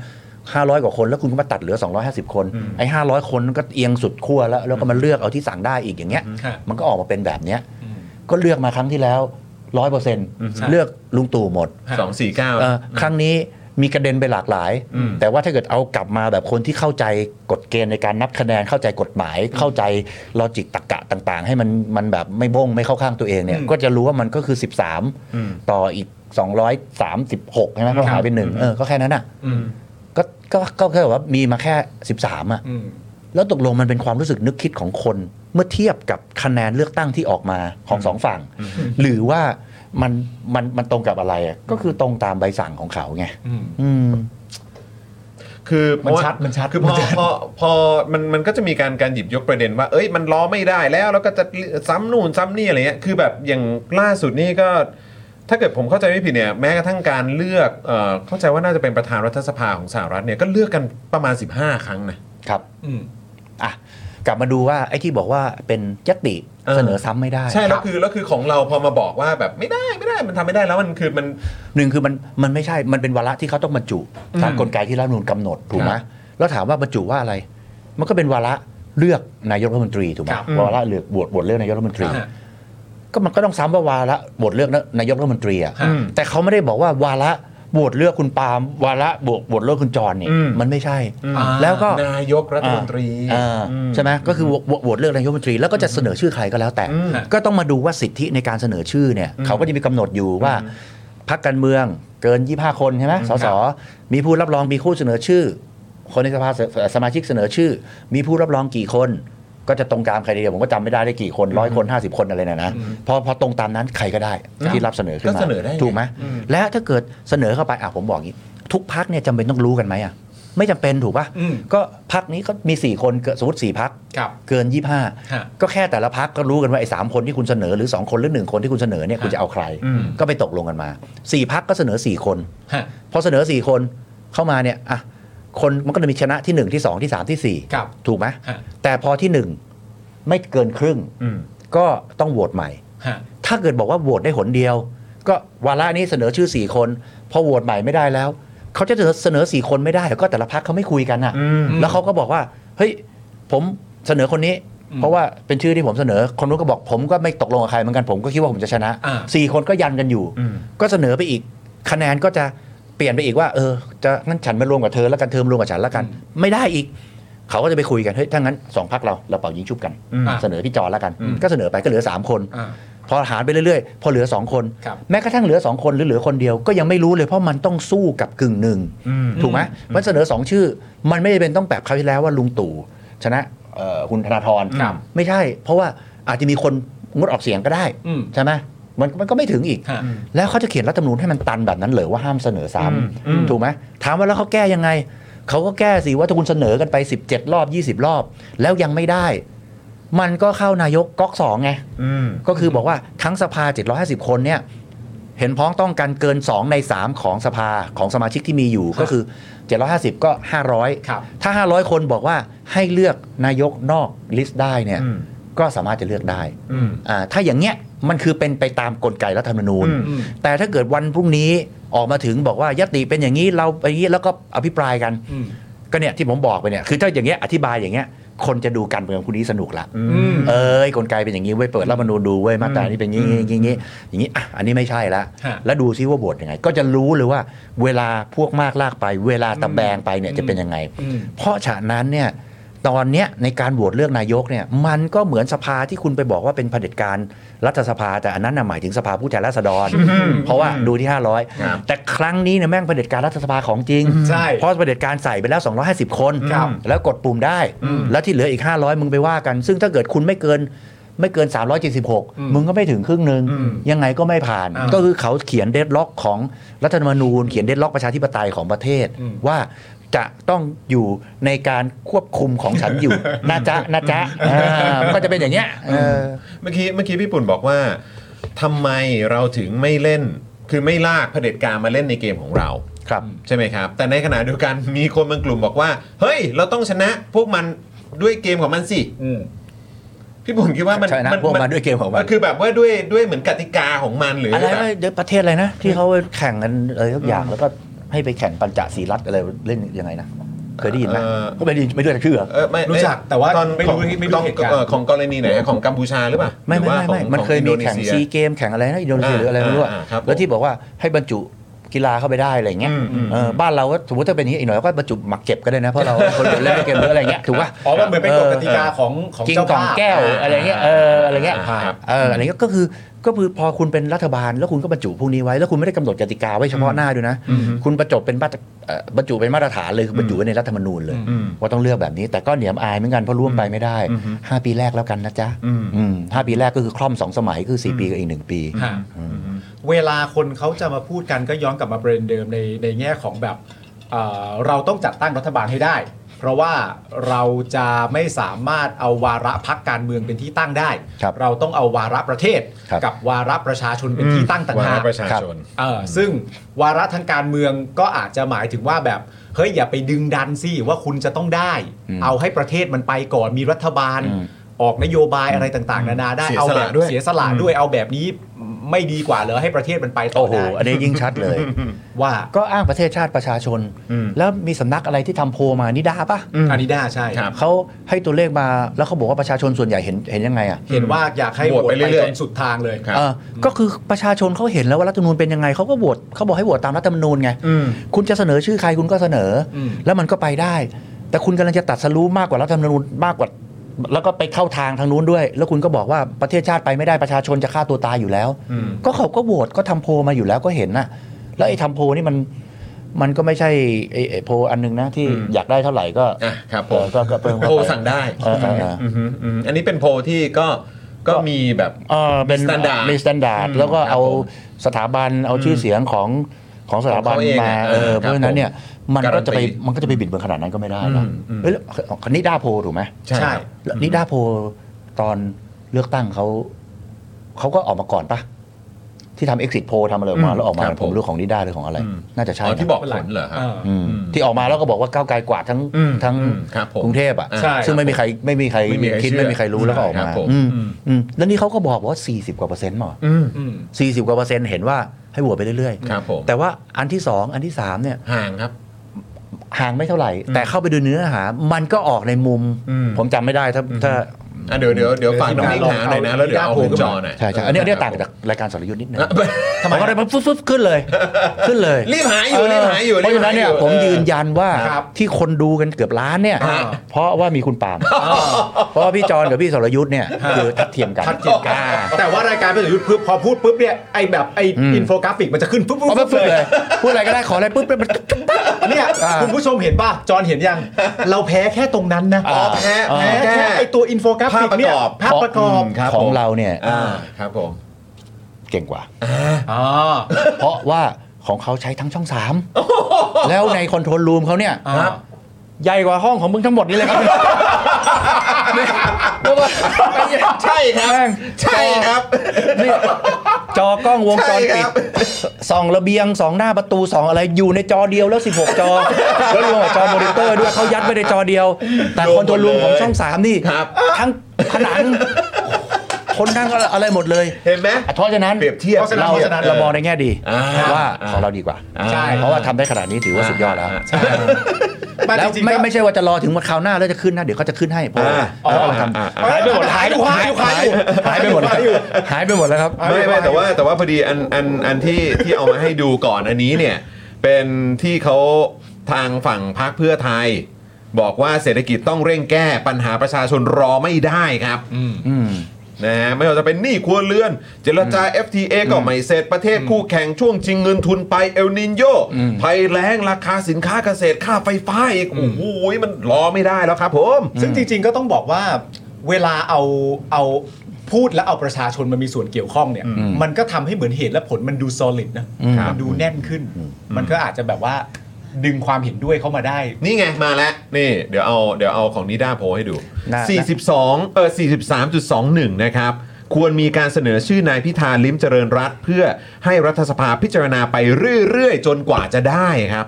Speaker 7: 500 กว่าคน แล้วคุณก็มาตัดเหลือ 250 คนไอ้500 คนก็เอียงสุดขั้วแล้วแล้วก็มาเลือกเอาที่สั่งได้อีกอย่างเงี้ย มันก็ออกมาเป็นแบบเนี้ยก็เลือกมาครั้งที่แล้วร้อยเปอร์เซ็นต์เลือกลุงตู่หมด
Speaker 1: สองสี่เก้า
Speaker 7: เอ่อครั้งนี้มีกระเด็นไปหลากหลาย แต่ว่าถ้าเกิดเอากลับมาแบบคนที่เข้าใจกฎเกณฑ์ในการนับคะแนนเข้าใจกฎหมาย เข้าใจลอจิกตรรกะต่างๆ ให้มันมันแบบไม่บ้งไม่เข้าข้างตัวเองเนี่ย ก็จะรู้ว่ามันก็คือ 13 ต่ออีก 236 ใช่ไหมก็หายไปหนึ่งเออก็แค่นั้นอ่ะก็ก็ก็แค่ว่ามีมาแค่ 13 อ่ะ แล้วตกลงมันเป็นความรู้สึกนึกคิดของคนเมื่อเทียบกับคะแนนเลือกตั้งที่ออกมาของสองฝั่ง หรือว่ามันมันมันตรงกับอะไรอะก็คือตรงตามใบสั่งของเขาไงอืม
Speaker 1: คือเพราะว่า
Speaker 3: ชัดมันชัด
Speaker 1: คือพ
Speaker 3: มั
Speaker 1: อน
Speaker 3: ชัด
Speaker 1: พอพอมันมันก็จะมีการการหยิบยกประเด็นว่า เอ้ยมันล้อไม่ได้แล้วแล้วก็จะซ้ำนู่นซ้ำนี่อะไรเงี้ยคือแบบอย่างล่าสุดนี่ก็ ถ้าเกิดผมเข้าใจไม่ผิดเนี่ยแม้กระทั่งการเลือกเอ่อเข้าใจว่าน่าจะเป็นประธานรัฐสภาของสหรัฐเนี่ยก็เลือกกันประมาณ 15 ครั้งนะ
Speaker 7: ครับอ่ะกลับมาดูว่าไอ้ที่บอกว่าเป็นยติ
Speaker 1: เออ
Speaker 7: เสนอซ้ำไม่ได้
Speaker 1: ใช่แล้วคือแล้วคือของเราพอมาบอกว่าแบบไม่ได้ไม่ได้มันทำไม่ได้แล้วมันคือมัน
Speaker 7: หนึ่งคือมันมันไม่ใช่มันเป็นวาระที่เขาต้องบรรจุตามกลไกที่รัฐธรรมนูลกำหนดถูกไหมแล้วถามว่าบรรจุว่าอะไร มันก็เป็นวาระเลือกนายกรัฐมนตรีถูกไหม
Speaker 3: ครับ
Speaker 7: วาระเลือกบวชบวชเลือกนายกรัฐมนตรี ก็มันก็ต้องซ้ำว่าวาระโหวตเลือกนายกรัฐมนตรีอะแต่เขาไม่ได้บอกว่าวาระโหวตเลือกคุณปาล์มวาระบวกโหวตเลือกคุณจรเนี่ยมันไม่ใช่ แล้วก็
Speaker 1: นายกรัฐมนตรี
Speaker 7: อ่าใช่ไหมก็คือโหวโหวโหวตเลือกนายกรัฐมนตรีแล้วก็จะเสนอชื่อใครก็แล้วแต่ ก็ต้องมาดูว่าสิทธิในการเสนอชื่อเนี่ยเขาก็จะมีกำหนดอยู่ว่าพรรคการเมืองเกิน 25 คนใช่ไหมสสมีผู้รับรองมีผู้เสนอชื่อ คนในสภาสมาชิกเสนอชื่อ มีผู้รับรองกี่คน ก็จะตรงตามใครเดียวผมก็จำไม่ได้ได้กี่คนร้อยคน 50 คนอะไรเนะนะพอพอตรงตามนั้นใครก็ได้ที่รับเสนอขึ้นมา
Speaker 1: ก็เสนอได้ไง
Speaker 7: ถูกไหมและถ้าเกิดเสนอเข้าไปอ่ะผมบอกอย่างนี้ทุกพักเนี่ยจำเป็นต้องรู้กันไหมอ่ะไม่จำเป็นถูกป่ะก็พักนี้ก็มี 4 คนเกิดสมมติ4พัก
Speaker 3: ครับ
Speaker 7: เกิน
Speaker 3: ฮะ
Speaker 7: 25 ก็แค่แต่ละพักก็รู้กันว่าไอ้สามคนที่คุณเสนอหรือ 2 คนหรือ 1 คนที่คุณเสนอเนี่ยคุณจะเอาใคร ก็ไปตกลงกันมาสี่พักก็เสนอสี่คน
Speaker 3: ฮะ
Speaker 7: พอเสนอ 4 คนเข้ามาเนี่ยอ่ะคนมันก็จะมีชนะที่ 1 ที่ 2 ที่ 3 ที่
Speaker 3: ครับ
Speaker 7: 4 ถูกไหม
Speaker 3: ฮะ
Speaker 7: แต่พอที่ 1 ไม่เกินครึ่งก็ต้องโหวตใหม่
Speaker 3: ฮะ
Speaker 7: ถ้าเกิดบอกว่าโหวตได้หนเดียว ก็วาระนี้เสนอชื่อ 4 คน พอโหวตใหม่ไม่ได้แล้ว เขาจะเสนอ 4 คนไม่ได้ก็แต่ละพักเขาไม่คุยกันน่ะ แล้วเขาก็บอกว่า เฮ้ย ผมเสนอคนนี้ เพราะว่าเป็นชื่อที่ผมเสนอ คนนู้นก็บอกผมก็ไม่ตกลงกับใครเหมือนกันผมก็คิดว่าผมจะชนะ
Speaker 3: อ่า
Speaker 7: สี่คนก็ยันกันอยู่ ก็เสนอไปอีก คะแนนก็จะเปลี่ยนไปอีกว่า เออ จะงั้นฉันมารวมกับเธอแล้วกันเธอมารวมกับฉันแล้วกัน ไม่ได้อีก เขาก็จะไปคุยกันเฮ้ยถ้างั้นสองพักเราเราเป่ายิงชุบกัน เสนอพี่จอแล้วกัน ก็เสนอไปก็เหลือสามคน
Speaker 3: อ่า
Speaker 7: พอหารไปเรื่อยๆ พอเหลือ 2 คน
Speaker 3: ครับ
Speaker 7: แม้กระทั่งเหลือ 2 คนหรือเหลือคนเดียวก็ยังไม่รู้เลยเพราะมันต้องสู้กับกึ่งหนึ่งถูกไหมมันเสนอ 2 ชื่อ มันไม่ได้เป็นต้องแบบคราวที่แล้วว่าลุงตู่ชนะเอ่อคุณธนาธร
Speaker 3: ครับ
Speaker 7: ไม่ใช่ เพราะว่าอาจจะมีคนงดออกเสียงก็ได้
Speaker 3: อืม
Speaker 7: ใช่ไหมมันมันก็ไม่ถึงอีก
Speaker 3: ฮะ
Speaker 7: แล้วเขาจะเขียนรัฐธรรมนูญให้มันตันแบบนั้นเหรอว่าห้ามเสนอซ้ำถูกไหมถามว่าแล้วเขาแก้ยังไงเขาก็แก้สิว่าถ้าคุณเสนอกันไป 17 รอบ 20 รอบ แล้วยังไม่ได้ มันก็เข้านายกก๊อกสองไง ก็คือบอกว่าทั้งสภา 750 คนเนี่ยเห็นพ้องต้องกันเกิน 2 ใน 3 ของสภาของสมาชิกที่มีอยู่ก็คือ 750 ก็
Speaker 3: ครับ
Speaker 7: 500 ถ้า 500 คนบอกว่าให้เลือกนายกนอกลิสต์ได้เนี่ยก็สามารถจะเลือกได้อ่าถ้าอย่างเงี้ยมันคือเป็นไปตามกลไกรัฐธรรมนูญ แต่ถ้าเกิดวันพรุ่งนี้ออกมาถึงบอกว่ายติเป็นอย่างนี้เราไปอย่างนี้แล้วก็อภิปรายกัน ก็เนี่ยที่ผมบอกไปเนี่ยคือถ้าอย่างเงี้ยอธิบายอย่างเงี้ยคนจะดูการเมืองคุณนี้สนุกละ เอ้ยกลไกเป็นอย่างนี้เว้ยเปิดรัฐธรรมนูญดูเว้ยมาตรานี้เป็นอย่างนี้อย่างนี้อย่างนี้อ่ะอันนี้ไม่ใช่ละ
Speaker 3: ฮะ
Speaker 7: แล้วดูซิว่าบทยังไง ก็จะรู้เลยว่าเวลาพวกมากลากไป เวลาตะแบงไปเนี่ยจะเป็นยังไง เพราะฉะนั้นเนี่ย ตอนเนี้ยในการโหวตเลือกนายกเนี่ยมันก็เหมือนสภาที่คุณไปบอกว่าเป็นเผด็จการรัฐสภาแต่อันนั้นนะหมายถึงสภาผู้แทนราษฎ ร เพราะว่าดูที่ 500 แต่ครั้งนี้เนี่ยแม่งเผด็จการรัฐสภาของจริง
Speaker 3: ใช่
Speaker 7: เพราะเผด็จการใส่ไปแล้ว 250 คน
Speaker 3: ครับ
Speaker 7: แล้วกดปุ่มได้
Speaker 3: อืม
Speaker 7: แล้วที่เหลืออีก 500 มึงไปว่ากัน ซึ่งถ้าเกิดคุณไม่เกินไม่เกิน 376 มึงก็ไม่ถึงครึ่งหนึ่ง
Speaker 3: อืม
Speaker 7: ยังไงก็ไม่ผ่าน
Speaker 3: อ่า
Speaker 7: ก็คือเขาเขียนเดดล็อกของรัฐธรรมนูญ เขียนเดดล็อกประชาธิปไตยของประเทศ ว่าจะต้องอยู่ในการควบคุมของฉัน อยู่ นะจ๊ะนะจ๊ะอ่ามันก็จะเป็นอย่างเงี้ยเออ
Speaker 1: เมื่อกี้เมื่อกี้พี่ปุ่นบอกว่าทำไมเราถึงไม่เล่น คือไม่ลากเผด็จการมาเล่นในเกมของเรา
Speaker 7: ครับ
Speaker 1: ใช่ไหมครับ แต่ในขณะเดียวกันมีคนบางกลุ่มบอกว่า เฮ้ย เราต้องชนะพวกมันด้วยเกมของมันสิ
Speaker 3: อืม
Speaker 1: พี่ปุ่นคิดว่ามัน
Speaker 7: ใช่นะ
Speaker 1: มัน
Speaker 7: พวกมันด้วยเกมของมัน
Speaker 1: มันคือแบบว่าด้วยด้วยเหมือนกติกาของมันหรืออ
Speaker 7: อะไร
Speaker 1: แบบ
Speaker 7: นะเดี๋ยวประเทศอะไรนะ ที่เขาแข่งกันอะไรทุกอย่างแล้วก็ให้ไปแข่งปัญจศรีรัตน์อะไรเล่นยังไงนะ เคยได้ยินไหม
Speaker 1: เอ่อ
Speaker 7: ก็ไม่ได้ยินไม่ได้ยินชื่อเหรอ
Speaker 1: เออไม่
Speaker 3: รู้จักแต่ว่า
Speaker 1: ตอน
Speaker 3: ไม่
Speaker 1: ขอ
Speaker 3: รู้
Speaker 1: ง
Speaker 3: ไม่รู้
Speaker 1: ตอน
Speaker 3: เหตุการณ์
Speaker 1: เอ่อของกรณีไหนของกัมพูชาหรือเปล่า
Speaker 7: ไม่
Speaker 1: หรือ
Speaker 7: ไม่
Speaker 1: ว่า
Speaker 7: ไม่ไม่
Speaker 1: ของ
Speaker 7: มันเคยมี
Speaker 1: ของอิโด
Speaker 7: แข่ง
Speaker 1: เซีย
Speaker 7: ซีเกมแข่งอะไรนะอินโดนีเซียหรืออะไรไม่รู้อะ
Speaker 1: อ่าอ่าครับผม
Speaker 7: แล้วที่บอกว่าให้บรรจุกีฬาเข้าไปได้อะไรอย่างเงี้ย
Speaker 1: อืมอืม
Speaker 7: เออบ้านเราก็สมมติถ้าเป็นอย่างนี้อีกหน่อยก็บรรจุหมักเก็บก็ได้นะเพ ราะเราคนเดียวเล่นเกมหรืออะไรเงี้ยถูกป่ะ
Speaker 3: อ๋อมันเหมือนเป็นกฎกติกาของของ
Speaker 7: กิน
Speaker 3: เจ้าก
Speaker 7: ล่อ
Speaker 3: บ้าง
Speaker 7: แก้วอะไรเงี้ยเอออะไรเงี้ย
Speaker 1: อ่าครับ
Speaker 7: เอออะไรเงี้ยก็คือก็คือพอคุณเป็นรัฐบาลแล้วคุณก็บรรจุพวกนี้ไว้แล้วคุณไม่ได้กำหนดกติกาไว้เฉพาะหน้าด้วยนะ คุณบรรจุเป็นมาตรเอ่อบรรจุเป็นมาตรฐานเลยคือบรรจุไว้ในรัฐธรรมนูญเลย ว่าต้องเลือกแบบนี้ แต่ก็เหนียมอายเหมือนกันเพราะร่วมไปไม่ได้ 5 ปีแรกแล้วกันนะจ๊ะอืมห้าปีแรกก็คือคล่อมสองสมัยคือ 4 ปีกับอีกหนึ่งปี
Speaker 3: ฮะเวลาคนเขาจะมาพูดกันก็ย้อนกลับมาประเด็นเดิมในในแง่ของแบบเอ่อเราต้องจัดตั้งรัฐบาลให้ได้ เพราะว่าเราจะไม่สามารถเอาวาระพักการเมืองเป็นที่ตั้งได้
Speaker 7: ครับ
Speaker 3: เราต้องเอาวาระประเทศ
Speaker 7: ครับ
Speaker 3: กับวาระประชาชนเป็นที่ตั้งต่าง
Speaker 1: วา
Speaker 3: หา
Speaker 1: ระ
Speaker 3: ก
Speaker 1: ประชาชน
Speaker 3: เออซึ่งวาระทางการเมืองก็อาจจะหมายถึงว่าแบบเฮ้ยอย่าไปดึงดันสิว่าคุณจะต้องได้ เอาให้ประเทศมันไปก่อนมีรัฐบาล ออกนโยบายอะไรต่างๆ นานาได้
Speaker 1: เสีย
Speaker 3: เอา
Speaker 1: ส
Speaker 3: แบ
Speaker 1: ละ
Speaker 3: บ
Speaker 1: ด้วย
Speaker 3: เสียสละด้วยเอาแบบนี้ไม่ดีกว่าเหรอให้ประเทศมันไปต่อ
Speaker 7: โอ้โห
Speaker 3: ได้
Speaker 7: อันนี้ยิ่งชัดเลย
Speaker 3: ว่า
Speaker 7: ก็อ้างประเทศชาติประชาชน แล้วมีสำนักอะไรที่ทำโพลมานิดาปะ
Speaker 3: อันนี้ได้ใช่
Speaker 1: ครับ
Speaker 7: เขาให้ตัวเลขมาแล้วเขาบอกว่าประชาชนส่วนใหญ่เห็นเห็นยังไงอะ
Speaker 3: เห็นว่าอยากให้
Speaker 1: โห
Speaker 3: โห
Speaker 1: ว
Speaker 3: ว
Speaker 1: ต
Speaker 3: ต
Speaker 1: ไป
Speaker 3: ไป
Speaker 1: เรื่อยๆ
Speaker 3: จนสุดทางเลย
Speaker 1: ครับ
Speaker 7: เออก็คือประชาชนเขาเห็นแล้วว่ารัฐธรรมนูญเป็นยังไงเขาก็โหวตเขาบอกให้โหวตตามรัฐธรรมนูญไง
Speaker 1: อืม
Speaker 7: คุณจะเสนอชื่อใครคุณก็เสนออแล้วมันก็ไปได้ แต่คุณกำลังจะตัดสรู้มากกว่ารัฐธรรมนูญมากกว่า แล้วก็ไปเข้าทางทางนู้นด้วย แล้วคุณก็บอกว่าประเทศชาติไปไม่ได้ประชาชนจะฆ่าตัวตายอยู่แล้ว
Speaker 1: อืม
Speaker 7: ก็เขาก็โหวตก็ทำโพลมาอยู่แล้วก็เห็นนะแล้วไอ้ทำโพลนี่มันมันก็ไม่ใช่ไอ้ไอ้โพลอันหนึงนะที่อยากได้เท่าไหร่ก็
Speaker 1: อ่ะครับผ
Speaker 7: เอ
Speaker 1: ม
Speaker 7: อก็ก็เพิ่มเข้า
Speaker 1: โพล
Speaker 7: ไป
Speaker 1: สั่งได้
Speaker 7: เออเออเออ
Speaker 1: อฮึอืมอันนี้เป็นโพลที่ก็ก็มีแบบ
Speaker 7: เออเป็น
Speaker 1: มี standard
Speaker 7: มีสแตนดาร์ด
Speaker 1: อืม
Speaker 7: แล้วก็เอา
Speaker 1: ครับผม
Speaker 7: สถาบันเอาชื่อเสียงของของสถาบัน
Speaker 1: ของเขาเอง
Speaker 7: มา
Speaker 1: อ่ะ
Speaker 7: เออ
Speaker 1: เออ
Speaker 7: เพราะฉะนั้นเนี่ยมันก็จะ
Speaker 1: กา
Speaker 7: ไป
Speaker 1: รันตี
Speaker 7: มันก็จะไปบิดเบือนขนาดนั้นก็ไม่ได้นะ
Speaker 1: อืมอืม
Speaker 7: เฮ้ยแล้วของนิด้าโพลถูกไหม
Speaker 1: ใช่ครับ
Speaker 7: แล้วนิด้าโพลตอนเลือกตั้งเขาเขาก็ออกมาก่อนปะที่ทำเอ็กซิสโพทำอะไรออกมา
Speaker 1: อืม
Speaker 7: แล้วออกมา
Speaker 1: ครับ
Speaker 7: ผม
Speaker 1: ผม
Speaker 7: รู้ของนิด้าหรือของอะไร น่าจะใช่
Speaker 1: อ๋อ
Speaker 7: นะ
Speaker 1: ที่บอกผลเหรอครับ
Speaker 3: เออ
Speaker 7: อืม
Speaker 1: อืม
Speaker 7: ที่ออกมาแล้วก็บอกว่าก้าวไกลกว่าทั้ง
Speaker 1: อืม
Speaker 7: ทั้ง
Speaker 1: อืมครับผม
Speaker 7: กรุงเทพอ่ะ
Speaker 3: ใช่
Speaker 7: ซึ่งไม่มีใครไม่มีใคร
Speaker 1: ไม่มีใคร
Speaker 7: คิด
Speaker 1: เชื่อ
Speaker 7: ไม่มีใครรู้แล้วก็ออก
Speaker 1: ครั
Speaker 7: มา
Speaker 1: บผม
Speaker 7: อืมอืมแล้วนี่เขาก็บอกว่า40กว่าเปอร์เซ็นต์หมอ
Speaker 1: อืม
Speaker 3: อืม
Speaker 7: 40 กว่าเปอร์เซ็นต์เห็นว่าให้โหวตไปเรื่อย
Speaker 1: ครับผม
Speaker 7: ๆ แต่ว่าอันที่ 2 อันที่ 3 เนี่ย
Speaker 1: ห่างครับ
Speaker 7: ห่างไม่เท่าไหร่ แต่เข้าไปดูเนื้อหา มันก็ออกในมุม
Speaker 1: อืม
Speaker 7: ผมจำไม่ได้ถ้าถ้า
Speaker 1: อ่ะเดี๋ยวเดี๋ยวเดี๋ยวฝากน้องนิ่งหาหน่อยนะแล้วเดี๋ยวเอา
Speaker 3: เอา
Speaker 1: ขึ้นจอหน่อย
Speaker 7: ใช่ใช่อันนี้อันนี้ต่างจากรายการสรยุทธ์นิดนึง
Speaker 1: อ่ะ
Speaker 7: ทำไมอะไรมันฟึบฟึบขึ้น เลย ขึ้นเลย
Speaker 1: รีบหาอยู่รีบหาอยู่
Speaker 7: เพราะฉะนั้นเนี่ย
Speaker 1: บหาอ
Speaker 7: ผมยืนยันว่า
Speaker 3: ครับ
Speaker 7: ที่คนดูกันเกือบล้านเนี่ย
Speaker 1: ฮะ
Speaker 7: เพราะว่ามีคุณปาล์มเพราะว่าพี่จอนกับพี่สรยุทธ์เนี่ย
Speaker 3: ฮะ
Speaker 7: คือทัดเทียมกัน
Speaker 3: ทัดเทียมกัน
Speaker 7: อ่า
Speaker 3: แต่ว่ารายการเป็นยุทธ์ปุ๊บพอพูดปุ๊บเนี่ยไอแบบไอ
Speaker 7: อืม
Speaker 3: อินโฟกราฟิกมันจะขึ้นปุ๊บปุ๊บ
Speaker 7: เพราะมันฟึ
Speaker 3: ปุ๊
Speaker 7: บบเล
Speaker 3: เลย ย
Speaker 7: พูดอะไรก็ได้ขออะไรปุ๊บเป็นมัน
Speaker 3: เนี่ย
Speaker 7: อ่า
Speaker 3: คุณผู้ชมเห็นป่ะ จอนเห็นยัง เราแพ้แค่ตรงนั้นนะ
Speaker 7: อ๋อแพ้
Speaker 3: แพ้
Speaker 1: แพ้
Speaker 3: แค่ไอตัวอินโฟกราฟิกเนี่ย
Speaker 1: ภาพประกอบ
Speaker 3: ภาพประกอบ
Speaker 7: อืม ครับของเราเนี่ย
Speaker 1: อ่าครับผม
Speaker 7: เก่งกว่า
Speaker 3: อ๋อ
Speaker 7: เพราะว่าของเขาใช้ทั้งช่องสามแล้วในคอนโทรลรูมเขาเนี่ย
Speaker 3: อ่า
Speaker 7: ครับใหญ่กว่าห้องของมึงทั้งหมดนี่เลยครับ
Speaker 1: ใช่ครับ ใช่ครับ
Speaker 7: นี่จอกล้องวงจร
Speaker 1: ใช่ค
Speaker 7: ปิ
Speaker 1: รั
Speaker 7: ด
Speaker 1: บ
Speaker 7: สองระเบียงสองหน้าประตูสองอะไรอยู่ในจอเดียวแล้ว 16 จอ แล้วรวมกับจอมอนิเตอร์ด้วยเขายัดไว้ในจอเดียว แต่คอนโทรลรูมของช่องสามนี่
Speaker 1: ครับ
Speaker 7: ทั้งผนังคนนั่งอะไรหมดเลย
Speaker 1: เห็นไหม
Speaker 7: เพราะฉะนั้น
Speaker 1: เปรียบเทียบ
Speaker 7: เพราะฉะนั้น
Speaker 1: เปรียบ
Speaker 7: เราเรามองในแง่ดี
Speaker 1: อ่า
Speaker 7: ว่า
Speaker 1: อ่า
Speaker 7: ของเราดีกว่า
Speaker 1: ใช่
Speaker 7: เพราะว่าทำได้ขนาดนี้ถือว่าสุดยอดแล้ว
Speaker 3: แต่
Speaker 7: แล้ว
Speaker 3: จริงๆ
Speaker 7: ไม่
Speaker 3: ก็
Speaker 7: ไม่ใช่ว่าจะรอถึงวันคราวหน้าแล้วจะขึ้นนะ เดี๋ยวเขาจะขึ้นให้เพราะว่า
Speaker 1: อ่า
Speaker 7: เขากำลังท
Speaker 1: อ่าอ่า
Speaker 7: ำหายไปหมด
Speaker 3: หายอยู่หายอยู่หายอยู่
Speaker 7: หายไปหมดแล้วหายไปหมดแล้วครับ
Speaker 1: ไม่ไม่แต่ว่าแต่ว่าพอดีอันอันอันที่ที่เอามาให้ดูก่อนอันนี้เนี่ย เป็นที่เขาทางฝั่งพรรคเพื่อไทย บอกว่าเศรษฐกิจต้องเร่งแก้ปัญหาประชาชนรอไม่ได้ครับ
Speaker 7: อืม
Speaker 1: นะฮะไม่ว่าจะเป็นหนี้ครัวเรือน เจรจา FTA ก็ไม่เสร็จประเทศคู่แข่งช่วงชิงเงินทุนไปเอลนินโย
Speaker 7: อืม
Speaker 1: ภัยแล้งราคาสินค้าเกษตรค่าไฟฟ้าอีกโอ้โหมันรอไม่ได้แล้วครับผม
Speaker 3: ซึ่งจริงๆก็ต้องบอกว่าเวลาเอาเอาพูดแล้วเอาประชาชนมันมีส่วนเกี่ยวข้องเนี่ย มันก็ทำให้เหมือนเหตุและผลมันดู solid นะ
Speaker 1: ครับ
Speaker 3: มันดูแน่นขึ้น มันก็อาจจะแบบว่าดึงความเห็นด้วยเข้ามาได้
Speaker 1: นี่ไงมาแล้วนี่เดี๋ยวเอาเดี๋ยวเอาของนิด้าโพลให้ดู
Speaker 7: ได้
Speaker 1: 42เออ43.21 นะครับ ควรมีการเสนอชื่อนายพิธาลิ้มเจริญรัตน์เพื่อให้รัฐสภาพิจารณาไปเรื่อยๆ จนกว่าจะได้ครับ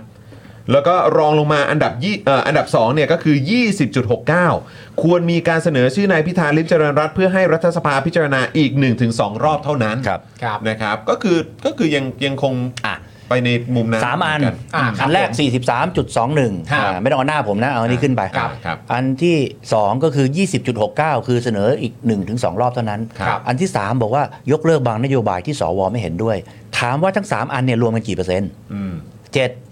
Speaker 1: แล้วก็รองลงมาอันดับยี่เอ่ออันดับ2เนี่ยก็คือ 20.69 ควรมีการเสนอชื่อนายพิธาลิมเจริญรัตน์เพื่อให้รัฐสภาพิจารณาอีก 1-2 รอบเท่านั้น
Speaker 7: ครับ
Speaker 3: ครับ
Speaker 1: นะครับ ก็คือก็คือยังยังคง
Speaker 7: อ่ะ
Speaker 1: ไปในมุมนั้น
Speaker 7: สามอัน
Speaker 1: เหกั
Speaker 3: อ่าครับ
Speaker 7: อันแรก
Speaker 3: ผม
Speaker 7: 43.21
Speaker 3: ครับ
Speaker 7: อ่าไม่ต้องเอาหน้าผมนะ เอาอันนี้ขึ้นไป
Speaker 1: ครับครับ
Speaker 7: อันที่ 2 ก็คือ 20.69 คือเสนออีก 1-2 รอบเท่านั้น
Speaker 3: ครับ
Speaker 7: อันที่ 3 บอกว่ายกเลิกบางนโยบายที่สวไม่เห็นด้วย ถามว่าทั้ง 3 อันเนี่ยรวมกันกี่เปอร์เซ็นต์
Speaker 1: อืม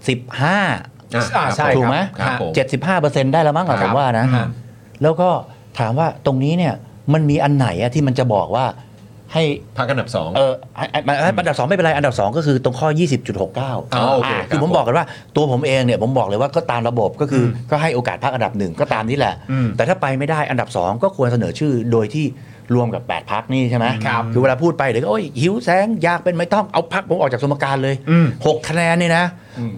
Speaker 7: 75
Speaker 1: อ่ะ
Speaker 3: อ่าใช่
Speaker 7: ถูกไหม
Speaker 1: ครับผม
Speaker 7: 75เปอร์เซ็นต์ได้แล้วมั้งอะ
Speaker 3: ค
Speaker 7: ผ
Speaker 3: รับ
Speaker 7: มว่านะ
Speaker 3: ฮะ
Speaker 7: แล้วก็ถามว่าตรงนี้เนี่ยมันมีอันไหนอะที่มันจะบอกว่าให้
Speaker 1: พักอันดับสอง
Speaker 7: เอออันอันอันอันอันดับสองไม่เป็นไร อันดับสองก็คือตรงข้อ 20.69
Speaker 1: อ๋อโอเคค
Speaker 7: า
Speaker 1: รับ
Speaker 7: คือผมบอกกันว่าตัวผมเองเนี่ยผมบอกเลยว่าก็ตามระบบก็คืออก็ให้โอกาสพักอันดับหนึ่งก็ตามนี่แหละ
Speaker 1: อืม
Speaker 7: แต่ถ้าไปไม่ได้อันดับสองก็ควรเสนอชื่อโดยที่รวมกับ 8พักนี่ใช่ไหม
Speaker 3: ครับ
Speaker 7: คือเวลาพูดไปเดี๋ยวก็โอ้ยหิวแสงอยากเป็นไม่ต้องเอาพักผมออกจากสมการเลย
Speaker 1: อืม
Speaker 7: หกคะแนนนี่นะ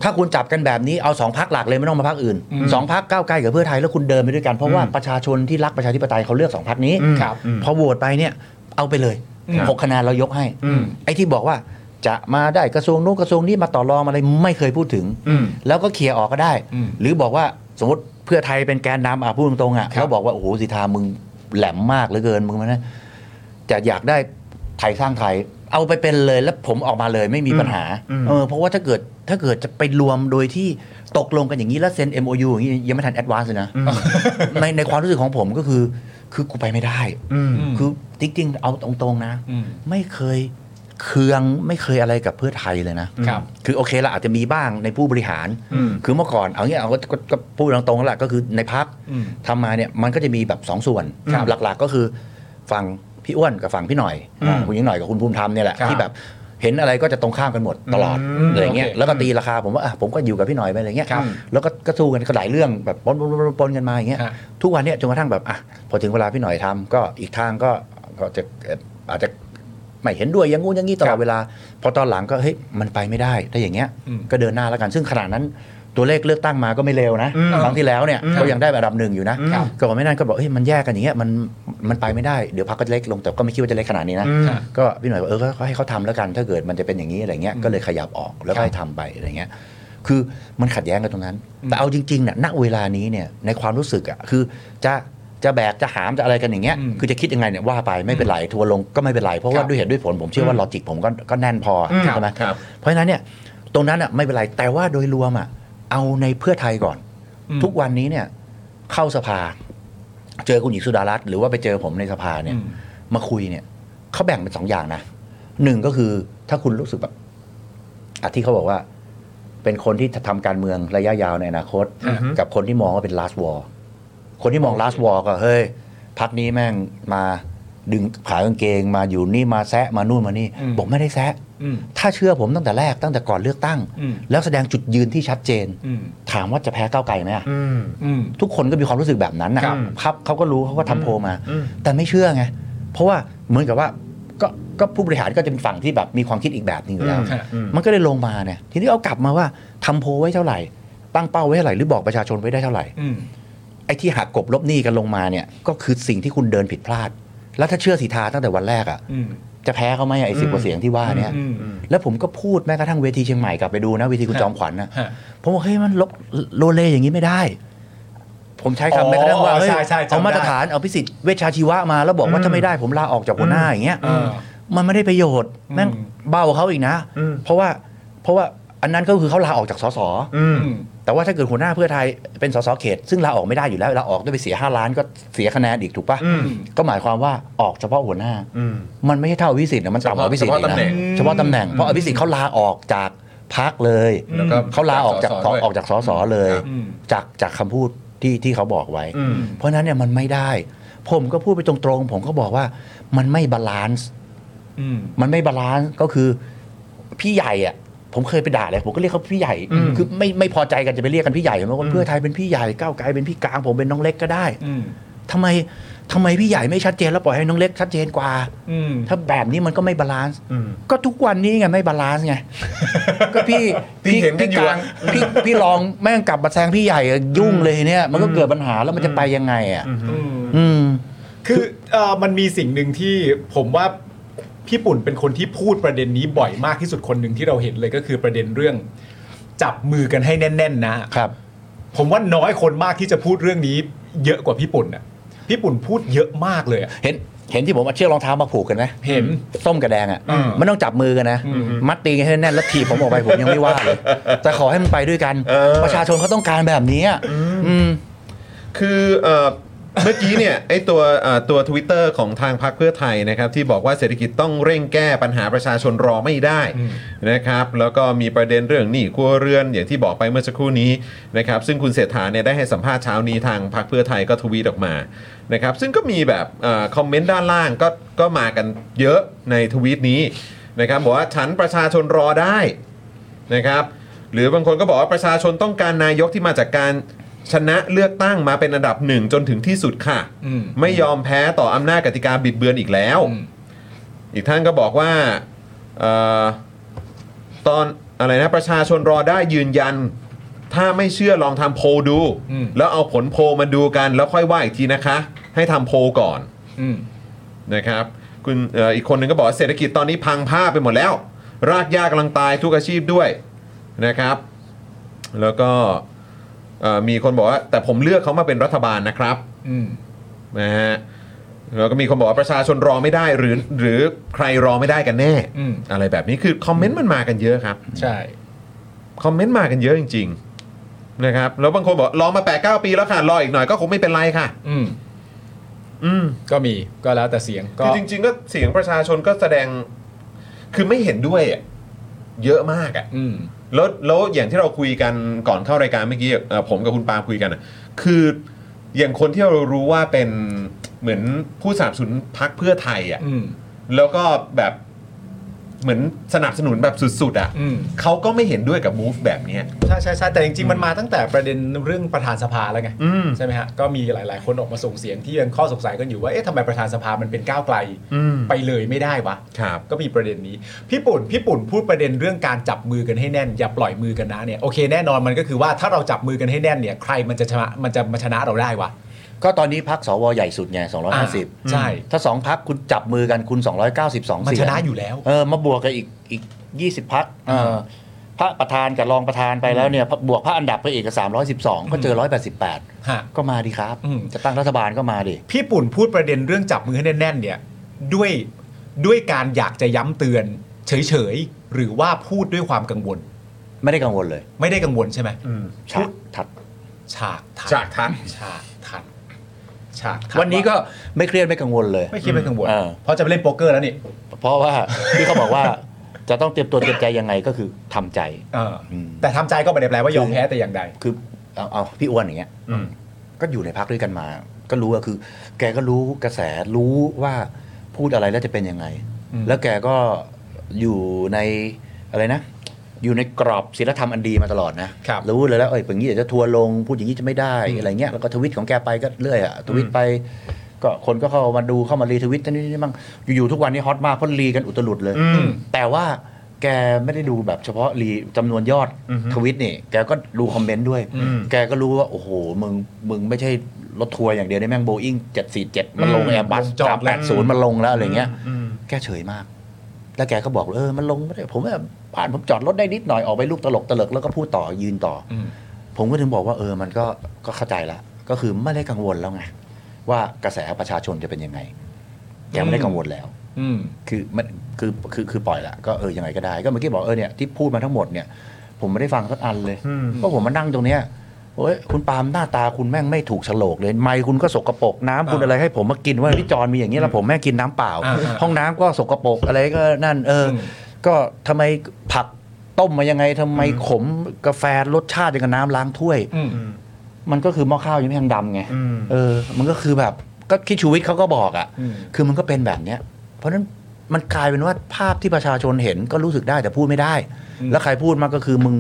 Speaker 7: ถ้าคุณจับกันแบบนี้เอาสองพักหลักเลยไม่ต้องมาพักอื่นสองพักก้าวไกลกับเพื่อไทยแล้วคุณเดินไปด้วยกันเพราะว่าประชาชนที่รักประชาธิปไตยเขาเลือกสองพักนี้
Speaker 1: อืม
Speaker 3: ครับ
Speaker 1: อืม
Speaker 7: พอโหวตไปเนี่ยเอาไปเลย
Speaker 3: อืม
Speaker 7: หกคะแนนเรายกให้
Speaker 1: อืม
Speaker 7: ไอ้ที่บอกว่าจะมาได้กระทรวงนู้นกระทรวงนี้มาต่อรองอะไรไม่เคยพูดถึง
Speaker 1: อืม
Speaker 7: แล้วก็เคลียร์ออกก็ได้
Speaker 3: อืม
Speaker 7: หรือบอกว่าสมมติเพื่อไทยเป็นแกนนำอ่ะพูดตรงๆอ่ะ
Speaker 3: ครับ
Speaker 7: แล้วบอกว่า โอ้โหสิทธามึงแหลมมากเหลือเกินมึงนะจะอยากได้ไทยสร้างไทย เอาไปเป็นเลยแล้วผมออกมาเลยไม่มีปัญหา
Speaker 1: อืม
Speaker 7: เออเพราะว่าถ้าเกิดถ้าเกิดจะไปรวมโดยที่ตกลงกันอย่างนี้แล้วเซ็น MOU อย่างนี้ยังไม่ทันแอดวานซ์เลยนะในในความรู้สึกของผมก็คือ คือกูไปไม่ได้
Speaker 1: อืม
Speaker 7: คือจริงๆ เอาตรงๆนะ
Speaker 3: อืม
Speaker 7: ไม่เคยเคืองไม่เคยอะไรกับเพื่อไทยเลยนะครับ คือโอเคละอาจจะมีบ้างในผู้บริหาร
Speaker 1: อืม
Speaker 7: คือเมื่อก่อนเอาเงี้ยเอาก็ก็ก็พูดตรงๆแล้วล่ะก็คือในพัก
Speaker 3: อืม
Speaker 7: ทำมาเนี่ยมันก็จะมีแบบสองส่วน
Speaker 3: ครับ
Speaker 7: หลักๆก็คือฝั่งพี่อ้วนกับฝั่งพี่หน่อยคุณยิ่งหน่อยกับคุณภูมิธรรมเนี่ยแหละ
Speaker 3: ครับ
Speaker 7: ที่แบบเห็นอะไรก็จะตรงข้ามกันหมดตลอด
Speaker 3: อืม
Speaker 7: อะไรเงี้ย
Speaker 3: โอเค
Speaker 7: แล้วก็ตีราคาผมว่าอ่ะผมก็อยู่กับพี่หน่อยไปอะไรเงี้ย
Speaker 3: ครับ
Speaker 7: แล้วก็ก็สู้กันก็หลายเรื่องแบบปนๆๆๆๆกันมาอย่างเงี้ย
Speaker 3: ฮะ
Speaker 7: ทุกวันเนี่ยจนกระทั่งแบบอ่ะพอถึงเวลาพี่หน่อยทำก็อีกทางก็ก็จะเอ่ออาจจะไม่เห็นด้วยอยังงู้นอยังงี้ตลอดเวลา พอตอนหลังก็เฮ้ยมันไปไม่ได้ถ้าอย่างเงี้ย
Speaker 3: อืม
Speaker 7: ก็เดินหน้าแล้วกันซึ่งขนาดนั้นตัวเลขเลือกตั้งมาก็ไม่เร็วนะครั้งที่แล้วเนี่ยก็ยังได้อันดับหนึ่งอยู่นะครับ ก็ไม่นานก็บอกเฮ้ยมันแยกกันอย่างเงี้ยมันมันไปไม่ได้เดี๋ยวพรรคก็จะเล็กลงแต่ก็ไม่คิดว่าจะเล็กขนาดนี้นะ ก็พี่หน่อยบอกเออก็ให้เขาทำแล้วกัน ถ้าเกิดมันจะเป็นอย่างนี้อะไรเงี้ยก็เลยขยับออกแล้วก็ให้ทำไปอะไรเงี้ยคือมันขัดแย้งกันตรงนั้น แต่เอาจริงๆเนี่ยณเวลานี้เนี่ยในความรู้สึกอ่ะคือจะจะแบกจะหามจะอะไรกันอย่างเงี้ย
Speaker 3: อืม
Speaker 7: คือจะคิดยังไงเนี่ยว่าไปไม่เป็นไรทัวร์ลงก็ไม่เป็นไร เพราะ
Speaker 3: ครั
Speaker 7: ว่า
Speaker 3: บ
Speaker 7: ด้วยเหตุด้วยผลผมเชื่อว่าลอจิกผมก็ก็แน่นพอ
Speaker 1: อืม
Speaker 7: ใช่ไหม
Speaker 1: ครับ
Speaker 7: เพราะฉะนั้นเนี่ยตรงนั้นอ่ะไม่เป็นไรแต่ว่าโดยรวมอ่ะเอาในเพื่อไทยก่อน
Speaker 3: อืม
Speaker 7: ทุกวันนี้เนี่ยเข้าสภา เจอคุณหญิงสุดารัตน์หรือว่าไปเจอผมในสภาเนี่ย มาคุยเนี่ยเขาแบ่งเป็นสองอย่างนะหนึ่งก็คือถ้าคุณรู้สึกแบบอ่ะที่เขาบอกว่า เป็นคนที่จะทำการเมืองระยะยาวในอนาคต
Speaker 3: อือฮึ
Speaker 7: กับคนที่มองว่าเป็น last war คนที่มอง last war ก็เฮ้ยพักนี้แม่งมาดึงขากางเกง มาอยู่นี่มาแซะมานู่นมานี่บอกไม่ได้แซะ
Speaker 3: อืม
Speaker 7: ถ้าเชื่อผมตั้งแต่แรกตั้งแต่ก่อนเลือกตั้ง
Speaker 3: อืม
Speaker 7: แล้วแสดงจุดยืนที่ชัดเจน
Speaker 3: อืม
Speaker 7: ถามว่าจะแพ้ก้าวไกลไหมอะ
Speaker 1: อืม
Speaker 3: อืม
Speaker 7: ทุกคนก็มีความรู้สึกแบบนั้นนะครับ ครับเขาก็รู้เขาก็ทำโพลมา
Speaker 1: อืม
Speaker 7: แต่ไม่เชื่อไง เพราะว่าเหมือนกับว่าก็ก็ผู้บริหารก็จะเป็นฝั่งที่แบบมีความคิดอีกแบบหนึงอยู่แล้ว
Speaker 3: ครับ
Speaker 7: มันก็เลยลงมาเนี่ยทีนี้เอากลับมาว่าทำโพลไว้เท่าไหร่ ตั้งเป้าไว้เท่าไหร่หรือบอกประชาชนไว้ได้เท่าไหร่
Speaker 3: อืม
Speaker 7: ไอ้ที่หักกบลบหนี้กันลงมาเนี่ยก็คือสิ่งที่คุณเดินผิดพลาด แล้วถ้าเชื่อสีทาตั้งแต่วันแรกอ่ะ
Speaker 3: อืม
Speaker 7: จะแพ้เขาไหมอะไอ้สิบกว่าเสียงที่ว่าเนี่ย
Speaker 3: อืม
Speaker 7: แล้วผมก็พูดแม้กระทั่งเวทีเชียงใหม่กลับไปดูนะเวทีคุณจอมขวัญนะ
Speaker 3: ฮะ
Speaker 7: ผมบอกเฮ้ยมันลบโลเลอย่างนี้ไม่ได้ ผมใช้คำแม้กระทั่งว่า
Speaker 3: อ๋อ
Speaker 7: เฮ้ย
Speaker 3: ใช่ใช่จำได้
Speaker 7: เอามาตรฐานเอาพิสิทธิ์เวชชาชีวะมาแล้วบอกว่าถ้าไม่ได้ผมลาออกจากหัวหน้าอย่างเงี้ย
Speaker 3: เออ
Speaker 7: มันไม่ได้ประโยชน์แม่ง
Speaker 3: อืม
Speaker 7: เบาเขาอีกนะ เพราะว่าเพราะว่าอันนั้นก็คือเขาลาออกจากสส
Speaker 3: อืม
Speaker 7: แต่ว่าถ้าเกิดหัวหน้าเพื่อไทยเป็นสสเขต ซึ่งลาออกไม่ได้อยู่แล้วลาออกด้วยไปเสียห้าล้านก็เสียคะแนนอีกถูกปะก็หมายความว่าออกเฉพาะหัวหน้า
Speaker 1: อืม
Speaker 7: มันไม่ใช่เท่าอภิสิทธิ์นะมันต่ำกว่าอภิสิทธิ์อีก
Speaker 1: เฉพาะตำแหน่ง
Speaker 7: นะเฉพาะตำแหน่งเพราะอภิสิทธิ์เขาลาออกจากพักเลย
Speaker 1: แล้วก็
Speaker 7: เขาลาออกจา
Speaker 1: ส
Speaker 7: ก
Speaker 1: สด้วย
Speaker 7: ออกจากสสเลย
Speaker 3: อืม
Speaker 7: จากจากคำพูด ที่ที่เขาบอกไว้ เพราะฉะนั้นเนี่ยมันไม่ได้ ผมก็พูดไปตรงๆ ผมก็บอกว่ามันไม่บาลานซ์มันไม่บาลานซ์ก็คือพี่ใหญ่อะผมเคยไปด่าเลยผมก็เรียกเขาพี่ใหญ่ คือไม่ไม่พอใจกันจะไปเรียกกันพี่ใหญ่ผมว่าเพื่อไทยเป็นพี่ใหญ่ก้าวไกลเป็นพี่กลางผมเป็นน้องเล็กก็ได้ทำไมทำไมพี่ใหญ่ไม่ชัดเจนแล้วปล่อยให้น้องเล็กชัดเจนกว่า ถ้าแบบนี้มันก็ไม่บาลานซ์ก็ทุกวันนี้ไงไม่บาลานซ์ไง ก็ พี่
Speaker 3: ที่เห็นกันอยู่
Speaker 7: กลา
Speaker 3: อะ
Speaker 7: งพี่พี่รองแม่งกลับมาแซงพี่ใหญ่อะยุ่งเลยเนี่ย มันก็เกิดปัญหาแล้วมันจะไปยังไงอ่ะ อืม
Speaker 3: คือเอ่อมันมีสิ่งหนึ่งที่ผมว่าพี่ปุ่นเป็นคนที่พูดประเด็นนี้บ่อยมากที่สุดคนหนึ่งที่เราเห็นเลยก็คือประเด็นเรื่อง จับมือกันให้แน่น ๆ นะ
Speaker 7: ครับ
Speaker 3: ผมว่าน้อยคนมากที่จะพูดเรื่องนี้ เยอะกว่าพี่ปุ่นอ่ะพี่ปุ่นพูดเยอะมากเลยอะ
Speaker 7: เห็นเห็นที่ผมเอาเชือกรองเท้ามาผูกกันไหม
Speaker 3: เห็น
Speaker 7: ส้มกับแดงอ่ะ
Speaker 3: อืม
Speaker 7: มันต้องจับมือกันนะ มัดตีกันให้แน่นแล้วถีบผมออกไปผมยังไม่ว่า เลย แต่ขอให้มันไปด้วยกัน ประชาชนเขาต้องการแบบนี้อะอืม
Speaker 1: คือเอ่อเมื่อกี้เนี่ย ไอ้ตัวเอ่อตัว Twitter ของทางพรรคเพื่อไทยนะครับ ที่บอกว่าเศรษฐกิจต้องเร่งแก้ปัญหาประชาชนรอไม่ได้นะครับ แล้วก็มีประเด็นเรื่องหนี้ครัวเรือนอย่างที่บอกไปเมื่อสักครู่นี้นะครับ ซึ่งคุณเศรษฐาเนี่ยได้ให้สัมภาษณ์เช้านี้ทางพรรคเพื่อไทยก็ทวีตออกมานะครับ ซึ่งก็มีแบบเออคอมเมนต์ด้านล่างก็ก็มากันเยอะในทวีตนี้นะครับบอกว่าฉันประชาชนรอได้ นะครับหรือบางคนก็บอกว่าประชาชนต้องการนายกที่มาจากการชนะเลือกตั้งมาเป็นอันดับหนึ่งจนถึงที่สุดค่ะ
Speaker 3: อืม
Speaker 1: ไม่ยอมแพ้ต่ออำนาจกติกาบิดเบือนอีกแล้ว อีกท่านก็บอกว่าเออตอนอะไรนะประชาชนรอได้ยืนยัน ถ้าไม่เชื่อลองทำโพลดู
Speaker 3: อืม
Speaker 1: แล้วเอาผลโพลมาดูกัน แล้วค่อยว่าอีกทีนะคะ ให้ทำโพลก่อน
Speaker 3: อืม
Speaker 1: นะครับคุณเอ่ออีกคนหนึ่งก็บอกว่าเศรษฐกิจตอนนี้พังผ้าไปหมดแล้ว รากหญ้ากำลังตายทุกอาชีพด้วยนะครับ แล้วก็เอ่อมีคนบอกว่า แต่ผมเลือกเขามาเป็นรัฐบาลนะครับ
Speaker 3: อืม
Speaker 1: นะฮะแล้วก็มีคนบอกว่าประชาชนรอไม่ได้หรือหรือใครรอไม่ได้กันแน่
Speaker 3: อืม
Speaker 1: อะไรแบบนี้คือคอมเมนต์มันมากันเยอะครับ
Speaker 3: ใช่
Speaker 1: คอมเมนต์มากันเยอะจริง ๆ นะครับ แล้วบางคนบอกรอมา8ปปีแล้วค่ะรออีกหน่อยก็คงไม่เป็นไรค่ะ
Speaker 3: อืม
Speaker 1: อืม
Speaker 3: ก็มีก็แล้วแต่เสียงก็
Speaker 1: คือจริง ๆ ก็เสียงประชาชนก็แสดงคือไม่เห็นด้วยอะเยอะมากอะ
Speaker 3: อืม
Speaker 1: แล้วแล้วอย่างที่เราคุยกันก่อนเข้ารายการเมื่อกี้เอ่อผมกับคุณปาล์มคุยกันอะคืออย่างคนที่เรารู้ว่าเป็นเหมือนผู้สนับสนุนพักเพื่อไทยอะ
Speaker 3: อืม
Speaker 1: แล้วก็แบบเหมือนสนับสนุนแบบสุดๆอะ
Speaker 3: อืม
Speaker 1: เขาก็ไม่เห็นด้วยกับมูฟแบบเนี้ย
Speaker 3: ใช่ใช่ใช่แต่จริงๆ มันมาตั้งแต่ประเด็นเรื่องประธานสภาแล้วไง
Speaker 1: อืม
Speaker 3: ใช่ไหมฮะ ก็มีหลายๆ คนออกมาส่งเสียงที่ยังข้อสงสัยกันอยู่ว่า เอ๊ะทำไมประธานสภามันเป็นก้าวไกล
Speaker 1: อืม
Speaker 3: ไปเลยไม่ได้วะ
Speaker 1: ครับ
Speaker 3: ก็มีประเด็นนี้ พี่ปุ่น พี่ปุ่นพูดประเด็นเรื่องการจับมือกันให้แน่น อย่าปล่อยมือกันนะเนี่ย โอเคแน่นอนมันก็คือว่าถ้าเราจับมือกันให้แน่นเนี่ย ใครมันจะชนะ มันจะมาชนะเราได้วะ
Speaker 7: ก็ตอนนี้พักสวใหญ่สุดไง
Speaker 3: อ่า
Speaker 7: 250
Speaker 3: ใช่
Speaker 7: ถ้าสองพักคุณจับมือกันคุณ 292เสียง
Speaker 3: มันชนะอยู่แล้ว
Speaker 7: เออมาบวกกับอีกอีก 20 พักเออพระประธานกับรองประธานไปแล้วเนี่ยบวกพระอันดับไปอีกกับ312 ก็เจอ 188
Speaker 3: ฮะ
Speaker 7: ก็มาดีครับ
Speaker 3: อืม
Speaker 7: จะตั้งรัฐบาลก็มาดิ
Speaker 3: พี่ปุ่นพูดประเด็นเรื่องจับมือให้แน่นๆเนี่ยด้วยด้วยการอยากจะย้ำเตือน เฉยๆ หรือว่าพูดด้วยความกังวล
Speaker 7: ไม่ได้กังวลเลย
Speaker 3: ไม่ได้กังวลใช่ไหม
Speaker 7: ฉากถัด
Speaker 3: ฉากทัน
Speaker 1: ฉากทัน
Speaker 3: ฉากทันฉากทั
Speaker 7: วันนี้ก็ไม่เครียดไม่กังวลเลย
Speaker 3: ไม่คิดไม่กังวล
Speaker 7: เออ
Speaker 3: เพราะจะไปเล่นโป๊กเกอร์แล้วนี่
Speaker 7: เพราะว่า ที่เขาบอกว่าจะต้องเตรียมตัวเตรียมใจยังไงก็คือทำใจ
Speaker 3: เอออ
Speaker 7: ม
Speaker 3: แต่ทำใจก็ไม่ได้แปลว่ายอมแพ้แต่อย่างใด
Speaker 7: คือเอาเอาพี่อ้วนอย่างเงี้ย
Speaker 1: อืม
Speaker 7: ก็อยู่ในพักด้วยกันมา ก็รู้อะคือ แกก็รู้กระแสรู้ว่าพูดอะไรแล้วจะเป็นยังไง
Speaker 3: อืม
Speaker 7: แล้วแกก็อยู่ในอะไรนะ อยู่ในกรอบศีลธรรมอันดีมาตลอดนะ
Speaker 3: ครับ
Speaker 7: รู้เลยแล้วเอ้ยอย่างนี้เดี๋ยวจะทัวร์ลงพูดอย่างนี้จะไม่ได้อะไรเงี้ยแล้วก็ทวิตของแกไปก็เรื่อยอะทวิตไป ก็คนก็เข้ามาดูเข้ามารีทวิตนั่นนี่นี่มั่งอยู่ๆทุกวันนี้ฮอตมากเพราะรีกันอุตลุดเลย
Speaker 1: อืม
Speaker 7: แต่ว่าแกไม่ได้ดูแบบเฉพาะรีจำนวนยอด
Speaker 1: อือฮึ
Speaker 7: ทวิตนี่แกก็ดูคอมเมนต์ด้วย
Speaker 1: อืม
Speaker 7: แกก็รู้ว่า โอ้โห มึงมึงไม่ใช่รถทัวร์อย่างเดียวได้แม่งโบอิ้ง747 มันลง
Speaker 1: อืม
Speaker 7: แอร์บั
Speaker 3: ล
Speaker 7: ส
Speaker 3: งจอด
Speaker 7: สามแปดศูนย์มันลงแล้วอะไรเงี้ย
Speaker 1: อืม
Speaker 7: แกเฉยมาก แล้วแกก็บอกเออมันลงไม่ได้ผมว่าผ่านผมจอดรถได้นิดหน่อยออกไปลูกตลกตลกแล้วก็พูดต่อยืนต่ออ
Speaker 3: ม
Speaker 7: ผมก็ถึงบอกว่าเออมันก็ก็เข้าใจละก็คือไม่ได้กังวลแล้วไงว่ากระแสประชาชนจะเป็นยังไงแกไม่ได้กังวลแล้ว
Speaker 3: อืม
Speaker 7: คือมันคือคือคือปล่อยละก็เออยังไงก็ได้ ก็เมื่อกี้บอกเออเนี่ยที่พูดมาทั้งหมดเนี่ย ผมไม่ได้ฟังสักอันเลย
Speaker 1: อืม
Speaker 7: เพราะผมมานั่งตรงเนี้ยโอ้ยคุณปาล์มหน้าตาคุณแม่งไม่ถูกโฉลกเลยไมค์คุณก็สกปรกน้ำคุณ
Speaker 3: อ่า
Speaker 7: อะไรให้ผมมากินว่าพี่จอนมีอย่างนี้ยแล้วผมแม่งกินน้ำเปล่า
Speaker 3: อ่าอ่า
Speaker 7: ห้องน้ำก็สกปรกอะไรก็นั่น เอออ
Speaker 3: ม
Speaker 7: ก็ทำไมผักต้มมายังไงทำไมขมกาแฟรสชาติอย่างกับน้ำล้างถ้วย
Speaker 3: อืม
Speaker 7: มันก็คือหม้อข้าวยังไม่ทันดำไงเออ มันก็คือแบบก็คิดชูวิทย์เขาก็บอกอะ่ะ คือมันก็เป็นแบบเนี้ย เพราะฉะนั้นมันกลายเป็นว่าภาพที่ประชาชนเห็นก็รู้สึกได้แต่พูดไม่ได้ แล้วใครพูดมากก็คือมึง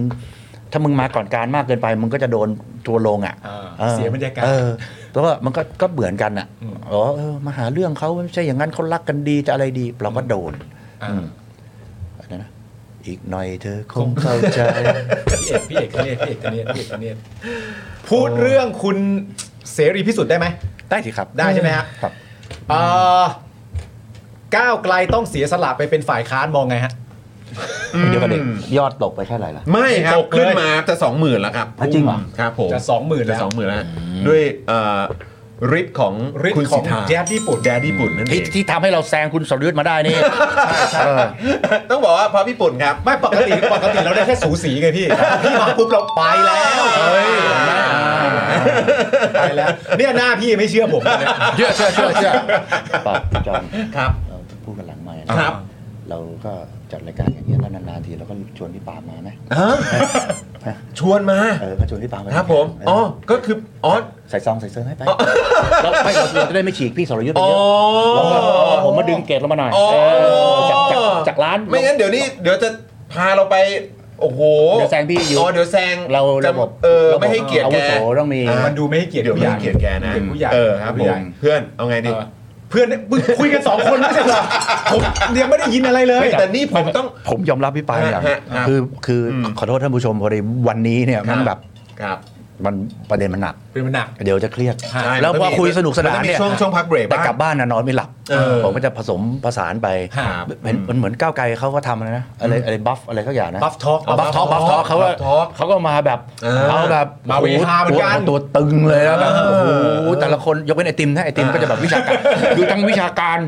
Speaker 7: ถ้ามึงมาก่อนการมากเกินไป มึงก็จะโดนทัวร์ลงอ่ะ ออ
Speaker 3: เสียบรรยากาศ
Speaker 7: เออแล้วก็มันก็ก็เหมือนกันอ่ะอ๋อเออมาหาเรื่องเขาไม่ใช่อย่างนั้นเขารักกันดีจะอะไรดี เราก็โดน
Speaker 3: อ่า
Speaker 7: อืมอะไรนะอีกหน่อยเธอคงเข้าใจ
Speaker 3: พี่เอกพี่เอกคเนตพี่เอกคเนตพี่เอกคเนตพูดเรื่องคุณเสรีพิสุทธิ์ได้ไหม
Speaker 7: ได้สิครับ
Speaker 3: ได้ใช่ไหมฮะ
Speaker 7: ครับ
Speaker 3: เอ่อก้าวไกลต้องเสียสละไปเป็นฝ่ายค้านมองไงฮะ
Speaker 7: เดี๋ยวกันเด็กยอดตกไปแค่ไหนล่ะ
Speaker 1: ไม่ครับ
Speaker 3: ตกเลย
Speaker 1: ขึ้นมาจะสองหมื่นแล้วครับ
Speaker 7: อ่ะจริงเหรอ
Speaker 1: ครับผม
Speaker 3: จะสองหมื่น
Speaker 1: จะ
Speaker 3: แล้ว
Speaker 1: สองหมื่นแล้วด้วยเอ่อฤทธิ์ของ
Speaker 3: ฤท
Speaker 1: คุณ
Speaker 3: ธิ์ขอ
Speaker 1: สิ
Speaker 3: ง
Speaker 1: ทธา
Speaker 3: แจ๊ดญี่ปุ่น
Speaker 1: แดดญี่ปุ่นนั่นเอ
Speaker 7: ที่
Speaker 1: ง
Speaker 7: ที่ทำให้เราแซงคุณสรยุทธ์มาได้นี่ เออ
Speaker 1: ต้องบอกว่าเพราะญี่ปุ่นครับ
Speaker 3: ไม่ปกติปกติเราได้แค่สูสีไงพี่ พี่มาปุ๊บเราไปแล้ว
Speaker 1: เฮ้ย
Speaker 3: ไปแล้ว เนี่ยหน้าพี่ไม่เชื่อผมเลย
Speaker 7: เชื่อเชื่อเชื่อเชื่อปอบจอม
Speaker 1: ครับ
Speaker 7: เราพูดกันหลังไมค์นะครับ เราก็จัดรายการอย่างเงี้ยแล้วนานๆทีเราก็ชวนพี่ปาล์มมาไหม
Speaker 1: ชวนมา
Speaker 7: เออก็ชวนพี่ปาล์มมา
Speaker 1: ครับผม
Speaker 7: เ
Speaker 1: อ๋อก็คืออ๋อ
Speaker 7: ใส่ซองใส่เสื้อให้ไปเราไม่เราเราจะได้ไม่ฉีกพี่สรยุทธ์ไปเยอะเราก็ผมมาดึงเกรดเรามาหน่อย
Speaker 1: อ๋อ
Speaker 7: เออจากจากจากร้าน
Speaker 1: ไม่งั้นเดี๋ยวนี้เดี๋ยวจะพาเราไป โอ้โห
Speaker 7: เดี๋ยวแซงพี่อยู่
Speaker 1: อ๋อเดี๋ยวแซง
Speaker 7: เราระบบ
Speaker 1: เออไม่ให้เกียรติ
Speaker 7: อา
Speaker 1: แก
Speaker 7: วุโสต้องมี
Speaker 1: อ่ะ
Speaker 3: มันดูไม่ให้เกียรติ
Speaker 1: เดี๋ยวไม่
Speaker 3: ผู้ให
Speaker 1: ให้
Speaker 3: ญ่
Speaker 1: เกียรติแกนะ
Speaker 3: เกียรติผู้ใหญ่
Speaker 1: เออครับผ
Speaker 3: ผู้ให
Speaker 1: ม
Speaker 3: ญ่
Speaker 1: เพื่อนเอาไงดี
Speaker 3: เออเพื่อนมึงคุยกันสองคนไม่ใช่เหรอผมยังไม่ได้ยินอะไรเลย
Speaker 1: เฮ้ยแต่นี่ผมต้อง
Speaker 7: ผมยอมรับพี่ปายอย่าง
Speaker 1: ฮะฮะ
Speaker 7: คือคืออ
Speaker 1: ม
Speaker 7: ขอโทษท่านผู้ชมพอดีวันนี้เนี่ยมันแบบ
Speaker 1: ครับ
Speaker 7: มันประเด็นมันหนัก
Speaker 3: เป็นมันหนัก
Speaker 7: เดี๋ยวจะเครียด
Speaker 3: ใช่
Speaker 7: แล้วพอคุยสนุกสนา
Speaker 1: มั
Speaker 7: น
Speaker 1: จะมี
Speaker 7: เนี่ย
Speaker 1: ช่วงช่วงพักเบรก
Speaker 7: แต่กลับ
Speaker 1: บ้าง
Speaker 7: บ้านนะนอนไม่หลับ
Speaker 1: เออ
Speaker 7: ผมก็จะผสมผสานไป
Speaker 3: ฮะ
Speaker 7: เห็นมันเหมือนก้าวไกลเขาก็ทำอะไรนะ อะไรอะไรบัฟอะไรสักอย่างนะ
Speaker 3: Buff Talk
Speaker 7: บัฟทอก
Speaker 3: Buff
Speaker 7: บัฟทอกเขา
Speaker 3: Buff Talk
Speaker 7: เขาก็มาแบบ
Speaker 1: เออ
Speaker 7: เอาแบบ
Speaker 3: มาเวฮาเหมือนกัน
Speaker 7: ตัวตัวตึงเลยนะแบบ
Speaker 1: เออ
Speaker 7: โอ้โหแต่ละคนยกเว้นไอติมนะไอติมก็จะแบบวิชาการดูทั้งวิชาการ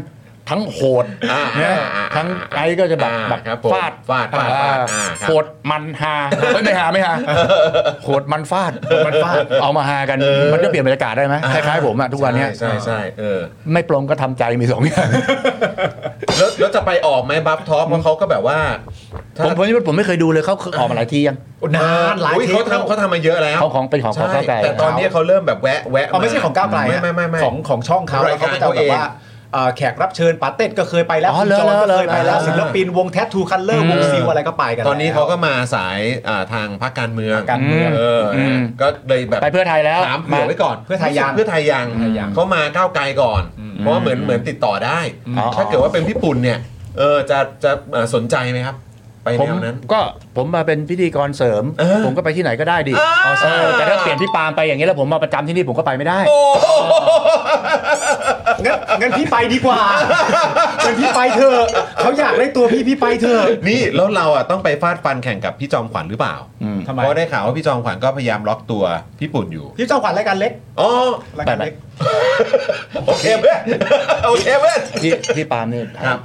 Speaker 7: ทั้งโหด
Speaker 1: อ่า
Speaker 7: นะ
Speaker 1: อ่า
Speaker 7: ทั้งไอ้ก็จะแบบ
Speaker 1: อ่า
Speaker 7: แบบ
Speaker 1: ครับผม
Speaker 7: ฟาด
Speaker 1: ฟาดฟาดฟาด
Speaker 7: อ่
Speaker 1: อ่าครับ
Speaker 7: โหดมันฮาเฮ้ยไม่ฮาไม่ฮาโหดมันฟาดมันฟาดเอามาฮากันมันจะเปลี่ยนบรรยากาศได้ไหมคล้ายๆผมอะทุกวันเนี้ย
Speaker 1: ใช่ใช่ใช่เออ
Speaker 7: ไม่ปลงก็ทำใจมีสองอย่าง
Speaker 1: แล้วแล้วจะไปออกไหมบัฟท็อปเพราะเขาก็แบบว่า
Speaker 7: ผมผมผมไม่เคยดูเลยเขาออกมาหลายทียัง
Speaker 3: นานหลาย
Speaker 1: อุ๊
Speaker 3: เทป
Speaker 1: เขาทำเขาทำมาเยอะแล้ว
Speaker 7: เขาของเป็นของของ
Speaker 1: ใช่
Speaker 7: ก้าวไกล
Speaker 1: แต่ตอนนี้เขาเริ่มแบบแวะแวะ
Speaker 3: เอาไม่ใช่ของก้าวไกล
Speaker 1: ไม่
Speaker 3: ฮะ
Speaker 1: ไม่ไม่ไม่
Speaker 3: ของของช่องเขา
Speaker 1: รายการ
Speaker 3: แล้วก็จะแบบว่า
Speaker 1: เขาเอง
Speaker 3: เอ่อแขกรับเชิญปาเต็ดก็เคยไปแล้ว
Speaker 7: อ๋อ
Speaker 3: คุณ
Speaker 7: เหรอ
Speaker 3: จอนก็
Speaker 7: เหรอ
Speaker 3: เคยไป
Speaker 7: เหรอ
Speaker 3: แล้ว
Speaker 1: เหรอ
Speaker 3: ศิลปินวงแททูคันเลอร์วงซิวอะไรก็ไปกัน
Speaker 1: ตอนนี้เขา
Speaker 3: แล้ว
Speaker 1: ก็มาสายอ่าทางพรรคการเมือง
Speaker 3: พรรคการเมือง
Speaker 1: เอออ
Speaker 7: ม
Speaker 1: ก็เลยแบบ
Speaker 7: ไปเพื่อไทยแล้ว
Speaker 1: ถามเผื่อไว้ก่อน
Speaker 3: เพื่อไทยยัง
Speaker 1: เพื่อไทยยัง
Speaker 3: เพื่อไทยยัง
Speaker 1: เขามาก้าวไกลก่อน เพราะว่าเหมือนเหมือนติดต่อได้
Speaker 7: อ๋อ
Speaker 1: ถ้าเกิดว่าเป็นพี่ปุ่นเนี่ยเออจะจะเอ่อสนใจไหมครับ ไป
Speaker 7: ผม
Speaker 1: แนวนั้น
Speaker 7: ก็ผมมาเป็นพิธีกรเสริม
Speaker 1: เออ
Speaker 7: ผมก็ไปที่ไหนก็ได้ดิ
Speaker 1: เออ
Speaker 7: เออแต่ถ้าเปลี่ยนพี่ปาล์มไปอย่างนี้ยแล้วผมมาประจำที่นี่ผมก็ไปไม่ได้
Speaker 1: โอ้โห
Speaker 3: งั้นงั้นพี่ไปดีกว่างั้นพี่ไปเถอะเขาอยากได้ตัวพี่พี่ไปเถอะ
Speaker 1: นี่แล้วเราอ่ะต้องไปฟาดฟันแข่งกับพี่จอมขวัญหรือเปล่า
Speaker 7: อืม
Speaker 3: ทำไม
Speaker 1: เพราะได้ข่าวว่าพี่จอมขวัญก็พยายามล็อกตัวพี่ปุ่นอยู่
Speaker 3: พี่เจ้าขวัญรายการเล็ก
Speaker 1: อ๋อ
Speaker 3: รายการเล็ก
Speaker 1: โอเคเว้ยโอเคเว้ย
Speaker 7: พี่พี่ปาล์มนี่
Speaker 1: ครับ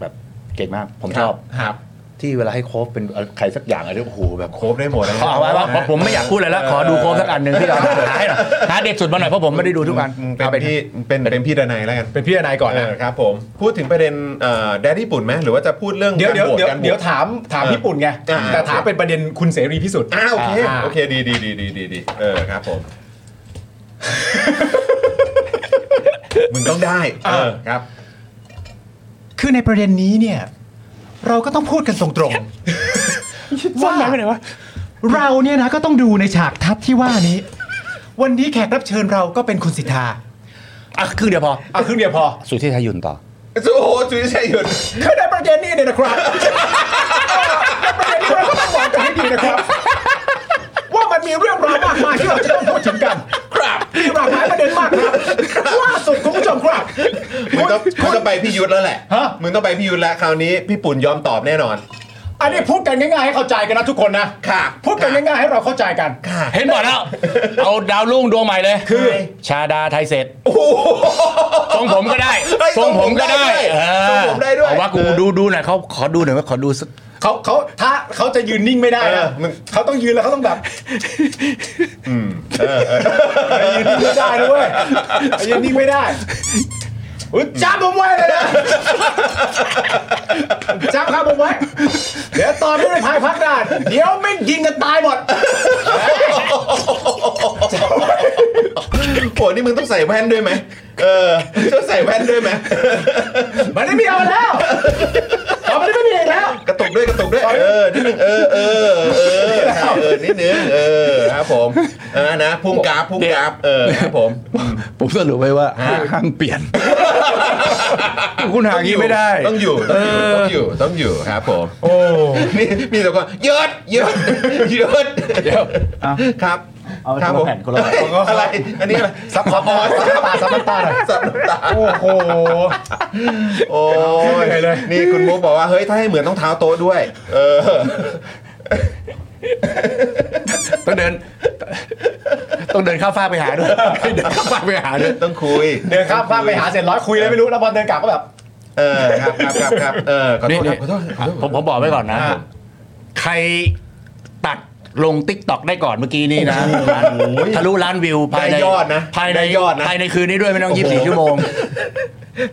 Speaker 7: แบบเก่งมาก ผมชอบ
Speaker 1: ครับ
Speaker 7: ที่เวลาให้โคฟเป็นใครสักอย่างอะไรโอ้โหแบบ
Speaker 1: โครบได้หมดนะ
Speaker 7: ขอเอาไว้ว่าผมไม่อยากพูดอะไรแล้วขอดูโคฟสักอันหนึ่งที่เราหาให้หน่อยหาเด็ดสุดมาหน่อยเพราะผมไม่ได้ดูทุกอัน
Speaker 1: อืมเป็น
Speaker 7: อาไ
Speaker 1: พี่เป็นเป็นพี่ดนายแล้วกัน
Speaker 3: เป็นพี่นายก่อนนะ
Speaker 1: เออครับผมพูดถึงประเด็นแดดญี่ปุ่นไหมหรือว่าจะพูดเรื่อง
Speaker 3: เดี๋ยว
Speaker 1: การโหตการโหต
Speaker 3: เดี๋ยวเดี๋ยวเดี๋ยวถามถาม
Speaker 1: เออ
Speaker 3: ญี่ปุ่นไง
Speaker 1: อ่า
Speaker 3: แต่ถามเป็นประเด็นคุณเสรีพิสุทธิ์
Speaker 1: อ่าโอเค
Speaker 3: อ่า
Speaker 1: โอเคดีดีดีดีดีดีเออครับผม มึงต้องได้เออครับ
Speaker 3: คือในประเด็นนี้เนี่ย เราก็ต้องพูดกันตรง ๆ ว่าเราเนี่ยนะก็ต้องดูในฉากทัศน์ที่ว่านี้ วันนี้แขกรับเชิญเราก็เป็นคุณสิทธา
Speaker 7: อ่ะคือเดี๋ยวพอ
Speaker 3: เอาครึ่งเดียวพอ
Speaker 7: สุที่ไทยยุนต่อ
Speaker 1: โอ้โหจุยชัยหยุด
Speaker 3: คือในประเด็นนี้เนี่ยนะครับ ในประเด็นนี้เราก็ต้องมองกันให้ดีนะครับ ว่ามันมีเรื่องราวมากมายที่เราจะต้องพูดถึงกัน ครับมีหลากหลายประเด็นมากครับล่าสุดคุณผู้ชมครับ
Speaker 1: มึงต้องมึงต้องไปพี่ยุทธแล้วแหละ
Speaker 3: ฮะ
Speaker 1: มึงต้องไปพี่ยุทธแล้วคราวนี้พี่ปุ่นยอมตอบแน่นอน
Speaker 3: อันนี้พูดกันง่ายๆให้เข้าใจกันนะทุกคนนะ
Speaker 1: ค่ะ
Speaker 3: พูดกันง่ายๆให้เราเข้าใจกัน
Speaker 7: เห็นหมดแล้ว เอาดาวรุ่งดวงใหม่เลย คือชาดาไทยเศรษฐ์ทรงผมก็ได้
Speaker 1: เฮ้ย
Speaker 7: ทรงผมก็ได้
Speaker 1: ทรงผมได้ด้วยทรงผมได้ด้วย
Speaker 7: เออเอาว่ากูดูดูหน่อยเขาขอดูหน่อยว่าขอดูสัก
Speaker 3: เขาเขาถ้าเขาจะยืนนิ่งไม่ได้
Speaker 1: เอ
Speaker 3: นะ
Speaker 1: อมึง
Speaker 3: เขาต้องยืนแล้วเขาต้องแบบ
Speaker 1: เออเออ
Speaker 3: ยืนนิ่งไม่ได้นะเว้ยยืนนิ่งไม่ได้ อุ๊ยจับผมไว้เลยนะจับครับผมไว้ เดี๋ยวตอนนี้ไม่พายพักได้เดี๋ยวไม่งยิงกันตายหมด
Speaker 1: โหนี่มึงต้องใส่แว่นด้วยไหมเออต้องใส่แว่นด้วยไหม
Speaker 3: มันไม่มีเอาแล้วตอนนี้ไม่มีอีกแล้ว
Speaker 1: กระตุกด้วยกระตุกด้วย เออนิดนึงเออเออเออเออนิดนึงเออครับผมเออนะพุ่งกราฟพุ่งกราฟเออครับผม
Speaker 7: ผมสรุปไว้ว่า
Speaker 1: ฮะ
Speaker 7: ห้ามเป ลี่ยน คุณหางี้ไม่ได้
Speaker 1: ต้องอยู่ต้องอยู่ต้องอยู่ต้องอยู่ครับผมโอ้นี่มีแต่คนหยุดหยุดหยุดเดี๋ยวครับ
Speaker 2: เอา
Speaker 1: ครัผม
Speaker 2: คนละแผ่นคนละ
Speaker 1: เอ้ย
Speaker 2: แผ่น
Speaker 1: อะไรอันนี้อะไรซับซับออนซับน้ำตาซับน้ำตาหน่อยซับน้ำตาโอ้โหโอ้ยเลยนี่คุณมุกบอกว่าเฮ้ยถ้าให้เหมือนต้องเท้าโต๊ะด้วย เออ
Speaker 7: ต้องเดิน ต้องเดินข้ามฟากไปหาด้วย เดินข้ามฟากไปหาด้วย
Speaker 1: ต้องคุย
Speaker 3: เดินข้ามฟากไปหาเสร็จร้อยคุยเลยไม่รู้แล้วพอเดินกลับก็แบบ
Speaker 1: เออครับครับครับครับเออขอโทษครับ
Speaker 7: นี่
Speaker 1: ขอโทษขอโทษ
Speaker 7: ผมผมบอกไว้ก่อนนะ
Speaker 1: อ่ะ
Speaker 7: ใครตัดลงติ๊กต็อกได้ก่อนเมื่อกี้นี้นะทะลุล้านวิวภายใน
Speaker 1: ได้ยอดนะ
Speaker 7: ภายใน
Speaker 1: ได้ยอดนะ
Speaker 7: ภายในคืนนี้ด้วยไม่ต้องยี่สิบสี่ชั่วโมง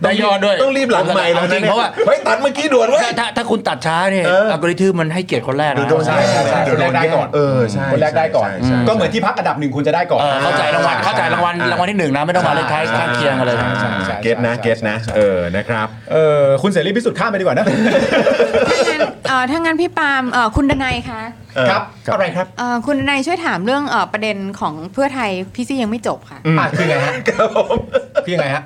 Speaker 7: ได้ยอดด้วย
Speaker 1: ต้องรีบหลังใหม่แล้ว
Speaker 7: เอาจริ
Speaker 1: น
Speaker 7: ง
Speaker 1: นี่ย
Speaker 7: เพราะว่า
Speaker 1: เฮ้ยตัดเมื่อกี้ด่วนเว้ย
Speaker 7: ถ้าถ้าถ้าคุณตัดช้าเนี่ย
Speaker 1: เออ
Speaker 7: อัลกอริทึมมันให้เกียรติคนแรก
Speaker 1: เดี๋ยว
Speaker 7: นะ
Speaker 1: โดนใช่ใช่ใช่
Speaker 3: เดี๋ยวโดนแย่ง
Speaker 1: เออใช่
Speaker 3: คนแรกได้ก่อน
Speaker 1: ใช่ใช่
Speaker 3: ก็เหมือนที่พักอันดับหนึ่งคุณจะได้ก่อน
Speaker 7: เออเข้าใจรางวัล
Speaker 1: อ่า
Speaker 7: เข้าใจรางวัล
Speaker 1: อ่าร
Speaker 7: รางวัลที่หนึ่งนะไม่ต้องมาเลขท้ายข้างเคียงอะไร
Speaker 3: ใช่ใช่
Speaker 1: เก็ตนะเก็ตนะ เออนะครับ
Speaker 3: เออคุณเสรีพิสุทธิ์ข้ามไปดีกว่านะ
Speaker 5: ถ้างั้นเอ่อถ้างั้นพี่ปาล์มเอ่อคุณดนัยคะ
Speaker 3: ครับอะไรครับ
Speaker 5: เอ่อคุณดนัยช่วยถามเรื่องเอ่อประเด็นของเพื่อไทยพี่ซี่ยังไม่จบค่ะ
Speaker 3: อ่ะคือไงฮะครับผมคือยังไงฮะ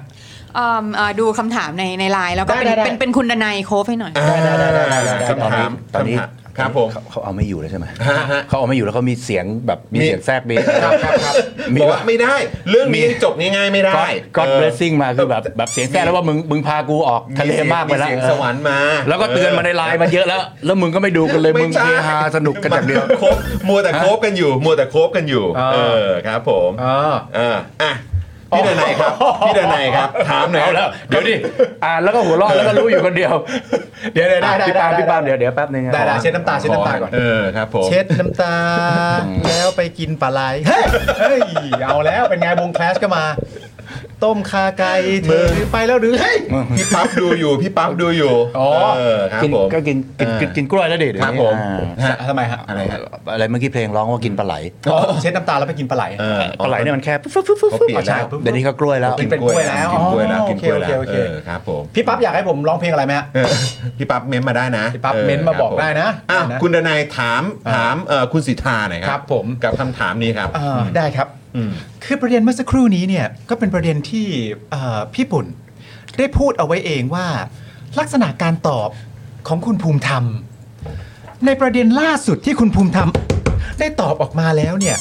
Speaker 5: เอิ่มเอ่อดูคำถามในในไลน์แล้วก็เป็น
Speaker 3: ได้ได้ได้
Speaker 5: เป็นเป็นคุณดนัยโคฟให้หน่อย
Speaker 1: ได้ได้ได้ได้ได้
Speaker 7: ตอนนี้
Speaker 1: คำถาม
Speaker 7: ตอนนี้
Speaker 1: คำถามครับผม
Speaker 7: เขาเขาเอาไม่อยู่แล้วใช่ไหม
Speaker 1: ฮะฮะ
Speaker 7: เขาเอาไม่อยู่แล้วเขามีเสียงแบบมีเสียงแทรกบี
Speaker 1: ครับครับครับ
Speaker 7: มี
Speaker 1: บอก
Speaker 7: แบ
Speaker 1: ว่า
Speaker 7: บ
Speaker 1: ไม่ได้ เรื่องนี้จบง่ายๆไม่ได้
Speaker 7: ก็อด
Speaker 1: เออ
Speaker 7: เรสซิ่งมาคือแบบแบบเสียงแทรกแล้วว่ามึงมึงพากูออกทะเลมากไปแล้ว
Speaker 1: เสียงสวรรค์มา
Speaker 7: แล้วก็เตือนมาในไลน์มาเยอะแล้ว แล้วมึงก็ไม่ดูกันเลยมึง
Speaker 1: ไใช่
Speaker 7: เฮฮาสนุกกันอย่างเดียว
Speaker 1: มัโคบมัวแต่โคบกันอยู่ มัวแต่โคบกันอยู่
Speaker 3: อ่า
Speaker 1: เออครับผม
Speaker 3: อ่า
Speaker 1: เอออ่ะพี่ดนัยครับพี่ดนัยครับ ถามหน่อย
Speaker 7: เอาแล้วเดี๋ยวดิอ่านแล้วก็หัวเราะแล้วก็รู้อยู่คนเดียว
Speaker 3: เดี๋ยวเดี๋ยวได้ได้
Speaker 7: พี่ปาล์ม
Speaker 3: ได้
Speaker 7: พี่ปาล์มเดี๋ยวเดี๋ยวแป๊บนึงนะ
Speaker 3: ได้ได้เช็ดน้ำตาเช็ดน้ำตา
Speaker 1: เออครับผม
Speaker 3: เช็ดน้ำตา แล้วไปกินปลาไหลเฮ้ยเฮ้ยเอาแล้วเป็นไงวงแคลชก็มา ต้มคาไก่เธอหรือไปแล้วหรือเฮ้ย
Speaker 1: พี่ปั๊บดูอยู่ พี่ปั๊บดูอยู่
Speaker 3: อ๋อ
Speaker 1: เออครับ
Speaker 7: กิน
Speaker 1: ผม
Speaker 7: ก็กินกินกินกินกล้วยแล้วดิเดี๋ยว
Speaker 1: ครับ
Speaker 7: นี้
Speaker 1: ผม
Speaker 7: อ่า
Speaker 1: ฮะ
Speaker 3: ทำไมฮะ
Speaker 1: อะไรฮะ
Speaker 7: อะไรเมื่อกี้เพลงร้องว่ากินปลาไหล
Speaker 3: อ๋อเช็ดน้ำตาแล้วไปกินปลาไหล
Speaker 1: เออ
Speaker 7: ปลาไหลเนี่ยมันแค่ฟึ๊บฟึ๊บฟึ๊บ
Speaker 1: เขา
Speaker 7: ฟึ๊บ
Speaker 1: เปลี่ยน
Speaker 3: ใช่
Speaker 1: แล้ว
Speaker 3: ปุ๊บ
Speaker 7: เดี๋ยวนี้ก็กล้วยแล้ว
Speaker 3: กินเป็นกล้วยแล้ว
Speaker 1: กินกล้วยแล้ว
Speaker 3: อ๋อ
Speaker 1: กินกล้วยแล้ว
Speaker 3: โอเคโอเคโอเค
Speaker 1: เออครับผม
Speaker 3: พี่ปั๊บอยากให้ผมร้องเพลงอะไรไหมฮะ
Speaker 1: เออพี่ปั๊บเม้นมาได้นะ
Speaker 3: พี่ปั๊บ
Speaker 1: ออ
Speaker 3: เม้นมา
Speaker 1: ครับ
Speaker 3: อก
Speaker 1: ผ
Speaker 3: ได้นะ
Speaker 1: อ้าว
Speaker 3: นะ
Speaker 1: คุณดนายถามถามเอ่อคุณสิทธาหน่อยค
Speaker 3: ครั
Speaker 1: รับ
Speaker 3: ผม
Speaker 1: กับคำถามนี้ครับ
Speaker 3: อ่าได้ครับ
Speaker 1: อืม
Speaker 3: คือประเด็นเมื่อสักครู่นี้เนี่ยก็เป็นประเด็นที่เอ่อพี่ปุ่น ได้พูดเอาไว้เองว่า ลักษณะการตอบของคุณภูมิธรรม ในประเด็นล่าสุดที่คุณภูมิธรรม ได้ตอบออกมาแล้วเนี่ย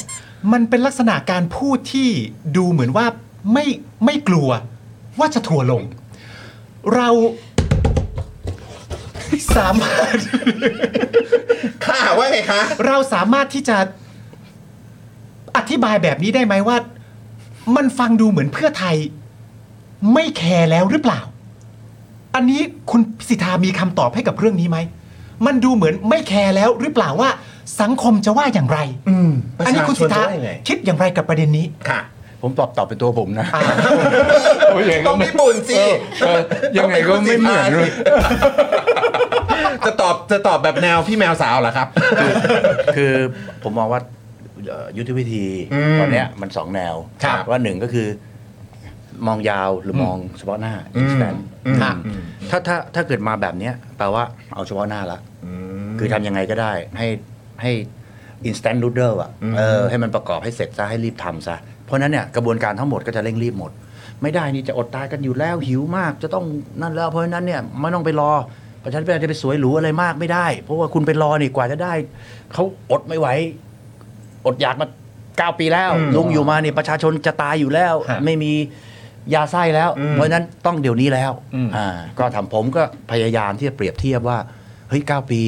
Speaker 3: มันเป็นลักษณะการพูดที่ดูเหมือนว่าไม่ไม่กลัวว่าจะถั่วร์ลง เราสามารถ
Speaker 1: ค่ะว่าไงคะ
Speaker 3: เราสามารถที่จะอธิบายแบบนี้ได้ไหมว่า มันฟังดูเหมือนเพื่อไทย ไม่แคร์แล้วหรือเปล่า อันนี้คุณสิทธามีคำตอบให้กับเรื่องนี้ไหม มันดูเหมือนไม่แคร์แล้วหรือเปล่าว่า สังคมจะว่าอย่างไรอันนี้คุณสิทธา
Speaker 1: ประชาชนจะว่ายังไง
Speaker 3: คิดอย่างไรกับประเด็นนี้
Speaker 1: ค่ะ
Speaker 7: ผมตอบตอบเป็นตัวผมนะ
Speaker 1: ต้องพี่ปุ่นสิ
Speaker 7: เออยังไงก็ไม่เหมือนเลย
Speaker 1: จะตอบจะตอบแบบแนวพี่แมวสาวเหรอครับ
Speaker 7: คือผมมองว่าเอ่อยุทธวิธี
Speaker 1: อืม
Speaker 7: ตอนเนี้ยมันสองแนว
Speaker 1: ครับ
Speaker 7: ว่าหนึ่งก็คือ มองยาวหรือมองเฉพาะหน้า
Speaker 1: อืม
Speaker 7: instant
Speaker 1: อืม
Speaker 7: ครับถ้าถ้าถ้าเกิดมาแบบเนี้ยแปลว่าเอาเฉพาะหน้าละ คือทำยังไงก็ได้ให้ให้ instant noodle อ่ะ
Speaker 1: อืม
Speaker 7: เออให้มันประกอบให้เสร็จซะให้รีบทำซะ เพราะฉะนั้นเนี่ยกระบวนการทั้งหมดก็จะเร่งรีบหมด ไม่ได้นี่จะอดตายกันอยู่แล้วหิวมาก จะต้องนั่นแล้วเพราะฉะนั้นเนี่ยไม่ต้องไปรอประชาธิปไตยจะไปสวยหรูอะไรมากไม่ได้ เพราะว่าคุณไปรอนี่กว่าจะได้เขาอดไม่ไหว อดอยากมาเก้าปีแล้ว
Speaker 1: อืม
Speaker 7: ลุงอยู่มาเนี่ยประชาชนจะตายอยู่แล้ว
Speaker 3: ฮะ
Speaker 7: ไม่มียาไส้แล้ว
Speaker 1: อืม
Speaker 7: เพราะฉะนั้นต้องเดี๋ยวนี้แล้ว
Speaker 3: อืม
Speaker 7: อ่าก็ทำผมก็พยายามที่จะเปรียบเทียบว่า เฮ้ยเก้าปี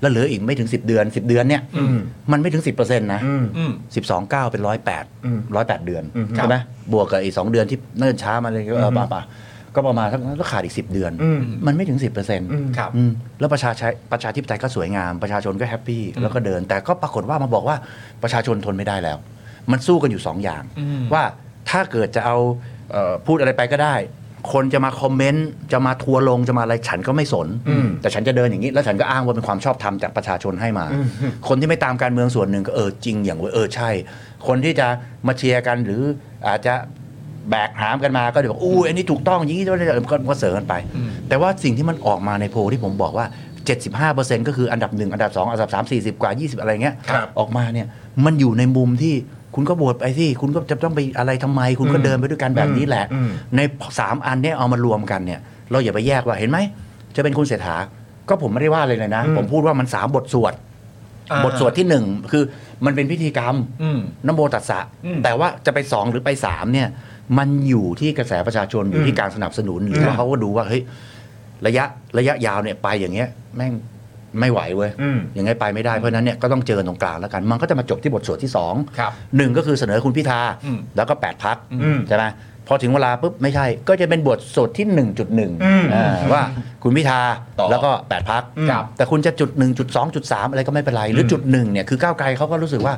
Speaker 7: แล้วเหลืออีกไม่ถึง 10 เดือน 10 เดือนเนี่ย
Speaker 1: อืม
Speaker 7: มันไม่ถึง 10%นะ
Speaker 1: อืม
Speaker 3: อืม
Speaker 7: สิบสองเก้าเป็นร้อยแปด
Speaker 1: อืม
Speaker 7: ร้อยแปดเดือน
Speaker 1: อืม
Speaker 7: ใช่ไหมบวกกับอีกสองเดือนที่เนิ่นช้ามาเลยก็เออ
Speaker 1: ม
Speaker 7: ป่ะป่ะก็ประมาณทั้งนั้นก็ขาดอีก 10 เดือน
Speaker 1: อืม
Speaker 7: มันไม่ถึง 10%อ
Speaker 1: อืม
Speaker 3: ครับ
Speaker 7: ืมแล้วประชาชนประชาธิปไตยก็สวยงาม ประชาชนก็แฮปปี้แล้วก็เดิน แต่ก็ปรากฏว่ามาบอกว่าประชาชนทนไม่ได้แล้ว มันสู้กันอยู่สองอย่าง
Speaker 3: อืม
Speaker 7: ว่าถ้าเกิดจะเอาเอ่อพูดอะไรไปก็ได้ คนจะมาคอมเมนต์จะมาทัวร์ลงจะมาอะไรฉันก็ไม่สน แต่ฉันจะเดินอย่างนี้ แล้วฉันก็อ้างว่าเป็นความชอบธรรมจากประชาชนให้มา คนที่ไม่ตามการเมืองส่วนหนึ่งก็เออจริงอย่างเว้ยเออใช่ คนที่จะมาเชียร์กันหรืออาจจะแบกหามกันมาก็เดี๋ยวบอกอู้อันนี้ถูกต้องอย่างนี้ก็ได้ก็ก็เสริมกันไป แต่ว่าสิ่งที่มันออกมาในโพลที่ผมบอกว่า 75%ก็คืออันดับ 1 อันดับ 2 อันดับ 3 40 กว่า 20 อะไรเงี้ย
Speaker 3: ครับ
Speaker 7: ออกมาเนี่ยมันอยู่ในมุมที่คุณก็โหวตไปสิคุณก็จะต้องไปอะไรทำไม คุณก็
Speaker 3: อืม
Speaker 7: เดินไปด้วยกันแบบนี้แหละ
Speaker 3: อืม
Speaker 7: ใน 3 อันเนี้ยเอามารวมกันเนี่ยเราอย่าไปแยกว่าเห็นไหม จะเป็นคุณเศรษฐาก็ผมไม่ได้ว่าเลยเลยนะ
Speaker 3: อืม
Speaker 7: ผมพูดว่ามันสามบทสวด
Speaker 3: อ่า
Speaker 7: บทสวดที่ 1 คือมันเป็นพิธีกรรม
Speaker 3: อืม
Speaker 7: นโมตัสสะ
Speaker 3: อืม
Speaker 7: แต่ว่าจะไป 2 หรือไป 3 เนี่ย มันอยู่ที่กระแสประชาชน อยู่
Speaker 3: อืม
Speaker 7: ที่การสนับสนุน หรือว่าเขาก็ดูว่า เฮ้ย ระยะระยะยาวเนี่ยไปอย่างเงี้ย แม่งไม่ไหวเว้ย
Speaker 3: อืม
Speaker 7: อย่างไงไปไม่ได้ เพราะฉะนั้นเนี่ยก็ต้องเจอตรงกลางแล้วกัน มันก็จะมาจบที่บทสวดที่ 2
Speaker 3: ครับ
Speaker 7: หนึ่งก็คือเสนอคุณพิธา
Speaker 3: อืม
Speaker 7: แล้วก็ 8 พัก
Speaker 3: อืม
Speaker 7: ใช่ไหมพอถึงเวลาปุ๊บไม่ใช่ ก็จะเป็นบทสวดที่ 1.1
Speaker 3: อืม
Speaker 7: อ่าว่าคุณพิธา
Speaker 3: ต่อ
Speaker 7: แล้วก็ 8 พัก
Speaker 3: ครับ
Speaker 7: แต่คุณจะจุด 1 จุด 2 จุด 3 อะไรก็ไม่เป็นไร หรืออ
Speaker 3: ม
Speaker 7: จุดหนึ่งเนี่ยคือก้าวไกลเขาก็รู้สึกว่า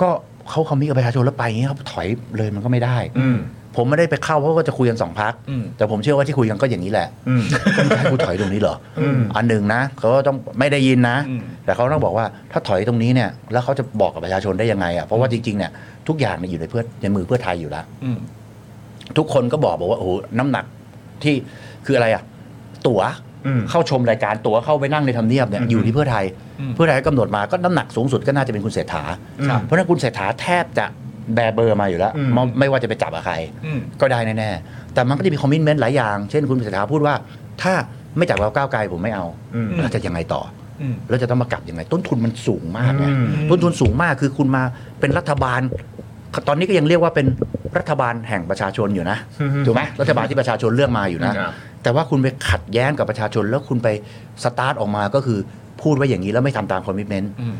Speaker 7: ก็เขาคอมมิตกับประชาชนแล้วไปอย่างนี้เขาถอยเลยมันก็ไม่ได้
Speaker 3: อืม
Speaker 7: ผมไม่ได้ไปเข้าเพราะว่าจะคุยกันสองพัก
Speaker 3: อืม
Speaker 7: แต่ผมเชื่อว่าที่คุยกันก็อย่างนี้แหละ
Speaker 3: อืม
Speaker 7: จะให้กูถอยตรงนี้เหรออ
Speaker 3: ม
Speaker 7: อันหนึ่งนะเขาก็ต้องไม่ได้ยินนะ
Speaker 3: อืม
Speaker 7: แต่เขาต้องบอกว่าถ้าถอยตรงนี้เนี่ยแล้วเขาจะบอกกับประชาชนได้ยังไงอ่ะเพราะว่าจริงๆเนี่ยทุกอย่างเนี่ยอยู่ในเพื่อในมือเพื่อไทยอยู่แล้ว
Speaker 3: อืม
Speaker 7: ทุกคนก็บอกบอกว่าโอ้โหน้ำหนักที่คืออะไรอ่ะ ตั๋ว
Speaker 3: อืม
Speaker 7: เข้าชมรายการตั๋วเข้าไปนั่งในทำเนียบเนี่ย
Speaker 3: อืม
Speaker 7: อยู่ที่เพื่อไทย
Speaker 3: อืม
Speaker 7: เพื่อไทยกำหนดมาก็น้ำหนักสูงสุดก็น่าจะเป็นคุณเศรษฐา
Speaker 3: ครับ
Speaker 7: เพราะฉะนั้นคุณเศรษฐาแทบจะแบเบอร์มาอยู่แล้ว
Speaker 3: อืม
Speaker 7: ไม่ไม่ว่าจะไปจับกับใคร
Speaker 3: อืม
Speaker 7: ก็ได้แน่ๆ แต่มันก็จะมีคอมมิชเมนต์หลายอย่าง เช่นคุณเศรษฐาพูดว่า ถ้าไม่จับเราก้าวไกลผมไม่เอา
Speaker 3: อืม
Speaker 7: แล้วจะยังไงต่อ
Speaker 3: อืม
Speaker 7: แล้วจะต้องมากลับยังไง ต้นทุนมันสูงมากไง
Speaker 3: อืม
Speaker 7: ต้นทุนสูงมากคือคุณมาเป็นรัฐบาล ตอนนี้ก็ยังเรียกว่าเป็นรัฐบาลแห่งประชาชนอยู่นะ ถูกไหมรัฐบาลที่ประชาชนเลือกมาอยู่
Speaker 3: ค
Speaker 7: นะ
Speaker 3: รับ
Speaker 7: แต่ว่าคุณไปขัดแย้งกับประชาชนแล้วคุณไปสตาร์ทออกมาก็คือพูดไว่าอย่างนี้แล้วไม่ทำตามคอมมิชเมนต์
Speaker 3: อืม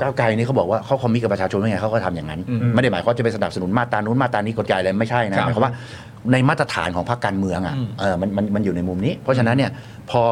Speaker 7: ก้าวไกลนี่เขาบอกว่าเขาคอมมิตกับประชาชนว่าไงเขาก็ทำอย่างนั้น
Speaker 3: อืม
Speaker 7: ไม่ได้หมายความว่าจะไปสนับสนุนมาตรานู้นมาตรานี้กฎใหญ่อะไรไม่ใช่นะครับหมายความว่าในมาตรฐานของพรรคการเมืองอ่ะ
Speaker 3: อืม
Speaker 7: เออมันมันมันอยู่ในมุมนี้ เพราะฉะนั้นเนี่ยพอ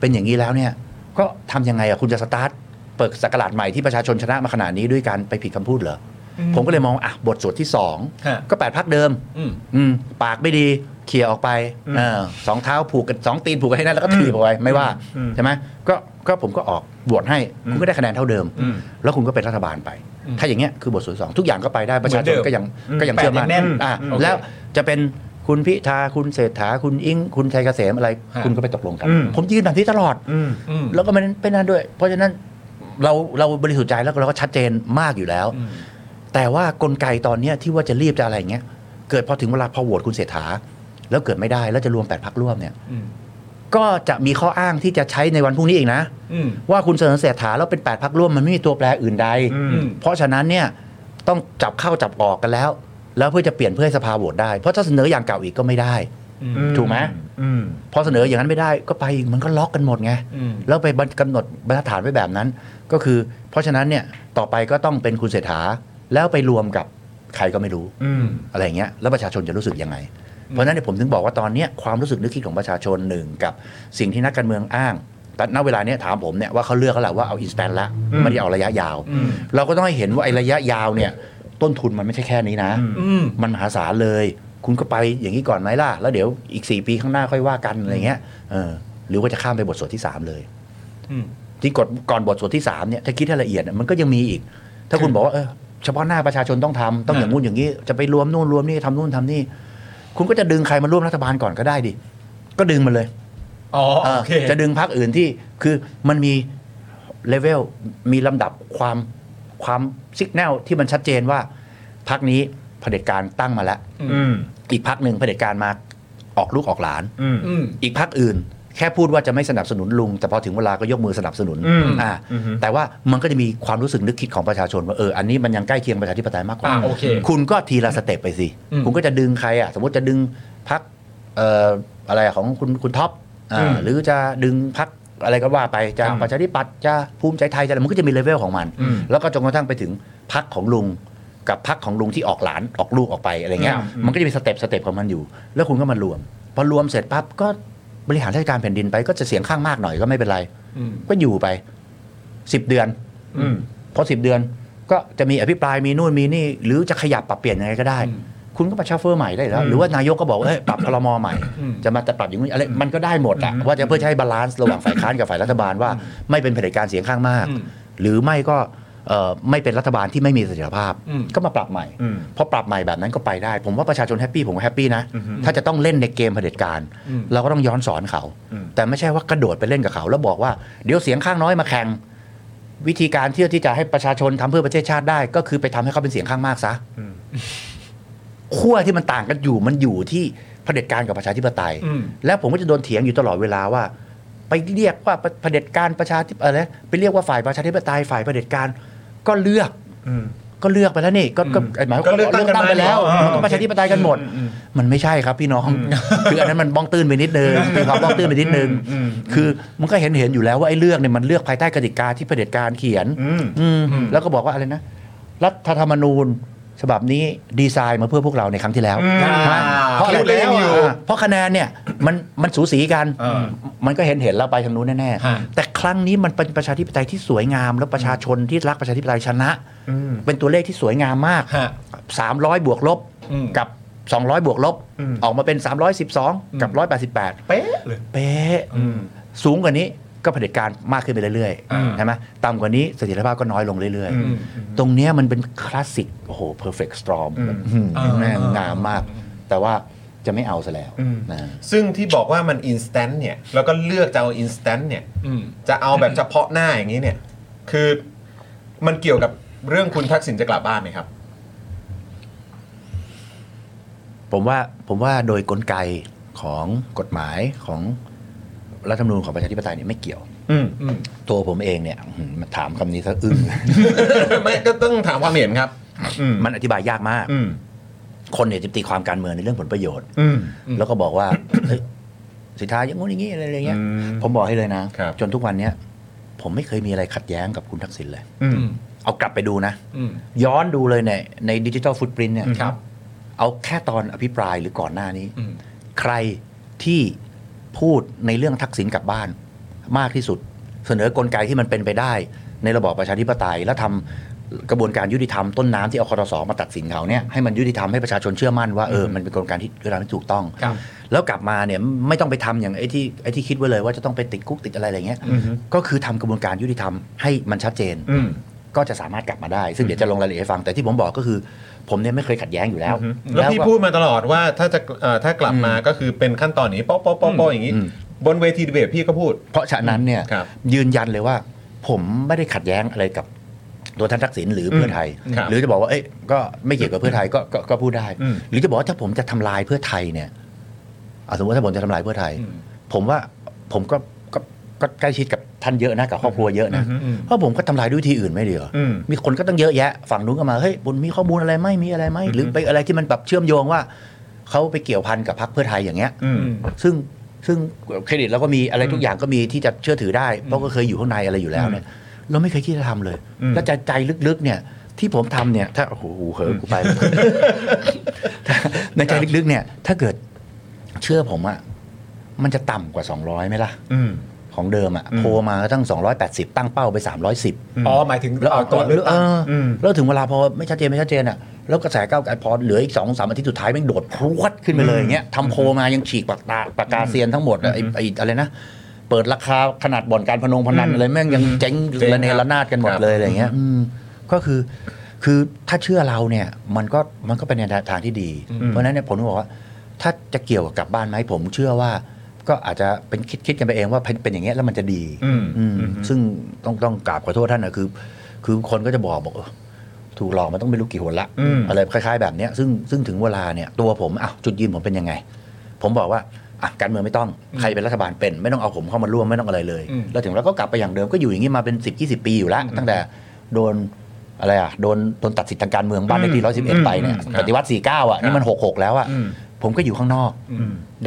Speaker 7: เป็นอย่างนี้แล้วเนี่ยก็ทำยังไงอ่ะคุณจะสตาร์ทเปิดสักราชใหม่ที่ประชาชนชนะมาขนาดนี้ด้วยการไปผิดคำพูดเหรออผมก็เลยมองว่าอ่ะบทสวดที่สอง
Speaker 3: ฮะ
Speaker 7: ก็แปดพักเดิม
Speaker 3: อืม
Speaker 7: อืมปากไม่ดีเขี่ยออกไปเออสองเท้าผูกกันสองตีนผูกกันให้นั่นแล้วก็ถีบออกไปไม่ว่า
Speaker 3: อืม
Speaker 7: ใช่ไหมก็ก็ผมก็ออกบวชให้คุณก็ได้คะแนนเท่าเดิม
Speaker 3: อืม
Speaker 7: แล้วคุณก็เป็นรัฐบาลไป
Speaker 3: อืม
Speaker 7: ถ้าอย่างเงี้ยคือบทสวดสองทุกอย่างก็ไปได้ประชาช
Speaker 3: เหมือนเดิ
Speaker 7: น
Speaker 3: ม
Speaker 7: ก็ยัง
Speaker 3: อืม
Speaker 7: ก็ยังเชื่อมั่
Speaker 3: แปดยั
Speaker 7: น
Speaker 3: งแน่น
Speaker 7: อ่ะ
Speaker 3: อืมโอเค
Speaker 7: แล้วจะเป็นคุณพิธาคุณเศรษฐาคุณอิงคุณชัยเกษมอะไร
Speaker 3: ฮะ
Speaker 7: คุณก็ไปตกลงกัน
Speaker 3: อืม
Speaker 7: ผมยืนแบบนี้ตลอด
Speaker 3: อืมอืม
Speaker 7: แล้วก็ไมันเป็นนั้นด้วย เพราะฉะนั้นเราเราบริสุทธิ์ใจแล้วก็เราก็ชัดเจนมากอยู่แล้ว
Speaker 3: อืม
Speaker 7: แต่ว่ากลไกตอนเนี้ยที่ว่าจะรีบจะอะไรอย่างเงี้ยเกิดพอถึงเวลาพอโหวตคุณเศรษฐา แล้วเกิดไม่ได้แล้วจะรวม8ปดพักร่วมเนี่ย
Speaker 3: อืม
Speaker 7: ก็จะมีข้ออ้างที่จะใช้ในวันพรุ่งนี้อีกนะ
Speaker 3: อืม
Speaker 7: ว่าคุณเสนอเศรษฐาแล้วเป็น8ปดพักร่วมมันไม่มีตัวแปรอื่นใด
Speaker 3: อืม
Speaker 7: เพราะฉะนั้นเนี่ยต้องจับเข้าจับออกกันแล้ว แล้วเพื่อจะเปลี่ยนเพื่อให้สภาโหวตได้เพราะถ้าเสนออย่างเก่าอีกก็ไม่ได้ ถูกไหม
Speaker 3: อืม
Speaker 7: พอเสนออย่างนั้นไม่ได้ก็ไปอีกมันก็ล็อกกันหมดไง
Speaker 3: อืม
Speaker 7: แล้วไปกำหนดบรรทัดฐานไว้แบบนั้น ก็คือ เพราะฉะนั้นเนี่ยต่อไปก็ต้องเป็นคุณเศรษฐาแล้วไปรวมกับใครก็ไม่รู้
Speaker 3: อืม
Speaker 7: อะไรอย่างเงี้ยแล้วประชาชนจะรู้สึกยังไง เพราะฉะนั้นเนี่ยผมถึงบอกว่าตอนเนี้ยความรู้สึกนึกคิดของประชาชนหนึ่งกับสิ่งที่นักการเมืองอ้าง แต่ณเวลาเนี้ยถามผมเนี่ยว่าเขาเลือกแล้วแหละว่าเอาอินสแตนละไม่ได้เอาระยะยาว
Speaker 3: อืม
Speaker 7: เราก็ต้องให้เห็นว่าไอ้ระยะยาวเนี่ยต้นทุนมันไม่ใช่แค่นี้นะ
Speaker 3: อืม
Speaker 7: มันมหาศาลเลย คุณก็ไปอย่างนี้ก่อนไหมล่ะ แล้วเดี๋ยวอีก 4 ปีข้างหน้าค่อยว่ากันอะไรเงี้ยเออหรือว่าจะข้ามไปบทสวดที่ 3 เลย
Speaker 3: อืม
Speaker 7: ที่กดก่อนบทสวดที่ 3 เนี่ย ถ้าคิดให้ละเอียดอะมันก็ยังมีอีก ถ้าคุณบอกว่าเออเฉพาะหน้าประชาชนต้องทำต้องอย่างงู้นอย่างนี้ จะไปรวมนู่นรวมนี่ทำนู่นทำนี่ คุณก็จะดึงใครมาร่วมรัฐบาลก่อนก็ได้ดิ ก็ดึงมาเลย
Speaker 3: อ๋อโอเค
Speaker 7: เออจะดึงพรรคอื่นที่คือมันมีเลเวลมีลำดับความความสิกแนลที่มันชัดเจนว่าพรรคนี้เผด็จการตั้งมาแล้ว
Speaker 3: อืม
Speaker 7: อีกพรรคหนึ่งเผด็จการมาออกลูกออกหลาน
Speaker 3: อืม อืม
Speaker 7: อีกพรรคอื่น แค่พูดว่าจะไม่สนับสนุนลุง แต่พอถึงเวลาก็ยกมือสนับสนุน
Speaker 3: อืม
Speaker 7: อ่าแต่ว่ามันก็จะมีความรู้สึกนึกคิดของประชาชนว่าเอออันนี้มันยังใกล้เคียงประชาธิปไตยมากกว่า
Speaker 3: อ่าโอเค
Speaker 7: คุณก็ทีละสเต็ปไปสิ
Speaker 3: อืม
Speaker 7: คุณก็จะดึงใครอ่ะสมมติจะดึงพักเอ่ออะไรอะของคุณคุณท็อปอ่า
Speaker 3: อืม
Speaker 7: หรือจะดึงพักอะไรก็ว่าไปจะ
Speaker 3: ครับ
Speaker 7: ประชาธิปัตย์จะภูมิใจไทยจะอะไรมันก็จะมีเลเวลของมัน
Speaker 3: อืม
Speaker 7: แล้วก็จนกระทั่งไปถึงพักของลุงกับพักของลุงที่ออกหลานออกลูกออกไปอะไรเงี้ย
Speaker 3: อืม
Speaker 7: มันก็จะมีสเต็ปสเต็ปของมันอยู่ แล้วคุณก็มารวมพอรวมเสร็จปั๊บก็ บริหารราชการแผ่นดินไปก็จะเสียงข้างมากหน่อยก็ไม่เป็นไร
Speaker 3: อืม
Speaker 7: ก็อยู่ไปสิบเดือน
Speaker 3: อืม
Speaker 7: พอสิบเดือน ก็จะมีอภิปรายมีนู่นมีนี่ หรือจะขยับปรับเปลี่ยนยังไงก็ได้
Speaker 3: อืม
Speaker 7: คุณก็มาชัฟเฟอร์ใหม่ได้แล้ว หรือว่านายกก็บอกว่าเฮ้ยปรับพลมใหม่ จะมาแต่ปรับอย่างนี้อะไรมันก็ได้หมดอะว่าจะเพื่อจะให้บาลานซ์ระหว่างฝ่ายค้านกับฝ่ายรัฐบาลว่าไม่เป็นเผด็จการเสียงข้างมาก
Speaker 3: อืม
Speaker 7: หรือไม่ก็เอ่อไม่เป็นรัฐบาลที่ไม่มีเสถียรภาพ
Speaker 3: อืม
Speaker 7: ก็มาปรับใหม่
Speaker 3: อืม
Speaker 7: พอปรับใหม่แบบนั้นก็ไปได้ ผมว่าประชาชนแฮปปี้ผมก็แฮปปี้นะถ้าจะต้องเล่นในเกมเผด็จการ
Speaker 3: อืม
Speaker 7: เราก็ต้องย้อนสอนเขา
Speaker 3: อืม
Speaker 7: แต่ไม่ใช่ว่ากระโดดไปเล่นกับเขา แล้วบอกว่าเดี๋ยวเสียงข้างน้อยมาแข่ง วิธีการที่ที่จะให้ประชาชนทำเพื่อประเทศชาติได้ ก็คือไปทำให้เขาเป็นเสียงข้างมากซะขั้วที่มันต่างกันอยู่มันอยู่ที่เผด็จการกับประชาธิปไตย
Speaker 3: อืม
Speaker 7: และผมก็จะโดนเถียงอยู่ตลอดเวลาว่า ไปเรียกว่าเผด็จการประชาธิปอะไรไปเรียกว่าฝ่ายประชาธิปไตยฝ่ายเผด็จการก็เลือกก็เลือกไปแล้วนี่ก็ก็หมายความ
Speaker 3: ก็
Speaker 7: ว่า
Speaker 3: เลือกตั้งกัน
Speaker 7: ไปแล้ว
Speaker 3: มาแล้ว
Speaker 7: มันก็ประชาธิปไตยกันหมด มันไม่ใช่ครับพี่น้องคืออันนั้นมันบ้องตื้นไปนิดนึ งมีความบ้องตื้นไปนิดนึง
Speaker 3: อืม
Speaker 7: คือมันก็เห็นเห็นอยู่แล้วว่าไอ้เลือกเนี่ยมันเลือกภายใต้กติกาที่เผด็จการเขียน
Speaker 3: อืม
Speaker 7: อืม
Speaker 3: อืม
Speaker 7: แล้วก็บอกว่าอะไรนะ รัฐธรรมนูญฉบับนี้ดีไซน์มาเพื่อพวกเราในครั้งที่แล้ว
Speaker 3: อืม
Speaker 7: ฮะเพราะอะไร
Speaker 3: พูดเล่นอยู่
Speaker 7: อ่ะเพราะคะแนนเนี่ยมันมันสูสีกัน
Speaker 3: เออ
Speaker 7: มันก็เห็นเห็นแล้วไปทางนู้นแน่
Speaker 3: ฮะ
Speaker 7: ๆแต่ครั้งนี้มันเป็นประชาธิปไตยที่สวยงาม แล้วประชาชนที่รักประชาธิปไตยชนะ
Speaker 3: อืม
Speaker 7: เป็นตัวเลขที่สวยงามมาก
Speaker 3: ฮะ
Speaker 7: 300 บวกลบ
Speaker 3: อืม
Speaker 7: กับ 200 บวกลบ
Speaker 3: อืม
Speaker 7: ออกมาเป็น 312 กั
Speaker 3: อื
Speaker 7: บ
Speaker 3: ม
Speaker 7: 188
Speaker 3: เป๊ะเลย
Speaker 7: เป๊ะสูงกว่านี้ก็เผด็จการมากขึ้นไปเรื่อย
Speaker 3: อ่า
Speaker 7: ๆใช่ไหมต่ำกว่านี้เสถียรภาพก็น้อยลงเรื่อย
Speaker 3: อืม
Speaker 7: ๆ ตรงเนี้ยมันเป็นคลาสสิกโอ้โห perfect storm
Speaker 3: อืม
Speaker 7: อืม
Speaker 3: อ่า
Speaker 7: แม่งงามมาก แต่ว่าจะไม่เอาซะแล้ว
Speaker 3: อืม
Speaker 7: นะ
Speaker 1: ซึ่งที่บอกว่ามัน instant เนี่ย แล้วก็เลือกจะเอา instant เนี่ย
Speaker 3: อืม
Speaker 1: จะเอาแบบเฉพาะหน้าอย่างนี้เนี่ย คือมันเกี่ยวกับเรื่องคุณทักษิณจะกลับบ้านไหมครับ
Speaker 7: ผมว่าผมว่าโดยกลไกของกฎหมายของรัฐธรรมนูญของประชาธิปไตยเนี่ยไม่เกี่ยว
Speaker 3: อืมอืม
Speaker 7: ตัวผมเองเนี่ยอืมมาถามคำนี้ซะอึ้ง
Speaker 1: ไม่ก็ต้องถามความเห็นครับ อืม
Speaker 7: มันอธิบายยากมาก
Speaker 1: อืม
Speaker 7: คนเนี่ยจะตีความการเมืองในเรื่องผลประโยชน์
Speaker 1: อืม
Speaker 7: แล้วก็บอกว่า เฮ้ยสิทธาอย่างงู้นอย่างงี้อะไรอย่างเงี้ย
Speaker 1: อืม
Speaker 7: ผมบอกให้เลยนะ
Speaker 1: ครับ
Speaker 7: จนทุกวันเนี้ยผมไม่เคยมีอะไรขัดแย้งกับคุณทักษิณเลย
Speaker 1: อืม
Speaker 7: เอากลับไปดูนะ
Speaker 3: อืม
Speaker 7: ย้อนดูเลยเนี่ยในดิจิ t a ลฟุตปรินเนี่ย
Speaker 3: ครับ
Speaker 7: เอาแค่ตอนอภิปรายหรือก่อนหน้านี้
Speaker 3: อืม
Speaker 7: ใครที่พูดในเรื่องทักษิณกลับบ้านมากที่สุด เสนอกลไกที่มันเป็นไปได้ ในระบอบประชาธิปไตย และทำกระบวนการยุติธรรมต้นน้ำที่เอาคอรสอมาตัดสินเขาเนี่ยให้มันยุติธรรมให้ประชาชนเชื่อมั่นว่าเออมันเป็นกลไกที่ยุติธรรมที่ถูกต้อง
Speaker 3: ครับ
Speaker 7: แล้วกลับมาเนี่ยไม่ต้องไปทำอย่างไอ้ที่ไอ้ที่คิดไว้เลยว่าจะต้องไปติดคุกติดอะไรอะไรเงี้ย
Speaker 3: อือฮึ
Speaker 7: ก็คือทำกระบวนการยุติธรรมให้มันชัดเจน
Speaker 3: อืม
Speaker 7: ก็จะสามารถกลับมาได้ ซึ่งเดี๋ยวจะลงรายละเอียดให้ฟัง แต่ที่ผมบอกก็คือ ผมเนี่ยไม่เคยขัดแย้งอยู่แล้ว
Speaker 1: แล้ว
Speaker 7: ก็
Speaker 1: พี่พูดมาตลอดว่าถ้าจะเอ่อถ้ากลับมาก็คือเป็นขั้นตอนนี้ป๊อปป๊อปป๊อปป๊อปอย่างนี้
Speaker 7: อืม
Speaker 1: บนเวทีดีเบตพี่ก็พูด
Speaker 7: เพราะฉะนั้นเนี่ย
Speaker 1: ครับ
Speaker 7: ยืนยันเลยว่า ผมไม่ได้ขัดแย้งอะไรกับตัวท่านทักษิณหรือเพื่อไทย
Speaker 1: ครับ
Speaker 7: หรือจะบอกว่าเอ้ยก็ไม่เกี่ยวกับเพื่อไทยก็ก็ก็พูดได้
Speaker 1: อืม
Speaker 7: หรือจะบอกว่าถ้าผมจะทำลายเพื่อไทยเนี่ยอ่ะสมมติว่าถ้าผมจะทำลายเพื่อไทย
Speaker 3: อืม
Speaker 7: ผมว่าผมก็ก็ก็ใกล้ชิดกับท่านเยอะนะกับครอบครัวเยอะนะเพราะผมก็ทำลายด้วยวิธีอื่นไม่เดียว
Speaker 3: อืม
Speaker 7: มีคนก็ตั้งเยอะแยะฝั่งนู้นก็มาเฮ้ยบนมีข้อมูลอะไรไหมมีอะไรไหมหรือไปอะไรที่มันแบบเชื่อมโยงว่าเขาไปเกี่ยวพันกับพรรคเพื่อไทยอย่างเงี้ย
Speaker 3: อืม
Speaker 7: ซึ่งซึ่งเครดิตเราก็มีอะไรทุกอย่างก็มีที่จะเชื่อถือได้ เพราะก็เคยอยู่ข้างในอะไรอยู่แล้วเนี่ยเราไม่เคยคิดจะทำเลย และใจใจลึกๆเนี่ยที่ผมทำเนี่ย ถ้าโอ้โหหูเหอะกูไป ในใจลึกๆเนี่ย ถ้าเกิดเชื่อผมอะมันจะต่ำกว่า 200ไหมล่ะ
Speaker 3: อืม
Speaker 7: ของเดิมอะโพลมาก็ตั้ง 280 ตั้งเป้าไป 310
Speaker 3: อ๋อ หมายถึงเอาก่อนเลือกตั้ง
Speaker 7: เออแล้วถึงเวลาพอไม่ชัดเจนไม่ชัดเจนอ่ะแล้วกระแสก้าวไกลพอเหลืออีกสองสามอาทิตย์สุดท้ายแม่งโดดพรวดขึ้นไปเลยอย่างเงี้ยทำโพลมายังฉีกปากตาปากกาเซียนทั้งหมดอะไอ้ไอ้อะไรนะ เปิดราคาขนาดบ่อนการพนงพนันอะไรแม่งยังเจ๊ง
Speaker 1: เจ๊งครับ
Speaker 7: ระเนระนาดกันหมด
Speaker 1: ครับ
Speaker 7: เลยอะไรอย่างเงี้ยอืมก็คือคือถ้าเชื่อเราเนี่ยมันก็มันก็เป็นในทางที่ดี เพราะฉะนั้นเนี่ยผมถึงบอกว่า ถ้าจะเกี่ยวกับกลับบ้านไหมผมเชื่อว่า ก็อาจจะเป็นคิดคิดกันไปเองว่าเป็นเป็นอย่างเงี้ยแล้วมันจะดี
Speaker 3: อืม
Speaker 7: อืมซึ่งต้องต้องกราบขอโทษท่านนะคือ คือคนก็จะบอกบอกเออถูกหลอกมาต้องไม่รู้กี่หนละ
Speaker 3: อืม
Speaker 7: ไรคล้ายๆแบบเนี้ยซึ่งซึ่งถึงเวลาเนี่ยตัวผมอ่ะจุดยืนผมเป็นยังไง ผมบอกว่าอ่ะการเมืองไม่ต้องใครเป็นรัฐบาลเป็น ไม่ต้องเอาผมเข้ามาร่วมไม่ต้องอะไรเลย แล้วถึงแล้วก็กลับไปอย่างเดิมก็อยู่อย่างนี้มาเป็น 10 20 ปีอยู่แล้ว ตั้งแต่โดนอะไรอ่ะโดนโดนตัดสิทธิ์ทางการเมืองบ้านเลขที่ร้อยสิบเอ็ดไปเนี่ยปฏิวัติสี่เก้าอ่ะนี่มันหกหกแล้วอ่ะผมก็อยู่ข้างนอก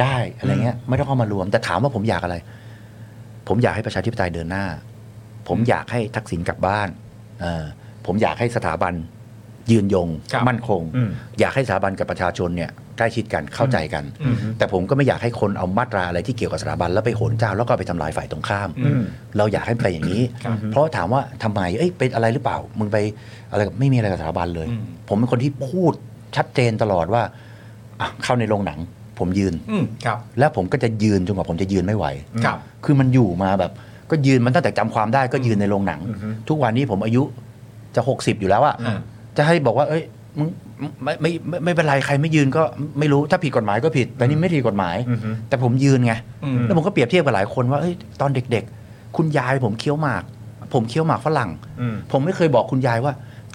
Speaker 7: ได้อะไรเงี้ยไม่ต้องเข้ามารวม แต่ถามว่าผมอยากอะไร ผมอยากให้ประชาธิปไตยเดินหน้า ผมอยากให้ทักษิณกลับบ้านเอ่อผมอยากให้สถาบันยืนยง
Speaker 3: ครับ
Speaker 7: มั่นคง
Speaker 3: อืม
Speaker 7: อยากให้สถาบันกับประชาชนเนี่ยใกล้ชิดกันเข้าใจกัน
Speaker 3: อืม
Speaker 7: แต่ผมก็ไม่อยากให้คนเอามาตราอะไรที่เกี่ยวกับสถาบันแล้วไปโหนเจ้าแล้วก็ไปทำลายฝ่ายตรงข้าม
Speaker 3: อืม
Speaker 7: เราอยากให้เป็นอย่างนี้
Speaker 3: ครับ
Speaker 7: เพราะถามว่าทำไมเอ้ยเป็นอะไรหรือเปล่า มึงไปอะไรกับไม่มีอะไรกับสถาบันเลย
Speaker 3: อืม
Speaker 7: ผมเป็นคนที่พูด ชัดเจนตลอดว่าอ่ะเข้าในโรงหนัง ผมยืน
Speaker 3: อืมครับ
Speaker 7: แล้วผมก็จะยืนจนกว่าผมจะยืนไม่ไหว
Speaker 3: ครับ
Speaker 7: คือมันอยู่มาแบบ ก็ยืนมันตั้งแต่จำความได้ก็ยืนในโรงหนัง
Speaker 3: อือฮึ
Speaker 7: ทุกวันนี้ผมอายุจะ 60 อยู่แล้วอะ
Speaker 3: อืม
Speaker 7: จะให้บอกว่า เอ้ยมึงไม่ไม่ไม่ไม่เป็นไรใครไม่ยืนก็ไม่รู้ถ้าผิดกฎหมายก็ผิด แต่นี่ไม่ผิดกฎหมาย
Speaker 3: อือฮึ
Speaker 7: แต่ผมยืนไง
Speaker 3: อืม
Speaker 7: แล้วผมก็เปรียบเทียบกับหลายคนว่าเอ้ยตอนเด็กๆ คุณยายผมเคี้ยวหมาก ผมเคี้ยวหมากฝรั่ง
Speaker 3: อืม
Speaker 7: ผมไม่เคยบอกคุณยายว่า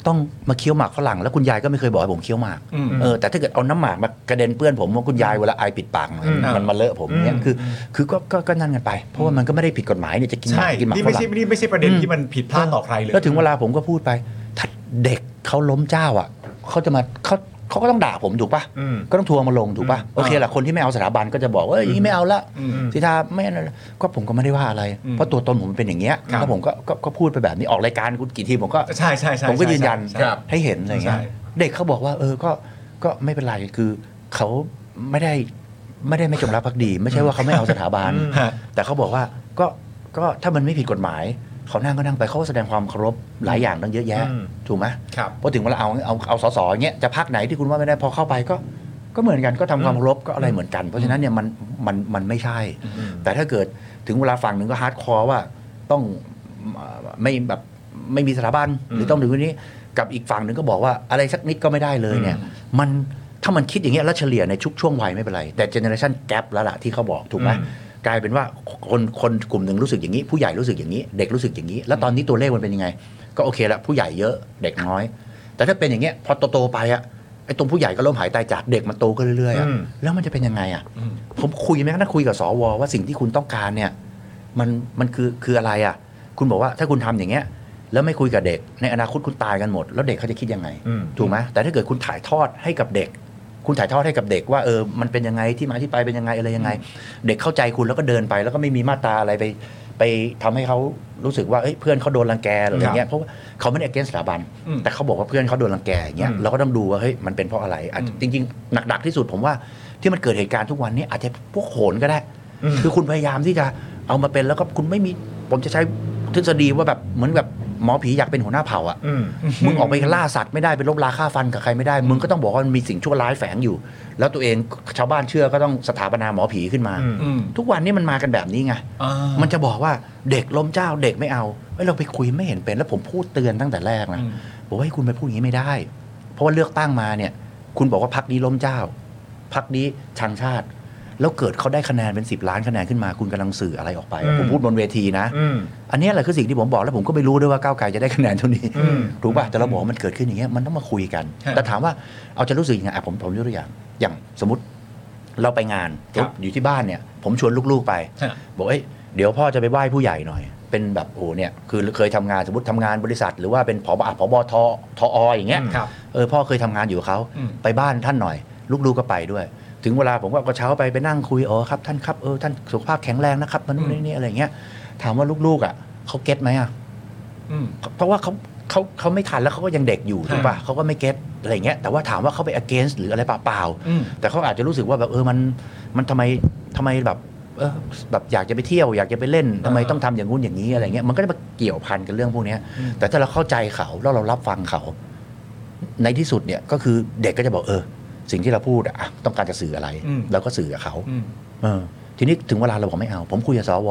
Speaker 7: ต้องมาเคี้ยวหมากฝรั่ง แล้วคุณยายก็ไม่เคยบอกให้ผมเคี้ยวหมาก
Speaker 3: อืม
Speaker 7: เออแต่ถ้าเกิดเอาน้ำหมากมากระเด็นเปื้อนผมว่าคุณยายเวลาไอายปิดปากมัน
Speaker 3: อืม
Speaker 7: มันมาเลอะผมเนี่ย
Speaker 3: อืม
Speaker 7: คือ คือก็ก็ก็นั่นกันไป เพราะว่ามันก็ไม่ได้ผิดกฎหมายเนี่ยจะกินห
Speaker 3: ใช่
Speaker 7: มากกินหมาก
Speaker 3: นี่
Speaker 7: ฝ
Speaker 3: ไม่
Speaker 7: รั่
Speaker 3: ใช่
Speaker 7: ง
Speaker 3: นี่ไม่ใช่ประเด็น
Speaker 7: อืม
Speaker 3: ที่มันผิดพลาดต่อใครเลย
Speaker 7: แล้วถึงเวลาผมก็พูดไป ถ้าเด็กเขาล้มเจ้าอ่ะเขาจะมาเขาเขาก็ต้องด่าผมถูกปะ
Speaker 3: อืม
Speaker 7: ก็ต้องทัวร์มาลงถูกป่ะ
Speaker 3: อืม
Speaker 7: โอเคแหละคนที่ไม่เอาสถาบันก็จะบอกว่าเอ้ยอย่างนี้ไม่เอาละ
Speaker 3: อืม
Speaker 7: สิทาไม่เอาละก็ผมก็ไม่ได้ว่าอะไร
Speaker 3: อืม
Speaker 7: เพราะตัวตนผมเป็นอย่างเงี้ย
Speaker 3: ครับ
Speaker 7: แล้วผมก็ก็ก็พูดไปแบบนี้ออกรายการคุณกี่ทีผมก็
Speaker 3: ใช่ใช่ใช่
Speaker 7: ผมก็ยืนยัน
Speaker 3: ใช่ใช่
Speaker 7: ให้เห็นอะไรเงี้ย
Speaker 3: ใช่
Speaker 7: เด็กเขาบอกว่า เออก็ก็ไม่เป็นไรคือเขาไม่ได้ไม่ได้ไม่จงรักภักดี ไม่ใช่ว่าเขาไม่เอาสถาบัน
Speaker 3: ฮะ
Speaker 7: แต่เขาบอกว่าก็ก็ถ้ามันไม่ผิดกฎหมาย เขานั่งก็นั่งไปเขาก็แสดงความเคารพหลายอย่างตั้งเยอะแยะ
Speaker 3: อืม
Speaker 7: ถูกไหม
Speaker 3: ครับ
Speaker 7: พอถึงเวลาเอาเอาเอาสสอย่างเงี้ยจะพักไหนที่คุณว่าไม่ได้พอเข้าไปก็ ก็เหมือนกันก็ทำความเคารพก็อะไรเหมือนกัน เพราะฉะนั้นเนี่ยมันมันมันไม่ใช่ แต่ถ้าเกิดถึงเวลาฝั่งหนึ่งก็ฮาร์ดคอร์ว่าต้องเอ่อไม่แบบไม่มีสถาบันหรือต้องถึงวันนี้กับอีกฝั่งหนึ่งก็บอกว่าอะไรสักนิดก็ไม่ได้เลยเนี่ย มันถ้ามันคิดอย่างเงี้ยแล้วเฉลี่ยในชุกช่วงวัยไม่เป็นไร แต่เจเนอเรชันแกรแล้วล่ะที่เขาบอกถูกไหม
Speaker 3: อืม
Speaker 7: กลายเป็นว่าคนคนกลุ่มหนึ่งรู้สึกอย่างนี้ ผู้ใหญ่รู้สึกอย่างนี้ เด็กรู้สึกอย่างนี้ แล้วตอนนี้ตัวเลขมันเป็นยังไง ก็โอเคละผู้ใหญ่เยอะเด็กน้อย แต่ถ้าเป็นอย่างเงี้ยพอโตๆไปอะไอ้ตรงผู้ใหญ่ก็เริ่มหายตายจากเด็กมันโตก็เรื่อยๆอะ
Speaker 3: อืม
Speaker 7: แล้วมันจะเป็นยังไงอะ
Speaker 3: อืม
Speaker 7: ผมคุยแม้กระทั่งคุยกับสวว่าสิ่งที่คุณต้องการเนี่ยมันมันคือคืออะไรอ่ะ คุณบอกว่าถ้าคุณทำอย่างเงี้ยแล้วไม่คุยกับเด็ก ในอนาคตคุณตายกันหมด แล้วเด็กเขาจะคิดยังไง
Speaker 3: อืม
Speaker 7: ถูกไหมแต่ถ้าเกิดคุณถ่ายทอดให้กับเด็ก คุณถ่ายทอดให้กับเด็กว่าเออมันเป็นยังไงที่มาที่ไปเป็นยังไงอะไรยังไง เด็กเข้าใจคุณแล้วก็เดินไป แล้วก็ไม่มีมาตราอะไรไป ไปทำให้เขารู้สึกว่าเอ้ยเพื่อนเขาโดนรังแกหรืออะไรเงี้ยเพราะว่าเขาไม่ได้ against สถาบัน
Speaker 3: อืม
Speaker 7: แต่เขาบอกว่าเพื่อนเขาโดนรังแกอย่างเงี้ย
Speaker 3: อืม
Speaker 7: เราก็ต้องดูว่าเฮ้ยมันเป็นเพราะอะไรอาจจะ
Speaker 3: อืม
Speaker 7: จริง ๆ หนักๆที่สุดผมว่าที่มันเกิดเหตุการณ์ทุกวันนี้อาจจะพวกโหนก็ได้
Speaker 3: อืม
Speaker 7: คือคุณพยายามที่จะเอามาเป็นแล้วก็คุณไม่มีผมจะใช้ทฤษฎีว่าแบบเหมือนแบบหมอผีอยากเป็นหัวหน้าเผ่าอ่ะ
Speaker 3: อืม
Speaker 7: มึงออกไปล่าสัตว์ไม่ได้ไปลบราฆ่าฟันกับใครไม่ได้ มึงก็ต้องบอกว่ามันมีสิ่งชั่วร้ายแฝงอยู่ แล้วตัวเองชาวบ้านเชื่อก็ต้องสถาปนาหมอผีขึ้นมา
Speaker 3: อืม
Speaker 7: ทุกวันนี้มันมากันแบบนี้ไง
Speaker 3: อ่า
Speaker 7: มันจะบอกว่าเด็กล้มเจ้าเด็กไม่เอาเอ้ยเราไปคุยไม่เห็นเป็นแล้วผมพูดเตือนตั้งแต่แรกนะ
Speaker 3: อืม
Speaker 7: บอกว่าให้คุณไปพูดอย่างนี้ไม่ได้ เพราะว่าเลือกตั้งมาเนี่ย คุณบอกว่าพักนี้ล้มเจ้าพักนี้ชังชาติ แล้วเกิดเขาได้คะแนนเป็น 10 ล้านคะแนนขึ้นมาคุณกำลังสื่ออะไรออกไปอะผมพูดบนเวทีนะ
Speaker 3: อืม
Speaker 7: อันเนี้ยแหละคือสิ่งที่ผมบอกแล้วผมก็ไม่รู้ด้วยว่าก้าวไกลจะได้คะแนนเท่านี้
Speaker 3: อืม
Speaker 7: ถูกป่ะแต่เราบอกว่ามันเกิดขึ้นอย่างเงี้ยมันต้องมาคุยกัน
Speaker 3: ฮะ
Speaker 7: แต่ถามว่าเอาจะรู้สึกยังไงอ่ะผมผมยกตัวอย่าง อย่างสมมติเราไปงาน
Speaker 3: ครับ
Speaker 7: อยู่ที่บ้านเนี่ย ผมชวนลูกๆไป
Speaker 3: ฮะ
Speaker 7: บอกเอ้ยเดี๋ยวพ่อจะไปไหว้ผู้ใหญ่หน่อย เป็นแบบโอ้เนี่ยคือเคยทำงานสมมติทำงานบริษัท หรือว่าเป็นผบอ่ะผบททออย่างเงี้ย
Speaker 3: ครับ
Speaker 7: เออพ่อเคยทำงานอยู่กับเขา
Speaker 3: อืม
Speaker 7: ไปบ้านท่านหน่อย ลูกๆก็ไปด้วย ถึงเวลาผมก็เช้าไปไปนั่งคุยอ๋อครับท่านครับเออท่านสุขภาพแข็งแรงนะครับมันนู่น
Speaker 3: อืม
Speaker 7: นี่อะไรอย่างเงี้ยถามว่าลูกๆอ่ะเขาเก็ตไหมอ่ะ
Speaker 3: อืม
Speaker 7: เพราะว่าเขาเขาเขาไม่ทันแล้วเขาก็ยังเด็กอยู่
Speaker 3: ครับ
Speaker 7: ถูกป่ะเขาก็ไม่เก็ตอะไรอย่างเงี้ยแต่ว่าถามว่าเขาไป against หรืออะไรเปล่าเปล่า
Speaker 3: อืม
Speaker 7: แต่เขาอาจจะรู้สึกว่าแบบเออมันมันทำไมทำไมแบบเออแบบอยากจะไปเที่ยวอยากจะไปเล่นทำไม
Speaker 3: อ่า
Speaker 7: ต้องทำอย่างงู้นอย่างนี้อะไรเงี้ยมันก็จะมาเกี่ยวพันกันเรื่องพวกเนี้ย แต่ถ้าเราเข้าใจเขาแล้วเรารับฟังเขา ในที่สุดเนี่ยก็คือเด็กก็จะบอกเออ สิ่งที่เราพูดอะอะต้องการจะสื่ออะไร
Speaker 3: อืม
Speaker 7: เราก็สื่อกับเขา
Speaker 3: อืม
Speaker 7: เออ ทีนี้ถึงเวลาเราบอกไม่เอา ผมคุยกับสว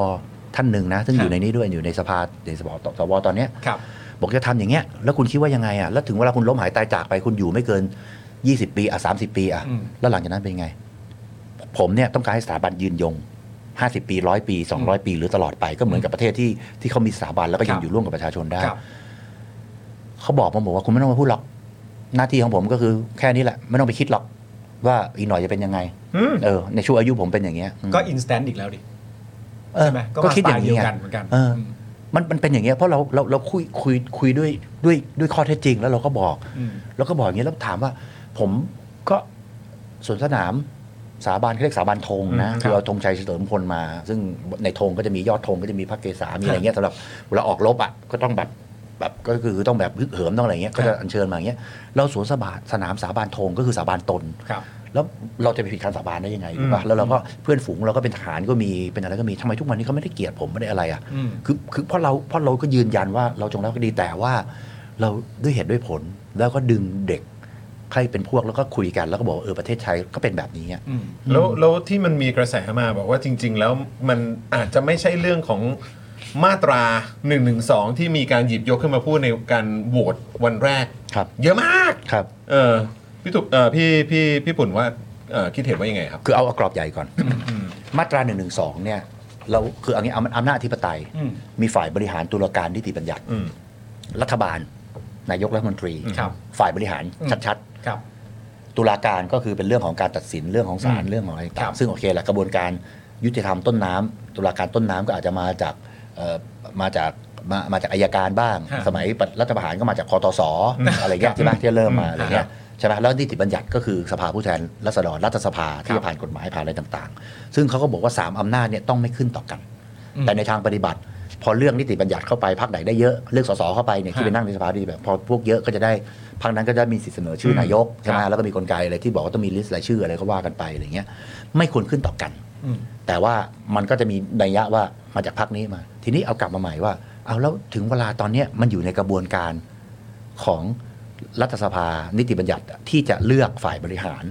Speaker 7: ท่านหนึ่งนะ ซึ่ง
Speaker 3: ครับ
Speaker 7: อยู่ในนี้ด้วยอยู่ในสภาในสภาสวตอนเนี้ย
Speaker 3: ครับ
Speaker 7: บอกจะทำอย่างเงี้ยแล้วคุณคิดว่ายังไงอ่ะแล้วถึงเวลาคุณล้มหายตายจากไปคุณอยู่ไม่เกิน 20 ปีอ่ะสาปีอ่ะ
Speaker 3: อืม
Speaker 7: แล้วหลังจากนั้นเป็นไง ผมเนี่ยต้องการให้สถาบันยืนยง 50 ปีร้อยปี200 ปี หรือตลอดไปก็เหมือนกับประเทศที่ที่เขามีสถาบันแล้วก็ยังอยู่ร่วมกับประชาชนได้
Speaker 3: ครับ
Speaker 7: เขาบอกมาบอกว่าคุณไม่ต้องมาพูดหรอก หน้าที่ของผมก็คือแค่นี้แหละ ไม่ต้องไปคิดหรอก ว่าอีกหน่อยจะเป็นยังไง
Speaker 3: อืม
Speaker 7: เออ ในช่วงอายุผมเป็นอย่างเงี้ย
Speaker 3: ก็
Speaker 7: อืม
Speaker 3: อินสแตนต์อีกแล้วดิ
Speaker 7: เออ
Speaker 3: ใช่ไหม
Speaker 7: ก็คิดอย่าง
Speaker 3: เดียว
Speaker 7: ไง
Speaker 3: กันเหมือนกัน
Speaker 7: เออ มันมันเป็นอย่างเงี้ยเพราะเราเราเราคุยคุยคุยด้วยด้วยด้วยข้อเท็จจริงแล้วเราก็บอก
Speaker 3: อืม
Speaker 7: แล้วก็บอกอย่างนี้ยแล้วถามว่า ผมก็สวนสนามสาบานเขาเรียกสาบานธงนะ
Speaker 3: อืมครับ
Speaker 7: คือเอาธงชัยเฉลิมพลมา ซึ่งในธงก็จะมียอดธงก็จะมีพระเกศามีอะไรเงี้ยสำหรับเวลาออกรบอ่ะก็ต้องแบบแบบก็คือต้องแบบฮึกเหิมต้องอะไรเงี้ยก็
Speaker 3: ค
Speaker 7: จะ
Speaker 3: รับ
Speaker 7: อัญเชิญมาอย่างเงี้ยเราสวนสบานสนามสาบานธงก็คือสาบานตน
Speaker 3: ครับ
Speaker 7: แล้วเราจะไปผิดการสาบานได้ยังไง
Speaker 3: อืม
Speaker 7: ถูกป่ะแล้วเราก็เพื่อนฝูงเราก็เป็นทหารก็มีเป็นอะไรก็มีทำไมทุกวันนี้เขาไม่ได้เกลียดผมไม่ได้อะไรอ่ะ
Speaker 3: อืม
Speaker 7: คือคือเพราะเราเพราะเราก็ยืนยันว่าเราจงรักภักดีแต่ว่า เราด้วยเหตุด้วยผลแล้วก็ดึงเด็ก ใครเป็นพวกแล้วก็คุยกันแล้วก็บอกว่าเออประเทศไทยก็เป็นแบบนี้อะ
Speaker 1: แล้วแล้วที่มันมีกระแสมาบอกว่าจริง ๆ แล้วมันอาจจะไม่ใช่เรื่องของมาตรา1นึที่มีการหยิบยกขึ้นมาพูดในการโหวตวันแรก
Speaker 7: ครับ
Speaker 1: เยอะมาก
Speaker 7: ครับ
Speaker 1: เออพี่ตุเออพี่พี่พี่ปุ่นว่าเอ่อคิดเห็นว่ายังไงครับ
Speaker 7: คือเอาเอากรอบใหญ่ก่อน มาตรา1นึเนี่ยเราคือเอางี้เอาอำนาจอธิปไตย มีฝ่ายบริหารตุลาการนิติบัญญัติ
Speaker 1: อืม
Speaker 7: รัฐบาล นายกรัฐมนตรี
Speaker 3: ครับ
Speaker 7: ฝ่ายบริหารชัด
Speaker 3: ครับ
Speaker 7: ๆ ตุลาการก็คือเป็นเรื่องของการตัดสินเรื่องของศาลเรื่องของอะไร
Speaker 3: ครั
Speaker 7: ต่าง
Speaker 3: บ
Speaker 7: ๆซึ่งโอเคแหละกระบวนการยุติธรรมต้นน้ำตุลาการต้นน้ำก็อาจจะมาจากเอ่อมาจากมามาจากอายการบ้าง สมัยรัฐประหารก็มาจากคอตสอะไรเงี้ยใช่ไหมที่เริ่มมาอะไรเงี้ยใช่ไหมแล้วนิติบัญญัติก็คือสภาผู้แทนรัษฎรรัฐสภาที่จะผ่านกฎหมายผ่านอะไรต่างๆ ซึ่งเขาก็บอกว่าสามอำนาจเนี่ยต้องไม่ขึ้นต่อกัน แต่ในทางปฏิบัติ พอเรื่องนิติบัญญัติเข้าไปพักไหนได้เยอะเลือกสสเข้าไปเนี่ยที่ไปนั่งในสภาดีแบบพอพวกเยอะก็จะได้พักนั้นก็จะมีสิทธิเสนอชื่อนายกใช่ไหมแล้วก็มีกลไกอะไรที่บอกว่าต้องมีลิสต์รายชื่ออะไรก็ว่ากันไปอะไรเงี้ยไม่ควรขึ้นต่อกัน แต่ว่ามันก็จะมีนัยยะว่ามาจากพักนี้มา ทีนี้เอากลับมาใหม่ว่า เอาแล้วถึงเวลาตอนเนี้ยมันอยู่ในกระบวนการของรัฐสภานิติบัญญัติที่จะเลือกฝ่ายบริหาร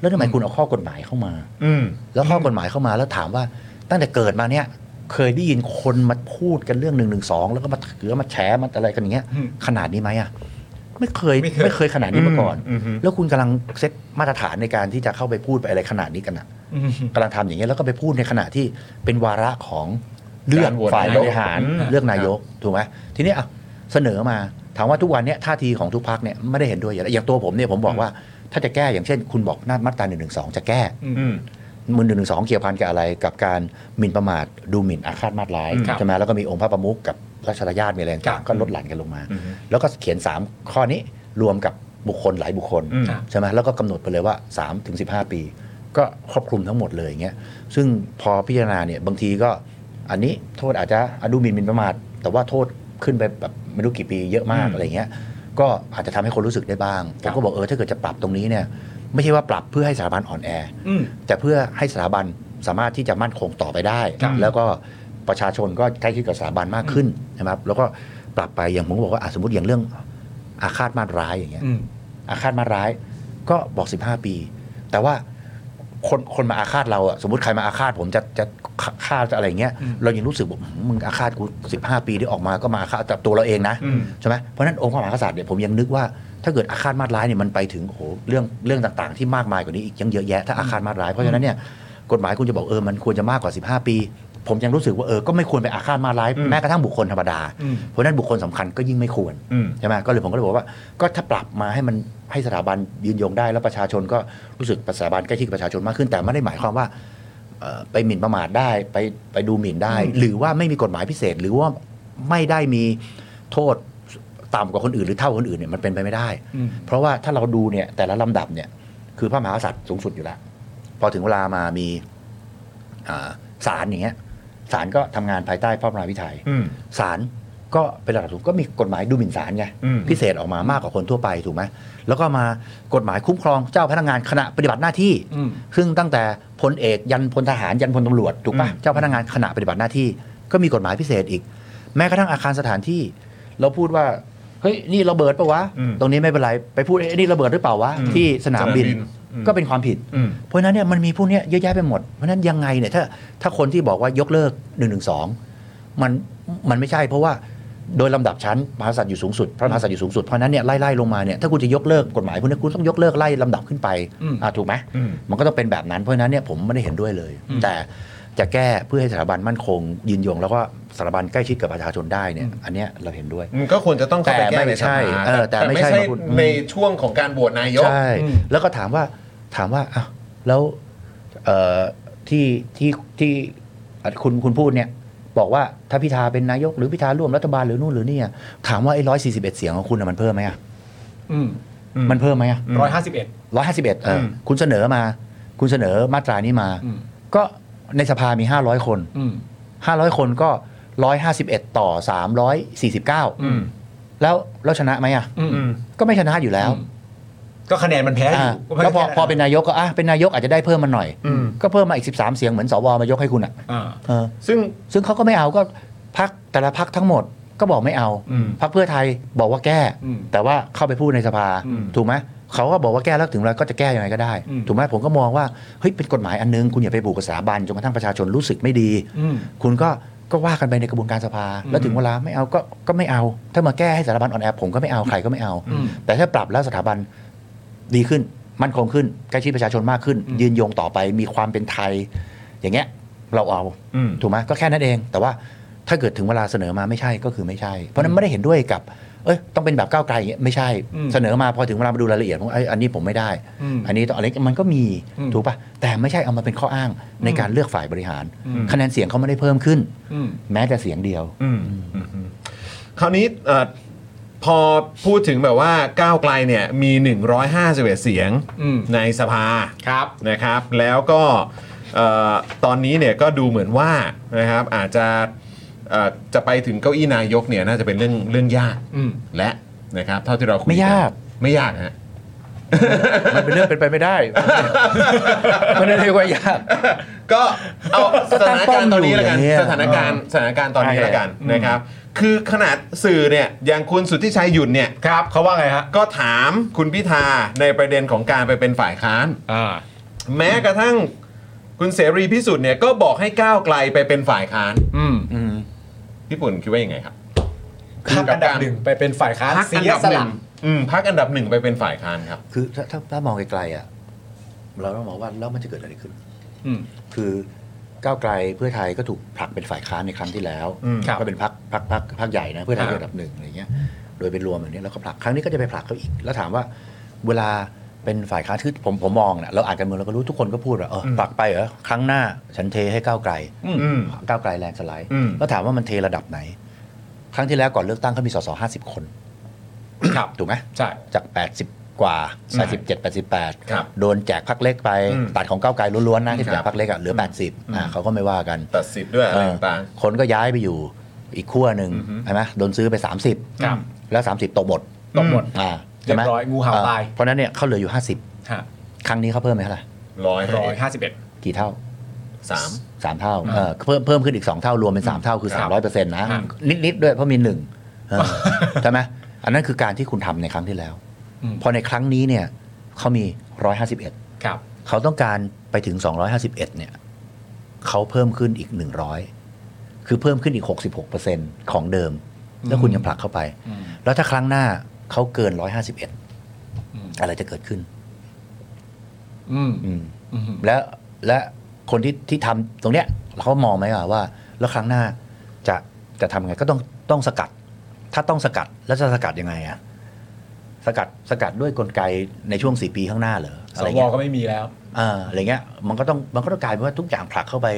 Speaker 7: แล้วทำไมคุณเอาข้อกฎหมายเข้ามา
Speaker 1: อืม
Speaker 7: แล้วข้อกฎหมายเข้ามาแล้วถามว่าตั้งแต่เกิดมาเนี่ยเคยได้ยินคนมาพูดกันเรื่องหนึ่งหนึ่งสองแล้วก็มาถือมาแฉมาอะไรกันอย่างเงี้ยขนาดนี้ไหมอ่ะไม่เคยไม่เคยขนาดนี้มาก่อน
Speaker 1: อืมอืม
Speaker 7: แล้วคุณกำลังเซตมาตรฐานในการที่จะเข้าไปพูดไปอะไรขนาดนี้กันอ่ะกำลังทำอย่างเงี้ยแล้วก็ไปพูดในขณะที่เป็นวาระของเลือ
Speaker 1: กา
Speaker 7: ก
Speaker 1: รโหวต
Speaker 7: ฝ่าย
Speaker 1: นาย
Speaker 7: บ
Speaker 1: ก
Speaker 7: ริหาร
Speaker 1: อืม
Speaker 7: เลือกนายกถูกไหมทีนี้อ่ะเสนอมาถามว่าทุกวันเนี้ยท่าทีของทุกพักเนี่ยไม่ได้เห็นด้วยอยู่แล้วอย่างตัวผมเนี่ยผมบอกว่าถ้าจะแก้อย่างเช่น คุณบอกหน้ามาตราหนึ่งหนึ่งสองจะแก้
Speaker 1: อืม
Speaker 7: มูลหนึ่งหนึ่งสองเกี่ยวพันกับอะไรกับการหมิ่นประมาทดูหมิ่นอาฆาตมาตร้าย
Speaker 3: ครับ
Speaker 7: ใช่ไหมแล้วก็มีองค์พระประมุขกับราชรายาตมีอะไร
Speaker 3: ครั
Speaker 7: ต่า
Speaker 3: บ
Speaker 7: งๆก็ลดหลั่นกันลงมา
Speaker 1: อือฮึ
Speaker 7: แล้วก็เขียน 3 ข้อนี้รวมกับบุคคลหลายบุคคล
Speaker 1: อืม
Speaker 7: ใช่ไหมแล้วก็กำหนดไปเลยว่า3ถึง15 ปี ก็ครอบคลุมทั้งหมดเลยอย่างเงี้ยซึ่งพอพิจารณาเนี่ยบางทีก็อันนี้โทษอาจจะอ่ะดูหมิ่นหมิ่นประมาทแต่ว่าโทษขึ้นไปแบบไม่รู้กี่ปีเยอะมากอะไรเงี้ยก็อาจจะทำให้คนรู้สึกได้บ้าง
Speaker 3: ค
Speaker 7: ผ
Speaker 3: รั
Speaker 7: ม
Speaker 3: บ
Speaker 7: ก็บอกเออถ้าเกิดจะปรับตรงนี้เนี่ยไม่ใช่ว่าปรับเพื่อให้สถาบันอ่อนแอ
Speaker 3: อืม
Speaker 7: แต่เพื่อให้สถาบันสามารถที่จะมั่นคงต่อไปได้
Speaker 3: ครับ
Speaker 7: แล้วก็ประชาชนก็ใกล้ชิดกับสถาบันมากขึ้นนะครับแล้วก็ปรับไปอย่างผมก็บอกว่าอ่ะสมมติอย่างเรื่องอาฆาตมาตร้ายอย่างเงี้ย
Speaker 3: อืม
Speaker 7: อาฆาตมาตร้ายก็บอก 15 ปี แต่ว่าคนคนมาอาฆาตเราอะสมมติใครมาอาฆาตผมจะจะฆ่าจะอะไรเงี้ยเรายังรู้สึกบอกหืมมึงอาฆาตกู15 ปีที่ออกมาก็มาอาฆาตแต่ตัวเราเองนะใช่ไหมเพราะฉะนั้นองค์พระมหากษัตริย์เนี่ยผมยังนึกว่าถ้าเกิดอาฆาตมาตร้ายเนี่ยมันไปถึงโอ้โหเรื่องเรื่องต่างๆ ที่มากมายกว่านี้อีกยังเยอะแยะถ้าอาฆาตมาตร้ายเพราะฉะนั้นเนี่ย กฎหมายคุณจะบอกเออมันควรจะมากกว่า 15 ปี ผมยังรู้สึกว่าเออก็ไม่ควรไปอาฆาตมาร้ายแม้กระทั่งบุคคลธรรมดา เพราะฉะนั้นบุคคลสำคัญก็ยิ่งไม่ควร
Speaker 1: อืม
Speaker 7: ใช่ไหมก็เลยผมก็เลยบอกว่าก็ถ้าปรับมาให้มันให้สถาบันยืนยงได้แล้วประชาชนก็รู้สึกสถาบันใกล้ชิดกับประชาชนมากขึ้น แต่ไม่ได้หมายความว่าเอ่อไปหมิ่นประมาทได้ไปไปดูหมิ่นได้ หรือว่าไม่มีกฎหมายพิเศษ หรือว่าไม่ได้มีโทษต่ำกว่าคนอื่นหรือเท่าคนอื่นเนี่ยมันเป็นไปไม่ได้ เพราะว่าถ้าเราดูเนี่ยแต่ละลำดับเนี่ยคือพระมหากษัตริย์สูงสุดอยู่แล้ว พอถึงเวลามามีอ่าศาลอย่างเงี้ยศาลก็ทำงานภายใต้พระบรมราชวิไทย
Speaker 1: อืม
Speaker 7: ศาลก็เป็นระดับสูงก็มีกฎหมายดูหมิ่นศาลไง
Speaker 1: อืม
Speaker 7: พิเศษออกมามากกว่าคนทั่วไปถูกไหมแล้วก็มากฎหมายคุ้มครองเจ้าพนักงานขณะปฏิบัติหน้าที่ ซึ่งตั้งแต่พลเอกยันพลทหารยันพลตำรวจถูกปะเจ้าพนักงานขณะปฏิบัติหน้าที่ ก็มีกฎหมายพิเศษอีก แม้กระทั่งอาคารสถานที่ เราพูดว่าเฮ้ยนี่ระเบิดปะวะ
Speaker 1: อืม
Speaker 7: ตรงนี้ไม่เป็นไรไปพูดเอ้ยนี่ระเบิดหรือเปล่าวะ
Speaker 1: อืม
Speaker 7: ที่สนามบิน
Speaker 1: สนามบินอืม
Speaker 7: ก็เป็นความผิด
Speaker 1: อืม
Speaker 7: เพราะฉะนั้นเนี่ยมันมีพวกเนี้ยเยอะแยะไปหมด เพราะฉะนั้นยังไงเนี่ยถ้าถ้าคนที่บอกว่ายกเลิก1นึมันมันไม่ใช่เพราะว่าโดยลำดับชั้นมหากษัตริย์อยู่สูงสุดพระมหากษัตริย์อยู่สูงสุดเพราะฉะนั้นเนี่ยไล่ไล่ลงมาเนี่ยถ้าคุณจะยกเลิกกฎหมายพวกนี้คุณต้องยกเลิกไล่ลำดับขึ้นไปอ่าถูกไหม
Speaker 1: อืม
Speaker 7: มันก็ต้องเป็นแบบนั้นเพราะฉะนั้นเนี่ยผมไม่ได้เห็นด้วยเลย แต่จะแก้เพื่อให้สถาบันมั่นคง ยืนยง แล้วก็สถาบันใกล้ชิดกับประชาชนได้เนี่ยอันเนี้ยเราเห็นด้วย
Speaker 1: มันก็ควรจะต้องเข้าไป
Speaker 7: แต่
Speaker 1: แก้
Speaker 7: ไม่
Speaker 1: ในส
Speaker 7: ใช่
Speaker 1: ภา
Speaker 7: เออแต่ไม่ใช่มาพูด
Speaker 1: ในช่วงของการโหวตนายก
Speaker 7: ใช่ แล้วก็ถามว่าถามว่าอ้าวแล้วเอ่อที่ที่ที่อ่ะคุณคุณพูดเนี่ย บอกว่าถ้าพิธาเป็นนายก หรือพิธาร่วมรัฐบาลหรือนู่นหรือนี่อ่ะถามว่าไอ้ร้อยสี่สิบเอ็ดเสียงของคุณอ่ะมันเพิ่มไหมอ่ะมันเพิ่มไหมอ่ะ
Speaker 3: ร้อยห้าสิบเอ็ด
Speaker 7: ร้อยห้าสิบเอ็ด
Speaker 1: ม
Speaker 7: คุณเสนอมา คุณเสนอมาตรานี้มา ก็ในสภามีห้าร้อยคนห้าร้อยคนก็ร้อยห้าสิบเอ็ดต่อสามร้อยสี่สิบเก้า
Speaker 1: อืม
Speaker 7: แล้วแล้วชนะไหมอ่ะ
Speaker 1: อืม
Speaker 7: ก็ไม่ชนะอยู่แล้ว
Speaker 3: ก็คะแนนมันแพ้อยู่
Speaker 7: อ่ะแล้วพอพอเป็นนายกก็อ่ะเป็นนายกอาจจะได้เพิ่มมาหน่อย
Speaker 1: อืม
Speaker 7: ก็เพิ่มมาอีก 13 เสียงเหมือนสวมายกให้คุณอ่ะ
Speaker 3: อ่า
Speaker 7: เออ
Speaker 1: ซึ่ง
Speaker 7: ซึ่งเขาก็ไม่เอาก็พักแต่ละพักทั้งหมดก็บอกไม่เอา
Speaker 1: อืม
Speaker 7: พักเพื่อไทยบอกว่าแก้
Speaker 3: อืม
Speaker 7: แต่ว่าเข้าไปพูดในสภา
Speaker 3: อืม
Speaker 7: ถูกไหม เขาก็บอกว่าแก้แล้วถึงแล้วก็จะแก้ยังไงก็ได้
Speaker 3: อืม
Speaker 7: ถูกไหมผมก็มองว่าเฮ้ยเป็นกฎหมายอันนึง คุณอย่าไปบุกบสถาบันจนกระทั่งประชาชนรู้สึกไม่ดี
Speaker 3: อืม
Speaker 7: คุณก็ก็ว่ากันไปในกระบวนการสภา แล้วถึงเวลาไม่เอาก็ก็ไม่เอา ถ้ามาแก้ให้สถาบันอ่อนแอผมก็ไม่เอาใครก็ไม่เอา
Speaker 3: อืม
Speaker 7: แต่ถ้าปรับแล้วสถาบันดีขึ้น มั่นคงขึ้นใกล้ชิดประชาชนมากขึ้น
Speaker 3: อืม
Speaker 7: ยืนยงต่อไปมีความเป็นไทย อย่างเงี้ยเราเอา
Speaker 3: อืม
Speaker 7: ถูกไหมก็แค่นั้นเองแต่ว่าถ้าเกิดถึงเวลาเสนอมาไม่ใช่ก็คือไม่ใช่ เพราะฉะนั้นไม่ได้เห็นด้วยกับเอ้ยต้องเป็นแบบก้าวไกลอย่างเงี้ยไม่ใช่
Speaker 3: อืม
Speaker 7: เสนอมาพอถึงเวลามาดูรายละเอียดผมไอยอันนี้ผมไม่ได้
Speaker 3: อืม
Speaker 7: อันนี้ต้องอะไรมันก็มี
Speaker 3: อืม
Speaker 7: ถูกปะแต่ไม่ใช่เอามาเป็นข้ออ้างใน
Speaker 3: อืม
Speaker 7: การเลือกฝ่ายบริหาร
Speaker 3: อืม
Speaker 7: คะแนนเสียงเขาไม่ได้เพิ่มขึ้น
Speaker 3: อืม
Speaker 7: แม้แต่เสียงเดียว
Speaker 3: อืม
Speaker 1: คราวนี้เอ่อพอพูดถึงแบบว่าก้าวไกลเนี่ยมี 151 เสียง
Speaker 3: อืม
Speaker 1: ในสภา
Speaker 3: ครับ
Speaker 1: นะครับ แล้วก็เอ่อตอนนี้เนี่ยก็ดูเหมือนว่านะครับอาจจะเอ่อจะไปถึงเก้าอี้นายกเนี่ยน่าจะเป็นเรื่องเรื่องยาก
Speaker 3: อืม
Speaker 1: และนะครับเท่าที่เราคุย
Speaker 7: ไม่ยาก
Speaker 1: ไม่ยากฮะ
Speaker 7: มันเป็นเรื่องเป็นไปไม่ได้ มันเรียกว่ายาก
Speaker 1: ก็เอาส
Speaker 7: ก็ตั้
Speaker 1: ถาง น
Speaker 7: ป้
Speaker 1: กา
Speaker 7: อ
Speaker 1: ร
Speaker 7: ม
Speaker 1: ณ์ตอนนี้
Speaker 7: อยู่
Speaker 1: ละกัน
Speaker 7: อย่างเงี้ย
Speaker 1: สถานการณ์สถานการณ์ตอนนี้
Speaker 7: ใช่
Speaker 1: ละกันนะครับ คือขนาดสื่อเนี่ยอย่างคุณสุทธิชัยหยุ่นเนี่ย
Speaker 3: ครับเขาว่าไงฮะ
Speaker 1: ก็ถามคุณพิธาในประเด็นของการไปเป็นฝ่ายค้าน
Speaker 3: อ่า
Speaker 1: แม้กระทั่งคุณเสรีพิสุทธิ์เนี่ยก็บอกให้ก้าวไกลไปเป็นฝ่ายค้าน
Speaker 3: อืม
Speaker 7: อืม
Speaker 1: พี่ปุ่นคิดว่ายังไงครับ
Speaker 3: พักอันดับหนึ่งไปเป็นฝ่ายค้าน
Speaker 1: พัก
Speaker 3: เสี
Speaker 1: อัน
Speaker 3: ย
Speaker 1: ดับ
Speaker 3: ส
Speaker 1: หนึ่
Speaker 3: ละ
Speaker 1: งอืมพักอันดับหนึ่งไปเป็นฝ่ายค้านครับ
Speaker 7: คือถ้าถ้าถ้ามองไกลๆอ่ะเราต้องมองว่าแล้วมันจะเกิดอะไรขึ้น
Speaker 3: อืม
Speaker 7: คือก้าวไกลเพื่อไทยก็ถูกผลักเป็นฝ่ายค้านในครั้งที่แล้ว
Speaker 1: อืม
Speaker 3: ครับ
Speaker 7: ก็เป็นพักพักพักพักใหญ่นะเพื่อไทย
Speaker 1: ครับ
Speaker 7: ระดับหนึ่งอะไรเงี้ยโดยเป็นรวมแบบนี้แล้วก็ผลักครั้งนี้ก็จะไปผลักเขาอีก แล้วถามว่าเวลาเป็นฝ่ายค้านคือผมผมมองนะเราอ่านกันเมืองเราก็รู้ทุกคนก็พูดว่าเออ
Speaker 3: อืม
Speaker 7: ผลักไปเหรอครั้งหน้าฉันเทให้ก้าวไกล
Speaker 3: อืม
Speaker 1: อืม
Speaker 7: ก้าวไกลแลนด์สไลด์
Speaker 1: อืม
Speaker 7: แล้วถามว่ามันเทระดับไหน ครั้งที่แล้วก่อนเลือกตั้งเขามีสสห้าสิบคน
Speaker 3: ครับ
Speaker 7: ถูกไหม
Speaker 3: ใช่
Speaker 7: จาก 80 กว่า
Speaker 3: ใช่
Speaker 7: 87
Speaker 1: ครับ
Speaker 7: 88 โดนแจกพักเล็กไป
Speaker 1: อืม
Speaker 7: ตัดของก้าวไกลล้วนๆนะที่
Speaker 1: ครับ
Speaker 7: แจกพักเล็กอะเหลือ 80อ่ะเขาก็ไม่ว่ากัน
Speaker 1: ตัดสิทธิ์ด้วยอะไร
Speaker 7: เออ
Speaker 1: ต่าง
Speaker 7: คนก็ย้ายไปอยู่อีกขั้วหนึ่ง
Speaker 1: อือฮึ
Speaker 7: ใช่ไหมโดนซื้อไป 30
Speaker 3: ครับ
Speaker 7: แล้ว 30 ตกหมด
Speaker 3: ตกหมด
Speaker 7: อ่าใช่ไหม
Speaker 3: เรียบร้อยงูเห่า
Speaker 7: อ่ะ
Speaker 3: ตาย
Speaker 7: เพราะฉะนั้นเนี่ยเขาเหลืออยู่
Speaker 3: ฮะ
Speaker 7: 50 ครั้งนี้เขาเพิ่มไปเท่าไหร่
Speaker 1: ๆร้อย
Speaker 3: ร้อยห้าสิบเอ็ด
Speaker 7: กี่เท่า
Speaker 1: สาม
Speaker 7: 3 เท่าเออเพิ่มเพิ่มขึ้นอีก 2 เท่ารวมเป็น 3 เท่าคือ
Speaker 3: ครับ
Speaker 7: 300%นะครับ นิดๆด้วยเพราะมีหนึ่งเออใช่ไหมอันนั้นคือการที่คุณทำในครั้งที่แล้วพอในครั้งนี้เนี่ยเขามี 151
Speaker 3: ครับ
Speaker 7: เขาต้องการไปถึง 251 เนี่ยเขาเพิ่มขึ้นอีก 100 คือเพิ่มขึ้นอีก 66%ของเดิม แล้วคุณยังผลักเข้าไป
Speaker 3: อืม
Speaker 7: แล้วถ้าครั้งหน้าเขาเกิน
Speaker 3: อืม
Speaker 7: 151 อะไรจะเกิดขึ้น
Speaker 3: อืม
Speaker 7: อืม
Speaker 3: อืม
Speaker 7: และและคนที่ที่ทำตรงเนี้ยเขามองไหมอะว่า แล้วครั้งหน้าจะจะทำไงก็ต้องต้องสกัด ถ้าต้องสกัดแล้วจะสกัดยังไงอะสกัดสกัดด้วยกลไกในช่วงสี่ปีข้างหน้าเหรออะ
Speaker 3: ส
Speaker 7: ไร
Speaker 3: ว
Speaker 7: เงี้ย
Speaker 3: ก็ไม่มีแล้ว
Speaker 7: อ่าอะไรเงี้ยมันก็ต้องมันก็ต้องกลายเป็นว่าทุกอย่างผลักเข้าไป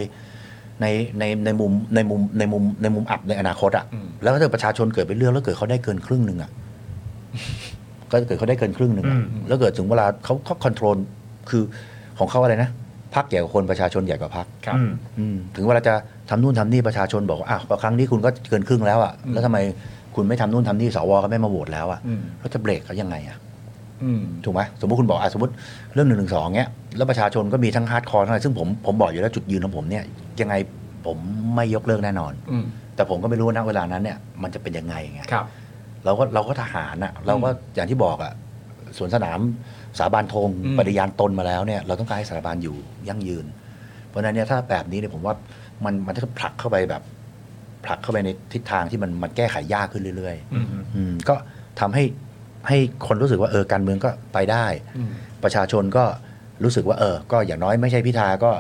Speaker 7: ในในในมุมในมุมในมุมในมุมอับในอนาคตอ่ะ
Speaker 3: อืม
Speaker 7: แล้วถ้าเกิดประชาชนเกิดไปเลือกแล้วเกิดเขาได้เกินครึ่งหนึ่งอ่ะก็เกิดเขาได้เกินครึ่งหนึ่งอะ
Speaker 1: อืม
Speaker 7: แล้วเกิดถึงเวลาเขาเขาคอนโทรลคือของเขาอะไรนะพักใหญ่กว่าคนประชาชนใหญ่กว่าพัก
Speaker 3: ครับ
Speaker 1: อืม
Speaker 7: ถึงเวลาจะทำนู่นทำนี่ประชาชนบอกว่าอ้าวครั้งนี้คุณก็เกินครึ่งแล้วอ่ะ
Speaker 3: อืม
Speaker 7: แล้วทำไมคุณไม่ทำนู่นทำนี่สวก็ไม่มาโหวตแล้วอ่ะ
Speaker 3: อืม
Speaker 7: แล้วจะเบรกเขายังไงอ่ะ
Speaker 3: อืม
Speaker 7: ถูกไหมสมมติคุณบอกอ่ะสมมติเรื่องหนึ่งหนึ่งสองเนี้ยแล้วประชาชนก็มีทั้งฮาร์ดคอร์ทั้งอะไรซึ่งผมผมบอกอยู่แล้วจุดยืนของผมเนี่ยยังไงผมไม่ยกเลิกแน่นอน
Speaker 3: อืม
Speaker 7: แต่ผมก็ไม่รู้นะเวลานั้นเนี่ยมันจะเป็นยังไงไง
Speaker 3: ครับ
Speaker 7: เราก็เราก็ทหารอ่ะเราก็อย่างที่บอกอ่ะสวนสนามสาบานธง
Speaker 3: อืม
Speaker 7: ปฏิญาณตนมาแล้วเนี่ยเราต้องการให้สถาบันอยู่ยั่งยืน เพราะฉะนั้นเนี่ยถ้าแบบนี้เนี่ยผมว่ามันมันจะผลักเข้าไปแบบผลักเข้าไปในทิศทางที่มันมันแก้ไขยากขึ้นเรื่อย
Speaker 3: อืม
Speaker 7: ๆ อืมก็ทำให้ให้คนรู้สึกว่าเออการเมืองก็ไปได้
Speaker 3: อืม
Speaker 7: ประชาชนก็รู้สึกว่าเออ ก็อย่างน้อยไม่ใช่พิธาก็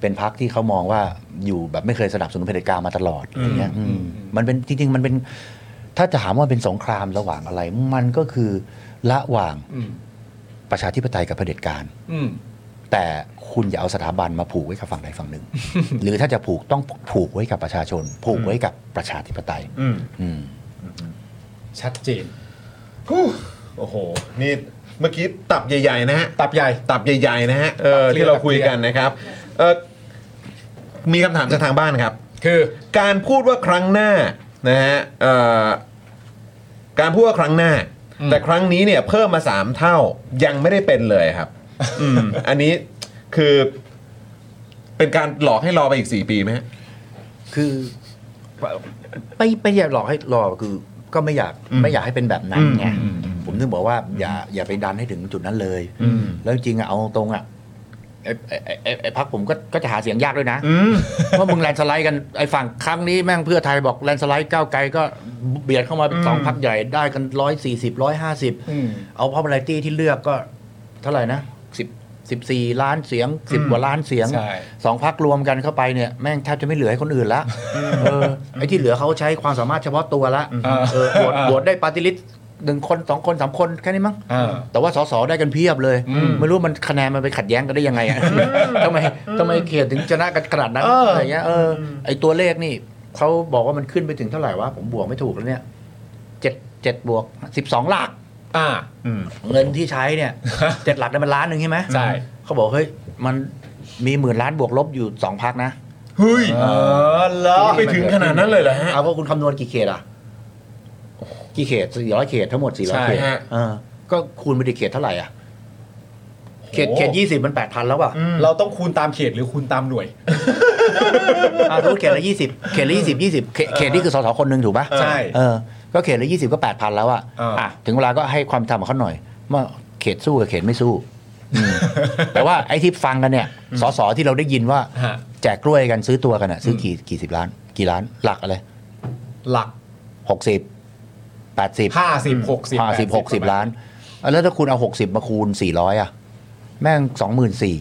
Speaker 7: เป็นพักที่เขามองว่าอยู่แบบไม่เคยสนับสนุนเผด็จการมาตลอดอะไรเงี้ย
Speaker 3: อืม
Speaker 7: อืม
Speaker 3: อืม
Speaker 7: มันเป็นจริงๆมันเป็น ถ้าจะถามว่าเป็นสงครามระหว่างอะไร มันก็คือระหว่าง
Speaker 3: อืม
Speaker 7: ประชาธิปไตยกับเผด็จการ
Speaker 3: อืม
Speaker 7: แต่คุณอย่าเอาสถาบันมาผูกไว้กับฝั่งใด ฝั่งหนึ่ง หรือถ้าจะผูกต้องผูกไว้กับประชาชน ผูกไว้กับประชาธิปไตย
Speaker 1: อืม
Speaker 7: อืม
Speaker 3: ชัดเจน
Speaker 1: ฮู้โอ้โห นี่เมื่อกี้ตับใหญ่ ๆ นะฮะ
Speaker 3: ตับใหญ่
Speaker 1: ตับใหญ่ ๆ นะฮะ เออ ที่เราคุยกันนะครับเออมีคำถามจากทางบ้านครับ
Speaker 3: คือ
Speaker 1: การพูดว่าครั้งหน้านะฮะเอ่อการพูดว่าครั้งหน้า
Speaker 3: อืม
Speaker 1: แต่ครั้งนี้เนี่ยเพิ่มมา 3 เท่ายังไม่ได้เป็นเลยครับ อืม อันนี้คือเป็นการหลอกให้รอไปอีก 4 ปีไหมฮะ
Speaker 7: คือไม่ไม่อยากหลอกให้รอคือก็ไม่อยาก
Speaker 1: อืม
Speaker 7: ไม่อยากให้เป็นแบบนั้นไง
Speaker 1: อืมอืมอืม
Speaker 7: ผมถึงบอกว่าอย่าอย่าไปดันให้ถึงจุดนั้นเลย แล้วจริงๆอะเอาตรงๆอะไอ้ไอ้ไอ้ไอ้ไอ้พักผมก็ก็จะหาเสียงยากด้วยนะ เพราะมึงแลนด์สไลด์กันไอ้ฝั่งครั้งนี้แม่งเพื่อไทยบอกแลนด์สไลด์ก้าวไกลก็เบียดเข้ามาเป็นสองพักใหญ่ได้กันร้อยสี่สิบร้อยห้าสิบเอาพ o p u l a r i t y ที่เลือกก็เท่าไหร่นะสิบสิบสี่ล้านเสียงสิบกว่าล้านเสียง
Speaker 3: ใช่
Speaker 7: สองพักรวมกันเข้าไปเนี่ยแม่งแทบจะไม่เหลือให้คนอื่น ละเออไอ้ที่เหลือเขาใช้ความสามารถเฉพาะตัวละเออโหวตโหวตได้ปาร์ติลิสหนึ่งคนสองคนสามคนแค่นี้มั้ง
Speaker 3: เออ
Speaker 7: แต่ว่าสสได้กันเพียบเลย ไม่รู้มันคะแนนมันไปขัดแย้งกันได้ยังไงอะ ทำไมทำไมเขตถึงชนะกันขนาดนั้น
Speaker 3: เอออ
Speaker 7: อะไรเงี้ยเอออไอตัวเลขนี่เขาบอกว่ามันขึ้นไปถึงเท่าไหร่วะผมบวกไม่ถูกแล้วเนี่ยเจ็ดเจ็ดบวกสิบสองหลัก
Speaker 3: อ่า
Speaker 7: เงินที่ใช้ เนี่ย เจ็ดหลักได้มันล้านหนึ่งใช่ไหม
Speaker 3: ใช่
Speaker 7: เขาบอกเฮ้ยมันมีหมื่นล้านบวกลบอยู่สองพักนะ
Speaker 3: เฮ้ยเออแล้ว
Speaker 7: ไปถึงขนาดนั้นเลย เหร
Speaker 3: ฮะ
Speaker 7: เอาว่าคุณคำนวณกี่เขตอ่ะกี่เขตสี่ร้อยเขตทั้งหมดสี่ร้อย
Speaker 3: ใช่
Speaker 7: เขต
Speaker 3: ฮะ
Speaker 7: เออก็คูณไปดิเขตเท่าไหร่อ่ะเขตเขต
Speaker 3: โห
Speaker 7: ยี่สิบมันแปดพันแล้วป่ะ
Speaker 3: เราต้องคูณตามเขตหรือคูณตามหน่วย
Speaker 7: อ่ารู้เขตละยี่สิบเขตละยี่สิบยี่สิบเขตนี่คือสสคนหนึ่งถูกปะ
Speaker 3: ใช่
Speaker 7: เออก็เขตละยี่สิบก็แปดพันแล้วอ่ะ
Speaker 3: เอออ่
Speaker 7: ่ะ ถึงเวลาก็ให้ความธรรมกับเขาหน่อยว่าเขตสู้กับเขตไม่สู้อืมแต่ว่าไอ้ที่ฟังกันเนี่ยสสที่เราได้ยินว่า
Speaker 3: ฮะ
Speaker 7: แจกกล้วยกันซื้อตัวกันอ่ะซื้อกี่กี่สิบล้าน กี่ล้านหลักอะไร
Speaker 3: หลัก
Speaker 7: หกสิบแปดสิบ
Speaker 3: ห้าสิบหกสิบ
Speaker 7: ห้าสิบหกสิบล้าน แล้วถ้าคุณเอาหกสิบมาคูณสี่ร้อยอ่ะ แม่งสองหมื่นสี่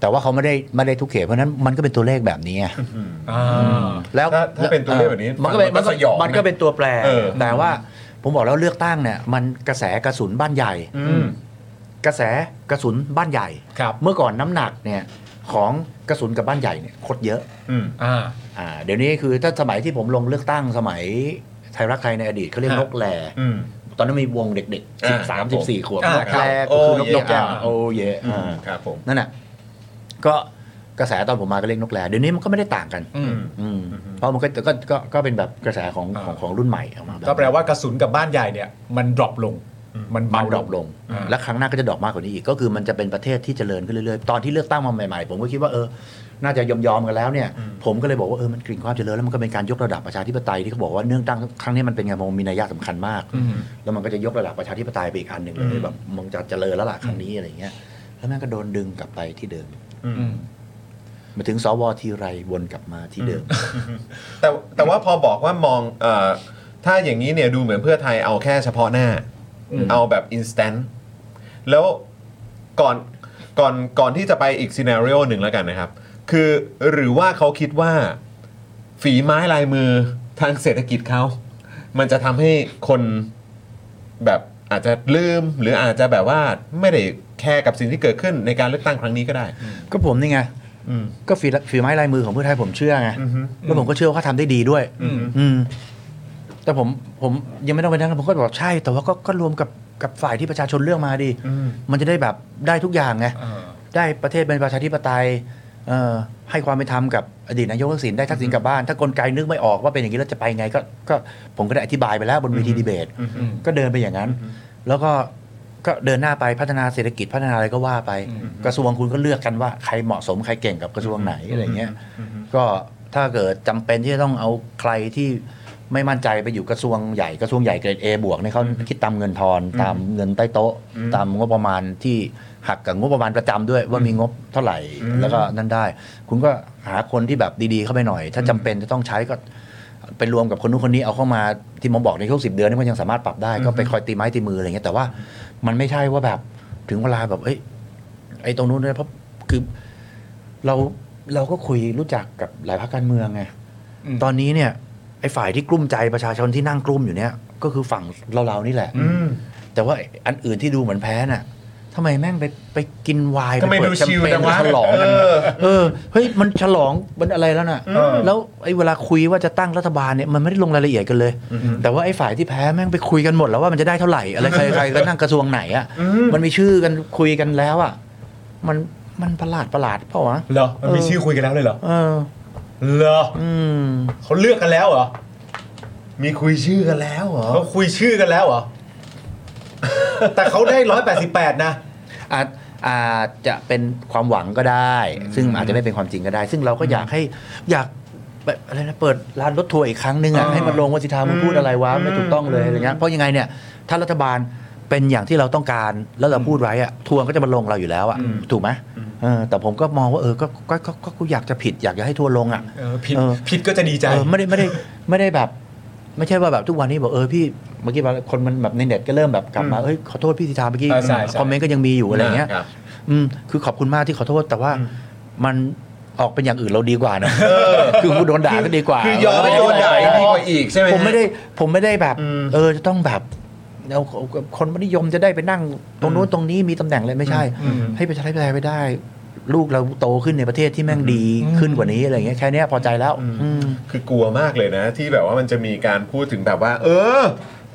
Speaker 7: แต่ว่าเขาไม่ได้ไม่ได้ทุกเขตเพราะฉะนั้นมันก็เป็นตัวเลขแบบ นี้ไง
Speaker 3: อ่า
Speaker 7: แล้ว
Speaker 8: ถ้าถ้าเป็นตัวเลขแบบนี้
Speaker 7: มันก็เป็น
Speaker 8: มันก็สยองนะ
Speaker 7: มันก็เป็นตัวแปร
Speaker 8: เออ
Speaker 7: แต่ว่าผมบอกแล้วเลือกตั้งเนี่ย มันกระแสกระสุนบ้านใหญ่ กระแสกระสุนบ้านใหญ่
Speaker 3: ครับ
Speaker 7: เมื่อก่อนน้ำหนักเนี่ยของกระสุนกับบ้านใหญ่เนี่ยโคตรเยอะ
Speaker 3: อ่า
Speaker 7: อ่าเดี๋ยวนี้คือถ้าสมัยที่ผมลงเลือกตั้งสมัยไทยรักไทยในอดีตเขาเรียก
Speaker 3: ฮะ
Speaker 7: นกแลตอนนั้นมีวงเด็กๆสิบสามสิบสี่ขวบ
Speaker 3: อ่าน
Speaker 7: กแล
Speaker 3: ครับ
Speaker 7: ก็คือ
Speaker 3: โอ้
Speaker 7: นก
Speaker 3: เย่
Speaker 7: แก้วโอเยอ่า
Speaker 8: ครับผม
Speaker 7: นั่นน่ะก็กระแสตอนผมมาก็เรียกนกแลเดี๋ยวนี้มันก็ไม่ได้ต่างกัน
Speaker 3: อืม
Speaker 7: อืมเพราะมันก็ก็ก็ก็เป็นแบบกระแสของ
Speaker 3: อ่า
Speaker 7: ของของรุ่นใหม่ออกมา
Speaker 3: ก็แปลว่ากระสุนกับบ้านใหญ่เนี่ย มันดรอปลง มัน
Speaker 7: มั
Speaker 3: เบาน
Speaker 7: ดรอปลง
Speaker 3: อ่า
Speaker 7: และครั้งหน้าก็จะดรอปมากกว่านี้อีก ก็คือมันจะเป็นประเทศที่เจริญขึ้นเรื่อยๆ ตอนที่เลือกตั้งมาใหม่ๆ ผมก็คิดว่าเออ น่าจะยอมยอมๆกันแล้วเนี่ย ผมก็เลยบอกว่าเออ มันกลิ่นความเจริญแล้วมันก็เป็นการยกระดับประชาธิปไตยที่เขาบอกว่าเนื่องตั้งครั้งนี้มันเป็นไงผมมีนัยยะสำคัญมาก
Speaker 3: อืม
Speaker 7: แล้วมันก็จะยกระดับประชาธิปไตยไปอีกอันหนึ่งเล
Speaker 3: อื
Speaker 7: ย
Speaker 3: ม
Speaker 7: แบบมึงจะเจริญแล้วล่ะครั้งนี้อะไรอย่างเงี้ย แล้วแม่งก็โดนดึงกลับไปที่เดิม
Speaker 3: อืม
Speaker 7: มาถึงสวทีไรวนกลับมาที่เดิม
Speaker 1: แต่แต่ว่าพอบอกว่ามองเอ่อถ้าอย่างนี้เนี่ยดูเหมือนเพื่อไทยเอาแค่เฉพาะหน้า เอาแบบ instant แล้วก่อนก่อนก่อนที่จะไปอีกซีน a รีโอหนึ่งแล้วกันนะครับ คือหรือว่าเขาคิดว่า ฝีไม้ลายมือทางเศรษฐกิจเขา มันจะทำให้คนแบบอาจจะลืม หรืออาจจะแบบว่าไม่ได้แคร์กับสิ่งที่เกิดขึ้นในการเลือกตั้งครั้งนี้ก็ได้
Speaker 7: ก็ผมนี่ไง
Speaker 1: อืม
Speaker 7: ก็ฝีละฝีไม้ลายมือของเพื่อไทยผมเชื่อไง
Speaker 1: อือฮึ
Speaker 7: แล้วผมก็เชื่อว่าเขาทำได้ดีด้วย
Speaker 3: อืม
Speaker 7: อืม แต่ผมผมยังไม่ต้องไปนั่งผมก็บอกใช่ แต่ว่าก็ก็รวมกับกับฝ่ายที่ประชาชนเลือกมาดี
Speaker 1: อืม
Speaker 7: มันจะได้แบบได้ทุกอย่างไง
Speaker 3: อ่า
Speaker 7: ได้ประเทศเป็นประชาธิปไตยเอ่อให้ความเป็นธรรมกับอดีตนายกทักษิณได้ทักษิณกลับบ้าน ถ้ากลไกนึกไม่ออกว่าเป็นอย่างนี้แล้วจะไปไงก็ก็ผมก็ได้อธิบายไปแล้วบนเวทีดีเบต
Speaker 3: อืม
Speaker 7: ก็เดินไปอย่างนั้น แล้วก็ก็เดินหน้าไปพัฒนาเศรษฐกิจพัฒนาอะไรก็ว่าไป กระทรวงคุณก็เลือกกันว่าใครเหมาะสมใครเก่งกับกระทรวงไหนอะไรเงี้ยก็ถ้าเกิดจำเป็นที่จะต้องเอาใครที่ไม่มั่นใจไปอยู่กระทรวงใหญ่กระทรวงใหญ่เกรด A บวกเนี่ยเขาคิดตามเงินทอนตามเงินใต้โต๊ะ ตามงบประมาณที่หักกับงบประมาณประจำด้วยว่ามีงบเท่าไหร่แล้วก็นั่นได้ คุณก็หาคนที่แบบดีๆเข้าไปหน่อย ถ้าจำเป็นจะต้องใช้ก็ ไปรวมกับคนนู้นคนนี้เอาเข้ามาที่ผมบอกในช่วงสิเดือนนี่มันยังสามารถปรับได้ก็ไปคอยตีไม้ตีมืออะไรเงี้ยแต่ว่ามันไม่ใช่ว่าแบบถึงเวลาแบบเอ้ยไอ้ตรงนู้นเนี่ยเพราะคือเราเราก็คุยรู้จักกับหลายภาคการเมืองไง
Speaker 3: อืม
Speaker 7: ตอนนี้เนี่ยไอ้ฝ่ายที่กลุ้มใจประชาชนที่นั่งกลุ้มอยู่เนี่ยก็คือฝั่งเราเราๆนี่แหละ แต่ว่าอันอื่นที่ดูเหมือนแพ้น่ะทำไมแม่งไปไปกินไวน์
Speaker 8: ทำไม
Speaker 7: ปเปิ
Speaker 8: ดูชิล
Speaker 7: แช
Speaker 8: จัง
Speaker 7: เปญ
Speaker 8: วะ
Speaker 7: ฉลองกัน
Speaker 8: เออ
Speaker 7: เออเฮ้ยมันฉลองมันอะไรแล้วน่ะ แล้วไอ้เวลาคุยว่าจะตั้งรัฐบาลเนี่ยมันไม่ได้ลงรายละเอียดกันเลย แต่ว่าไอ้ฝ่ายที่แพ้แม่งไปคุยกันหมดแล้วว่ามันจะได้เท่าไหร่อะไรใครใครก็นั่งกระทรวงไหนอ่ะมันมีชื่อกันคุยกันแล้วอ่ะมันมันประหลาดประหลาดเปล่าวะ
Speaker 3: เหรอ มันมีชื่อคุยกันแล้วเลยเหรอ
Speaker 7: เออ
Speaker 3: เหรอ
Speaker 7: อืม
Speaker 3: เขาเลือกกันแล้วเหรอ
Speaker 1: มีคุยชื่อกันแล้วเหรอ
Speaker 3: เขาคุยชื่อกันแล้วเหรอ แต่เขาได้ร้อยแปดสิบแปดนะ
Speaker 7: อาจอาจจะเป็นความหวังก็ได้ ซึ่งอาจจะไม่เป็นความจริงก็ได้ ซึ่งเราก็อยากให้อยากแบบอะไรนะเปิดร้านรถทัวร์อีกครั้งหนึ่งอ่ะให้มันลงว่าสิทธามึงพูดอะไรวะไม่ถูกต้องเลยอะไรเงี้ยเพราะยังไงเนี่ย ถ้ารัฐบาล เป็นอย่างที่เราต้องการแล้วเราพูดไว้อะทัวร์ก็จะมาลงเราอยู่แล้วอะ
Speaker 3: อืม
Speaker 7: ถูกไหมเออแต่ผมก็มองว่าเออก็ก็ก็ก็กูอยากจะผิดอยากจะให้ทัวร์ลงอะ
Speaker 3: เออผิด
Speaker 7: เออ
Speaker 3: ผิดก็จะดีใจ
Speaker 7: เออไม่ได้ไม่ได้ไม่ได้แบบ ไม่ใช่ว่าแบบทุกวันนี้บอกเออพี่เมื่อกี้ว่าคนมันแบบในเน็ตก็เริ่มแบบกลับมา
Speaker 3: อืม
Speaker 7: เอ้ยขอโทษพี่สิทธาเมื่อกี้
Speaker 3: เออใช่ใช่
Speaker 7: คอมเมนต์ก็ยังมีอยู่อะไรเงี้ย
Speaker 3: ครับ
Speaker 7: อืมคือขอบคุณมากที่ขอโทษ แต่ว่า
Speaker 3: อืม
Speaker 7: มันออกเป็นอย่างอื่นเราดีกว่านะคือกูโดนด่าก็ดีกว่า
Speaker 3: คือยอม
Speaker 7: เ
Speaker 3: ให้โดนด่ายังดีกว่าอีกใช่ไหมฮะ
Speaker 7: ผมไม่ได้ผมไม่ได้แบบ
Speaker 3: อืม
Speaker 7: เออจะต้องแบบเอาคนไม่นิยมจะได้ไปนั่งตรงนู้นตรงนี้มีตำแหน่งเลยไม่ใช่
Speaker 3: อืมอืม
Speaker 7: ให้ไปใช้ไปไปได้ ลูกเราโตขึ้นในประเทศที่แม่งดี
Speaker 3: อืม
Speaker 7: ขึ้นกว่านี้อะไรอย่างเงี้ยแค่เนี้ยพอใจแล้ว
Speaker 3: อืม
Speaker 7: อืม
Speaker 1: คือกลัวมากเลยนะที่แบบว่ามันจะมีการพูดถึงแบบว่า เออ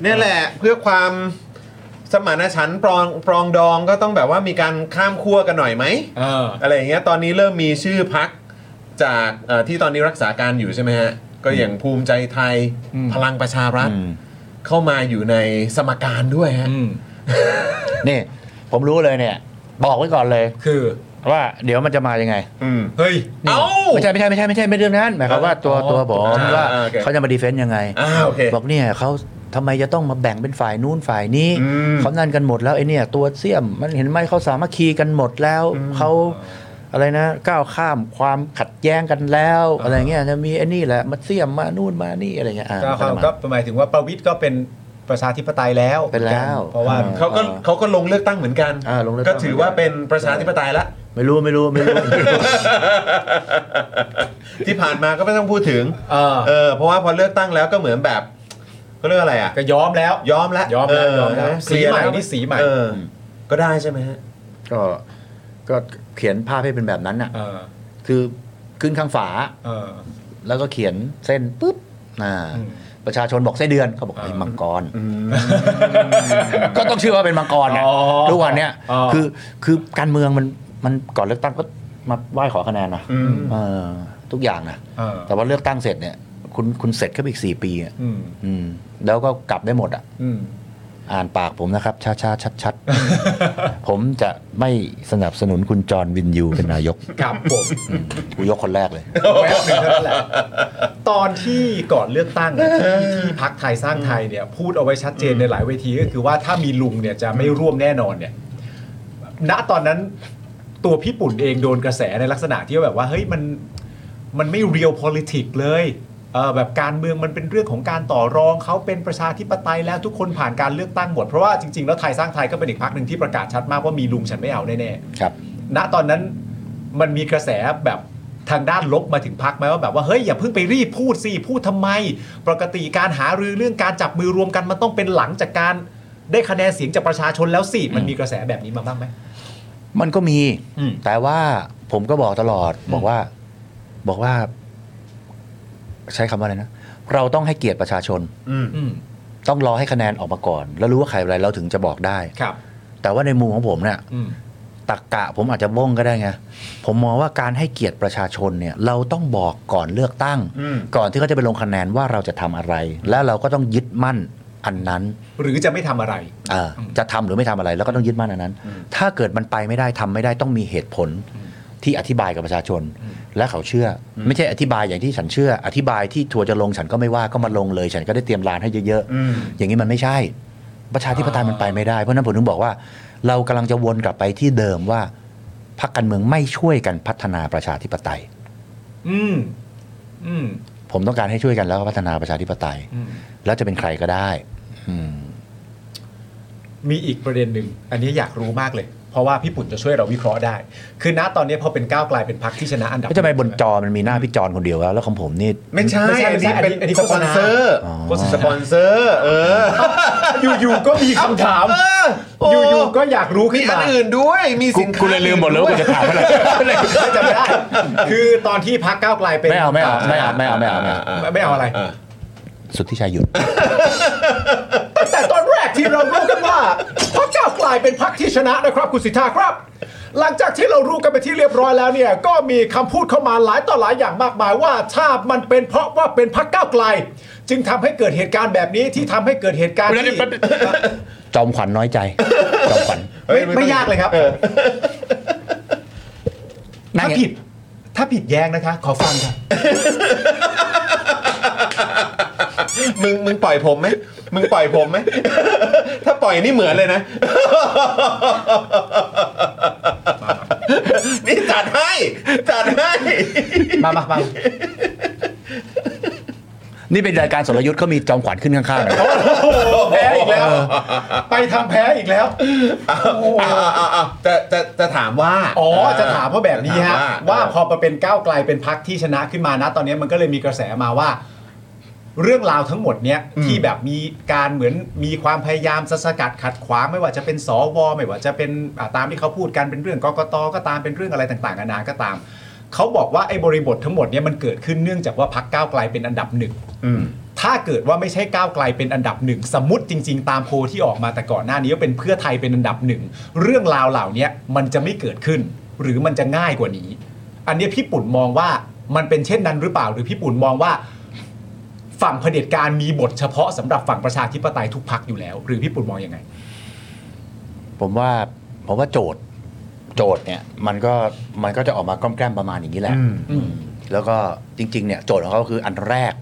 Speaker 1: เนี่ยแหละเพื่อความสมานฉันท์ปรองปรองดองก็ต้องแบบว่ามีการข้ามขั้วกันหน่อยไหม
Speaker 3: เออ
Speaker 1: อะไรอย่างเงี้ยตอนนี้เริ่มมีชื่อพักจากเอ่อที่ตอนนี้รักษาการอยู่ใช่ไหมฮะ ก็อย่างภูมิใจไทย
Speaker 3: อืม
Speaker 1: พลังประชารัฐ เข้ามาอยู่ในสมการด้วยฮะ
Speaker 3: อืม
Speaker 7: นี่ ผมรู้เลยเนี่ย บอกไว้ก่อนเลย
Speaker 3: คือ
Speaker 7: ว่าเดี๋ยวมันจะมายังไง
Speaker 1: อืม
Speaker 3: เฮ้ย
Speaker 7: นี่
Speaker 1: เอ้า
Speaker 7: ไม่ใช่ไม่ใช่ไม่ใช่ไม่ใช่ไม่เรื่องนั้นหมายความว่าตัว
Speaker 3: อ๋อ
Speaker 7: ตัวผม
Speaker 1: อ่า
Speaker 7: ว่า
Speaker 1: อ่าโอเค
Speaker 7: เขาจะมาดีเฟนต์ยังไง
Speaker 1: อ่าโอเค
Speaker 7: บอกเนี่ยเขาทำไมจะต้องมาแบ่งเป็นฝ่ายนู้นฝ่ายนี้
Speaker 1: อืม
Speaker 7: เขานั่นกันหมดแล้วไอ้เนี่ยตัวเสี่ยมมันเห็นไหมเขาสามัคคีกันหมดแล้วเขาอะไรนะก้าวข้ามความขัดแย้งกันแล้วอะไรเงี้ยจะมีไอ้นี่แหละมาเสี่ยมมานู่นมานี่อะไรเงี้ยอ่ะ
Speaker 3: ก็
Speaker 7: จะ
Speaker 3: เขา
Speaker 7: มา
Speaker 3: ก็หมายถึงว่าประวิทย์ก็เป็นประชาธิปไตยแล้ว
Speaker 7: เป็นแล้ว
Speaker 3: เพราะว่า
Speaker 7: อ่
Speaker 1: เขาก็เขาก็ลงเลือกตั้งเหมือนกัน
Speaker 7: อ่าลงเลือกตั้
Speaker 1: ก็
Speaker 7: ง
Speaker 1: ถือว่าเป็นประชาธิปไตยละ
Speaker 7: ไม่รู้ไม่รู้ไม่รู้
Speaker 1: ที่ผ่านมาก็ไม่ต้องพูดถึง
Speaker 3: เออ
Speaker 1: เออเพราะว่าพอเลือกตั้งแล้วก็เหมือนแบบเขาเรียกอะไรอ่ะ
Speaker 3: ก็ย้อมแล้ว
Speaker 1: ยอมแล้ว
Speaker 3: ยอมแล้วยอมแล้ว
Speaker 1: เคลียร์
Speaker 3: สีใหม่
Speaker 1: แล้ว
Speaker 3: นี่สีใหม่
Speaker 1: เออก็ได้ใช่ไหมฮะ
Speaker 7: ก็ก็เขียนภาพให้เป็นแบบนั้นอ่ะ
Speaker 3: เออ
Speaker 7: คือขึ้นข้างฝา
Speaker 3: เออ
Speaker 7: แล้วก็เขียนเส้นปุ๊บอ่า
Speaker 3: อืม
Speaker 7: ประชาชนบอกไส้เดือนเขาบอก
Speaker 3: อ่า
Speaker 7: ไอ้มังกร ก็ต้องเชื่อว่าเป็นมังกรนะ
Speaker 3: อ๋อ
Speaker 7: ทุกวันเนี้ย
Speaker 3: อ๋อ
Speaker 7: คือคือการเมืองมันมันก่อนเลือกตั้งก็มาไหว้ขอคะแนนนะ
Speaker 1: อืม
Speaker 7: เออทุกอย่างนะ
Speaker 3: เออ
Speaker 7: แต่ว่าเลือกตั้งเสร็จเนี่ย คุณคุณเสร็จแค่อีกสี่ปีอ่ะ
Speaker 3: อืม
Speaker 7: อืม แล้วก็กลับได้หมดอ่ะ
Speaker 3: อืม
Speaker 7: อ่านปากผมนะครับช้าช้าชัดชัดๆ ผมจะไม่สนับสนุนคุณจอร์นวินยูเป็นนายก
Speaker 3: ครับผม
Speaker 7: อืมกูยกคนแรกเลย
Speaker 3: แวบหนึ่งเท่านั้นแหละ ตอนที่ก่อนเลือกตั้งเนี่ยที่ที่พักไทยสร้างไทยเนี่ย พูดเอาไว้ชัดเจนในหลายเวทีก็คือว่าถ้ามีลุงเนี่ยจะไม่ร่วมแน่นอนเนี่ย ณตอนนั้นตัวพี่ปุ่นเองโดนกระแสในลักษณะที่ว่าแบบว่าเฮ้ยมันมันไม่ real politics เลยเออแบบการเมืองมันเป็นเรื่องของการต่อรองเขาเป็นประชาธิปไตยแล้วทุกคนผ่านการเลือกตั้งหมดเพราะว่าจริงๆแล้วไทยสร้างไทยก็เป็นอีกพักหนึ่งที่ประกาศชัดมากว่ามีลุงฉันไม่เอาแน่ๆ
Speaker 7: ครับ
Speaker 3: ณตอนนั้นมันมีกระแสแบบทางด้านลบมาถึงพักไหมว่าแบบว่าเฮ้ยอย่าเพิ่งไปรีบพูดสิพูดทำไม ปกติการหารือเรื่องการจับมือรวมกันมันต้องเป็นหลังจากการได้คะแนนเสียงจากประชาชนแล้วสิมันมีกระแสแบบนี้มาบ้างไหม
Speaker 7: มันก็มี
Speaker 3: อืม
Speaker 7: แต่ว่าผมก็บอกตลอด บอกว่า บอกว่า ใช้คำว่าอะไรนะ เราต้องให้เกียรติประชาชน
Speaker 1: อืม
Speaker 3: อืม
Speaker 7: ต้องรอให้คะแนนออกมาก่อน แล้วรู้ว่าใครเป็นอะไรเราถึงจะบอกได้
Speaker 3: ครับ
Speaker 7: แต่ว่าในมุมของผมเนี่ย
Speaker 3: อืม
Speaker 7: ตักกะผมอาจจะบ้งก็ได้ไง ผมมองว่าการให้เกียรติประชาชนเนี่ย เราต้องบอกก่อนเลือกตั้ง
Speaker 1: อืม
Speaker 7: ก่อนที่เขาจะไปลงคะแนนว่าเราจะทำอะไร แล้วเราก็ต้องยึดมั่นอันนั้น
Speaker 3: หรือจะไม่ทำอะไร
Speaker 7: เอ่ออจะทำหรือไม่ทำอะไรแล้วก็ต้องยึดมั่นอันนั้น ถ้าเกิดมันไปไม่ได้ทำไม่ได้ต้องมีเหตุผลที่อธิบายกับประชาชน และเขาเชื่ออไม่ใช่อธิบายอย่างที่ฉันเชื่อ อธิบายที่ทัวร์จะลงฉันก็ไม่ว่าก็มาลงเลย ฉันก็ได้เตรียมลานให้เยอะ
Speaker 1: อืม
Speaker 7: ๆอย่างนี้มันไม่ใช่ ประชาธิปไตยมันไปไม่ได้ เพราะฉะนั้นผมถึงบอกว่า เรากำลังจะวนกลับไปที่เดิมว่าพรรคการเมืองไม่ช่วยกันพัฒนาประชาธิปไตย
Speaker 3: อืมอืม
Speaker 7: ผมต้องการให้ช่วยกันแล้วก็พัฒนาประชาธิปไตย
Speaker 3: อืม
Speaker 7: แล้วจะเป็นใครก็ได้ อืม
Speaker 3: มีอีกประเด็นหนึ่งอันนี้อยากรู้มากเลย เพราะว่าพี่ปุ่นจะช่วยเราวิเคราะห์ได้ คือณตอนนี้พอเป็นก้าวไกลายเป็นพักที่ชนะอันดับ
Speaker 7: ก็จะไปบนจอมันมีหน้าพี่จอนคนเดียวแล้วแล้วของผมนี่
Speaker 1: ไม่ใช่
Speaker 3: ไม่ใช่
Speaker 1: อันนี้
Speaker 3: ไม่ใช่
Speaker 1: เป็น
Speaker 3: อันนี้
Speaker 1: ส
Speaker 3: โฆษ
Speaker 1: ปอน
Speaker 3: ณา
Speaker 1: เซอร์
Speaker 7: อ๋อ
Speaker 1: สปอนเซอร์ เออ
Speaker 3: อยู่ๆก็มีคำถาม
Speaker 1: เออโอ้
Speaker 3: อยู่ๆก็อยากรู้
Speaker 1: มี
Speaker 3: ขึ้น
Speaker 1: อั
Speaker 3: มาน
Speaker 1: อื่นด้วยมีสินค้า
Speaker 7: ว่ากูจะถามอะไร
Speaker 3: จำได้ คือตอนที่พักก้าวไกลเป็น
Speaker 7: ไม่เอาไม่เอาไม่เอาไม่เอาไม่เอาไม่เอา
Speaker 3: ไม่ไม่เอาอะไร
Speaker 7: สุดที่ชายหยุด
Speaker 3: แต่ตอนแรกที่เรารู้กันว่า พักก้าวไกลเป็นพักที่ชนะนะครับคุณสิทธาครับ หลังจากที่เรารู้กันไปนที่เรียบร้อยแล้วเนี่ย ก็มีคำพูดเข้ามาหลายต่อหลายอย่างมากมายว่าถ้ามันเป็นเพราะว่าเป็นพักก้าวไกล จึงทำให้เกิดเหตุการณ์แบบนี้ที่ทำให้เกิดเหตุการณ์ที่
Speaker 7: จอมขวัญน้อยใจ จอมขวัญ
Speaker 1: เฮ้
Speaker 3: ไม่ไม่ยากเลยครับ
Speaker 7: นั่ง
Speaker 3: ถ้า
Speaker 7: ไง
Speaker 3: ผิด ถ้าผิดแย้งนะคะ ขอฟังครับ
Speaker 1: มึงมึงปล่อยผมไหมมึงปล่อยผมไหม ถ้าป ปล่อยนี่เหมือนเลยนะ นี่จัดให้จัดให้
Speaker 3: มามามา
Speaker 7: นี่เป็นรายการสรยุทธ์เขามีจอมขวัญขึ้นข้างๆ
Speaker 3: แพ้อีกแล้ว ไปทำแพ้อีกแล้ว
Speaker 1: อ่าอ่าอ่าจะจะจะถามว่า
Speaker 3: อ๋อ จะถามว่าแบบนี้ฮะ
Speaker 1: จถม
Speaker 3: ว่าพอมาเป็นก้าวไกลเป็นพักที่ชนะขึ้นมานะตอนนี้มันก็เลยมีกระแสมาว่า เรื่องราวทั้งหมดเนี้ยที่แบบมีการเหมือนมีความพยายามจะสกัดขัดขวางไม่ว่าจะเป็นสวไม่ว่าจะเป็นอ่าตามที่เขาพูดกันเป็นเรื่องกกตก็ตามเป็นเรื่องอะไรต่างๆนานาก็ตาม เขาบอกว่าไอ้บริบททั้งหมดเนี่ยมันเกิดขึ้นเนื่องจากว่าพักก้าวไกลเป็นอันดับหนึ่ง ถ้าเกิดว่าไม่ใช่ก้าวไกลเป็นอันดับหนึ่ง สมมติจริง ๆ ตามโพลที่ออกมาแต่ก่อนหน้านี้ว่าเป็นเพื่อไทยเป็นอันดับหนึ่ง เรื่องราวเหล่านี้มันจะไม่เกิดขึ้น หรือมันจะง่ายกว่านี้ อันเนี้ยพี่ปุ่นมองว่ามันเป็นเช่นนั้นหรือเปล่า หรือพี่ปุ่นมองว่า ฝั่งเผด็จการมีบทเฉพาะสำหรับฝั่งประชาธิปไตยทุกพักอยู่แล้ว หรือพี่ปุ่นมองยังไง
Speaker 7: ผมว่าผมว่าโจทย์โจทย์เนี่ยมันก็มันก็จะออกมากล้อมแกล้มประมาณอย่างนี้แหละ
Speaker 3: อืม
Speaker 7: แล้วก็จริงๆเนี่ยโจทย์ของเขาคืออันแรก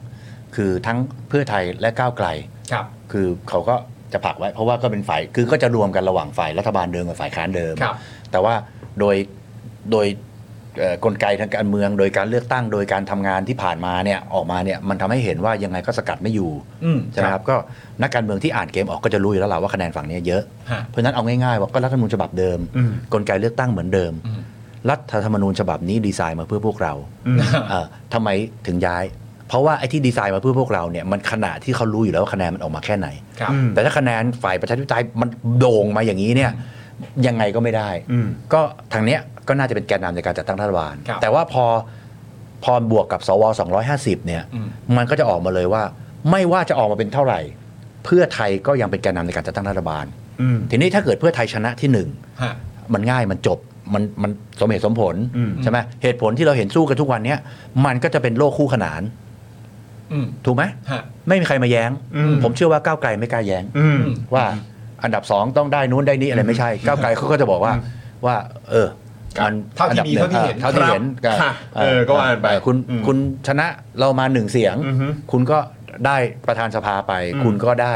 Speaker 7: คือทั้งเพื่อไทยและก้าวไกล
Speaker 3: ครับ
Speaker 7: คือเขาก็จะผลักไว้ เพราะว่าก็เป็นฝ่ายคือก็จะรวมกันระหว่างฝ่ายรัฐบาลเดิมกับฝ่ายค้านเดิม
Speaker 3: ครับ
Speaker 7: แต่ว่าโดยโดยเอ่อกลไกทางการเมือง โดยการเลือกตั้งโดยการทำงานที่ผ่านมาเนี่ยออกมาเนี่ยมันทำให้เห็นว่ายังไงก็สกัดไม่อยู่
Speaker 3: อืม
Speaker 7: ใช่ไหมครับก็นักการเมืองที่อ่านเกมออกก็จะรู้อยู่แล้วล่ะว่าคะแนนฝั่งเนี้ยเยอะ
Speaker 3: ฮะ
Speaker 7: เพราะฉะนั้นเอาง่ายๆว่าก็รัฐธรรมนูญฉบับเดิม กลไกเลือกตั้งเหมือนเดิม
Speaker 3: อืม
Speaker 7: รัฐธรรมนูญฉบับนี้ดีไซน์มาเพื่อพวกเราเอ่อทำไมถึงย้าย เพราะว่าไอ้ที่ดีไซน์มาเพื่อพวกเราเนี่ยมันขนาดที่เขารู้อยู่แล้วว่าคะแนนมันออกมาแค่ไหน
Speaker 3: ครับ
Speaker 7: แต่ถ้าคะแนนฝ่ายประชาธิปไตยมันโด่งมาอย่างนี้เนี่ยยังไงก็ไม่ได้ ก็ทางเนี้ยก็น่าจะเป็นแกนนำในการจัดตั้งรัฐบาล
Speaker 3: ครับ
Speaker 7: แต่ว่าพอพอบวกกับสว250เนี่ย
Speaker 3: อืม
Speaker 7: มันก็จะออกมาเลยว่า ไม่ว่าจะออกมาเป็นเท่าไหร่ เพื่อไทยก็ยังเป็นแกนนำในการจัดตั้งรัฐบาล ทีนี้ถ้าเกิดเพื่อไทยชนะที่หนึ่ง
Speaker 3: ฮะ
Speaker 7: มันง่ายมันจบมันมันสมเหตุสมผล
Speaker 3: อืม
Speaker 7: ใช่ไหมเหตุผลที่เราเห็นสู้กันทุกวันเนี้ยมันก็จะเป็นโลกคู่ขนาน
Speaker 3: อืม
Speaker 7: ถูกไหม
Speaker 3: ฮะ
Speaker 7: ไม่มีใครมาแย้ง
Speaker 3: อืม
Speaker 7: ผมเชื่อว่าก้าวไกลไม่กล้าแย้ง
Speaker 3: อืม
Speaker 7: ว่าอันดับสองต้องได้นู้นได้นี้อะไรไม่ใช่ ก้าวไกลเขาก็จะบอกว่าว่า เออมัน
Speaker 3: เท่าที่มี
Speaker 7: อันดับ
Speaker 3: เท่าที่เห็น
Speaker 7: งเท่าที่เห็น
Speaker 1: ครับค่ะ
Speaker 7: อ่อ
Speaker 1: เออก็ว่ากันไป
Speaker 7: คุณ
Speaker 1: อืม
Speaker 7: คุณชนะเรามาหนึ่งเสียง คุณก็ได้ประธานสภาไป คุณก็ได้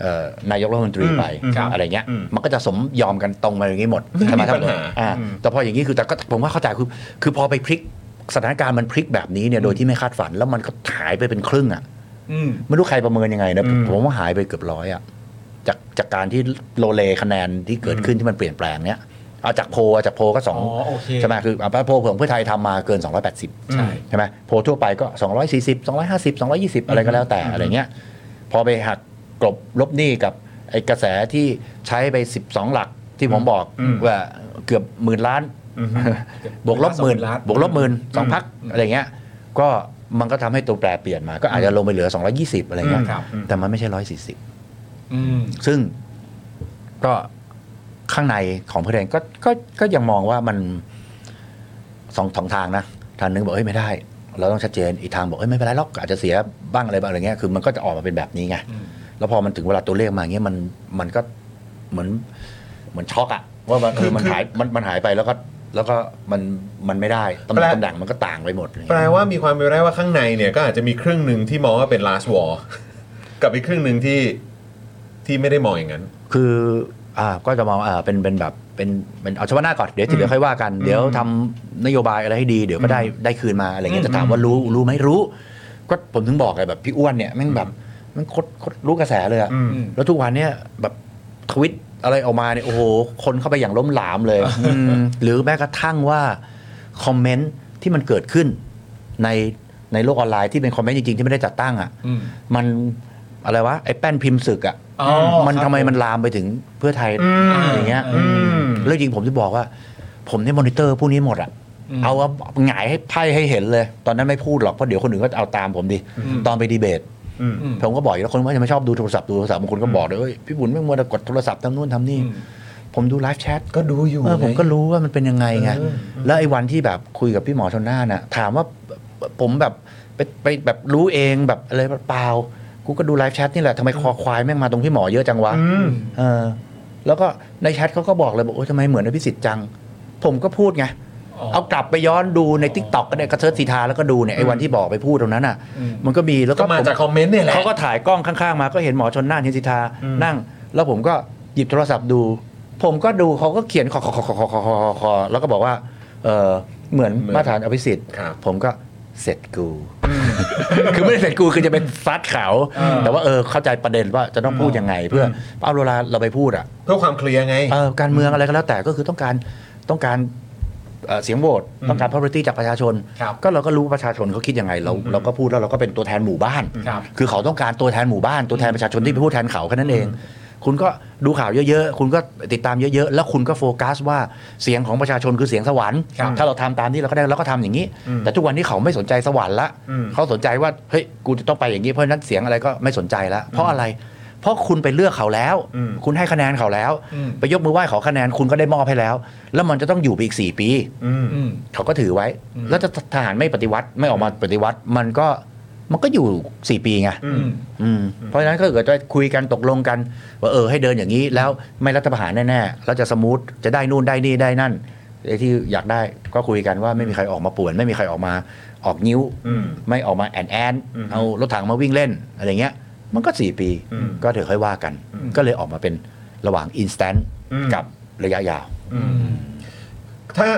Speaker 7: เอ่อนายกรัฐมนตรีไป
Speaker 3: ครับ
Speaker 7: อะไรเงี้ย มันก็จะสมยอมกันตรงมาอย่างนี้หมดใช่ไหมครับอ่าแต่พออย่างนี้คือแต่ก็ผมว่าเข้าใจคือคือพอไปพลิกสถานการณ์มันพลิกแบบนี้เนี่ยโดยที่ไม่คาดฝันแล้วมันก็หายไปเป็นครึ่งอ่ะ
Speaker 3: อืม
Speaker 7: ไม่รู้ใครประเมินยังไงนะผมผมว่าหายไปเกือบร้อยอะจากจากการที่โลเลคะแนนที่เกิดขึ้นที่มันเปลี่ยนแปลงเนี้ยเอาจากโพลอะจากโพลก็สอง
Speaker 3: อ๋อโอเค
Speaker 7: ใช่ไหมคืออ่ะโพลของเพื่อไทยทำมาเกิน 280
Speaker 3: ใช่
Speaker 7: ใช่ไหมโพลทั่วไปก็ 240 250 220 อะไรก็แล้วแต่อะไรเงี้ยพอไปหักกลบลบหนี้กับไอ้กระแสที่ใช้ไป 12 หลักที่ผมบอกว่าเกือบหมื่นล้าน บวกลบหมื่น
Speaker 3: ล้าน
Speaker 7: บวกลบหมื่นสองพักอะไรเงี้ย ก็มันก็ทำให้ตัวแปรเปลี่ยนมา ก็อาจจะลงไปเหลือ 220 อะไรเงี้ย
Speaker 3: อืมครับ
Speaker 7: แต่มันไม่ใช่
Speaker 3: อืม
Speaker 7: 140 ซึ่งก็ข้างในของเพื่อแดงก็ก็ก็ยังมองว่ามันสองสองทางนะทางหนึงบอกเอ้ยไม่ได้ เราต้องชัดเจนอีกทางบอกเอ้ยไม่เป็นไรหรอกอาจจะเสียบ้างอะไรบ้างอะไรเงี้ยคือมันก็จะออกมาเป็นแบบนี้ไง
Speaker 3: อืม
Speaker 7: แล้วพอมันถึงเวลาตัวเลขมาเงี้ยมันมันก็เหมือน เหมือนช็อกอะว่ามันเออมันหายมันมันหายไปแล้วก็แล้วก็มันมันไม่ได้ตำแหน่ง
Speaker 1: แปล
Speaker 7: ตำแหน่งมันก็ต่างไปหมดอะไรเงี้ย
Speaker 1: แปลว่ามีความเป็นไปได้ว่าข้างในเนี่ยก็อาจจะมีครึ่งหนึ่งที่มองว่าเป็น last war กับอีกครึ่งหนึ่งที่ที่ไม่ได้มองอย่างนั้น
Speaker 7: คืออ่าก็จะมองอ่าเป็นเป็นแบบเป็นเป็นเอาเฉพาะหน้าก่อนเดี๋ยวที่เหลือค่อยว่ากัน เดี๋ยวทำนโยบายอะไรให้ดีเดี๋ยวก็ได้ได้คืนมาอะไรเงี้ยแต่ถามว่ารู้รู้ไหมรู้ ก็ผมถึงบอกไงแบบพี่อ้วนเนี่ยแม่งแบบแมันโคตรโคตรรู้กระแสเลยอะแล้วทุกวันเนี่ยแบบทวิตอะไรออกมาเนี่ยโอ้โหคนเข้าไปอย่างล้มหลามเลยอืมหรือแม้กระทั่งว่าคอมเมนต์ที่มันเกิดขึ้นในในโลกออนไลน์ที่เป็นคอมเมนต์จริงๆที่ไม่ได้จัดตั้งอ่ะ
Speaker 3: อืม
Speaker 7: มันอะไรวะไอ้แป้นพิมพ์ศึกอะ
Speaker 3: อ๋อ
Speaker 7: มั
Speaker 3: ค
Speaker 7: น
Speaker 3: รับ
Speaker 7: ทำไมมันลามไปถึงเพื่อไทยอย่างเงี้ย
Speaker 3: อืม
Speaker 7: แล้วจริงผมจะบอกว่า ผมเนี่ยมอนิเตอร์พวกนี้หมดอะ
Speaker 3: อืม
Speaker 7: เอาว่าหงายให้ไพ่ให้เห็นเลย ตอนนั้นไม่พูดหรอกเพราะเดี๋ยวคนอื่นก็เอาตามผมดิ
Speaker 3: อืม
Speaker 7: ตอนไปดีเบต
Speaker 3: อืม
Speaker 7: ผมก็บอกอยู่แล้วคนว่าจะไม่ชอบดูโทรศัพท์ดูโทรศัพท์บางคนก็บอกเลยเอ้ยพี่บุญไม่งมัวแต่กดโทรศัพท์ทำนู่นทำนี่
Speaker 3: อืม
Speaker 7: ผมดูไลฟ์แชท
Speaker 1: ก็ดูอยู่
Speaker 7: เออผม
Speaker 1: ไง
Speaker 7: ก็รู้ว่ามันเป็นยังไงไงแล้วไอ้วันที่แบบคุยกับพี่หมอชนน่านน่ะ ถามว่าผมแบบไปไปแบบรู้เองแบบอะไรเปล่ากูก็ดูไลฟ์แชทนี่แหละทำไมคอควายแม่งมาตรงพี่หมอเยอะจังวะเออ แล้วก็ในแชทเขาก็บอกเลยบอกโอ้ยทำไมเหมือนอภิสิทธิ์จัง ผมก็พูดไง
Speaker 3: อ๋อ
Speaker 7: เอากลับไปย้อนดูในทิกตอกก็ได้กระเทิร์สีทาแล้วก็ดูเนี่ยไอ้วันที่บอกไปพูดตรงนั้นอ่ะ
Speaker 3: อืม
Speaker 7: มันก็มีแล้วก็
Speaker 1: ก็มา
Speaker 7: ผม
Speaker 1: จากคอมเมนต์เนี่ยแหละ
Speaker 7: เขาก็ถ่ายกล้องข้างๆมาก็เห็นหมอชนน่านเห็นสิทธานั่ง แล้วผมก็หยิบโทรศัพท์ดู ผมก็ดูเขาก็เขียนคอคอคอคอคอคอคอคอคอแล้วก็บอกว่าเออเหมือนมาตรฐานอภิสิทธิ์
Speaker 1: ครับ
Speaker 7: ผมก็เสร็จกู คือไม่ได้เสร็จกูคือจะเป็นฟัดเขาวแต่ว่าเออเข้าใจประเด็นว่าจะต้องพูดยังไง เพื่อเอาเวลาเราไปพูดอ่ะ
Speaker 1: เพื่อความเคลียร์ไง
Speaker 7: เออการเมืองอะไรก็แล้วแต่ก็คือต้องการต้องการเอ่อเสียงโหวตต้องการ property จากประชาชน
Speaker 3: ครับ
Speaker 7: ก็เราก็รู้ประชาชนเขาคิดยังไงเราเราก็พูดแล้วเราก็เป็นตัวแทนหมู่บ้าน
Speaker 3: ครับ
Speaker 7: คือเขาต้องการตัวแทนหมู่บ้าน ตัวแทนประชาชนที่ไปพูดแทนเขาแค่นั้นเอง คุณก็ดูข่าวเยอะๆ คุณก็ติดตามเยอะๆ แล้วคุณก็โฟกัสว่าเสียงของประชาชนคือเสียงสวรรค์
Speaker 3: ครับ
Speaker 7: ถ้าเราทำตามที่เราก็ได้เราก็ทำอย่างนี้ แต่ทุกวันนี้เขาไม่สนใจสวรรค์ละ
Speaker 3: อืม
Speaker 7: เขาสนใจว่าเฮ้ยกูจะต้องไปอย่างนี้เพราะฉะนั้นเสียงอะไรก็ไม่สนใจละเพราะอะไร เพราะคุณไปเลือกเขาแล้ว
Speaker 3: อืม
Speaker 7: คุณให้คะแนนเขาแล้ว
Speaker 3: อืม
Speaker 7: ไปยกมือไหว้ขอคะแนนคุณก็ได้มอบให้แล้ว แล้วมันจะต้องอยู่ไปอีก 4 ปี
Speaker 3: อืม
Speaker 7: เขาก็ถือไว้ แล้วถ้าทหารไม่ปฏิวัติไม่ออกมาปฏิวัติ มันก็มันก็อยู่ 4 ปีไง
Speaker 3: อืม
Speaker 7: อืมเพราะฉะนั้นก็เกิดจะคุยกันตกลงกัน ว่าเออให้เดินอย่างนี้แล้วไม่รัฐประหารแน่ๆแล้วจะสมูทจะได้นู่นได้นี่ได้นั่นไอ้ที่อยากได้ก็คุยกันว่าไม่มีใครออกมาป่วน ไม่มีใครออกมาออกนิ้ว
Speaker 3: อืม
Speaker 7: ไม่ออกมาแอนแอน
Speaker 3: อืม
Speaker 7: เอารถถังมาวิ่งเล่นอะไรเงี้ย มันก็ 4 ปี
Speaker 3: อืม
Speaker 7: ก็เดี๋ยวค่อยว่ากัน
Speaker 3: อืม
Speaker 7: ก็เลยออกมาเป็นระหว่าง instant
Speaker 3: อืม
Speaker 7: กับระยะยาว
Speaker 3: อืม
Speaker 1: ถ้า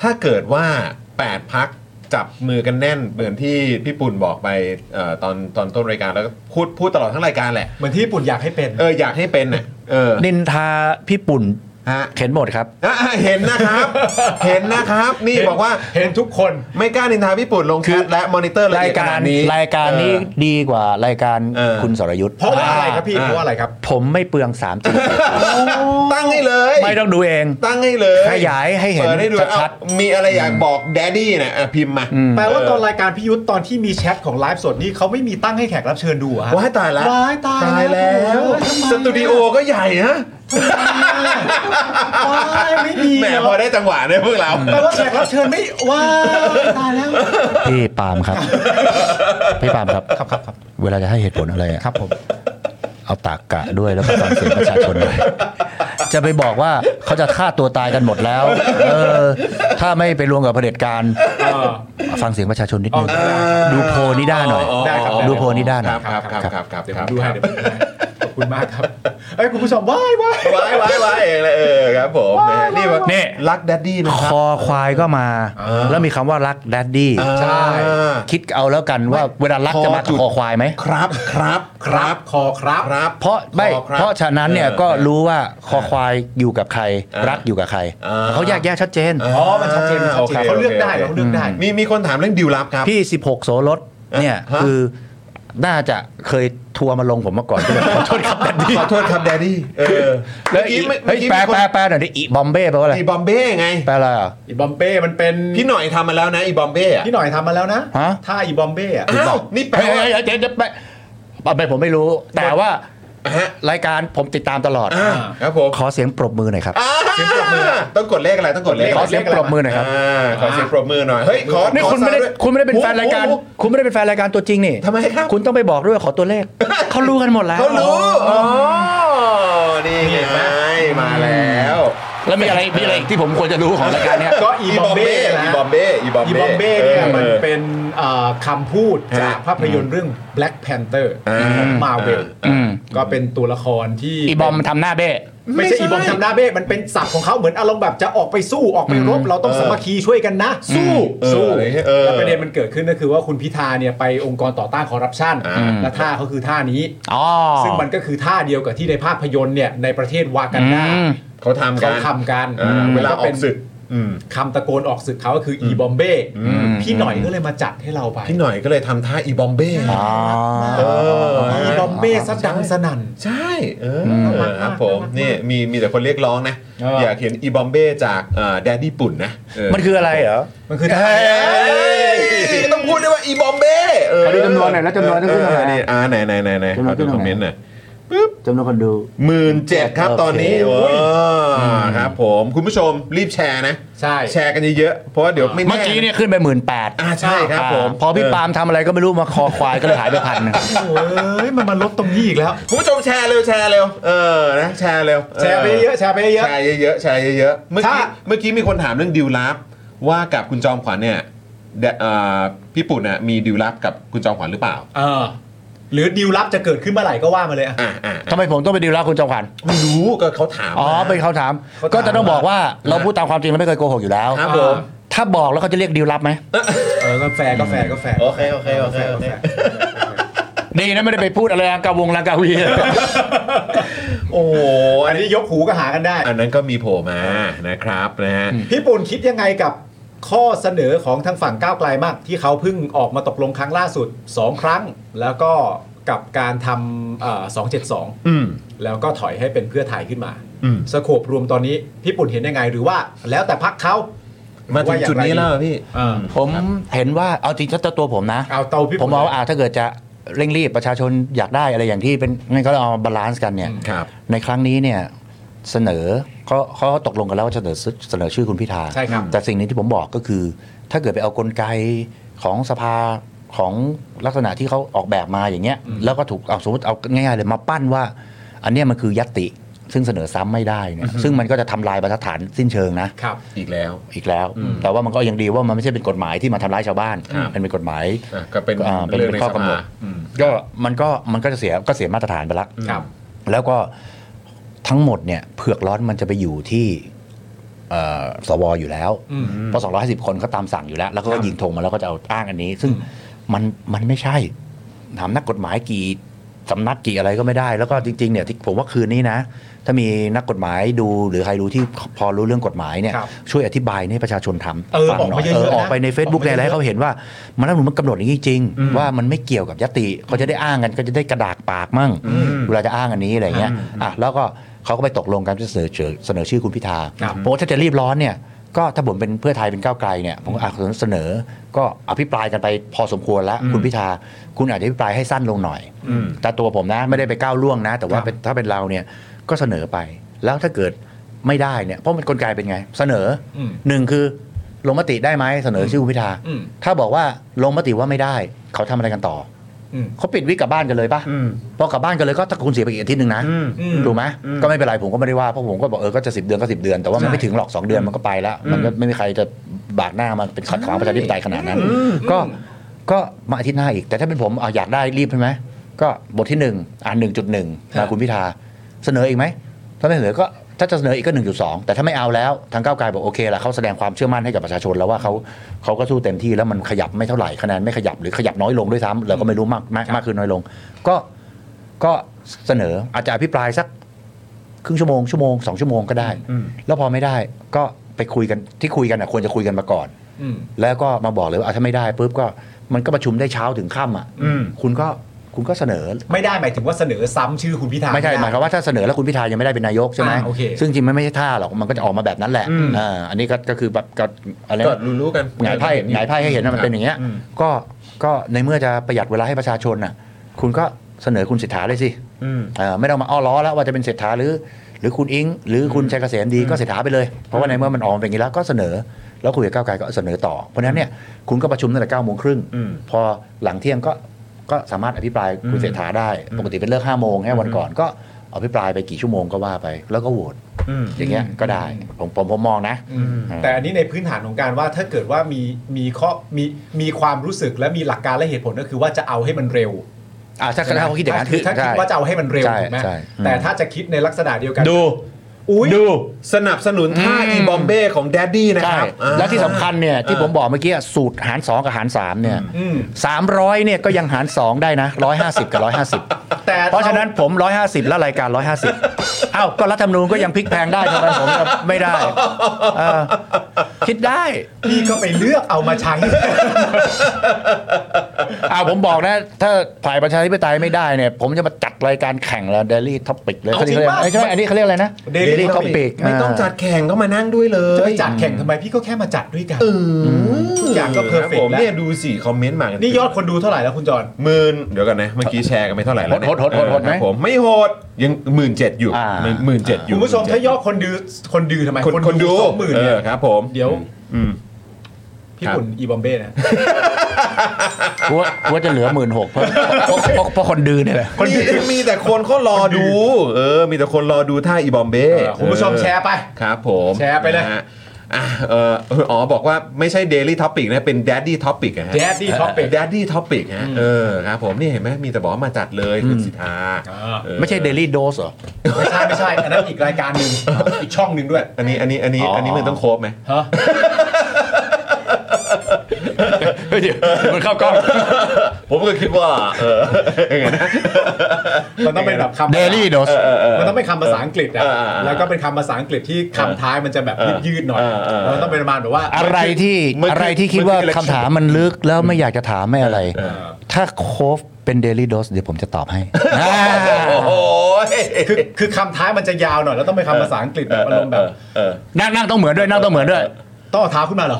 Speaker 1: ถ้าเกิดว่า 8 พักจับมือกันแน่น เหมือนที่พี่ปุ่นบอกไปเออตอนตอนต้นรายการแล้วก็พูดพูดตลอดทั้งรายการแหละ
Speaker 3: เหมือนที่ญี่ปุ่นอยากให้เป็น
Speaker 1: เอออยากให้เป็นน่ะเออ
Speaker 7: นินทาพี่ปุ่น
Speaker 1: ฮะ
Speaker 7: เข็นหมดครับ
Speaker 1: อ่ะเห็นนะครับ เห็นนะครับ นี่บอกว่า
Speaker 3: เห็นทุกคน
Speaker 1: ไม่กล้านินทาพี่ปุ่นลงแคทและมอนิเตอร์ละ
Speaker 7: รา
Speaker 1: เอีย
Speaker 7: ย
Speaker 1: ด
Speaker 7: กาน
Speaker 1: ขาร ดนี้
Speaker 7: รายการนี้ดีกว่ารายการ
Speaker 1: เออ
Speaker 7: คุณสรยุทธ์
Speaker 3: เพราะว่าอะไรครับพี่
Speaker 1: อ่า
Speaker 3: เพราะว่าอะไรครับ
Speaker 7: ผมไม่เปลือง3ามจี
Speaker 1: ตั้งให้เลย
Speaker 7: ไม่ต้องดูเอง
Speaker 1: ตั้งให้เลย
Speaker 7: ขยายให้เห็น
Speaker 1: ปิดให้ดู
Speaker 7: ชัด
Speaker 1: เอามีอะไรอยากบอกแดดดี้นะอ่ะพิมพ์มา
Speaker 3: แปลว่าตอนรายการพี่ยุทธตอนที่มีแชทของไลฟ์สดนี่เขาไม่มีตั้งให้แขกรับเชิญดูเหรอฮะ
Speaker 1: ว้ายตายแล้ว
Speaker 3: ว้ายตายแล้ว
Speaker 1: แล้ว
Speaker 3: โอ้ยทำไม
Speaker 1: สตูดิโอก็ใหญ่ฮะ
Speaker 3: ว้ายไม่ดี
Speaker 1: แหม
Speaker 3: เน
Speaker 1: พอ
Speaker 3: อะ
Speaker 1: ได้จังหวะเนี่ยพวกเรา
Speaker 3: แปลว่าแขกรับเชิญไม่ว้ายตายแล้ว
Speaker 7: พี่ปาล์มครับ พี่ปาล์มครับ ครับครับ เวลาจะให้เหตุผลอะไรอะ
Speaker 3: ครับผม
Speaker 7: เอาตากกะด้วยแล้วก็ฟังเสียงประชาชนด้วยจะไปบอกว่าเขาจะฆ่าตัวตายกันหมดแล้ว เออ ถ้าไม่ไปรวมกับเผด็จการฟังเสียงประชาชนนิดนึงดูโพลนิด้าหน่อย
Speaker 1: อ๋อได้ครับ
Speaker 7: ดูโพลนิด้าห
Speaker 1: ค
Speaker 7: น่อ
Speaker 1: รับ
Speaker 7: ย
Speaker 1: ครับครับครับครับ
Speaker 3: เดี๋ยวผมดูให้เดี๋ยวผมดู ให้ขอบคุณมากครับเอ้ยคุณผู้ชมว้ายว้าย
Speaker 1: ไว้ไว้ไว้เองเลยเออครับผมนะฮะนี่ว่า
Speaker 7: เนี่ย
Speaker 1: รักแดดดี้นะค
Speaker 7: ครับ อควายก็มา
Speaker 1: อ่า
Speaker 7: แล้วมีคำว่ารักแดดดี้
Speaker 3: ใช่
Speaker 7: คิดเอาแล้วกันว่าเวลารักจะมากับคอควายไหม
Speaker 1: ครับครับครับ
Speaker 3: คอครับ
Speaker 1: ครับ
Speaker 7: เพราะไม่
Speaker 1: คอคบ
Speaker 7: เพราะฉะนั้นเนี่ยก็รู้ว่าคอควายอยู่กับใคร
Speaker 1: อ่ารั
Speaker 7: รักอยู่กับใคร
Speaker 1: อ่า
Speaker 7: เขาแยกแยะชัดเจน
Speaker 3: อ๋อมันชัดเจนมันชัดเจน
Speaker 1: โอค
Speaker 3: เขาเลือกได้เขาเลือกได้
Speaker 1: มีมีคนถามเรื่องดิวลับครับ
Speaker 7: พี่ 16 โสรถเนี่ย
Speaker 1: ฮะ
Speaker 7: คือน่าจะเคยทัวร์มาลงผมมา ก่อน ขอโทษครับแดดดี้
Speaker 1: ขอโทษครับแดดดี้เออ
Speaker 7: แล้ว
Speaker 1: เมื่อ
Speaker 7: อี
Speaker 1: กี้เมื่อ
Speaker 7: เฮ้ย
Speaker 1: กี้
Speaker 7: แปล
Speaker 1: มีคน
Speaker 7: แปลแปลหน่อยดิอีบอมเบ้แปลว่าอะไร
Speaker 1: อีบอมเบ้ไง
Speaker 7: แปลอะไรอ่ะ
Speaker 3: อีบอมเบ้มันเป็น
Speaker 1: พี่หน่อยทำมาแล้วนะอีบอมเบ้อะ
Speaker 3: พี่หน่อยทำมาแล้วนะ
Speaker 7: ฮะ
Speaker 3: ท่าอีบอมเบ้อะ
Speaker 1: อ้าวนี่แปล
Speaker 7: เฮ้ย
Speaker 1: ว่า
Speaker 7: เฮ้ยเฮ้ยเดี๋ยวจะไปไปผมไม่รู้ แต่ว่า
Speaker 1: ฮะ
Speaker 7: รายการผมติดตามตลอด
Speaker 1: อ่าครับผม
Speaker 7: ขอเสียงปรบมือหน่อยครับ
Speaker 1: อ่าต้องกดเลขอะไรต้องกดเลข
Speaker 7: ขอเสียงปรบมือหน่อยครับ
Speaker 1: อ่าขอเสียงปรบมือหน่อยเฮ้ยขอ
Speaker 7: นี่
Speaker 1: ขอ
Speaker 7: คุณไม่ได้
Speaker 1: ซาวด้วย
Speaker 7: คุณไม่ได้เป็นแฟนรายการ
Speaker 1: โอ้โห
Speaker 7: คุณไม่ได้เป็นแฟนรายการตัวจริงนี่
Speaker 1: ทำไมครับ
Speaker 7: คุณต้องไปบอกด้วยว่าขอตัวเลข เขารู้กันหมดแล้ว
Speaker 1: เขารู้อ๋อนี่ไงมาแล้ว
Speaker 7: แล้วมีอะไรมีอะไรอีกที่ผมควรจะรู้ของรายการเนี้ย
Speaker 3: ก็อีบอมเบ้นะ
Speaker 1: อีบอมเบ้อีบอม
Speaker 3: อี
Speaker 1: เบ้
Speaker 3: บอมเบ้เนี่ยมัน
Speaker 1: ออ
Speaker 3: เป็นเอ่อคำพูดจาก
Speaker 1: ฮะ
Speaker 3: ภาพยนตร์เรื่อง Black Panther
Speaker 1: อ่า
Speaker 3: ของมาเวล
Speaker 7: อืม
Speaker 3: ก็เป็นตัวละครที่
Speaker 7: อีบอมทำหน้าเบ้
Speaker 3: ไม่ใช่
Speaker 1: ไม่ใช่
Speaker 3: อีบอมทำหน้าเบ้มันเป็นศัพท์ของเขาเหมือนอารมณ์แบบจะออกไปสู้ออกไปรบเราต้องสามัคคีช่วยกันนะ สู้
Speaker 1: อืม
Speaker 3: สู้
Speaker 1: เอออะไรเงี้ยเออ
Speaker 3: แล้วประเด็นมันเกิดขึ้นก็คือว่าคุณพิธาเนี่ยไปองค์กรต่อต้านคอร์รัปชัน
Speaker 1: อ่า
Speaker 3: และท่าเขาคือท่านี้
Speaker 7: อ๋อ
Speaker 3: ซึ่งมันก็คือท่าเดียวกับที่ในภาพยนตร์เนี่ยในประเทศวากันดา
Speaker 7: อืม
Speaker 1: เขาทำกั
Speaker 3: เขา
Speaker 1: น
Speaker 3: ทำกัน
Speaker 1: อ่าเวลาอ
Speaker 3: ป็
Speaker 1: อน กศึกอืม
Speaker 3: คำตะโกนออกศึกเขาก็คืออีบอมเบ้พี่หน่อยก็เลยมาจัดให้เราไป
Speaker 1: พี่หน่อยก็เลยทำท่าอีบอมเบ้
Speaker 7: อ๋อ
Speaker 1: เออ
Speaker 3: อีบอมเบ้ซะดังสนั่น
Speaker 1: ใช่ เออครับผมนี่มีมีแต่คนเรียกร้องนะ
Speaker 3: เออ
Speaker 1: อ
Speaker 3: อ
Speaker 1: ยากเห็นอีบอมเบ้จากแดดดี้ปุ่นนะเ
Speaker 7: มันคืออะไรเหรอ
Speaker 3: มันคือ
Speaker 1: เอ้ยต้องพูดด้วยว่าอีบอมเบ้เออ
Speaker 7: ขอดูจำนวนหน่อยแล้วจำนวนต้องขึ้นเท่าไหร่
Speaker 1: เออนี่อ่าไหนไหนไหนไหนขอน
Speaker 7: จำนวขึ้
Speaker 1: ดู
Speaker 7: น
Speaker 1: ค
Speaker 7: เท่า
Speaker 1: อม
Speaker 7: ไหร่
Speaker 1: เมนต์หน่อย
Speaker 7: จำนวนคนดู
Speaker 1: หมื่นเจ็ดครับตอนนี้
Speaker 7: โอ
Speaker 1: โอ้
Speaker 7: เค
Speaker 1: ครับผมคุณผู้ชมรีบแชร์นะ
Speaker 3: ใช่
Speaker 1: แชร์กันเยอะๆเพราะว่าเดี๋ยวไม่แ
Speaker 7: เมื่อกี้เนี่ยขึ้นไปหมื่นแปด
Speaker 1: อ่าใช่ครับผม
Speaker 7: พอพี่ปาล์มทำอะไรก็ไม่รู้มาคอควายก็เลยหายไปพันหนึ่ง
Speaker 3: โอ้ยมันมาลดตรงนี้อีกแล้ว
Speaker 1: คุณผู้ชมแชร์เร็วแชร์เร็วเออนะแชร์เร็ว
Speaker 3: แชร์ไปเยอะแชร์ไปเยอะ
Speaker 1: แชร์เยอะๆแชร์เยอะๆเมื่อกี้
Speaker 3: ถ้า
Speaker 1: เมื่อกี้มีคนถามเรื่องดิวลับว่ากับคุณจอมขวัญเนี่ยแดเอ่อพี่ปุ่นน่ะมีดิวลับกับคุณจอมขวัญหรือเปล่า
Speaker 3: เออ หรือดีลลับจะเกิดขึ้นเมื่อไหร่ก็ว่ามาเลยอะ
Speaker 1: อ่าอ่า
Speaker 7: ทำไมผมต้องไปดีลลับคุณจอมขวัญ
Speaker 3: ไม่รู้ก็เขาถาม
Speaker 7: อ๋อเป็นเขาถาม
Speaker 3: เขาถาม
Speaker 7: ก็จะต้องบอกว่าเราพูดตามความจริงเราไม่เคยโกหกอยู่แล้ว
Speaker 1: ครับผม
Speaker 7: ถ้าบอกแล้วเขาจะเรียกดีลลับไหม
Speaker 3: เออก็แฟร์ก็แฟร์ก็แฟร์
Speaker 6: โอเคโอเคโอเคโอเค
Speaker 7: ดีนะไม่ได้ไปพูดอะไรลังกาวงลังกาวี
Speaker 3: โอ้โหอันนี้ยกหูก็หากันได้
Speaker 1: อันนั้นก็มีโผล่มานะครับนะฮะ
Speaker 3: พี่ปุ่นคิดยังไงกับข้อเสนอของทางฝั่งก้าวไกลมาก ที่เขาเพิ่งออกมาตกลงครั้งล่าสุด 2 ครั้ง แล้วก็กับการทำเอ่อ272
Speaker 1: อืม
Speaker 3: แล้วก็ถอยให้เป็นเพื่อไทยขึ้นมา
Speaker 1: อืม
Speaker 3: สโคปรวมตอนนี้พี่ปุ่นเห็นยังไงหรือว่า แล้วแต่พักเขา
Speaker 1: มา
Speaker 3: มา
Speaker 1: ถึงจุดนี้แล้วอะพี่
Speaker 7: ผมเห็นว่าเอาจริงถ้าตัวผมนะ
Speaker 3: เอาเตาพี่
Speaker 7: ผม
Speaker 3: ปุ่น
Speaker 7: เอาอ่าถ้าเกิดจะเร่งรีบประชาชนอยากได้อะไรอย่างที่เป็นงั้นก็เอามาบาลานซ์กันเนี่ย
Speaker 1: ครับ
Speaker 7: ในครั้งนี้เนี่ยเสนอเขาเขาตกลงกันแล้วว่าจะเสนอเสนอชื่อคุณพิธา
Speaker 3: ใช่ครับ
Speaker 7: แต่สิ่งหนี้ที่ผมบอกก็คือ ถ้าเกิดไปเอากลไกของสภาของลักษณะที่เขาออกแบบมาอย่างเงี้ย
Speaker 3: อืม
Speaker 7: แล้วก็ถูกเอาสมมติเอาง่ายๆเลยมาปั้นว่า อันเนี้ยมันคือยัตติ ซึ่งเสนอซ้ำไม่ได้เนี่ยซึ่งมันก็จะทำลายบรรทัดฐานสิ้นเชิงนะ
Speaker 3: ครับ
Speaker 1: อีกแล้ว
Speaker 7: อีกแล้ว แต่ว่ามันก็ยังดีว่ามันไม่ใช่เป็นกฎหมายที่มาทำร้ายชาวบ้าน
Speaker 1: ครับ
Speaker 7: มันเป็นกฎหมาย
Speaker 1: อ่ะก็เป็น
Speaker 7: อ่าเป็น
Speaker 1: เรื่องใน
Speaker 7: เป็นข้
Speaker 1: ส
Speaker 7: อกำหน
Speaker 1: ภา
Speaker 7: ด
Speaker 1: อืม
Speaker 7: ก็มันก็มันก็จะเสียก็เสียมาตรฐานไปละ
Speaker 3: ครับ
Speaker 7: แล้วก็ทั้งหมดเนี่ยเผือกร้อนมันจะไปอยู่ที่เอ่อสวอยู่แล้ว
Speaker 3: อืม
Speaker 7: เพราะ250 คนเขาตามสั่งอยู่แล้ว แล้วก็
Speaker 3: ครับ
Speaker 7: ยิงธงมาแล้วก็จะเอาอ้างอันนี้ ซึ่งมันมันไม่ใช่ถามนักกฎหมายกี่สำนักกี่อะไรก็ไม่ได้ แล้วก็จริงๆเนี่ยที่ผมว่าคืนนี้นะ ถ้ามีนักกฎหมายดูหรือใครรู้ที่พอรู้เรื่องกฎหมายเนี่ย
Speaker 3: ครับ
Speaker 7: ช่วยอธิบายให้ประชาชนทำ
Speaker 3: เออ
Speaker 7: ฟังห
Speaker 3: ออ
Speaker 7: น่
Speaker 3: กมาเยอะๆนะ
Speaker 7: ออกไปใน
Speaker 3: ออก
Speaker 7: Facebook
Speaker 3: มาเย
Speaker 7: ใน
Speaker 3: อะๆ
Speaker 7: อะไรให้เขาเห็นว่า มันนั้นมันกำหนดอย่างนี้จริงๆว่ามันไม่เกี่ยวกับยติเขาจะได้อ้างกันก็จะได้กระดากปากมั่งเวลาจะอ้างอันนี้อะไรอย่างเงี้ยอ่ะแล้วก็เขาก็ไปตกลงกันจะเสนอชื่อเสนอชื่อคุณพิธา
Speaker 3: ครับ
Speaker 7: ผมว่าถ้าจะรีบร้อนเนี่ยก็ถ้าผมเป็นเพื่อไทยเป็นก้าวไกลเนี่ยผมก็อาจจะเสนอ ก็อภิปรายกันไปพอสมควรแล้ว คุณพิธาคุณอาจจะอภิปรายให้สั้นลงหน่อย แต่ตัวผมนะไม่ได้ไปก้าวล่วงนะ แต่ว่าเป็นถ้าเป็นเราเนี่ยก็เสนอไป แล้วถ้าเกิดไม่ได้เนี่ยเพราะมันกลไกเป็นไง เสนออ
Speaker 3: ม
Speaker 7: หนึ่งคือลงมติได้ไหมเสนอชื่อคุณพิธา
Speaker 3: อืม
Speaker 7: ถ้าบอกว่าลงมติว่าไม่ได้ เขาทำอะไรกันต่อ
Speaker 3: อืม
Speaker 7: เขาปิดวิกกลับบ้านกันเลยปะพอกลับบ้านกันเลยก็ถ้าคุณเสียไปอีกอาทิตย์หนึ่งนะ
Speaker 3: อืม
Speaker 7: ถูกไหมก็ไม่เป็นไรผมก็ไม่ได้ว่าเพราะผมก็บอกเออก็จะสิเดือนก็สิเดือนแต่ว่ามันไม่ถึงหรอก 2 เดือนมันก็ไปแล้วมันก็ไม่มีใครจะบากหน้ามันเป็นขัดขวางประชาธิปไตยขนาดนั้น ก็ก็มาอาทิตย์หน้าอีก แต่ถ้าเป็นผมเอาอยากได้รีบใช่ไหมก็บทที่ 1 อ่าน1.1
Speaker 3: ครั
Speaker 7: นะ
Speaker 3: บ
Speaker 7: คุณพิธาเสนออีกไหมถ้าไม่เสนอก็ถ้าจะเสนออีกก็ 1.2 แต่ถ้าไม่เอาแล้วทางก้าวไกลบอกโอเคละเขาแสดงความเชื่อมั่นให้กับประชาชนแล้วว่าเขาเขาก็สู้เต็มที่แล้วมันขยับไม่เท่าไหร่คะแนนไม่ขยับหรือขยับน้อยลงด้วยซ้ำเราก็ไม่รู้มากมากมากขึ้นน้อยลง ก็ก็เสนออาจจะอภิปรายสัก ครึ่งชั่วโมงชั่วโมงสองชั่วโมงก็ได้ แล้วพอไม่ได้ก็ไปคุยกันที่คุยกันอ่ะควรจะคุยกันมาก่อน
Speaker 3: อืม
Speaker 7: แล้วก็มาบอกเลยว่าอ่ะถ้าไม่ได้ปุ๊บก็มันก็ประชุมได้เช้าถึงค่ำอ่ะ
Speaker 3: อืม
Speaker 7: คุณก็คุณก็เสนอ
Speaker 3: ไม่ได้หมายถึงว่าเสนอซ้ำชื่อคุณพิธา
Speaker 7: ไม่ใช่หมายความว่าถ้าเสนอแล้วคุณพิธายังไม่ได้เป็นนายกใช่ไหม
Speaker 3: อ่าโอเค
Speaker 7: ซึ่งจริงมันไม่ใช่ท่าหรอกมันก็จะออกมาแบบนั้นแหละอ่าอันนี้ก็ก็คือแบบก็อะไรนะ
Speaker 1: ก็รู้ๆกัน
Speaker 7: หงายไพ่หงายไพ่ให้เห็นว่ามันเป็นอย่างเงี้ยก็ก็ในเมื่อจะประหยัดเวลาให้ประชาชนน่ะ คุณก็เสนอคุณเศรษฐาเลยสิเอ่อไม่ต้องมาอ้อล้อแล้วว่าจะเป็นเศรษฐาหรือ หรือคุณอิง หรือคุณชัยเกษมดีก็เศรษฐาไปเลย เพราะว่าในเมื่อมันออกมาเป็นอย่างนี้แล้วก็เสนอ แล้วคุยกับก้าวไกลก็เสนอต่อ เพราะฉะนั้นเนี่ยคุณก็ประชุมตั้งแต่เก้าโมงครึ่งพอหลังเที่ยงก็ก็สามารถอภิปรายคุณเศรษฐาได้ ปกติเป็นเลิกห้าโมงแค่วันก่อนก็อภิปรายไปกี่ชั่วโมงก็ว่าไป แล้วก็โหวตอย่างเงี้ยก็ได้ผมผมผมมองนะ
Speaker 3: แต่อันนี้ในพื้นฐานของการว่าถ้าเกิดว่ามีมีข้อมีมีความรู้สึกและมีหลักการและเหตุผลก็คือว่าจะเอาให้มันเร็ว
Speaker 7: อ่าถ้าถ้าเขาคิดอย่างนั้น
Speaker 3: ถ้าคิด
Speaker 7: ใช่
Speaker 3: ว่าจะเอาให้มันเร็ว
Speaker 7: ใช่
Speaker 3: ถูกไหม
Speaker 7: ใช่
Speaker 3: แต่ถ้าจะคิดในลักษณะเดียวกัน
Speaker 1: ดู
Speaker 3: อุ้ย
Speaker 1: ดู สนับสนุนท่าอีบอมเบ้ของแดดดี้นะ
Speaker 7: ใช่
Speaker 1: ครับอ่า
Speaker 7: และที่สำคัญเนี่ยที่ผมบอกเมื่อกี้สูตรหาร 2 กับหาร 3 เนี่ย
Speaker 3: อืม
Speaker 7: สามร้อยเนี่ยก็ยังหาร 2 ได้นะ 150 กับ 150
Speaker 3: แต่
Speaker 7: เพราะฉะนั้นผม 150 แล้วรายการ 150 อ้าว ก็รัฐธรรมนูญก็ยังพลิกแพลงได้ทำไมผมจะไม่ ได้เออคิดได้
Speaker 3: พี่ก็ไปเลือกเอามาใช้
Speaker 7: อ้าว ผมบอกนะ ถ้าฝ่ายประชาธิปไตยไม่ได้เนี่ย ผมจะมาจัดรายการแข่งแล้ว Daily Topic เลยเขาเรียกอะไร
Speaker 3: เอาจริงป่ะ
Speaker 7: ใช่ไหมอันนี้เขาเรียกอะไรนะ
Speaker 3: Daily
Speaker 7: Daily
Speaker 3: Topic
Speaker 7: Topic
Speaker 1: ไม่ต้องจัดแข่งก็มานั่งด้วยเล
Speaker 3: จะไป
Speaker 1: ย
Speaker 3: จัดแข่งทำไมพี่ก็แค่มาจัดด้วยกัน ทุกอย่างก็ perfect
Speaker 1: ผม
Speaker 3: แล้ว
Speaker 1: เนี่ยดูสิคอมเมนต์มากัน
Speaker 3: นี่ยอดคนดูเท่าไหร่แล้วคุณจอน
Speaker 1: หมื่นเดี๋ยวกันนะ เมื่อกี้แชร์กันไปเท่าไหร่แล้วเนี่ย
Speaker 7: โหดโหดโหดโหดไห
Speaker 1: ค
Speaker 7: ม
Speaker 1: รับผมไม่โหดยังหมื่นเจ็ดอยู่
Speaker 7: อ่า
Speaker 1: หมื่นเจ็ดอ
Speaker 3: คุ
Speaker 1: ยู่
Speaker 3: ณผู้ชมถ้ายอดคนดูคนดูทำไม
Speaker 1: คนคนดู
Speaker 3: สองหมื่น
Speaker 1: เอ
Speaker 3: เนี่
Speaker 1: อย ครับผม
Speaker 3: เดี๋ยว
Speaker 1: อืม
Speaker 3: พี่
Speaker 1: ครับ
Speaker 3: ปุ่นอีบอมเบ้นะ
Speaker 7: กลัวกลัวจะเหลือหมื่นหกเพราะเพราะเพราะคนดื้อเนี่ยแหละ
Speaker 1: มีมีแต่คนเขารอดู เออ มีแต่คนรอดูท่าอีบอมเบ้
Speaker 3: คุณผู้ชมแชร์ไป
Speaker 1: ครับผม
Speaker 3: แชร์ไปเลย
Speaker 1: นะฮะ อ่ะเอออ๋อบอกว่าไม่ใช่ Daily Topic นะ เป็น Daddy Topic อะฮะ
Speaker 3: Daddy Topic
Speaker 1: Daddy Topic ฮะเออครับผมนี่เห็นไหมมีแต่บอกว่ามาจัดเลยคุณสิทธาเออ
Speaker 7: ไม่ใช่เดลี่โดสเหรอ
Speaker 3: ไม่ใช่ไม่ใช่อันนั้นอีกรายการหนึ่งอีกช่องหนึ่งด้วย
Speaker 1: อันนี้อันนี้อันนี้
Speaker 3: อ๋ออั
Speaker 1: อันนี้มึงต้องโคบไหม
Speaker 3: ฮะ
Speaker 7: เดี๋ยวมันเข้ากล้อง
Speaker 1: ผมก็คิดว่าเออยังไงนะ
Speaker 3: มันต้องเป็นแบบคำ
Speaker 7: เดลี่โดส
Speaker 3: มันต้องเป็นคำภาษาอังกฤษอะ
Speaker 1: เออเออเออ
Speaker 3: แล้วก็เป็นคำภาษาอังกฤษที่คำท้ายมันจะแบบยืดๆหน่อย
Speaker 1: เออเออเออ
Speaker 3: มันต้องเป็นประมาณแบบว่า
Speaker 7: อะไรที่
Speaker 1: มันคือ
Speaker 7: อะไรที่คิดว่าคำถามมันลึกแล้วไม่อยากจะถามไม่อะไร
Speaker 1: เออเออ
Speaker 7: ถ้าโคฟเป็นเดลี่โดสเดี๋ยวผมจะตอบให้
Speaker 1: โอ้โห
Speaker 3: คือคือคำท้ายมันจะยาวหน่อย แล้วต้องเป็นคำภาษาอังกฤษแบบอารมณ์แบบ
Speaker 1: เออ
Speaker 7: นั่งนั่งต้องเหมือนด้วยนั่งต้องเหมือนด้วย
Speaker 3: ต้องเอาเท้าขึ้นมาเหรอ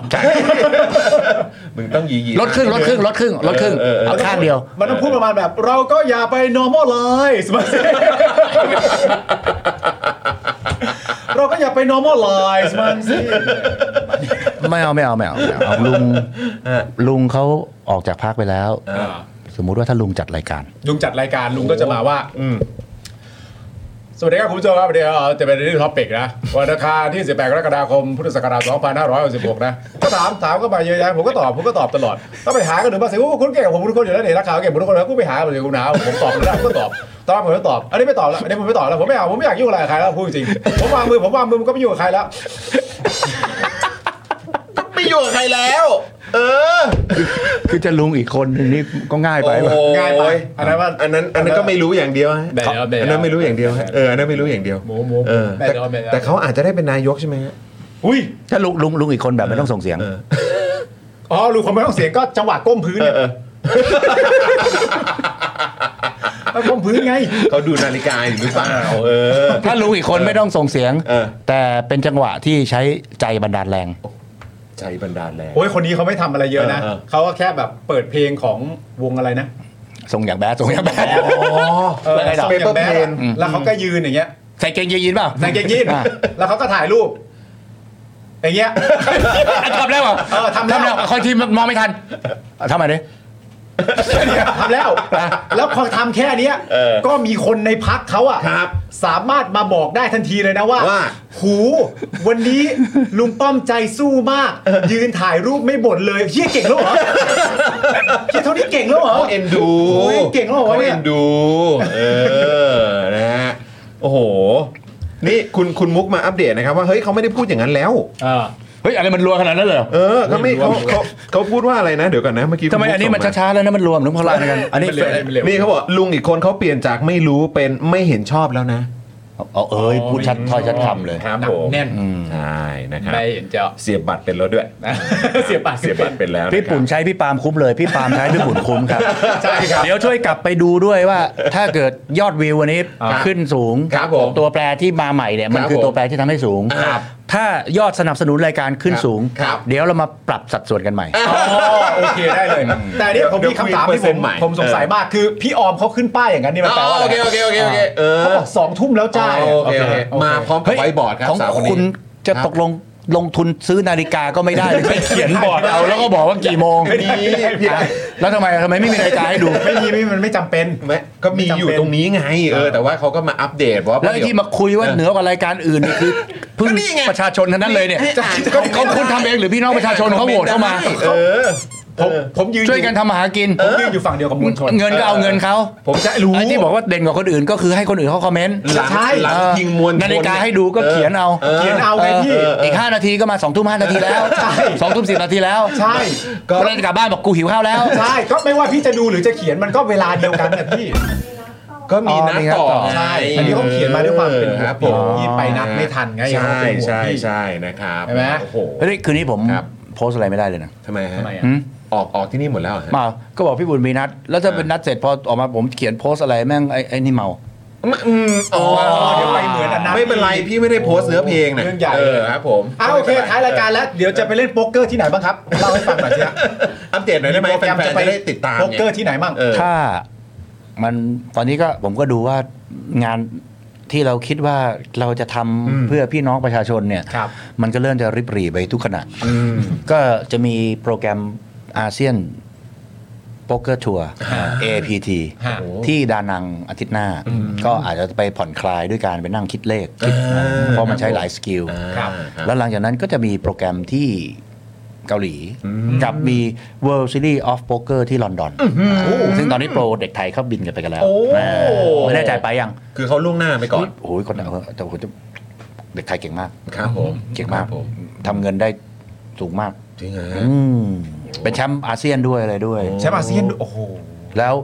Speaker 1: มึงต้องยียี
Speaker 7: ลดครึ่งลดครึ่งลดครึ่งลดครึ่ง
Speaker 1: เออเออ
Speaker 7: เอาข้างเดียว
Speaker 3: มันต้องพูดประมาณแบบ เราก็อย่าไป normal เลยสมัยเราก็อย่าไป normal เลยสมัยสิ
Speaker 7: ไม่เอาไม่เอาไม่เอาไม่เอาเอาลุงลุงเขาออกจากพักไปแล้ว สมมุติว่าถ้าลุงจัดรายการ
Speaker 3: ลุงจัดรายการลุงก็จะมาว่า สวัสดีครับคุณผู้ชมครับวันนี้เราจะเป็นเรื่องท็อปิกนะวันอังคารที่ 18 กรกฎาคมพุทธศักราช2566นะก็ถามถามก็มาเยอะแยะผมก็ตอบผมก็ตอบตลอด ก็ไปหากันหนึ่งภาษีว่าคุณเก่งกว่าผมทุกคนอยู่แล้วเนี่ยนักข่าวเก่งกว่าทุกคนแล้วกูไปหาหมดเลยกูหนาวผมตอบไม่ได้ผมก็ตอบตอนผมก็ตอบ อันนี้ไม่ตอบแล้วอันนี้ผมไม่ตอบแล้วผมไม่เอาผมไม่อยากยุ่งอะไรกับใครแล้วพูดจริงผมวางมือผมวางมือผมก็ไม่ยุ่งกับใครแล้ว
Speaker 1: ไม่อยู่กับใครแล้ว เออ
Speaker 7: คือจะลุงอีกคนนึงนี่ก็ง่ายไป
Speaker 1: โอ้
Speaker 7: ว่ะ
Speaker 1: โห
Speaker 3: ง่ายไปอันนั้นว่า
Speaker 1: อันนั้นอันนั้นก็ไม่รู้อย่างเดียวฮะ
Speaker 3: ได้แล้วได้แล้ว
Speaker 1: อันนั้นไม่รู้อย่างเดียวฮะเอออันนั้นไม่รู้อย่างเดียว
Speaker 3: หมูหมู
Speaker 1: เออ
Speaker 3: ได้
Speaker 1: แต่
Speaker 3: แล้วได้แล้ว
Speaker 1: แต่เขาอาจจะได้เป็นนายกใช่ไหมฮะ
Speaker 3: อุ้ย
Speaker 7: ถ้าลุงลุงลุงอีกคนแบบไม่ต้องส่งเสียง
Speaker 1: เออ
Speaker 3: อ๋อรู้คนไม่ต้องเสียงก็จังหวะก้มพื้นเนี่ย
Speaker 1: เออ
Speaker 3: ก็ก้มพื้นไง
Speaker 1: เขาดูนาฬิกาอยู่หรือเปล่าเออ
Speaker 7: ถ้าลุงอีกคนไม่ต้องส่งเสียง
Speaker 1: เออ
Speaker 7: แต่เป็นจังหวะที่ใช้ใจบันดาลแรง
Speaker 1: ใจบันดาลแรง
Speaker 3: โอ้ยคนนี้เขาไม่ทำอะไรเยอะนะ
Speaker 1: เออเออ
Speaker 3: เขาก็แค่แบบเปิดเพลงของวงอะไรนะ
Speaker 7: ส่งอย่างแบดส่งอย่างแบด
Speaker 3: เออ
Speaker 7: แล้วไงต่
Speaker 3: ส่
Speaker 7: อ
Speaker 3: งอย่างแบดอะ
Speaker 7: อืม
Speaker 3: แล้วเขาก็ยืนอย่างเงี้ย
Speaker 7: ใส่เกงยีนส์เปล่า
Speaker 3: ใส่กางเกงยีนส์
Speaker 7: อ่ะ
Speaker 3: แล้วเขาก็ถ่ายรูป อย่างเงี้ย
Speaker 7: อ่ะทำแล้วเหรอ
Speaker 3: เออทำแล้ว
Speaker 7: อ่ะคนที่มองไม่ทันอ่ะทำไมดิ
Speaker 3: ทำแล้ว แล้วพอทำแค่เนี้ย
Speaker 1: เออ
Speaker 3: ก็มีคนในพักเขาอ่ะ
Speaker 1: ครับ
Speaker 3: สามารถมาบอกได้ทันทีเลยนะว่า
Speaker 1: ว่า
Speaker 3: หูวันนี้ลุงป้อมใจสู้มาก ยืนถ่ายรูปไม่บ่นเลยเฮียเก่งแล้วเหรอเฮียเท่านี้เก่งแล้วเหรอ
Speaker 1: เขาเอ็นดู
Speaker 3: โอ้ยเก่งแล้วเหรอวะ
Speaker 1: เขา
Speaker 3: เนี่ย
Speaker 1: เอ็นดู เออนะฮะโอ้โห นี่คุณคุณมุกมาอัปเดตนะครับว่าเฮ้ยเขาไม่ได้พูดอย่างนั้นแล้ว
Speaker 7: เฮ้ยอะไรมันรวมขนาดนั้นเลยเหรอ
Speaker 1: เออเขาไม่เขาเขาเขาพูดว่าอะไรนะเดี๋ยวก่อนนะเมื่อกี้
Speaker 7: ทำไม
Speaker 1: คุณก
Speaker 7: อันนี้มัน
Speaker 1: ส่งา
Speaker 7: ช้าๆแล้วนะมันรวมหรือพลังกัน อันนี้
Speaker 3: มันเร็วมันเร็ว
Speaker 1: นี่เขาบอกลุงอีกคนเขาเปลี่ยนจากไม่รู้เป็นไม่เห็นชอบแล้วนะ
Speaker 7: เอาเอ้ยพูดชัดถ้อยชัดคำเลย
Speaker 1: ครับ
Speaker 3: หนั
Speaker 1: ผม
Speaker 3: แน่น
Speaker 7: อืม
Speaker 1: ใช่นะครับ
Speaker 3: ไม่เห็นเจ้า
Speaker 1: เสียบบัตรเป็นแล้วด้วย
Speaker 3: เสียบบัตร
Speaker 1: เสียบบัตรเป็นแล้ว
Speaker 7: พี่ปุ่น
Speaker 1: นะครับ
Speaker 7: ใช้พี่ปาล์มคุ้มเลย พี่ปาล์ม ใช้พี่ปุ่นคุ้มครับ
Speaker 3: ใช่ครับ
Speaker 7: เดี๋ยวช่วยกลับไปดูด้วยว่า ถ้าเกิดยอดวิววันนี้
Speaker 3: ครับ
Speaker 7: ขึ้นสูง
Speaker 1: ครับผม
Speaker 7: ตัวแปรที่มาใหม่เนี่ยมัน
Speaker 1: ครับ
Speaker 7: คือ
Speaker 1: ผม
Speaker 7: ตัวแปรที่ทำให้สูง
Speaker 1: ครับ
Speaker 7: ถ้ายอดสนับสนุนรายการขึ้นสูง
Speaker 1: ครับ
Speaker 7: เดี๋ยวเรามาปรับสัดส่วนกันใหม่
Speaker 3: อ๋อโอเคได้เลย แต่เนี่ยผมมีคำถาม
Speaker 1: เดี๋ยวคุยเปอ
Speaker 3: ที่ผม
Speaker 1: ร์เซ็นต์ใหม่
Speaker 3: ผมสงสัยมากคือพี่ออมเขาขึ้นป้ายอย่างนั้นนี่มันแปลว่า
Speaker 1: โอ
Speaker 3: อะไร
Speaker 1: เคโอเคโอเคโอเคเออ
Speaker 3: เขาบอกสองทุ่มแล้วจ้า
Speaker 1: โอเคโอเคมาพร้อมกับ
Speaker 7: เฮ้ย
Speaker 1: ไวบอร์ดครับ
Speaker 7: ของ
Speaker 1: สาวคน
Speaker 7: คุณ
Speaker 1: นี้
Speaker 7: จะ
Speaker 1: ครับ
Speaker 7: ตกลงลงทุนซื้อนาฬิกาก็ไม่ได้เลยไปเขียนบอร์ดเอาแล้วก็บอกว่ากี่โมงอ่ะแล้วทำไมทำไมไม่มีนาฬิกาให้ดู
Speaker 3: ไม่มีไม่มีมันไม่จำเป็น
Speaker 1: แม่ก็มีอยู่ตรงนี้ไงเออแต่ว่าเขาก็มาอัปเดตว่า
Speaker 7: แล้วไอ้ที่มาคุยว่าเหนือกว่ารายการอื่นนี่คือเพึ่ง
Speaker 1: ก็นี่ไง
Speaker 7: ประชาชนทั้งนั้นเลยเนี่ย
Speaker 1: ก็
Speaker 7: เขาคุณทำเองหรือพี่น้องประชาชนเขาโหวตเข้ามา
Speaker 1: เออ
Speaker 3: ผมผมยืนอ
Speaker 7: ช่วยกันทำมาหากิน
Speaker 3: ผมยืนอยู่ฝั่งเดียวกับมวลชน
Speaker 7: เงินก็เอาเงินเขา
Speaker 1: ผมจะรู้
Speaker 7: ไอ้ที่บอกว่าเด่นกว่าคนอื่นก็คือให้คนอื่นเขาคอมเมนต์
Speaker 1: หลัง
Speaker 3: ใช่
Speaker 1: หลังพิงมวลชน
Speaker 7: นาฬิกาให้ดูก็เขียนเอา
Speaker 3: เขียนเอาไงพี่
Speaker 7: อีก 5 นาทีก็มา2ทุ่ม5นาทีแล้ว2ทุ่ม10 นาทีแล้ว
Speaker 3: ใช่
Speaker 7: ก็เล่นกลับบ้านบอกกูหิวข้าวแล้ว
Speaker 3: ใช่ก็ไม่ว่าพี่จะดูหรือจะเขียนมันก็เวลาเดียวกันนะพี่
Speaker 1: ก็มี
Speaker 7: อ๋อ
Speaker 1: นัด
Speaker 7: มีนัด
Speaker 1: ต่อ
Speaker 7: ต่อ
Speaker 1: ไง
Speaker 3: ใช่อันนี้เขาเขียนมาด้วยความเป็นห่วงพี่พี่ไปนัดไม่ทันไง
Speaker 1: ใช่
Speaker 3: เขาเป็นห่วง
Speaker 1: ใช่
Speaker 3: พี่
Speaker 1: ใช่นะครับ
Speaker 3: ใช่ไหม
Speaker 1: โอ้โห
Speaker 7: เฮ้ยคืนนี้ผม
Speaker 1: ครับ
Speaker 7: โพสต์อะไรไม่ได้เลยนะ
Speaker 1: ทำไมฮะ
Speaker 3: ทำไมอะ
Speaker 7: หืม
Speaker 1: ออกออกที่นี่หมดแล้วเหรอฮะ
Speaker 7: มาก็บอกพี่บุญมีนัด แล้วจะเป็นนัดเสร็จพอออกมาผมเขียนโพสต์อะไรแม่งไอ้ไอ้นี่เมา
Speaker 1: ไม่อืมอ๋อ
Speaker 3: เดี๋ยวไปเหมือนอันนั้น
Speaker 1: ไม่เป็นไรพี่ไม่ได้โพสต์เนื้อเพลงนะ
Speaker 3: เรื่องใหญ่
Speaker 1: เออครับผม
Speaker 3: อ่ะโอเคท้ายรายการแล้วเดี๋ยวจะไปเล่นโป๊กเกอร์ที่ไหนบ้างครับเล่าให้ฟังหน่อยสิฮะ
Speaker 1: อัปเดตหน่อยได้ไหม
Speaker 3: โปร
Speaker 1: แฟ
Speaker 3: แกรม
Speaker 1: น
Speaker 3: จะ
Speaker 1: ๆ
Speaker 3: ไป
Speaker 1: จะได้ติดตาม
Speaker 3: โป๊กเกอร์ที่ไหนบ้าง
Speaker 1: เออ
Speaker 7: ถ้ามันตอนนี้ก็ผมก็ดูว่างานที่เราคิดว่าเราจะทำ
Speaker 1: อืม
Speaker 7: เพื่อพี่น้องประชาชนเนี่ย
Speaker 3: ครับ
Speaker 7: มันก็เริ่มจะริบหรี่ไปทุกขณะ
Speaker 1: อืม
Speaker 7: ก็จะมีโปรแกรมอาเซียน โป๊กเกอร์ทัวร์ APT
Speaker 3: ฮะ
Speaker 7: ที่ดานังอาทิตย์หน้า ก็อาจจะไปผ่อนคลายด้วยการไปนั่งคิดเลขคิดเพราะมันใช้หลายสกิล
Speaker 3: ครับ
Speaker 7: แล้วหลังจากนั้นก็จะมีโปรแกรมที่เกาหลี กับมี World Series of Poker ที่ลอนดอนซึ่งตอนนี้โปรเด็กไทยเขาบินกันไปกันแล้ว
Speaker 3: โอ้
Speaker 7: อ่าไม่แน่ใจไปยัง
Speaker 1: คือเขาล่วงหน้าไปก่อน
Speaker 7: โอ้ยคนแต่ผมจะเด็กไทยเก่งมาก
Speaker 1: ครับผม
Speaker 7: เก่งมาก
Speaker 1: ครับผม
Speaker 7: ทำเงินได้สูงมาก
Speaker 1: จริงเหรอฮะ
Speaker 7: อืมเป็นแชมป์อาเซียนด้วยอะไรด้วย
Speaker 3: แชมป์อาเซียนด้วยโอ้โห
Speaker 7: แล้ว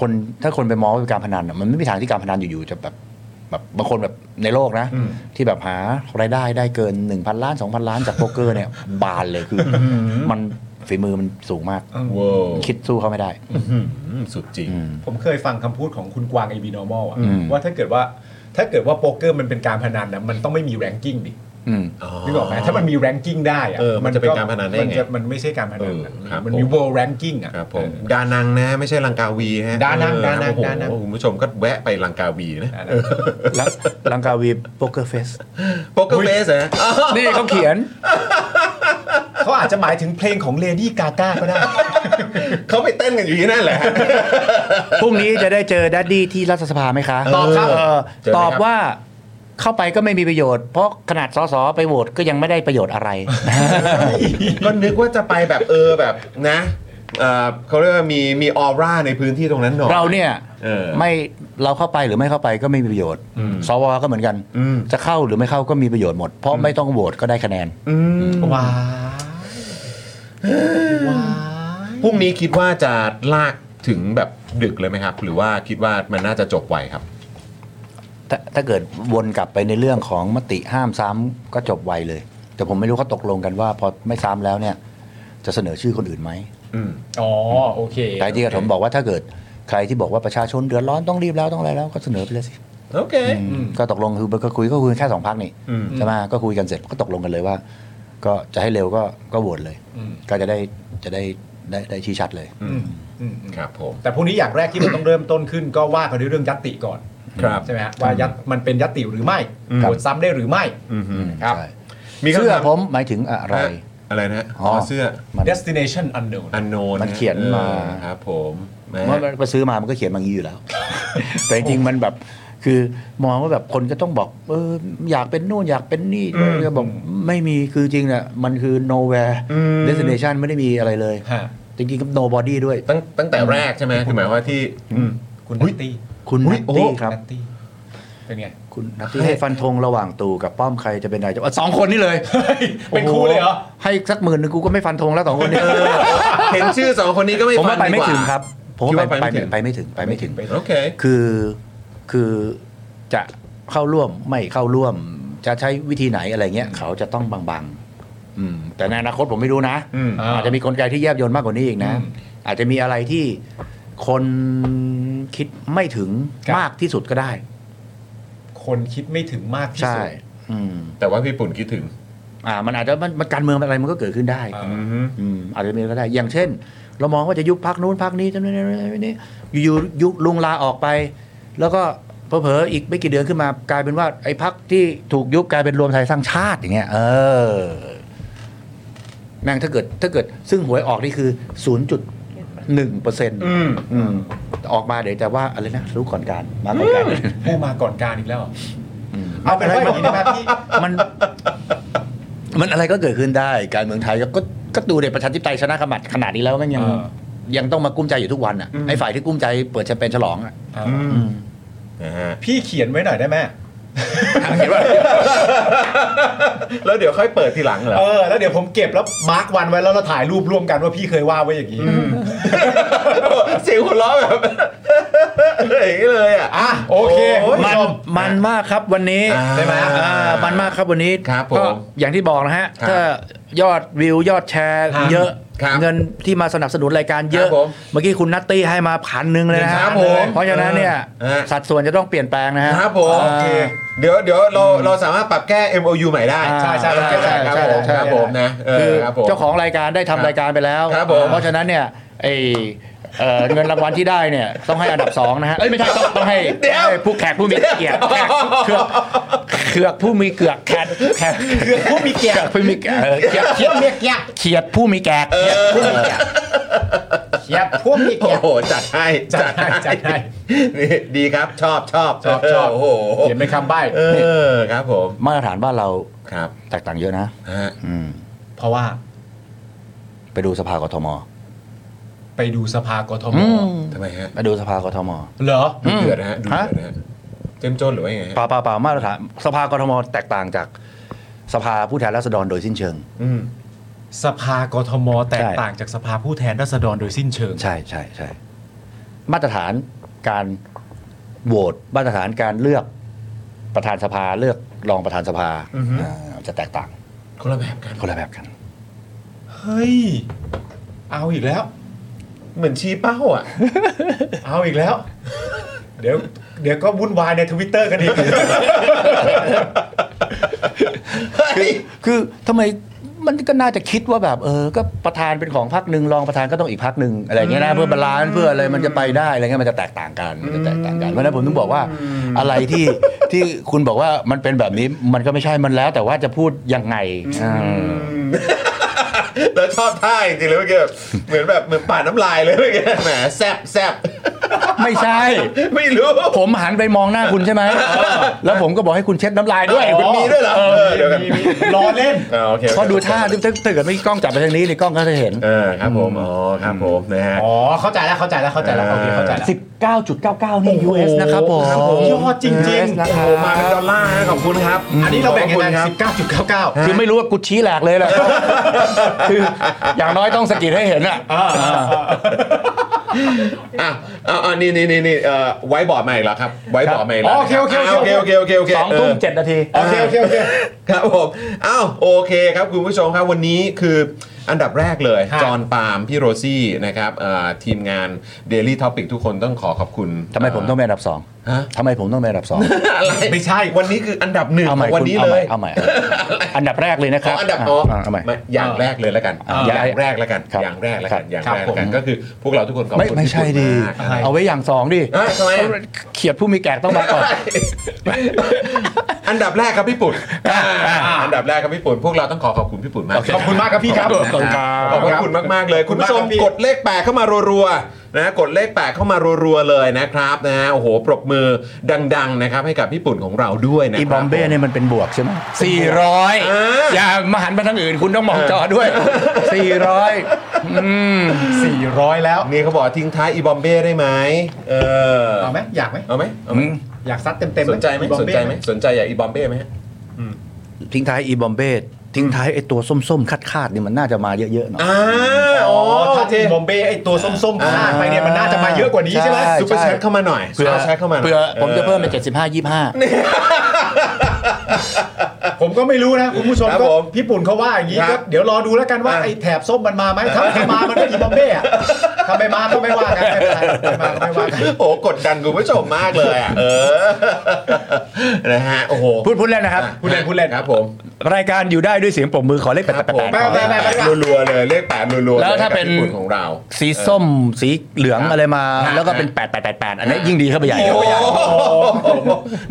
Speaker 7: คนถ้าคนไปมองว่าเป็นการพนันอะมันไม่มีทางที่การพนันอยู่ๆจะแบบแบบบางคนแบบในโลกนะ ที่แบบหารายได้ได้เกิน 1,000 ล้าน 2,000 ล้านจากโป๊กเกอร์เนี่ย บานเลยคือ มันฝีมือมันสูงมาก
Speaker 1: ว้าว
Speaker 7: คิดสู้เขาไม่ได้
Speaker 1: อืมสุดจริง
Speaker 7: อืม
Speaker 3: ผมเคยฟังคำพูดของคุณกวางไอบีนอร์มอล
Speaker 7: อืม
Speaker 3: ว่าถ้าเกิดว่าถ้าเกิดว่าโป๊กเกอร์มันเป็นการพนันนะมันต้องไม่มีแรงกิ้งดิ
Speaker 7: อืม
Speaker 3: นึกออกไหมถ้ามันมีแรงกิ้งได้อะ
Speaker 1: เออมันจะเป็นการพนันได้ไง
Speaker 3: มัจะมันไม่ใช่การพนัน
Speaker 1: เอ
Speaker 3: อะ
Speaker 1: อครับ
Speaker 3: มันมี
Speaker 1: ผม
Speaker 3: โวลแรงกิ้งอ่ะ
Speaker 1: ครับผมดานังนะไม่ใช่ลังกาวีฮะ
Speaker 3: ดานัง
Speaker 1: เออ
Speaker 3: ดานัง
Speaker 1: โอ้โห
Speaker 3: ดานัง
Speaker 1: คุณผู้ชมก็แวะไปลังกาวีนะ
Speaker 3: เออ
Speaker 7: แล้วลังกาวีโป๊กเกอร์เฟส
Speaker 1: โป๊กเกอร์เฟสเหรออ้าว
Speaker 7: นี่เขาเขียน
Speaker 3: เขาอาจจะหมายถึงเพลงของเลดี้กาก้าก็ ได้
Speaker 1: เขาไปเต้นกันอยู่ที่นั่นแหละ
Speaker 7: พรุ่งนี้จะได้เจอดัดดี้ที่รัฐสภาไหมคะ
Speaker 1: ตอบครับ
Speaker 7: เอ
Speaker 1: เจอไหมครับ
Speaker 7: ตอบว่าเข้าไปก็ไม่มีประโยชน์ เพราะขนาดสสไปโหวตก็ยังไม่ได้ประโยชน์อะไร
Speaker 1: ก็นึกว่าจะไปแบบเออแบบนะเอ่อเขาเรียกว่ามีมีออร่าในพื้นที่ตรงนั้นหน่อย
Speaker 7: เราเนี่ย
Speaker 1: เออ
Speaker 7: ไม่เราเข้าไปหรือไม่เข้าไปก็ไม่มีประโยชน์ สวก็เหมือนกัน
Speaker 1: อืม
Speaker 7: จะเข้าหรือไม่เข้าก็มีประโยชน์หมด เพราะไม่ต้องโหวตก็ได้คะแนน
Speaker 1: อืม
Speaker 3: ว้ายว้าย
Speaker 1: พรุ่งนี้คิดว่าจะลากถึงแบบดึกเลยไหมครับ หรือว่าคิดว่ามันน่าจะจบไวครับ
Speaker 7: ถ้าถ้าเกิดวนกลับไปในเรื่องของมติห้ามซ้ำก็จบไวเลย แต่ผมไม่รู้เขาตกลงกันว่าพอไม่ซ้ำแล้วเนี่ย จะเสนอชื่อคนอื่นไหม
Speaker 1: อืม
Speaker 3: อ๋อ โอเค
Speaker 7: แต่ที่กระผมบอกว่าถ้าเกิดใครที่บอกว่าประชาชนเดือดร้อนต้องรีบแล้วต้องอะไรแล้วก็เสนอไปเลยสิ
Speaker 1: โอเค
Speaker 7: ก็ตกลงคือก็คุยก็คุยแค่สองพักนี่
Speaker 1: อืม
Speaker 7: ใช่ไหมก็คุยกันเสร็จก็ตกลงกันเลยว่า ก็จะให้เร็วก็ก็โหวตเลย ก็จะได้จะได้ได้ได้ชี้ชัดเลย
Speaker 1: อืมครับผม
Speaker 3: แต่พวกนี้อย่างแรกที่มันต้องเริ่มต้นขึ้น ก็ว่ากันด้วยเรื่องยัตติก่อน
Speaker 1: ครับ
Speaker 3: ใช่ไหมฮะว่ายัตมันเป็นยัตติหรือไม่
Speaker 1: อืม
Speaker 3: โหวตซ้ำได้หรือไม่
Speaker 1: อืมฮึ
Speaker 3: ครับ
Speaker 7: ใช่
Speaker 1: มี
Speaker 7: เสื้
Speaker 1: คำ
Speaker 7: อ
Speaker 1: ถาม
Speaker 7: ผมหมายถึงอะไร
Speaker 1: ฮะอะไรนะฮะอ๋อ
Speaker 7: อ
Speaker 1: เสื้อ
Speaker 7: มัน
Speaker 3: destination unknown
Speaker 1: อันโนนะ
Speaker 7: มันเขียนมา
Speaker 1: เออครับผมนะฮะ
Speaker 7: เมื่อไปซื้อมามันก็เขียนมาอย่างนี้อยู่แล้ว แต่จริงๆมันแบบคือมองว่าแบบคนก็ต้องบอกเอออยากเป็นนู่นอยากเป็นนี่ก็บอกไม่มีคือจริงเนี่ยมันคือ nowhere destination ไม่ได้มีอะไรเลย
Speaker 3: ฮะ
Speaker 7: จริงๆกับ nobody ด้วย
Speaker 1: ตั้งตั้งแต่แรกใช่ไหมคือหมายว่าที่
Speaker 3: คุณ
Speaker 1: อุ๊
Speaker 3: นั
Speaker 1: ย
Speaker 3: ตตี้
Speaker 7: คุณนัตตี้ครับ
Speaker 3: นัตตี้เป็นไง
Speaker 7: คุณนัตตี้ให้ฟันธงระหว่างตู่กับป้อมใครจะเป็นนายกอ่ะสองคนนี่เลย
Speaker 3: เป็นคู่เลยเหรอ
Speaker 7: โโให้สักหมื่นหนึงกูก็ไม่ฟันธงแล้วสองคนนี้
Speaker 1: เห็นชื่อสองคนนี้ก็ไม่
Speaker 7: ผมว่าไป
Speaker 1: ฟันดี
Speaker 7: ไม่
Speaker 1: กว่
Speaker 7: ถึงครับ ผม
Speaker 1: คิด
Speaker 7: ว่า
Speaker 1: ว่า
Speaker 7: ไป
Speaker 1: ไป
Speaker 7: ไป
Speaker 1: ไม่ถึง
Speaker 7: ไปไม่ถึงไปไม่ถึง
Speaker 1: โอเค
Speaker 7: คือคือจะเข้าร่วมไม่เข้าร่วม จะใช้วิธีไหนอะไรเงี้ย เขาจะต้องบางๆอืมแต่ในอนาคตผมไม่รู้นะ
Speaker 1: อืม
Speaker 7: อาจจะมีกลไกที่แยบยลมากกว่านี้อีกนะ อาจจะมีอะไรที่คนคิดไม่ถึง
Speaker 3: ครับ
Speaker 7: มากที่สุดก็ได้
Speaker 3: คนคิดไม่ถึงมากที่สุ
Speaker 7: ใช่
Speaker 3: ด
Speaker 7: อืม
Speaker 1: แต่ว่าพี่ปุ่นคิดถึง
Speaker 7: อ่ามันอาจจะมันมันการเมืองอะไรมันก็เกิดขึ้นได้
Speaker 3: อ่า
Speaker 1: อือฮึ
Speaker 7: อืมอาจจะมีก็ได้ อย่างเช่น เรามองว่าจะยุบพักนู้นพักนี้จะนี่นี่นี่นี่อยู่ๆยุบลุงลาออกไป แล้วก็เผลอๆอีกไม่กี่เดือนขึ้นมากลายเป็นว่าไอ้พักที่ถูกยุบกลายเป็นรวมไทยสร้างชาติอย่างเงี้ย เออแม่งถ้าเกิดถ้าเกิด ซึ่งหวยออกนี่คือศูนย์จุดหนึ่งเปอร์เซ็นต์
Speaker 1: อืม
Speaker 7: ออกมาเดี๋ยวจะว่าอะไรนะ รู้ก่อนการมาก่อนการ
Speaker 3: ผู้มาก่อนการอีกแล้วเหรอ
Speaker 7: อืม
Speaker 3: เอาเป็นว่าอย่างนี้นะครับพี่
Speaker 7: มันมันอะไรก็เกิดขึ้นได้ การเมืองไทยก็ก็ก็ดูเด็ประชาธิปไตยชนะขมัดขนาดนี้แล้วมันยัง
Speaker 3: เออ
Speaker 7: ยังต้องมากุ้มใจอยู่ทุกวันอ่ะไอ้ฝ่ายที่กุ้มใจเปิดแชมเปญฉลองอ่ะ
Speaker 3: อ่า
Speaker 1: นะฮะ
Speaker 3: พี่เขียนไว้หน่อยได้ไหม
Speaker 1: เห็นว่า แล้วเดี๋ยวค่อยเปิดทีหลังเหรอ
Speaker 3: เออแล้วเดี๋ยวผมเก็บแล้วมาร์กวันไว้แล้วเราถ่ายรูปร่วมกันว่าพี่เคยว่าไว้อย่างนี้
Speaker 1: เสียงหัวเราะแบบ อย่างนี้เลยอ่ะ
Speaker 3: อ่ะโอเค
Speaker 1: โอ้ย
Speaker 7: มันมันมากครับวันนี้
Speaker 1: อ่า
Speaker 7: ใช่ไหมอ่ามันมากครับวันนี้
Speaker 1: ครับผม
Speaker 7: ก็อย่างที่บอกนะฮะ
Speaker 1: ครับ
Speaker 7: ถ้ายอดวิวยอดแชร์
Speaker 1: ครับ
Speaker 7: เยอะ
Speaker 1: ครับ
Speaker 7: เงินที่มาสนับสนุนรายการเย
Speaker 1: ค
Speaker 7: อะ
Speaker 1: รับผม
Speaker 7: เมื่อกี้คุณนัตตี้ให้มาพันหนึ่งเลยนะฮะ
Speaker 1: ครับผม
Speaker 7: เพราะฉะนั้นเนี่ย
Speaker 1: เออ
Speaker 7: สัดส่วนจะต้องเปลี่ยนแปลงนะฮะ
Speaker 1: ครับผม
Speaker 7: อ่า
Speaker 1: เดี๋ยวเดี๋ยวเราเราสามารถปรับแก้ MOU ใหม่ได้
Speaker 7: อ่า
Speaker 1: เราแก้ได้ครับ
Speaker 7: ใช่
Speaker 1: ผม
Speaker 7: ใช่
Speaker 1: ครับผมนะเอ
Speaker 7: คือ
Speaker 1: อครับผม
Speaker 7: เจ้าของรายการได้ทำรายการไปแล้ว
Speaker 1: ครับผม
Speaker 7: เพราะฉะนั้นเนี่ยไอเอ่อเงินรางวัลที่ได้เนี่ย ต้องให้อันดับ 2 นะฮะ เอ้ยไม่ใช่ต้องต้องให้
Speaker 1: เดี๋ยว
Speaker 7: ให้ผู้แขกผู้มีเกียรติแขกเกือกเกือกผู้มีเกือกแขกแขก
Speaker 3: เกือกผู้มีเกียรติ
Speaker 7: ผู้มีเกียรติเออเกียรติเกียรติเกียรติผู้มีแขกเกียรติผู้มีแขก
Speaker 3: เกียบท่วมมี
Speaker 1: โอ้
Speaker 3: เกียบ
Speaker 1: โหจัดให้
Speaker 3: จัดให้จัดให้
Speaker 1: นี่ดีครับชอบชอบ
Speaker 3: ชอบชอบ
Speaker 1: โอ้โห
Speaker 3: เห็นเป็นคำใบ้
Speaker 1: เออครับผม
Speaker 7: มาตรฐานบ้านเรา
Speaker 1: ครับ
Speaker 7: แตกต่างเยอะนะ
Speaker 1: ฮะ
Speaker 7: อืม
Speaker 3: เพราะว่า
Speaker 7: ไปดูสภากทม
Speaker 3: ไปดูสภากทม
Speaker 7: อืม
Speaker 1: ทำไมฮะ
Speaker 7: ไปดูสภากทม
Speaker 3: เหรอ
Speaker 1: ดูเดือดนะฮะดู
Speaker 7: ฮะ
Speaker 1: เดือดนะฮะเจ้มจนหรือว่ายังไงฮะ
Speaker 7: เปล่าเปล่าเปล่ามาตรฐานสภากทมแตกต่างจากสภาผู้แทนราษฎรโดยสิ้นเชิง
Speaker 1: อืม
Speaker 3: สภากทมแตก
Speaker 7: ใช่
Speaker 3: ต่างจากสภาผู้แทนราษฎรโดยสิ้นเชิง
Speaker 7: ใช่ใช่ใช่มาตรฐานการโหวตมาตรฐานการเลือกประธานสภาเลือกรองประธานสภาอ่าจะแตกต่าง
Speaker 1: คนละแบบกัน
Speaker 7: คนละแบบกัน
Speaker 3: เฮ้ย เอาอีกแล้ว
Speaker 1: เหมือนชี้เป้าอ่ ะ
Speaker 3: เอาอีกแล้ว เดี๋ยว เดี๋ยวก็วุ่นวายในทวิตเตอร์กันอีก
Speaker 7: คือคือทำไมมันก็น่าจะคิดว่าแบบ เออ ก็ประธานเป็นของพรรคหนึ่งรองประธานก็ต้องอีกพรรคหนึ่งอะไรอย่างเงี้ยนะเพื่อบาลานซ์เพื่ออะไรมันจะไปได้อะไรเงี้ยมันจะแตกต่างกันมันจะแตกต่างกันเพราะฉะนั้นผมถึงบอกว่าอะไรที่ที่คุณบอกว่ามันเป็นแบบนี้มันก็ไม่ใช่มันแล้ว แต่ว่าจะพูดยังไงอ่า
Speaker 1: แล้วชอบท่าจริงๆเลยเมื่อกี้แบบเหมือนแบบเหมือนป่าดน้ำลายเลยเมื่อกี้แหมแซบแซบ
Speaker 7: ไม่ใช่
Speaker 1: ไม่รู้
Speaker 7: ผมหันไปมองหน้าคุณใช่ไหมแล้วผมก็บอกให้คุณเช็ดน้ำลายด้วย
Speaker 1: มันมีด้วยเหรอเออเดี๋ยวกัน
Speaker 3: รอเล่น
Speaker 1: อ่าโอเคโอเค
Speaker 7: เพราะดูท่าถ้าถ้าเกิดไม่กล้องจับไปทางนี้นี่กล้องก็จะเห็น
Speaker 1: เออครับผมอ๋อครับผมนะฮะ
Speaker 3: อ๋อ เข้าใจแล้ว เข้าใจแล้ว เข้าใจแล้ว โอเค เข้าใจแล้ว
Speaker 7: 19.99 นี่ US นะครับผม
Speaker 3: ยอดจริงๆ
Speaker 7: US นะค
Speaker 1: โอ้
Speaker 7: รั
Speaker 1: โหมาเป็นด
Speaker 7: บ
Speaker 1: อลลาร์นะขอบคุณครับ
Speaker 3: อันนี้เราแบ่งกั
Speaker 1: ข
Speaker 3: น
Speaker 1: อคุณค
Speaker 3: นะ
Speaker 1: รั
Speaker 3: สิบเก้าจุดเก้าเก้า
Speaker 7: คือไม่รู้ว่ากูชี้แหลกเลย แหละ คืออย่างน้อยต้องสะกิดให้เห็นอ่ะ
Speaker 1: อ่ะเอาเอานี่นี่นี่นี่เอ่อไว้บอร์ดใหม่แล้วครับ ไว้บอร์ดใหม่แล้ว
Speaker 3: โอเคโอเคโอเค
Speaker 1: โอเคโอเคโอเค
Speaker 7: สองทุ่ม
Speaker 1: เ
Speaker 7: เจ็ดนาที
Speaker 3: โอเค โอเค โอเค
Speaker 1: ครับผมอ้าวโอเคครับคุณผู้ชมครับวันนี้คืออันดับแรกเลย
Speaker 3: ครับ
Speaker 1: จอห์นปาล์มพี่โรซี่นะครับเอ่อทีมงาน Daily Topic ทุกคนต้องขอขอบคุณ
Speaker 7: ทำไมผมต้อง
Speaker 1: เ
Speaker 7: เป็นอันดับสอง
Speaker 1: ฮะ
Speaker 7: ทำไมผมต้องเป็นอันดับสอง
Speaker 1: อะไร
Speaker 3: ไม่ใช่
Speaker 1: วันนี้คืออันดับหนึ่ง
Speaker 7: เอา
Speaker 1: ข
Speaker 7: ใหม่
Speaker 1: องวัน
Speaker 7: คุณ
Speaker 1: นี้
Speaker 7: เอา
Speaker 1: เล
Speaker 7: ใหม่
Speaker 1: ย
Speaker 7: เอาใหม่ อันดับแรกเลยนะค
Speaker 1: ข
Speaker 7: รั
Speaker 1: อบ อันดับอ๋อ
Speaker 7: อ่าเอาใหม่
Speaker 1: ไม่อย่างแรกเลยแล้วกัน
Speaker 7: อ่า
Speaker 1: อย่างแรกแล้วกัน
Speaker 7: ครับ
Speaker 1: อย่างแรกแล้วกันอย่าง
Speaker 3: ครับ
Speaker 1: แรกแล้วกัน
Speaker 7: ผม
Speaker 1: ก็คือพวกเราทุกคนขอบ
Speaker 7: ไม่
Speaker 1: คุณ
Speaker 7: ไม่ใช่ดี
Speaker 1: ที่คุณมากครับ
Speaker 7: เอาไว้อย่างสองดิ
Speaker 1: เอ้ยทำไมอ่ะ
Speaker 7: เขียดผู้มีแกกต้องมาก่อน
Speaker 1: อันดับแรกครับพี่ปุ่นอันดับแรกครับพี่ปุ่นพวกเราต้องขอขอบคุณพี่ปุ่นมาก
Speaker 3: ขอบคุณมากครับพี่ครับ
Speaker 1: ขอบคุณครับ ขอบคุณมากๆเลย คุณผู้ชม
Speaker 3: ขอบคุณมากครับพี่
Speaker 1: กดเลขแปดเข้ามารัวๆนะกดเลขแปดเข้ามารัวๆเลยนะครับนะฮะโอ้โหปรบมือดัง ๆ นะครับ ให้กับพี่ปุ่นของเราด้วยนะค
Speaker 7: อี
Speaker 1: รับ
Speaker 7: บอมเบ้เนี่ยมันเป็นบวกใช่ไหมสี่ร้อย
Speaker 1: อ่า
Speaker 7: อย่ามาหันไปทางอื่นคุณต้องมองจอด้วยสี่ร้อยอืม
Speaker 3: สี่ร้อยแล้ว
Speaker 1: นี่เขาบอกทิ้งท้ายอีบอมเบ้ได้ไหมเออ
Speaker 3: เอาไหมอยากไหม
Speaker 1: เอาไหมเอาไหม
Speaker 3: อยากซัดเต็มเต็มๆ
Speaker 1: สนใจไหมสนใจไหมสนใจอยากอีบอมเบ้ไหมฮะ
Speaker 7: ทิ้งท้ายอีบอมเบ้ทิ้งท้ายไอ้ตัวส้มๆคาดๆนี่มันน่าจะมาเยอะๆหน่อย
Speaker 1: อ่า
Speaker 3: อ๋
Speaker 1: อ๋
Speaker 3: อ
Speaker 1: อ
Speaker 3: ถ้า
Speaker 1: โอเค
Speaker 3: ทีมบอมเบ้ไอตัวส้มๆพลาดไปเนี่ยมันน่าจะมาเยอะกว่านี้ใช่ไหม
Speaker 1: ซุปเปอร์แชทเข้ามาหน่อยซุป
Speaker 7: เพื่อ
Speaker 1: เปอร์แชทเข้ามาหน่ย
Speaker 7: เพื่อผมจะเพิ่มเป็นเจ็ดสิบห้ายี่ห้า
Speaker 3: ผมก็ไม่รู้นะ คุณผู้ชม
Speaker 1: ครับ
Speaker 3: ก็
Speaker 1: ผม
Speaker 3: พี่ปุ่นเขาว่าอย่างนี้
Speaker 1: ครั
Speaker 3: ก็
Speaker 1: บ
Speaker 3: เดี๋ยวรอดูแล้วกันว่า
Speaker 1: อ่ะ
Speaker 3: ไอ้แถบส้มมันมาไหมถ้ามันมามันก็อีบอมเบ้ อะถ้าไม่มาก็ไม่ว่ากันไม่เป็นไรไม่มาก็ไม่ว่ากัน
Speaker 1: โอ้กดดันคุณผู้ชมมากเลยอ่ะเออนะฮะโอ้โห
Speaker 7: พูดพูดเล่นนะครับ
Speaker 3: พูดเล่นพูดเล่น
Speaker 1: ครับผม
Speaker 7: รายการอยู่ได้ด้วยเสียงปรบมือขอเลขแปด
Speaker 1: ค
Speaker 7: แป
Speaker 1: รับ
Speaker 7: ด
Speaker 1: ผม
Speaker 7: แปด
Speaker 3: ไปไปไป
Speaker 1: รัวๆเลยเลขแปดรัวๆ
Speaker 7: แล้วถ้า
Speaker 1: กับ
Speaker 7: เป็น
Speaker 1: ญี่ปุ่ของเรา
Speaker 7: สีส้มสีเหลือง
Speaker 1: ครับ
Speaker 7: อะไรมา
Speaker 1: ครับ
Speaker 7: แล้วก็เป็น8 8 8 8อันนี้ยิ่งดีเข้าไปใหญ่
Speaker 1: โอ้โห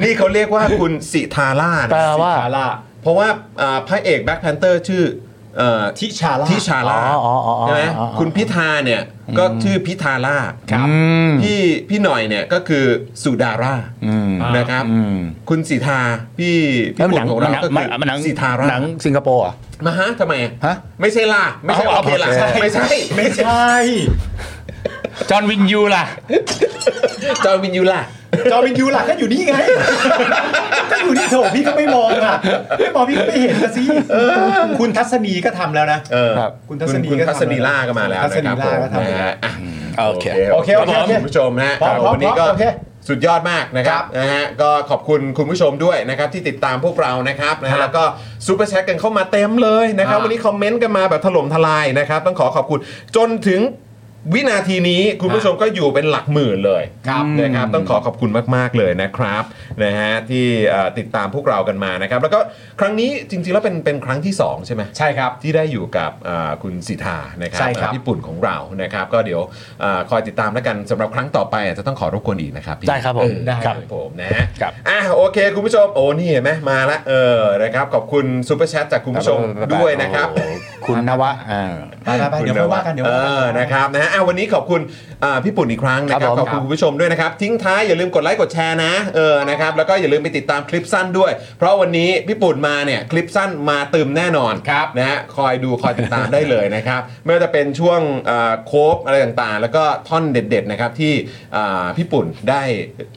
Speaker 1: นี่เขาเรียกว่าคุณสิทาล่านะ
Speaker 7: แปลว่า
Speaker 3: ชาล่า
Speaker 1: เพราะว่าอ่าพระเอกแบล็คแพนเตอร์ชื่อเอ่อ
Speaker 3: ทิชาล่า
Speaker 1: ทิชาล่า
Speaker 7: อ๋ออ๋ออ๋อ
Speaker 1: ใช่ไหม
Speaker 7: อ๋ออ๋อ
Speaker 1: คุณพิธาเนี่ยก็ชื่อพิธาล่า
Speaker 7: อืม
Speaker 1: พี่พี่หน่อยเนี่ยก็คือสุดาร่า
Speaker 7: อืม
Speaker 1: นะครับ
Speaker 7: อืม
Speaker 1: คุณสีทาพี่พี่
Speaker 7: แล้วมัน
Speaker 1: ปุ่
Speaker 7: หนั
Speaker 1: น
Speaker 7: ง
Speaker 1: ของ
Speaker 7: มัน
Speaker 1: เรา
Speaker 7: ห
Speaker 1: ก็คือ
Speaker 7: นังมันหนัง
Speaker 1: สีทารา
Speaker 7: หนังสิงคโปร์เหรอ
Speaker 1: มาฮะทำไมอ
Speaker 7: ฮะ
Speaker 1: ไม่ใช่ล่ะไม่ใช่โอ
Speaker 7: เอาเอา
Speaker 1: เคล่ะ
Speaker 7: โอเค
Speaker 1: ไม่ใช่ไม่
Speaker 3: ไม่
Speaker 1: ใช่
Speaker 3: ใช่
Speaker 7: จอห์นวินยูล่ะ
Speaker 1: จอห์นวินยูล่ะ
Speaker 3: จอวินยูหลักก็อยู่นี่ ไงก็อยู่นี่โถพี่ก็ไม่มองอ่ะไม่มองพี่ก็ไม่เห็นนะสิคุณทัศนีก็ทำแล้วนะ
Speaker 1: เออ
Speaker 7: ครับ
Speaker 3: คุณทัศนี
Speaker 1: คุณ
Speaker 3: ก็
Speaker 1: ทั
Speaker 3: ทำ
Speaker 1: ศนีล่าก็มาแล้ว
Speaker 3: ทัศ
Speaker 1: นะค
Speaker 3: นี
Speaker 1: รับผ
Speaker 3: ล่าม ก็ทำ
Speaker 1: นะฮะอ่ะ
Speaker 7: โอเค
Speaker 3: โอเคโอเค
Speaker 1: ครับผมคุณผู้ชมนะฮะ
Speaker 3: พร้อมพร้อม
Speaker 1: วันนี้ก็
Speaker 3: พร้อมโอเค
Speaker 1: สุดยอดมากนะครับนะฮะก็ขอบคุณคุณผู้ชมด้วยนะครับที่ติดตามพวกเรานะครับนะ
Speaker 3: ครั
Speaker 1: ฮะ
Speaker 3: บ
Speaker 1: แล้วก็ซูเปอร์แชทกันเข้ามาเต็มเลยนะครับ
Speaker 3: อ่า
Speaker 1: วันนี้คอมเมนต์กันมาแบบถล่มทลายนะครับ ต้องขอขอบคุณจนถึงวินาทีนี้คุณผู้ชมก็อยู่เป็นหลักหมื่นเลย
Speaker 3: ครับ
Speaker 1: นะครับต้องขอขอบคุณมาก ๆ เลยนะครับนะฮะที่เอ่อติดตามพวกเรากันมานะครับ แล้วก็ครั้งนี้จริง ๆ แล้วเป็นเป็นครั้งที่ 2 ใช่ไหม
Speaker 3: ใช่ครับ
Speaker 1: ที่ได้อยู่กับเอ่อคุณสิทธานะครับ
Speaker 3: ใช่ครับ
Speaker 1: เอ่อญี่ปุ่นของเรานะครับ ก็เดี๋ยวเอ่อคอยติดตามแล้วกันสำหรับครั้งต่อไปอาจจะต้องขอรบกวนอีกนะครับพี่
Speaker 7: ได้ครับผม
Speaker 1: เออ
Speaker 7: ได้
Speaker 1: ค
Speaker 7: ครั
Speaker 1: รับบ ผมนะฮะ
Speaker 7: ครับ
Speaker 1: อ่ะโอเค คุณผู้ชมโอ้นี่เห็นไหมมาละเออนะครับขอบคุณซูเปอร์แชทจากคุณผู้ชมด้วยนะครับ
Speaker 7: โอ้โหคุณนวะอ่า
Speaker 3: ไปไปไปเดี๋ยวค่อยว่ากันเดี๋ยว
Speaker 1: เอ
Speaker 3: ค่ย
Speaker 1: อ
Speaker 3: ว่ากั
Speaker 1: นะครับนะฮะ อ่ะวันนี้ขอบคุณอ่าพี่ปุ่นอีกครั้งนะครับ
Speaker 7: ครับผม
Speaker 1: ขอบคุณคุณผู้ชมด้วยนะครับ ทิ้งท้ายอย่าลืมกดไลค์กดแชร์นะเออนะครับแล้วก็อย่าลืมไปติดตามคลิปสั้นด้วย เพราะวันนี้พี่ปุ่นมาเนี่ยคลิปสั้นมาเติมแน่นอน
Speaker 3: ครับ
Speaker 1: นะฮะคอยดูคอยติดตามได้เลยนะครับ ไม่ว่าจะเป็นช่วงอ่าโคบอะไรต่างๆ แล้วก็ท่อนเด็ดๆนะครับที่อ่าพี่ปุ่นได้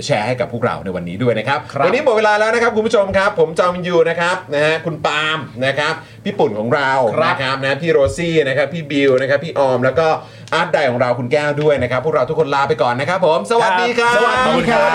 Speaker 1: แชร์ให้กับพวกเราในวันนี้ด้วยนะครับ
Speaker 3: ครับ
Speaker 1: วันนี้หมดเวลาแล้วนะครับคุณผู้ชมครับ ผมจอมยูนะครับนะฮะคุณปาล์มนะครับพี่ปุ่นของเรา
Speaker 3: ครับ
Speaker 1: นะครับนะพี่โรซี่นะครับพี่บิวนะครับพี่ออมแล้วก็อาร์ตไดของเราคุณแก้วด้วยนะครับ พวกเราทุกคนลาไปก่อนนะครับผม สวัสดีครับ
Speaker 3: สวัสดีครับ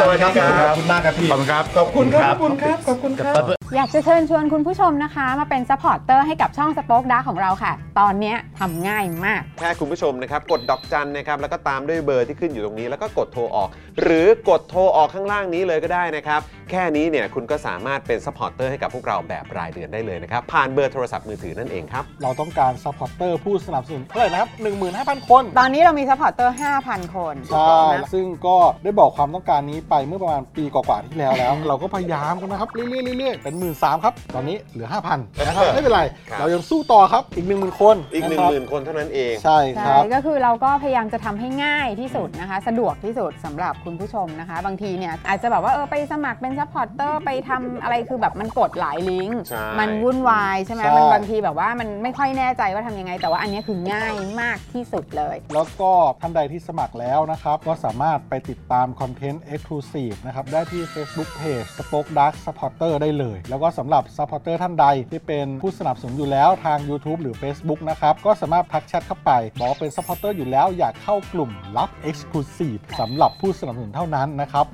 Speaker 1: สวัสดีครับ
Speaker 3: ขอบคุณมากครับพี่
Speaker 7: ขอบคุณครับ
Speaker 1: ขอบคุณครับขอบคุณครับขอบคุณครับ
Speaker 9: อยากจะเชิญชวนคุณผู้ชมนะคะ มาเป็นซัพพอร์ตเตอร์ให้กับช่องสป็อคดาของเราค่ะ ตอนเนี้ยทำง่ายมาก
Speaker 1: แค่คุณผู้ชมนะครับ กดดอกจันนะครับ แล้วก็ตามด้วยเบอร์ที่ขึ้นอยู่ตรงนี้ แล้วก็กดโทรออก หรือกดโทรออกข้างล่างนี้เลยก็ได้นะครับ แค่นี้เนี่ยคุณก็สามารถเป็นซัพพอร์ตเตอร์ให้กับพวกเราแบบรายเดือนได้เลยนะครับ ผ่านเบอร์โทรศัพท์มือถือนั่นเองครับ
Speaker 2: เราต้องการซัพพอร์ตเตอร์ผู้สนับสนุนเท่าไหร่นะครับ 15,000 คน
Speaker 9: ตอนนี้เรามีซัพพอร์ตเตอร์5,000 คน
Speaker 2: ใช่
Speaker 9: นะ
Speaker 2: ซึ่งก็ได้บอกความต้องการนี้ไปเมื่อประมาณปีกว่าๆที่แล้ว แล้ว เราก็พยายามกันนะครับ เรื่อยๆเรื่อยๆเป็น 1 3ื่นครับ ตอนนี้เหลือ 5,000นะครับไม่เป็นไร
Speaker 1: ครับ
Speaker 2: เรายังสู้ต่อครับอีก 10,000 คน
Speaker 1: อีก1
Speaker 2: ะครับ
Speaker 1: 0,000คนเท่านั้นเอง
Speaker 2: ใช่ค
Speaker 9: ใช่
Speaker 2: รับ
Speaker 9: ก็คือเราก็พยายามจะทำให้ง่ายที่สุดนะคะ สะดวกที่สุดสำหรับคุณผู้ชมนะคะ บางทีเนี่ยอาจจะแบบว่าเออไปสมัครเป็นซัพพอร์ตเตอร์ไปทำอะไรคือแบบมันกดหลายลิงก์
Speaker 1: ใช่
Speaker 9: มันวุ่นวายใช่ไหม
Speaker 2: ใช่
Speaker 9: มันบางทีแบบว่ามันไม่ค่อยแน่ใจว่าทำยังไง แต่ว่าอันเนี้ยคือง่ายมากที่สุดเลย
Speaker 2: แล้วก็ท่านใดที่สมัครแล้วนะครับ ก็สามารถไปติดตามคอนเทนต์ Exclusive นะครับ ได้ที่ Facebook Page Spoke Dark Supporter ได้เลย แล้วก็สำหรับ Supporter ท่านใดที่เป็นผู้สนับสนุนอยู่แล้วทาง YouTube หรือ Facebook นะครับ ก็สามารถทักแชทเข้าไป บอกว่าเป็น Supporter อยู่แล้วอยากเข้ากลุ่มลับ Exclusive สำหรับผู้สนับสนุนเท่านั้นนะครับ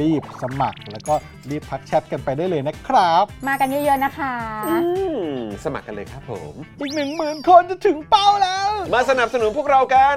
Speaker 2: รีบสมัคร แล้วก็รีบทักแชทกันไปได้เลยนะครับ
Speaker 9: มากันเยอะๆนะคะ
Speaker 1: อืมสมัครกันเลยครับผม
Speaker 2: อีก 1 0,000 คนจะถึงเป้าแล้ว
Speaker 1: มาสนับสนุนพวกเรากัน